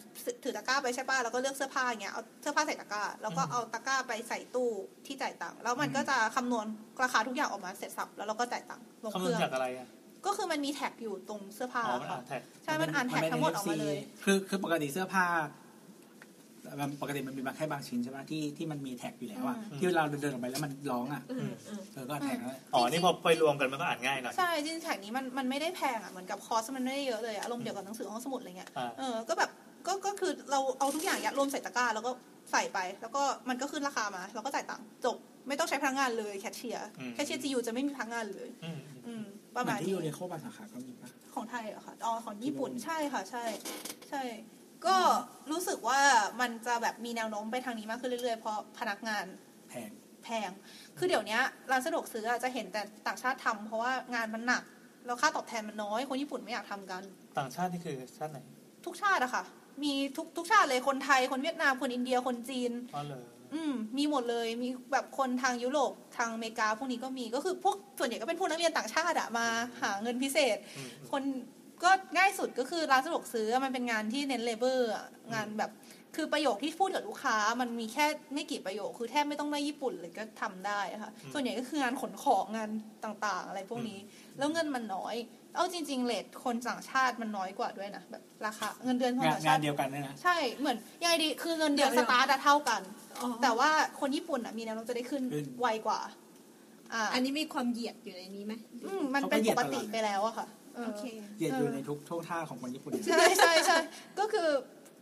[SPEAKER 5] ถือตะกร้าไปใช่ป่ะแล้วก็เลือกเสื้อผ้าอย่างเงี้ยเอาเสื้อผ้าใส่ตะกร้าแล้วก็
[SPEAKER 2] อืม
[SPEAKER 5] เอาตะกร้าไปใส่ตู้ที่จ่ายตังค์แล้วมันก็จะคำนวณราคาทุกอย่างออกมาเสร็จสับแล้วเราก็จ่ายตังค์ลง
[SPEAKER 2] คำว
[SPEAKER 5] เคนรื่
[SPEAKER 2] ณ
[SPEAKER 5] อง
[SPEAKER 2] จากอะไรอ่ะ
[SPEAKER 5] ก็คือมันมีแท็กอยู่ตรงเสื้อผ้า
[SPEAKER 2] อ๋อมันอ่าน
[SPEAKER 5] ค่ะ
[SPEAKER 2] แท็ก
[SPEAKER 5] ใช่มันอ่านแท็กทั้งหมดออกมาเลย
[SPEAKER 4] คือคือปกติเสื้อผ้ามันปกติมันมีบางแค่บางชิ้นใช่ไหมที่ที่มันมีแท็กอยู่แล้วอ่ะ
[SPEAKER 2] อืม
[SPEAKER 4] ที่เราเดินออกไปแล้วมันร้องอ่ะ
[SPEAKER 2] อืม
[SPEAKER 4] เออก็เอาแท็กนั่นแหละ
[SPEAKER 2] อ๋อนี่พอไปรวมกันมันก็อ่านง่ายหน่อย
[SPEAKER 5] ใช่จริงๆแท็กนี้มันมันไม่ได้แพงอ่ะเหมือนกับคอสมันไม่ได้เยอะเลยอะอารมณ์เดียวกับหนังสือห้องสมุดอะไรเงี้ย
[SPEAKER 2] อ่า
[SPEAKER 5] เออก็แบบก็ก็คือเราเอาทุกอย่างยัดรวมใส่ตะกร้า แล้วก็ใส่ไป แล้วก็มันก็ขึ้นราคามาเราก็จ่ายตังค์จบไม่ต้องใช้พนักงานเลยแคชเชียร์แคชเชียร์จียูจะไม่มีพนักงานเลย
[SPEAKER 2] อืม
[SPEAKER 5] อืมประมาณ
[SPEAKER 4] เหอนที่
[SPEAKER 5] นี้
[SPEAKER 4] ยูนิโคบางสาขาก็มีปะ
[SPEAKER 5] ของไทยเหรอคะอ๋อของญี่ปุ่นใช่ค่ะ ใช่ ใช่ ก็รู้สึกว่ามันจะแบบมีแนวโน้มไปทางนี้มากขึ้นเรื่อยๆเพราะพนักงาน
[SPEAKER 4] แพง
[SPEAKER 5] แพง คือเดี๋ยวเนี้ยร้านสะดวกซื้ออะจะเห็นแต่ต่างชาติทำเพราะว่างานมันหนัก แล้วค่าตอบแทนมันน้อย คนญี่ปุ่นไม่อยากทำกัน
[SPEAKER 2] ต่างชาตินี่คือชาติไหน
[SPEAKER 5] ทุกชาติอะค่ะ มีทุกทุกชาติเลย คนไทย คนเวียดนาม คนอินเดีย คนจีน
[SPEAKER 2] อ๋อเลย
[SPEAKER 5] อืมมีหมดเลย มีแบบคนทางยุโรป ทางอเมริกา พวกนี้ก็มี ก็คือพวกส่วนใหญ่ก็เป็นพวกนักเรียนต่างชาติอะมาหาเงินพิเศษ
[SPEAKER 2] อืม
[SPEAKER 5] คนก็ง่ายสุดก็คือร้านสะดวกซื้อมันเป็นงานที่เน้นเลเบอร์งานแบบ คือประโยคที่พูดกับลูกค้ามันมีแค่ไม่กี่ประโยค คือแทบไม่ต้องได้ญี่ปุ่นเลยก็ทำได้อะค่ะ
[SPEAKER 2] อืม
[SPEAKER 5] ส่วนใหญ่ก็คืองานขนของงานต่างๆ อะไรพวกนี้ แล้วเงินมันน้อย เอาจริง ๆเลทคนต่างชาติมันน้อยกว่าด้วยนะแบบราคาเงินเดือนคน
[SPEAKER 4] งาน
[SPEAKER 5] ต่าง
[SPEAKER 4] งา
[SPEAKER 5] ชาน ติ
[SPEAKER 4] เดียวกันเนี่ยนะ
[SPEAKER 5] ใช่เหมือนยังไงดีคือเงินเดือน
[SPEAKER 6] เดี๋
[SPEAKER 5] ส
[SPEAKER 6] ยว
[SPEAKER 5] ตาร์ทอะเท่ากัน
[SPEAKER 6] อ๋อ
[SPEAKER 5] แต่ว่าคนญี่ปุ่นอะมีแนวโน้มจะได้ขึ้น
[SPEAKER 4] ขึ้น
[SPEAKER 5] ไวกว่าอ่า
[SPEAKER 6] อันนี้มีความเหยียดอยู่ในนี้ไหม
[SPEAKER 5] อืมมันเป็นปกติไปแล้วอะค่ะ
[SPEAKER 6] โอเค
[SPEAKER 4] เหยียดอยู่ในทุกท่วงท่าของคนญี่ปุ่นเนี่ย
[SPEAKER 5] ใช่ใช่ใช่ก็คือ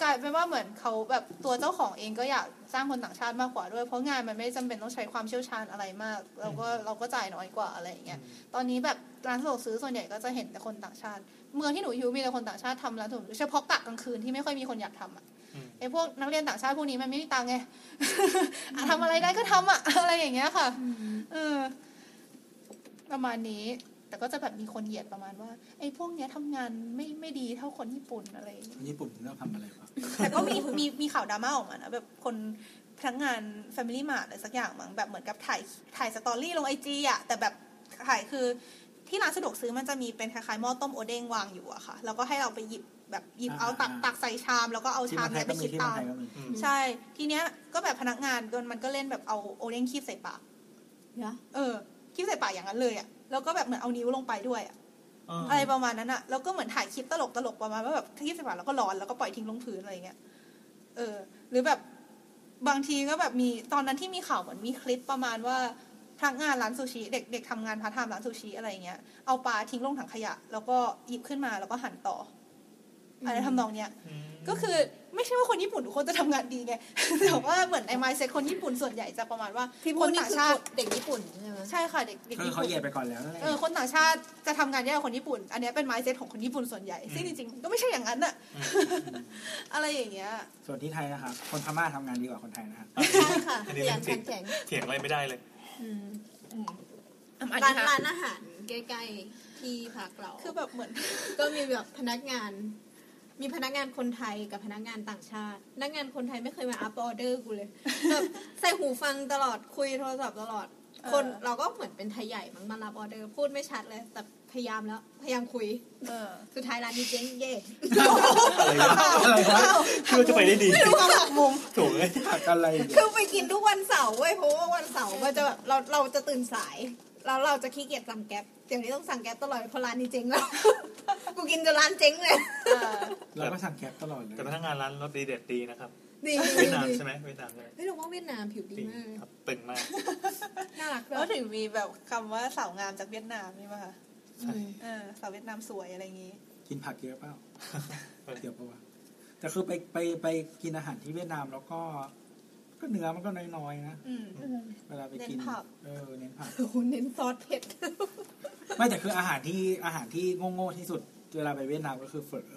[SPEAKER 5] กลายเป็นว่าเหมือนเขาแบบตัวเจ้าของเองก็อยากสร้างคนต่างชาติมากกว่าด้วย เพราะงานมันไม่จำเป็นต้องใช้ความเชี่ยวชาญอะไรมากเราก็เราก็จ่ายน้อยกว่าอะไรอย่างเงี้ยตอนนี้แบบร้านสะดวกซื้อส่วนใหญ่ก็จะเห็นแต่คนต่างชาติ เมืองที่หนูอยู่มีแต่คนต่างชาติทำร้านสะดวกซื้อเฉพาะกะกลางคืนที่ไม่ค่อยมีคนอยากทำอ่ะ
[SPEAKER 2] อืม
[SPEAKER 5] ไอ้พวกนักเรียนต่างชาติพวกนี้มันไม่มีตังค์ไง อ่ะทำอะไรได้ก็ทำอ่ะ อะไรอย่างเงี้ยค่ะ เออประมาณนี้ แต่ก็จะแบบมีคนเหยียดประมาณว่า ไอ้พวกเนี้ยทำงานไม่ไม่ดีเท่าคนญี่ปุ่นอะไรอย่างเงี้ย
[SPEAKER 4] คนญี่ปุ่นเลือกทำอะไรวะ
[SPEAKER 5] แต่ก็มีมีมีข่าวดราม่าออกมานะแบบคนพนักงาน Family Mart อะไรสักอย่างมั้งแบบเหมือนกับถ่ายถ่ายสตอรี่ลงไอจีอะแต่แบบถ่ายคือที่ร้านสะดวกซื้อมันจะมีเป็นคล้ายๆหม้อต้มโอเด้งวางอยู่อะค่ะ แล้วก็ให้เราไปหยิบแบบหยิบเอาตักตักใส่ชาม แล้วก็เอา
[SPEAKER 4] ที่
[SPEAKER 5] ชา
[SPEAKER 4] เมื
[SPEAKER 5] ม
[SPEAKER 4] องไท
[SPEAKER 5] เนี้
[SPEAKER 4] ย
[SPEAKER 5] ย
[SPEAKER 4] ก็มี
[SPEAKER 5] ไปคิด
[SPEAKER 4] ที่เมือง
[SPEAKER 5] ตัง
[SPEAKER 4] ไทย
[SPEAKER 5] ค์
[SPEAKER 4] ก็มี
[SPEAKER 2] อืม
[SPEAKER 5] ใช่ ทีเนี้ยก็แบบพนักงานมันก็เล่นแบบเอาโอเด้งคีบใส่ปาก
[SPEAKER 6] เหรอ
[SPEAKER 5] เออคลิปใส่ปากอย่างนั้นเลยอะ่ะ แล้วก็แบบเหมือนเอานิ้วลงไปด้วยอะ
[SPEAKER 2] อ๋ออ
[SPEAKER 5] อะไรประมาณนั้นอะ่ะ แล้วก็เหมือนถ่ายคลิปตลกตลกๆประมาณว่าแบบคลิปใส่ปากแล้วก็ร้อนแล้วก็ปล่อยทิ้งลงพื้นอะไรอย่างเงี้ย เออ หรือแบบบางทีก็แบบมีตอนนั้นที่มีข่าวเหมือนมีคลิปประมาณว่าพนักงานร้านซูชิเด็กเด็กทำงานพาร์ทไทม์ร้านซูชิอะไรอย่างเงี้ย เอาปลาทิ้งลงถังขยะ แล้วก็หยิบขึ้นมาแล้วก็หั่นต่อ อะไรทำนองเนี้ย
[SPEAKER 2] อืม
[SPEAKER 5] ก็คือ ไม่ใช่ว่าคนญี่ปุ่นทุกคนจะทำงานดีไง แต่ว่าเหมือนไอ้ไมเซ็ตคนญี่ปุ่นส่วนใหญ่จะประมาณว่า
[SPEAKER 6] พี่
[SPEAKER 5] ค
[SPEAKER 6] พูด
[SPEAKER 5] น
[SPEAKER 6] นี่
[SPEAKER 5] ต่าง
[SPEAKER 6] คือ
[SPEAKER 5] ชาติ
[SPEAKER 6] เด็กญี่ปุ่นใช่ไหม
[SPEAKER 5] ใช่ค่ะเด็กเด็ก
[SPEAKER 4] ก็คือ
[SPEAKER 5] ญี่
[SPEAKER 4] เขา
[SPEAKER 5] ปุ่น
[SPEAKER 4] เหยียดไปก่อนแล้วนั่นแหละ
[SPEAKER 5] เออคนต่างชาติจะทำงานแย่กว่าคนญี่ปุ่น อันเนี้ยเป็นไมซ์เซ็ตของคนญี่ปุ่นส่วนใหญ่ ซึ่งจริงๆมันก็ไม่ใช่อย่างนั้นอะ อะไรอย่างเงี้ย
[SPEAKER 4] ส่วนที่ไทยนะครับคนพม่าทำงานดีกว่าคนไทยนะครับ
[SPEAKER 6] ใช่ค่ะ
[SPEAKER 2] อันนี้
[SPEAKER 6] เสียง
[SPEAKER 2] จริง
[SPEAKER 6] แข็ง
[SPEAKER 2] เถียงอะไรไม่ได้เลย
[SPEAKER 6] ๆอืมร้านร้านอาหารใกล้ๆที่พักเรา
[SPEAKER 5] คือแบบเหมือน
[SPEAKER 6] ก็มีแบบพนักงาน มีพนักงานคนไทยกับพนักงานต่างชาติ พนักงานคนไทยไม่เคยมาอัพออเดอร์กูเลยแบบใส่หูฟังตลอดคุยโทรศัพท์ตลอด
[SPEAKER 5] เออ
[SPEAKER 6] คนเราก็เหมือนเป็นไทยใหญ่มั้งมารับออเดอร์พูดไม่ชัดเลย แต่พยายามแล้วพยายามคุย
[SPEAKER 5] เออ
[SPEAKER 6] สุดท้ายร้านนี้เจ๊งเย่
[SPEAKER 2] อะไรวะอะไรวะเพื่อจะไปได้ดี
[SPEAKER 5] ความหักมุม
[SPEAKER 2] ถูกเลย
[SPEAKER 4] ผักอะไร
[SPEAKER 6] คือไปกินทุกวันเสาร์เว้ยเพราะว่าวันเสาร์ มันจะแบบเราเราจะตื่นสายแล้วเราจะขี้เกียจสั่งแก๊ปเดี๋ยวนี้ต้องสั่งแก๊ปตลอดเพราะร้านนี้เจ๊งแล้ว กูกินจนร้านเจ๊งเลย
[SPEAKER 4] เราก็สั่งแคปตลอดเลย
[SPEAKER 2] แต่พนักงานร้านรสดีเด็ดดีนะครับ
[SPEAKER 6] ดี
[SPEAKER 2] เวียดนามใช่ไหมเวียดนามใช่ไหม
[SPEAKER 6] เฮ้ยเราว่าเวียดนามผิวดี
[SPEAKER 2] จริง
[SPEAKER 6] มาก
[SPEAKER 2] ครับตึงมาก
[SPEAKER 6] น่ารักด้
[SPEAKER 5] แล้ว วย ถึงมีแบบคำว่าสาวงามจากเวียดนามนี่ป่ะคะ
[SPEAKER 2] ใช่
[SPEAKER 5] เออสาวเวียดนามสวยอะไรอย่างงี้
[SPEAKER 4] กินผักเยอะเปล่าเดี๋ยวปะวะแต่คือไปไปไปกินอาหารที่เวียดนามแล้วก็ ก็เนื้อมันก็น้อยๆนะ
[SPEAKER 5] อืม
[SPEAKER 4] เวลาไปกิน
[SPEAKER 5] เน้นผัก
[SPEAKER 4] เออเน้นผัก
[SPEAKER 6] โอ้โหเน้นซอสเผ็ด
[SPEAKER 4] ไม่แต่คืออาหารที่อาหารที่โง่ๆที่สุดเวลาไปเวียดนามก็คือเฝอ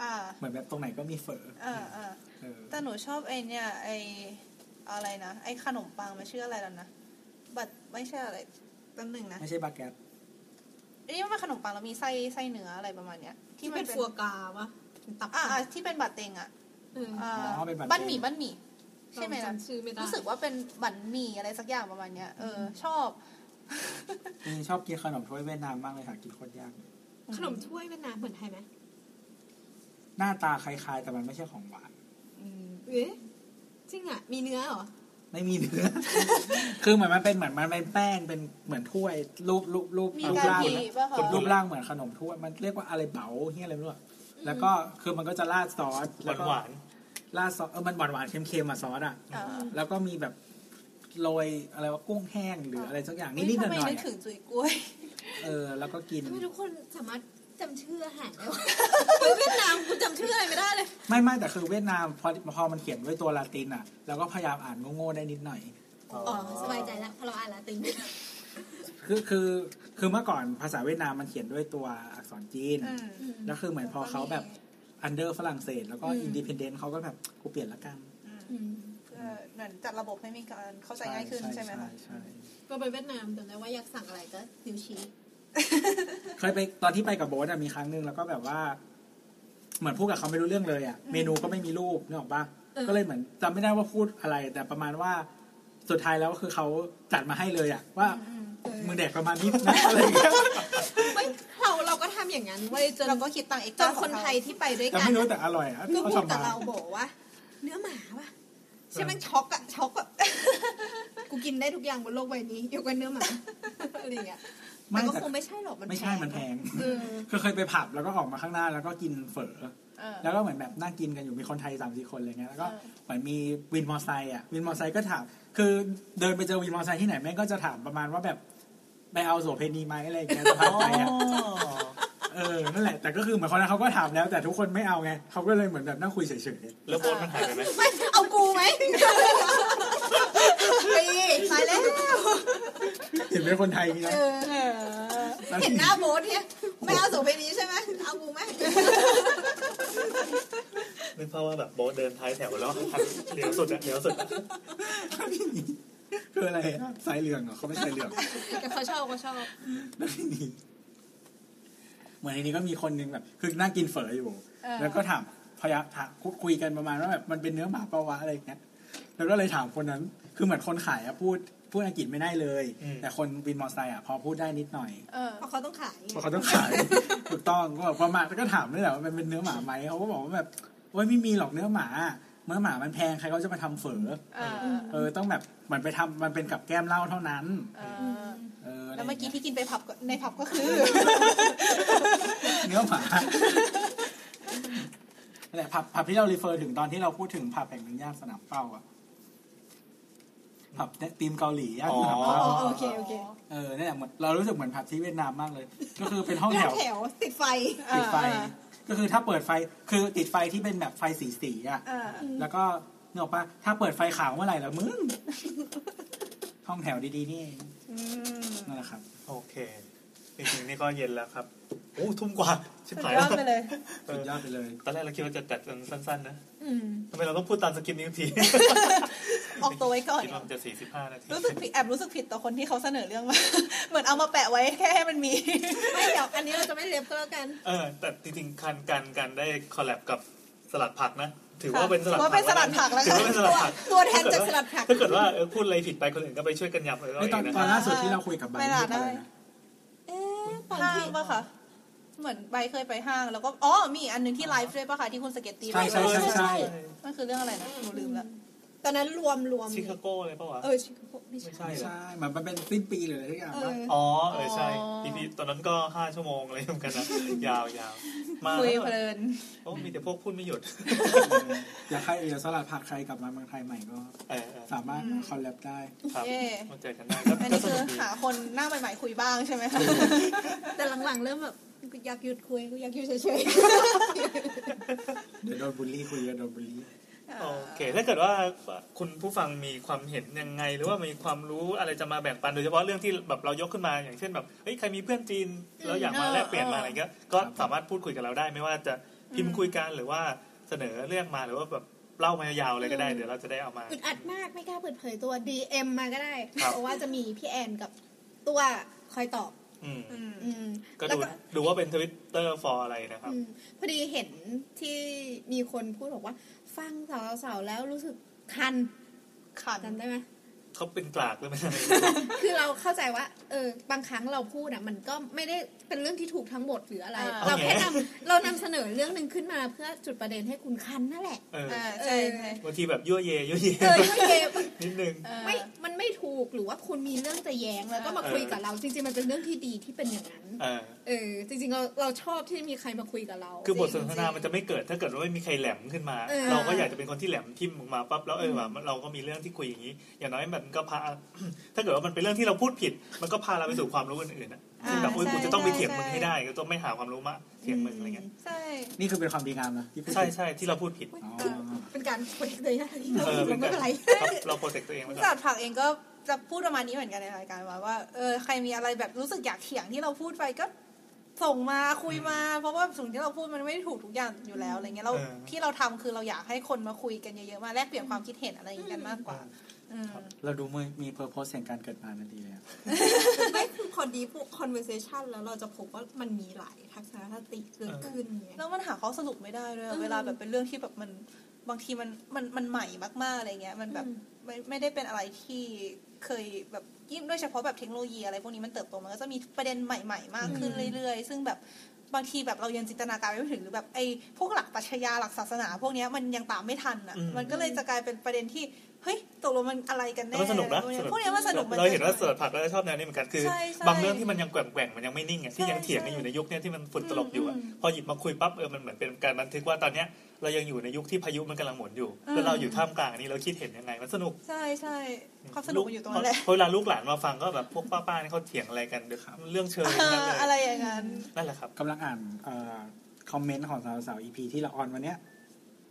[SPEAKER 5] อ่า
[SPEAKER 4] เหมือนแบบตรงไหนก็มีเฝอ
[SPEAKER 5] เออเออ
[SPEAKER 4] เออ
[SPEAKER 5] แต่หนูชอบไอเนี่ยไออะไรนะไอขนมปังมันชื่ออะไรแล้วนะบัตไม่ใช่อะไรแป๊บหนึงนะ
[SPEAKER 4] ไม่ใช่บาแกต
[SPEAKER 5] อันนี้มันเป็นขนมปังแล้วมีไส้ไส้เนื้ออะไรประมาณเนี้ย
[SPEAKER 6] ที่เป็นฟัวกราวะเป็นตับ
[SPEAKER 5] อ่าที่เป็นบัตเต็งอ่ะ
[SPEAKER 6] เออ
[SPEAKER 5] เอ่อ
[SPEAKER 4] อ๋อเป็นบัตร
[SPEAKER 5] บันหมี่บันหมี่ใช่ไหม
[SPEAKER 6] เรา
[SPEAKER 5] นะ
[SPEAKER 6] จำชื่อไม่ได้
[SPEAKER 5] รู้สึกว่าเป็นบันหมี่อะไรสักอย่างประมาณเนี้ยเออชอบ
[SPEAKER 4] จริงๆชอบกินขนมถ้วยเวียดนามมากเลยหากินโคตรยากเลย
[SPEAKER 6] ขนมถ้วยเวียดนามเหมือนไทยไหม
[SPEAKER 4] หน้าตาคล้ายๆ แต่มันไม่ใช่ของหวาน
[SPEAKER 6] เอ๊ะจริงอ่ะมีเนื้อเหรอ
[SPEAKER 4] ไม่มีเนื้อ คือเหมือนมันเป็นเหมือนมันเป็นแป้งเป็นเหมือนถ้วยรูปรูปรูป
[SPEAKER 5] มี
[SPEAKER 4] รูป
[SPEAKER 5] การ
[SPEAKER 4] ร่าง
[SPEAKER 5] ผีป่ะคะ
[SPEAKER 2] กด
[SPEAKER 4] รู
[SPEAKER 2] ก
[SPEAKER 4] ปร่างเหมือนขนมถ้วยมันเรียกว่าอะไรเบ๋าเฮียอะไรไม่รู้อะแล้วก็คือมันก็จะราดซอสแล้
[SPEAKER 2] หา
[SPEAKER 4] ว
[SPEAKER 2] น
[SPEAKER 4] ก็
[SPEAKER 2] หวาน
[SPEAKER 4] ราดซอสเออมันหวานหวานๆเค็มๆอะซอสอะ
[SPEAKER 5] อ่า
[SPEAKER 4] แล้วก็มีแบบโรยอะไรว่ากุ้งแห้งหรืออะไรสักอย่างนิดๆห
[SPEAKER 5] ทำไม
[SPEAKER 4] น่อยๆ
[SPEAKER 5] นึก
[SPEAKER 4] อะ
[SPEAKER 5] ถึงจุยกล้วย
[SPEAKER 4] เออแล้วก็กิน
[SPEAKER 6] ทำไมทุกคนสามารถจำชื่ออาหารได้วะ ไป เวียดนามกูจำชื่ออะไรไม่ได้เลย
[SPEAKER 4] ไม่ไม่แต่คือเวียดนามพอพอมันเขียนด้วยตัวลาตินอ่ะเราก็พยายามอ่านโง่ๆได้นิดหน่อย
[SPEAKER 6] อ๋อสบายใจแล้วพอเราอ่านละติง
[SPEAKER 4] คือคือคือเมื่อก่อนภาษาเวียดนามมันเขียนด้วยตัวอักษรจีน
[SPEAKER 5] อืม
[SPEAKER 4] แล้วคือเหมือนพอเขาแบบอันเดอร์ฝรั่งเศส แล้วก็อินดิพ n เดนต์เขาก็แบบกูเปลี่ยนละกัน
[SPEAKER 5] เพื่อเหมือนจัดระบบให้มีการเข้าใจง่ายขึ้นใช่ไหมคะ
[SPEAKER 4] ใช่
[SPEAKER 6] ก็ไปเวียดนามจำได้ว่าอยากสั่งอะไรก็นิ้วชี้
[SPEAKER 4] เคยไปตอนที่ไปกับโบ๊ทอะมีครั้งหนึ่งแล้วก็แบบว่า เหมือนพูดกับเขาไม่รู้เรื่องเลยอ่ะเมนูก็ไม่มีรูปนึกออกปะก็เลยเหมือนจำไม่ได้ว่าพูดอะไร แต่ประมาณว่าสุดท้ายแล้วก็คือเขาจัดมาให้เลยอ่ะว่า
[SPEAKER 5] อืม
[SPEAKER 4] มึงแดกประมาณนี้นะอะไรอย่างเงี้ย
[SPEAKER 6] ไม่เราเราก็ทำอย่างนั้นเว้ยจน
[SPEAKER 5] เราก็คิดตังเอก
[SPEAKER 6] จนคนไทยที่ไปด้วย
[SPEAKER 4] แต่
[SPEAKER 6] กัน
[SPEAKER 4] ไม่รู้แต่อร่อยอ่ะ
[SPEAKER 6] ก็
[SPEAKER 4] เขา
[SPEAKER 6] พูด
[SPEAKER 4] ทำ
[SPEAKER 6] กับ
[SPEAKER 4] มา
[SPEAKER 6] เราบอกว่า เนื้อหมาปะใช่ไหมนช็อกอะ ช็อกแบบ กูกินได้ทุกอย่างบนโลกใบนี้ยกเว้นเนื้อหมาอะไรอย่างเงี้ยแต่
[SPEAKER 4] ไม่
[SPEAKER 6] ก็
[SPEAKER 4] แต่
[SPEAKER 6] คงไม่ใช่หรอกมัน
[SPEAKER 4] ไม่ใช่มันแพง
[SPEAKER 6] เออ
[SPEAKER 4] คือเคยไปผับแล้วก็ออกมาข้างหน้าแล้วก็กินเฝอ
[SPEAKER 5] เออ
[SPEAKER 4] แล้วก็เหมือนแบบนั่งกินกันอยู่มีคนไทยสามสี่คนอะไรเงี้ยแล้วก็
[SPEAKER 5] เออ
[SPEAKER 4] เหมือนมีวินมอไซค์อ่ะวินมอไซค์ก็ถามคือเดินไปเจอวินมอไซค์ที่ไหนแม่งก็จะถามประมาณว่าแบบไปเอาโสเพณีไหมอะไรอย่างเงี้ยสภาพไปอ่ะเออนั่นแหละแต่ก็คือเหมือนคนนั้นเขาก็ถามแล้ว แต่ทุกคนไม่เอาไงเขาก็เลยเหมือนแบบนั่งคุยเฉย
[SPEAKER 2] แล้วโบนมันหายไปไหม
[SPEAKER 6] ไม่เอากูไหมตายแล้ว
[SPEAKER 4] ๆเห็นเป็นคนไทยนี่นะ
[SPEAKER 6] เออเห็นหน้าโบ๊ทเนี่ยไม่เอาโสูเพนี้ใช่ไหมเอากูไหม
[SPEAKER 2] นึกภาพว่าแบบโบนเดินท้ายแถว แล้วหันเหลียวสุดอะเหลียวสุดอะ
[SPEAKER 4] คืออะไรอะสายเหลืองเหรอเขาไม่ใช่เหลือง
[SPEAKER 6] แต่เขาชอบเขาชอบ
[SPEAKER 4] แล้วทีนี้ เหมือนในนี้ก็มีคนนึงแบบ คือนั่งกินเฝออยู่
[SPEAKER 5] เออ
[SPEAKER 4] แล้วก็ถามพยายามถามคุยคุยกันประมาณว่าแบบมันเป็นเนื้อหมาปะวะอะไรอย่างเงี้ยแล้วก็เลยถามคนนั้น คือเหมือนคนขายอะพูดพูดอังกฤษไม่ได้เลย แต่คนวินมอเตอร์ไซค์อะพอพูดได้นิด หน่อย
[SPEAKER 5] เออ
[SPEAKER 6] เพราะเขาต้องขายไง
[SPEAKER 4] เพราะเขาต้องขาย ถูกต้องก็แบบประมาณแล้วก็ถามนี่แหละว่ามันเป็นเนื้อหมาไหมเขาก็บอกว่าแบบโอ้ยไม่มีหรอกเนื้อหมาเนื้อหมามันแพงใครเขาจะมาทำเฝอ
[SPEAKER 5] เออ
[SPEAKER 4] เออต้องแบบเหมันไปทำมันเป็นกับแก้มเหล้าเท่านั้น
[SPEAKER 5] เออ
[SPEAKER 4] เอออะไร
[SPEAKER 5] แล้
[SPEAKER 4] อย่า
[SPEAKER 5] ว
[SPEAKER 4] ง
[SPEAKER 5] เมื่อกี้
[SPEAKER 4] เงี้ย
[SPEAKER 5] ที่กินไปผับก็ในผับก็คือ
[SPEAKER 4] เนื้อหมา นั่นแหละผับผับที่เรารีเฟอร์ถึงตอนที่เราพูดถึงผับแห่งหนึ่งย่านสนามเป้าอะผับเนี่ยธีมเกาหลีย่าน
[SPEAKER 2] อ๋อ
[SPEAKER 4] สนามเป้า
[SPEAKER 6] โอเคโอเค
[SPEAKER 4] เออเนี่ยเหมือนเรารู้สึกเหมือนผับที่เวียดนามมากเลย ก็คือเป็นห้อง
[SPEAKER 6] ห้อง
[SPEAKER 4] แถว
[SPEAKER 6] แถวติดไฟ
[SPEAKER 4] ติดไฟ
[SPEAKER 5] อ่า
[SPEAKER 4] ก็คือถ้าเปิดไฟคือติดไฟที่เป็นแบบไฟสีสีๆอ่ะ
[SPEAKER 5] เออ
[SPEAKER 4] แล้วก็เนกออกปะถ้าเปิดไฟขาวเมื่อไหร่แล้วมึง ห้องแถวดีๆนี่เอง
[SPEAKER 5] อืม
[SPEAKER 4] นั่นแหละครับ
[SPEAKER 2] โอเคจริงๆนี่ก็เย็นแล้วครับโอ้ทุ่มกว่าชิบ
[SPEAKER 5] สุด
[SPEAKER 2] หาย
[SPEAKER 5] ย
[SPEAKER 2] แล้
[SPEAKER 5] อ
[SPEAKER 2] ว
[SPEAKER 5] ดไปเลย
[SPEAKER 2] เอ
[SPEAKER 4] สุด
[SPEAKER 2] อย
[SPEAKER 4] อดไปเลย
[SPEAKER 2] ตอนแรกเราคิดว่าจะจัดกันสั้นๆนะ
[SPEAKER 6] อืม
[SPEAKER 2] ทำไมเราต้องพูดตามสคริปต์นี้ทุกที
[SPEAKER 5] ออกตัวไว้ก่อน
[SPEAKER 2] คิดว่ามันจะสี่สิบห้านาที
[SPEAKER 5] รู้สึกผิดแอบรู้สึกผิดต่อคนที่เขาเสนอเรื่องมา เหมือนเอามาแปะไว้แค่ให้มันมี
[SPEAKER 6] ไม่เดี๋ยวอันนี้เราจะไม่เล็บก็ แล้วกัน
[SPEAKER 2] เออแต่จริงๆการการการได้คอลแลบกับสลัดผักนะ ถือว่า
[SPEAKER 5] ค่ะ
[SPEAKER 2] เป็นสลัด
[SPEAKER 5] ถือว่าเป็นสลัดผักแล้ว
[SPEAKER 2] ถือว่าเป็นสลัดผัก
[SPEAKER 3] ตัวแทนจากสลัดผัก
[SPEAKER 2] ถ้าเกิดว่าเออพูดอะไรผิดไปคนอื่นก็ไปช่วยกันยับเลยก็
[SPEAKER 4] ไม่ตอน
[SPEAKER 2] เอง
[SPEAKER 4] ตอน
[SPEAKER 2] นะ
[SPEAKER 4] ล่าสุดที่เราคุยกับบัน
[SPEAKER 5] ไม่น่า
[SPEAKER 4] เรื่องอะไร
[SPEAKER 5] ได้
[SPEAKER 4] นะ
[SPEAKER 3] เอ๊ะตอน
[SPEAKER 5] ห้าง
[SPEAKER 3] ที่
[SPEAKER 5] ปะคะเหมือนใบเคยไปห้างแล้วก็อ๋อมีอีกอันหนึงที่ไลฟ์ด้วยปะคะที่คุณสเก็ตตี
[SPEAKER 4] ใช่ใช่ใช่ใช่
[SPEAKER 5] มันคือเรื่องอะไรนะหนูลืมละ
[SPEAKER 3] ตอนนั้นรวมรวม
[SPEAKER 2] ชิคาโก้เลยปะวะ
[SPEAKER 3] เออชิคาโกไม่ใช่
[SPEAKER 2] ไม่ใช่
[SPEAKER 4] ไม่
[SPEAKER 2] เหรอ
[SPEAKER 4] ใช่เหมือนมันเป็นสิ้นปีหรืออะไรทุกอย่าง
[SPEAKER 3] เอ
[SPEAKER 4] ปะ
[SPEAKER 3] อ
[SPEAKER 2] อ๋อเออใช่ทีนี้ตอนนั้นก็ห้าชั่วโมงเลยเหมือน กันนะ ยาวยาวมา
[SPEAKER 5] คุย
[SPEAKER 2] แล้ว
[SPEAKER 5] เพลิน
[SPEAKER 2] โอ้มีแต่พวกพูดไม่ หยุด
[SPEAKER 4] อยากใครอยากสลัดผักใครกลับมาเมืองไทยใหม่ก็
[SPEAKER 2] เออเออ
[SPEAKER 4] สามารถคอลแลบได้
[SPEAKER 2] ครับ
[SPEAKER 5] เย่
[SPEAKER 2] มาเจอกันได้
[SPEAKER 5] อัน
[SPEAKER 2] ก็
[SPEAKER 5] นี้
[SPEAKER 2] ส
[SPEAKER 5] คือ
[SPEAKER 2] นุกดี
[SPEAKER 5] หาคนหน้าใหม่ๆคุยบ้างใช่ไหมคะ
[SPEAKER 6] แต่หลังๆเริ่มแบบอยากหยุดคุยอยากอยู่เฉย
[SPEAKER 4] เดี๋ยวโดนบูลลี่คุยจะโดนบูลลี่
[SPEAKER 2] โอเค ถ้าเกิดว่าคุณผู้ฟังมีความเห็นยังไง หรือว่ามีความรู้อะไรจะมาแบ่งปันโดยเฉพาะเรื่องที่แบบเรายกขึ้นมาอย่างเช่นแบบเฮ้ยใครมีเพื่อนจีนแล้วอยากมาแลกเปลี่ยนมาอะไรเงี้ยก็สามารถพูดคุยกับเราได้ ไม่ว่าจะพิมพ์คุยกันหรือว่าเสนอเรื่องมาหรือว่าแบบเล่ามายาวๆอะไรก็ได้เดี๋ยวเราจะได้เอามา
[SPEAKER 6] ๆอึดอัดมากไม่กล้าเปิดเผยตัว DM มาก็ได้
[SPEAKER 2] ครับ
[SPEAKER 6] เพราะว่าจะมีพี่แอนกับตัวคอยตอบ
[SPEAKER 2] อืม
[SPEAKER 6] อืม
[SPEAKER 2] ก็ดูดูว่าเป็นทวิตเตอร์ฟอร์อะไรนะครับ
[SPEAKER 6] อืมพอดีเห็นที่มีคนพูดบอกว่า ฟังสาวๆแล้วรู้สึกคัน
[SPEAKER 5] ขัน
[SPEAKER 6] จำได้ไหม
[SPEAKER 2] เขาเป็นกลากหรือไม่
[SPEAKER 6] คือเราเข้าใจว่า เออบางครั้งเราพูดอ่ะ มันก็ไม่ได้เป็นเรื่องที่ถูกทั้งหมดหรืออะไร
[SPEAKER 2] อ่า
[SPEAKER 6] เราแค่นำเรานำเสนอเรื่องหนึ่งขึ้นมาเพื่อจุดประเด็นให้คุณคันนั่นแหละ
[SPEAKER 2] เออ
[SPEAKER 5] อ่าใช่ใช่
[SPEAKER 2] บางทีแบบยั่วเยยั่วเย
[SPEAKER 6] เออไม่เกม
[SPEAKER 2] นิดนึง
[SPEAKER 5] เออ
[SPEAKER 6] ไม่มันไม่ถูกหรือว่าคุณมีเรื่องจะแย้งแล้วก็มา
[SPEAKER 2] เออ
[SPEAKER 6] คุยกับเรา จริง ๆ มันเป็นเรื่องที่ดีที่เป็นอย่างนั้น
[SPEAKER 2] เออ
[SPEAKER 6] เออ จริง ๆ เราเราชอบที่มีใครมาคุยกับเรา
[SPEAKER 2] คือบทสนทนามันจะไม่เกิดถ้าเกิดว่าไม่มีใครแหลมขึ้นมา
[SPEAKER 6] เออ
[SPEAKER 2] เราก็อยากจะเป็นคนที่แหลมทิมออกมาปั๊บแล้วเออว่าเราก็มีเรื่องที่คุยอย่างนี้ อย่างน้อยมันก็พา ถ้าเกิดว่ามันเป็นเรื่องที่เราพูดผิด มันก็พาเราไปสู่ความรู้อื่นๆนะซึ่งแบบ
[SPEAKER 5] อ่า
[SPEAKER 2] โอ้ยกูจะต้องไปเถียง
[SPEAKER 5] ใช่
[SPEAKER 2] มึงให้ได้ก็ต้องไม่หาความรู้มาเถียงมึงอะไรเงี้ย
[SPEAKER 5] ใช่
[SPEAKER 4] นี่คือเป็นความดีงามนะที่พูด
[SPEAKER 2] ใช่ใช่ที่เราพูดผิด
[SPEAKER 4] อ๋อ
[SPEAKER 6] เป็นการคุยเลยนะที่
[SPEAKER 2] เออ
[SPEAKER 6] เรา
[SPEAKER 2] เป็น
[SPEAKER 6] ไม่
[SPEAKER 2] การ
[SPEAKER 6] เป็นไร
[SPEAKER 2] ครับเราโปรเทคตัวเองไว้ก่
[SPEAKER 5] ศา
[SPEAKER 2] อ
[SPEAKER 5] ส
[SPEAKER 2] น
[SPEAKER 5] ตร์ผักเองก็จะพูดประมาณนี้เหมือนกันในรายการว่าว่าเออใครมีอะไรแบบรู้สึกอยากเถียงที่เราพูดไปก็ส่งมาคุยมา เพราะว่าสิ่งที่เราพูดมันไม่ได้ถูกทุกอย่างอยู่แล้วอะไรเงี้ยเราที่เราทำคือเราอยากให้คนมาคุยกันเยอะๆมาแลกเปลี่ยนความคิดเห็นอะไรอย่างงี้กันมากกว่าอืม
[SPEAKER 4] เราดูมือมีเพอร์โพสแห่งการเกิดมานั่นดีเลยอะ
[SPEAKER 3] ไม่คือพอดีพวก conversation แล้วเราจะพบว่ามันมีหลายทัศนคติเกิดขึ้นไง
[SPEAKER 5] แล้วมันหาข้อสรุปไม่ได้ด้วยอะเวลาแบบเป็นเรื่องที่แบบมันบางทีมันมันมันใหม่มากๆอะไรเงี้ย มันแบบไม่ไม่ได้เป็นอะไรที่เคยแบบยิ่งด้วยเฉพาะแบบเทคโนโลยีอะไรพวกนี้มันเติบโตมันก็จะมีประเด็นใหม่ ๆ มากขึ้นเรื่อยๆ ซึ่งแบบบางทีแบบเรายังจินตนาการไม่ถึงหรือแบบไอ้พวกหลักปรัชญาหลักศาสนา พวกเนี้ยมันยังตามไม่ทันอ่ะ มันก็เลยจะกลายเป็นประเด็นที่เฮ้ยตกลงมันอะไรกัน
[SPEAKER 2] แต่
[SPEAKER 5] แน่
[SPEAKER 2] มันสนุกนะ
[SPEAKER 5] อะไร
[SPEAKER 2] สนุก
[SPEAKER 5] พวกเนี้ยมันสนุกมั
[SPEAKER 2] เราเห็นว่าเสิร์ชผักเราจะชอบแนวนี้เหมือนกันคือ
[SPEAKER 5] ใช่ใช่
[SPEAKER 2] บางเรื่องที่มันยังแกว่งๆมันยังไม่นิ่งอะที่ยังเถียงกันอยู่ในยุคเนี้ยที่มันฝุ่นตลบอยู่อะ
[SPEAKER 5] อืม
[SPEAKER 2] พอหยิบมาคุยปั๊บเออมันเหมือนเป็นการบันทึกว่าตอนเนี้ยเรายังอยู่ในยุคที่พายุมันกำลังหมุนอยู่
[SPEAKER 5] อืม
[SPEAKER 2] แล้วเราอยู่ท่ามกลางอันนี้เราคิดเห็นยังไงมันสนุก
[SPEAKER 5] ใช่ใช่ความสนุกมันอยู่ตรงนั้นแหละ
[SPEAKER 2] เพาะเวลาลูกหลานมาฟังก็แบบพวกป้าๆนี่เขาเถียงอะไรกันเดี๋ยวเรื่องเชิง
[SPEAKER 5] เอ
[SPEAKER 2] นั่น
[SPEAKER 5] อ
[SPEAKER 2] เลย
[SPEAKER 5] อะไรอย่างนั้น
[SPEAKER 2] นั่นแหละครับ
[SPEAKER 4] กำลังอ่านเอ่อคอมเมนต์ของสาวสาวอีพีที่เราออนวันเนี้ย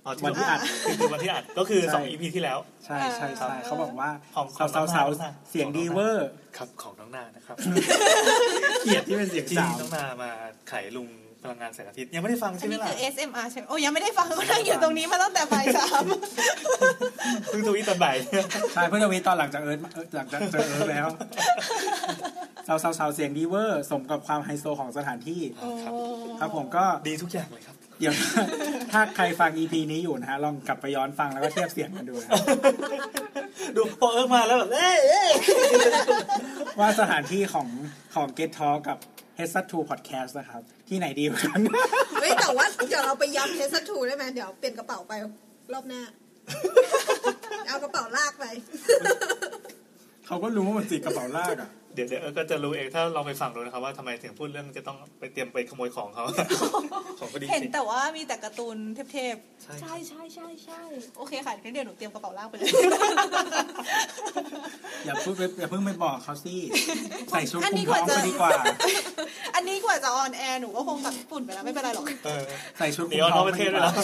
[SPEAKER 2] อ๋อที่
[SPEAKER 4] วันที่อัด
[SPEAKER 2] คือวันที่อัดก็คือ
[SPEAKER 4] ใช่
[SPEAKER 2] สองอีพีที่แล้ว
[SPEAKER 4] ใช่ใช่ใช่เขาบอกว่า
[SPEAKER 2] ของของ
[SPEAKER 4] สาวสาว
[SPEAKER 2] น้องนา
[SPEAKER 4] เสียงดีเวอร์
[SPEAKER 2] ครับของน้องนานะครับ
[SPEAKER 4] เกลียดที่เป็นเสียง
[SPEAKER 2] ที่
[SPEAKER 4] สาว
[SPEAKER 2] น้องนามาไขลุงพลังงานแสงอาทิตย์ยังไม่ได้ฟัง
[SPEAKER 5] อั
[SPEAKER 2] ใช่
[SPEAKER 5] น
[SPEAKER 2] ไหม
[SPEAKER 5] นี้
[SPEAKER 2] ล่ะ
[SPEAKER 5] คือ SMR ใช่ไหมโอ้ยังไม่ได้ฟัง ก็นั่งอยู่ตรงนี้มาตั้งแต่บ่ายสาม
[SPEAKER 2] เพิ่งทวีตตอนบ่าย
[SPEAKER 4] ใช่เพื่อนจะมีตอนหลังจากเอิร์ธเอิร์ธหลังจากเจอเอิร์ธ แล้วสาวสาวสาวเสียงดีเวอร์สมกับความไฮโซของสถานที่
[SPEAKER 2] ครับ
[SPEAKER 4] ครับผมก็
[SPEAKER 2] ดีทุกอย่างเลยครับ
[SPEAKER 4] เดี๋ยว ถ้าใครฟัง EP นี้อยู่นะฮะ ลองกลับไปย้อนฟังแล้วก็เทียบเสียงกันดูนะครับ
[SPEAKER 2] ดูพอเอิร์กมาแล้วแบบเอ้ยเอ้ย
[SPEAKER 4] ว่าสถานที่ของของ Get Talk กับ h e a d s t o Podcast นะครับ ที่ไหนดีกว่ากัน
[SPEAKER 6] เฮ้ยแต่ว่าเดี๋ยวเราไปย้ำเทสทูได้ไหมเดี๋ยวเปลี่ยนกระเป๋าไปรอบหน้า เอากระเป๋าลากไป
[SPEAKER 4] เขาก็รู้ว่ามันสีกระเป๋าลากอ่ะ
[SPEAKER 2] เดี๋ยวเดี๋ยวเอิร์ธก็จะรู้เองถ้าลองไปฟังดูนะครับว่าทำไมถึงพูดเรื่องจะต้องไปเตรียมไปขโมยของเขา ของก็ดี
[SPEAKER 5] เห็น
[SPEAKER 2] จริง
[SPEAKER 5] แต่ว่ามีแต่การ์ตูนเทพ
[SPEAKER 2] ใช่
[SPEAKER 6] ใช่ใช่ใช่ใช่
[SPEAKER 5] ๆโอเคค่ะงั้นเดี๋ยวหนูเตรียมกระเป๋าล่างไปเลย
[SPEAKER 4] อย่าพูดไปอย่าเพิ่งไปบอกเขาสิใส่ชุด
[SPEAKER 5] อัน
[SPEAKER 4] คุ
[SPEAKER 5] นี้
[SPEAKER 4] ม
[SPEAKER 5] ก
[SPEAKER 4] ท้
[SPEAKER 5] ว่า
[SPEAKER 4] อง
[SPEAKER 5] จะ
[SPEAKER 4] ไปดีกว่า
[SPEAKER 5] อันนี้กว่าจะออนแอร์หนูก็คงกลับญี่ปุ่นไปแล้วไม่เป็นไรหรอก
[SPEAKER 2] เออ
[SPEAKER 4] ใส่ชุดคุ
[SPEAKER 2] เดี๋
[SPEAKER 4] ม
[SPEAKER 2] ยว
[SPEAKER 4] ท้
[SPEAKER 2] น
[SPEAKER 4] อง
[SPEAKER 2] อกป
[SPEAKER 4] ไประ
[SPEAKER 2] เทศ
[SPEAKER 4] ดีก
[SPEAKER 2] เลยเหรอ
[SPEAKER 4] ว่า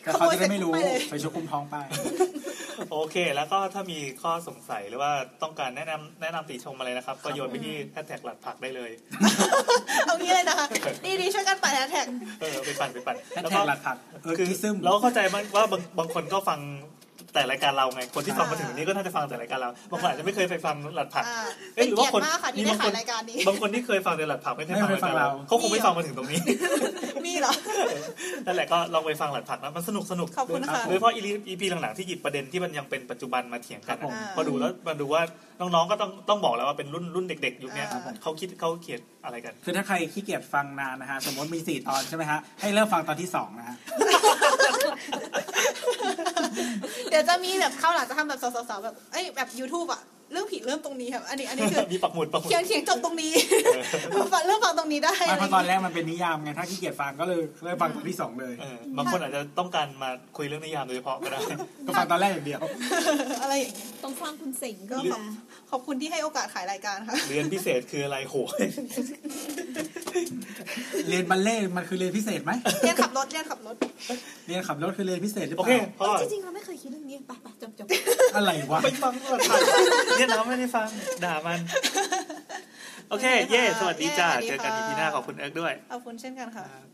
[SPEAKER 4] แต่เขาจะได้ไม่รู้
[SPEAKER 5] ไปเลย
[SPEAKER 4] ใส่ชุดคุมท้องไป
[SPEAKER 2] โอเค แล้วก็ถ้ามีข้อสงสัยหรือว่าต้องการแนะนำแนะนำติชมอะไรนะครับ ก็โยนไปที่แฮชแท็กหลัดผักได้เลย
[SPEAKER 5] เอางี้เลยนะคะดีดีๆช่วยกันปั่นแฮชแท็ก
[SPEAKER 2] เออไปปั่นไปปั่น
[SPEAKER 4] แฮช
[SPEAKER 2] แล้ว
[SPEAKER 4] แท็
[SPEAKER 2] ก็
[SPEAKER 4] กหลัดผักเออ
[SPEAKER 2] คือ
[SPEAKER 4] คิซึม
[SPEAKER 2] เราก็เข้าใจมันว่าบางบางคนก็ฟังแต่รายการเราไง คนที่ฟังมาถึงวันนี้ก็น่าจะฟังแต่รายการเราบางคนอาจจะไม่เคยไปฟังหลัดผัก
[SPEAKER 5] อ่า
[SPEAKER 2] เอ้
[SPEAKER 5] เป็
[SPEAKER 2] ย
[SPEAKER 5] น
[SPEAKER 2] หรือ
[SPEAKER 5] เกี
[SPEAKER 2] ว่ายคน
[SPEAKER 5] รติมากค่ะที่ได้ขายรายการนี้
[SPEAKER 2] บางคนที่เคยฟังแต่หลัดผักไม่เคยฟัง
[SPEAKER 4] ไม่
[SPEAKER 2] ราย
[SPEAKER 4] เคยฟั
[SPEAKER 2] กาง รเรา
[SPEAKER 4] เรา
[SPEAKER 2] เขาคงไม่ฟังมาถึงตรงนี้
[SPEAKER 5] มีเหรอ
[SPEAKER 2] นั่นแหละก็ลองไปฟังหลัดผักนะมันสนุกสนุก
[SPEAKER 5] ขอบคุณค่ะ
[SPEAKER 2] โดยเฉพาะอีพีหลังๆที่หยิบประเด็นที่มันยังเป็นปัจจุบันมาเถียงกัน
[SPEAKER 4] ครับผม
[SPEAKER 2] อะพอดูแล้วมาดูว่าน้องๆก็ต้องต้องบอกแล้วว่าเป็นรุ่นรุ่นเด็ก ๆ ยุคเนี้ย
[SPEAKER 5] อ่า
[SPEAKER 2] เขาคิดเขาเขียนอะไรกัน
[SPEAKER 4] คือถ้าใครขี้เกียจฟังนานนะฮะ สมมติมีสี่ตอนใช่ไหมฮะ ให้เริ่มฟังตอนที่สองนะฮะ
[SPEAKER 5] เดี๋ยวจะมีแบบเข้าวหลังจะทำแบบสาวๆแบบเอ้ยแบบ YouTube อะเรื่องผีเริ่มตรงนี้ครับ อันนี้อันนี้คือ
[SPEAKER 2] มีปักหมุดปักหมุด
[SPEAKER 5] เขียงเขียงจบตรงนี้ ฟังเรื่องฟังตรงนี้ได้
[SPEAKER 4] ไม่
[SPEAKER 5] อะไร
[SPEAKER 4] เพ
[SPEAKER 5] อย่า
[SPEAKER 4] ราะ
[SPEAKER 5] ง
[SPEAKER 4] ต
[SPEAKER 5] เงี้ย
[SPEAKER 4] อนแรกมันเป็นนิยามไง ถ้าขี้เกียจฟังก็เลยเริ่มฟังตอนที่สองเลย
[SPEAKER 2] เออบางคนอาจจะต้องการมาคุยเรื่องนิยามโดยเฉพาะก็ได้
[SPEAKER 4] ก็ฟังตอนแรกอย่างเดียว
[SPEAKER 5] อะไรอย่างเงี้ย
[SPEAKER 6] ต้องสร้างคุณเสงก็มา
[SPEAKER 5] ขอบคุณที่ให้โอกาสขายรายการค่ะ
[SPEAKER 2] เรียนพิเศษคืออะไรโหย
[SPEAKER 4] เรียนบัลเล่ต์มันคือเรียนพิเศษไหม
[SPEAKER 5] เรียนขับรถเรียนขับรถ
[SPEAKER 4] เรียนขับรถคือเรียนพิเศษหรือเป
[SPEAKER 2] โอ
[SPEAKER 4] ล่า
[SPEAKER 2] เคพอ
[SPEAKER 6] จริงๆเราไม่เคยคิดเรื่องนี้ไปไปจบจบ
[SPEAKER 4] อะไรวะ
[SPEAKER 2] ไปฟังก่อนค่ะเนี่ยเราไม่ได้ฟัง ด่ามัน โอเค เย่
[SPEAKER 5] ไม่ได้ค่ะ
[SPEAKER 2] สวัสดีจ้า
[SPEAKER 5] เย่
[SPEAKER 2] เจ
[SPEAKER 5] ส
[SPEAKER 2] อ
[SPEAKER 5] วัส
[SPEAKER 2] กัน
[SPEAKER 5] ดีค่ะ
[SPEAKER 2] อีพีหน้าขอบคุณเอิร์กด้วย
[SPEAKER 5] ขอบคุณเช่นกันค่ะ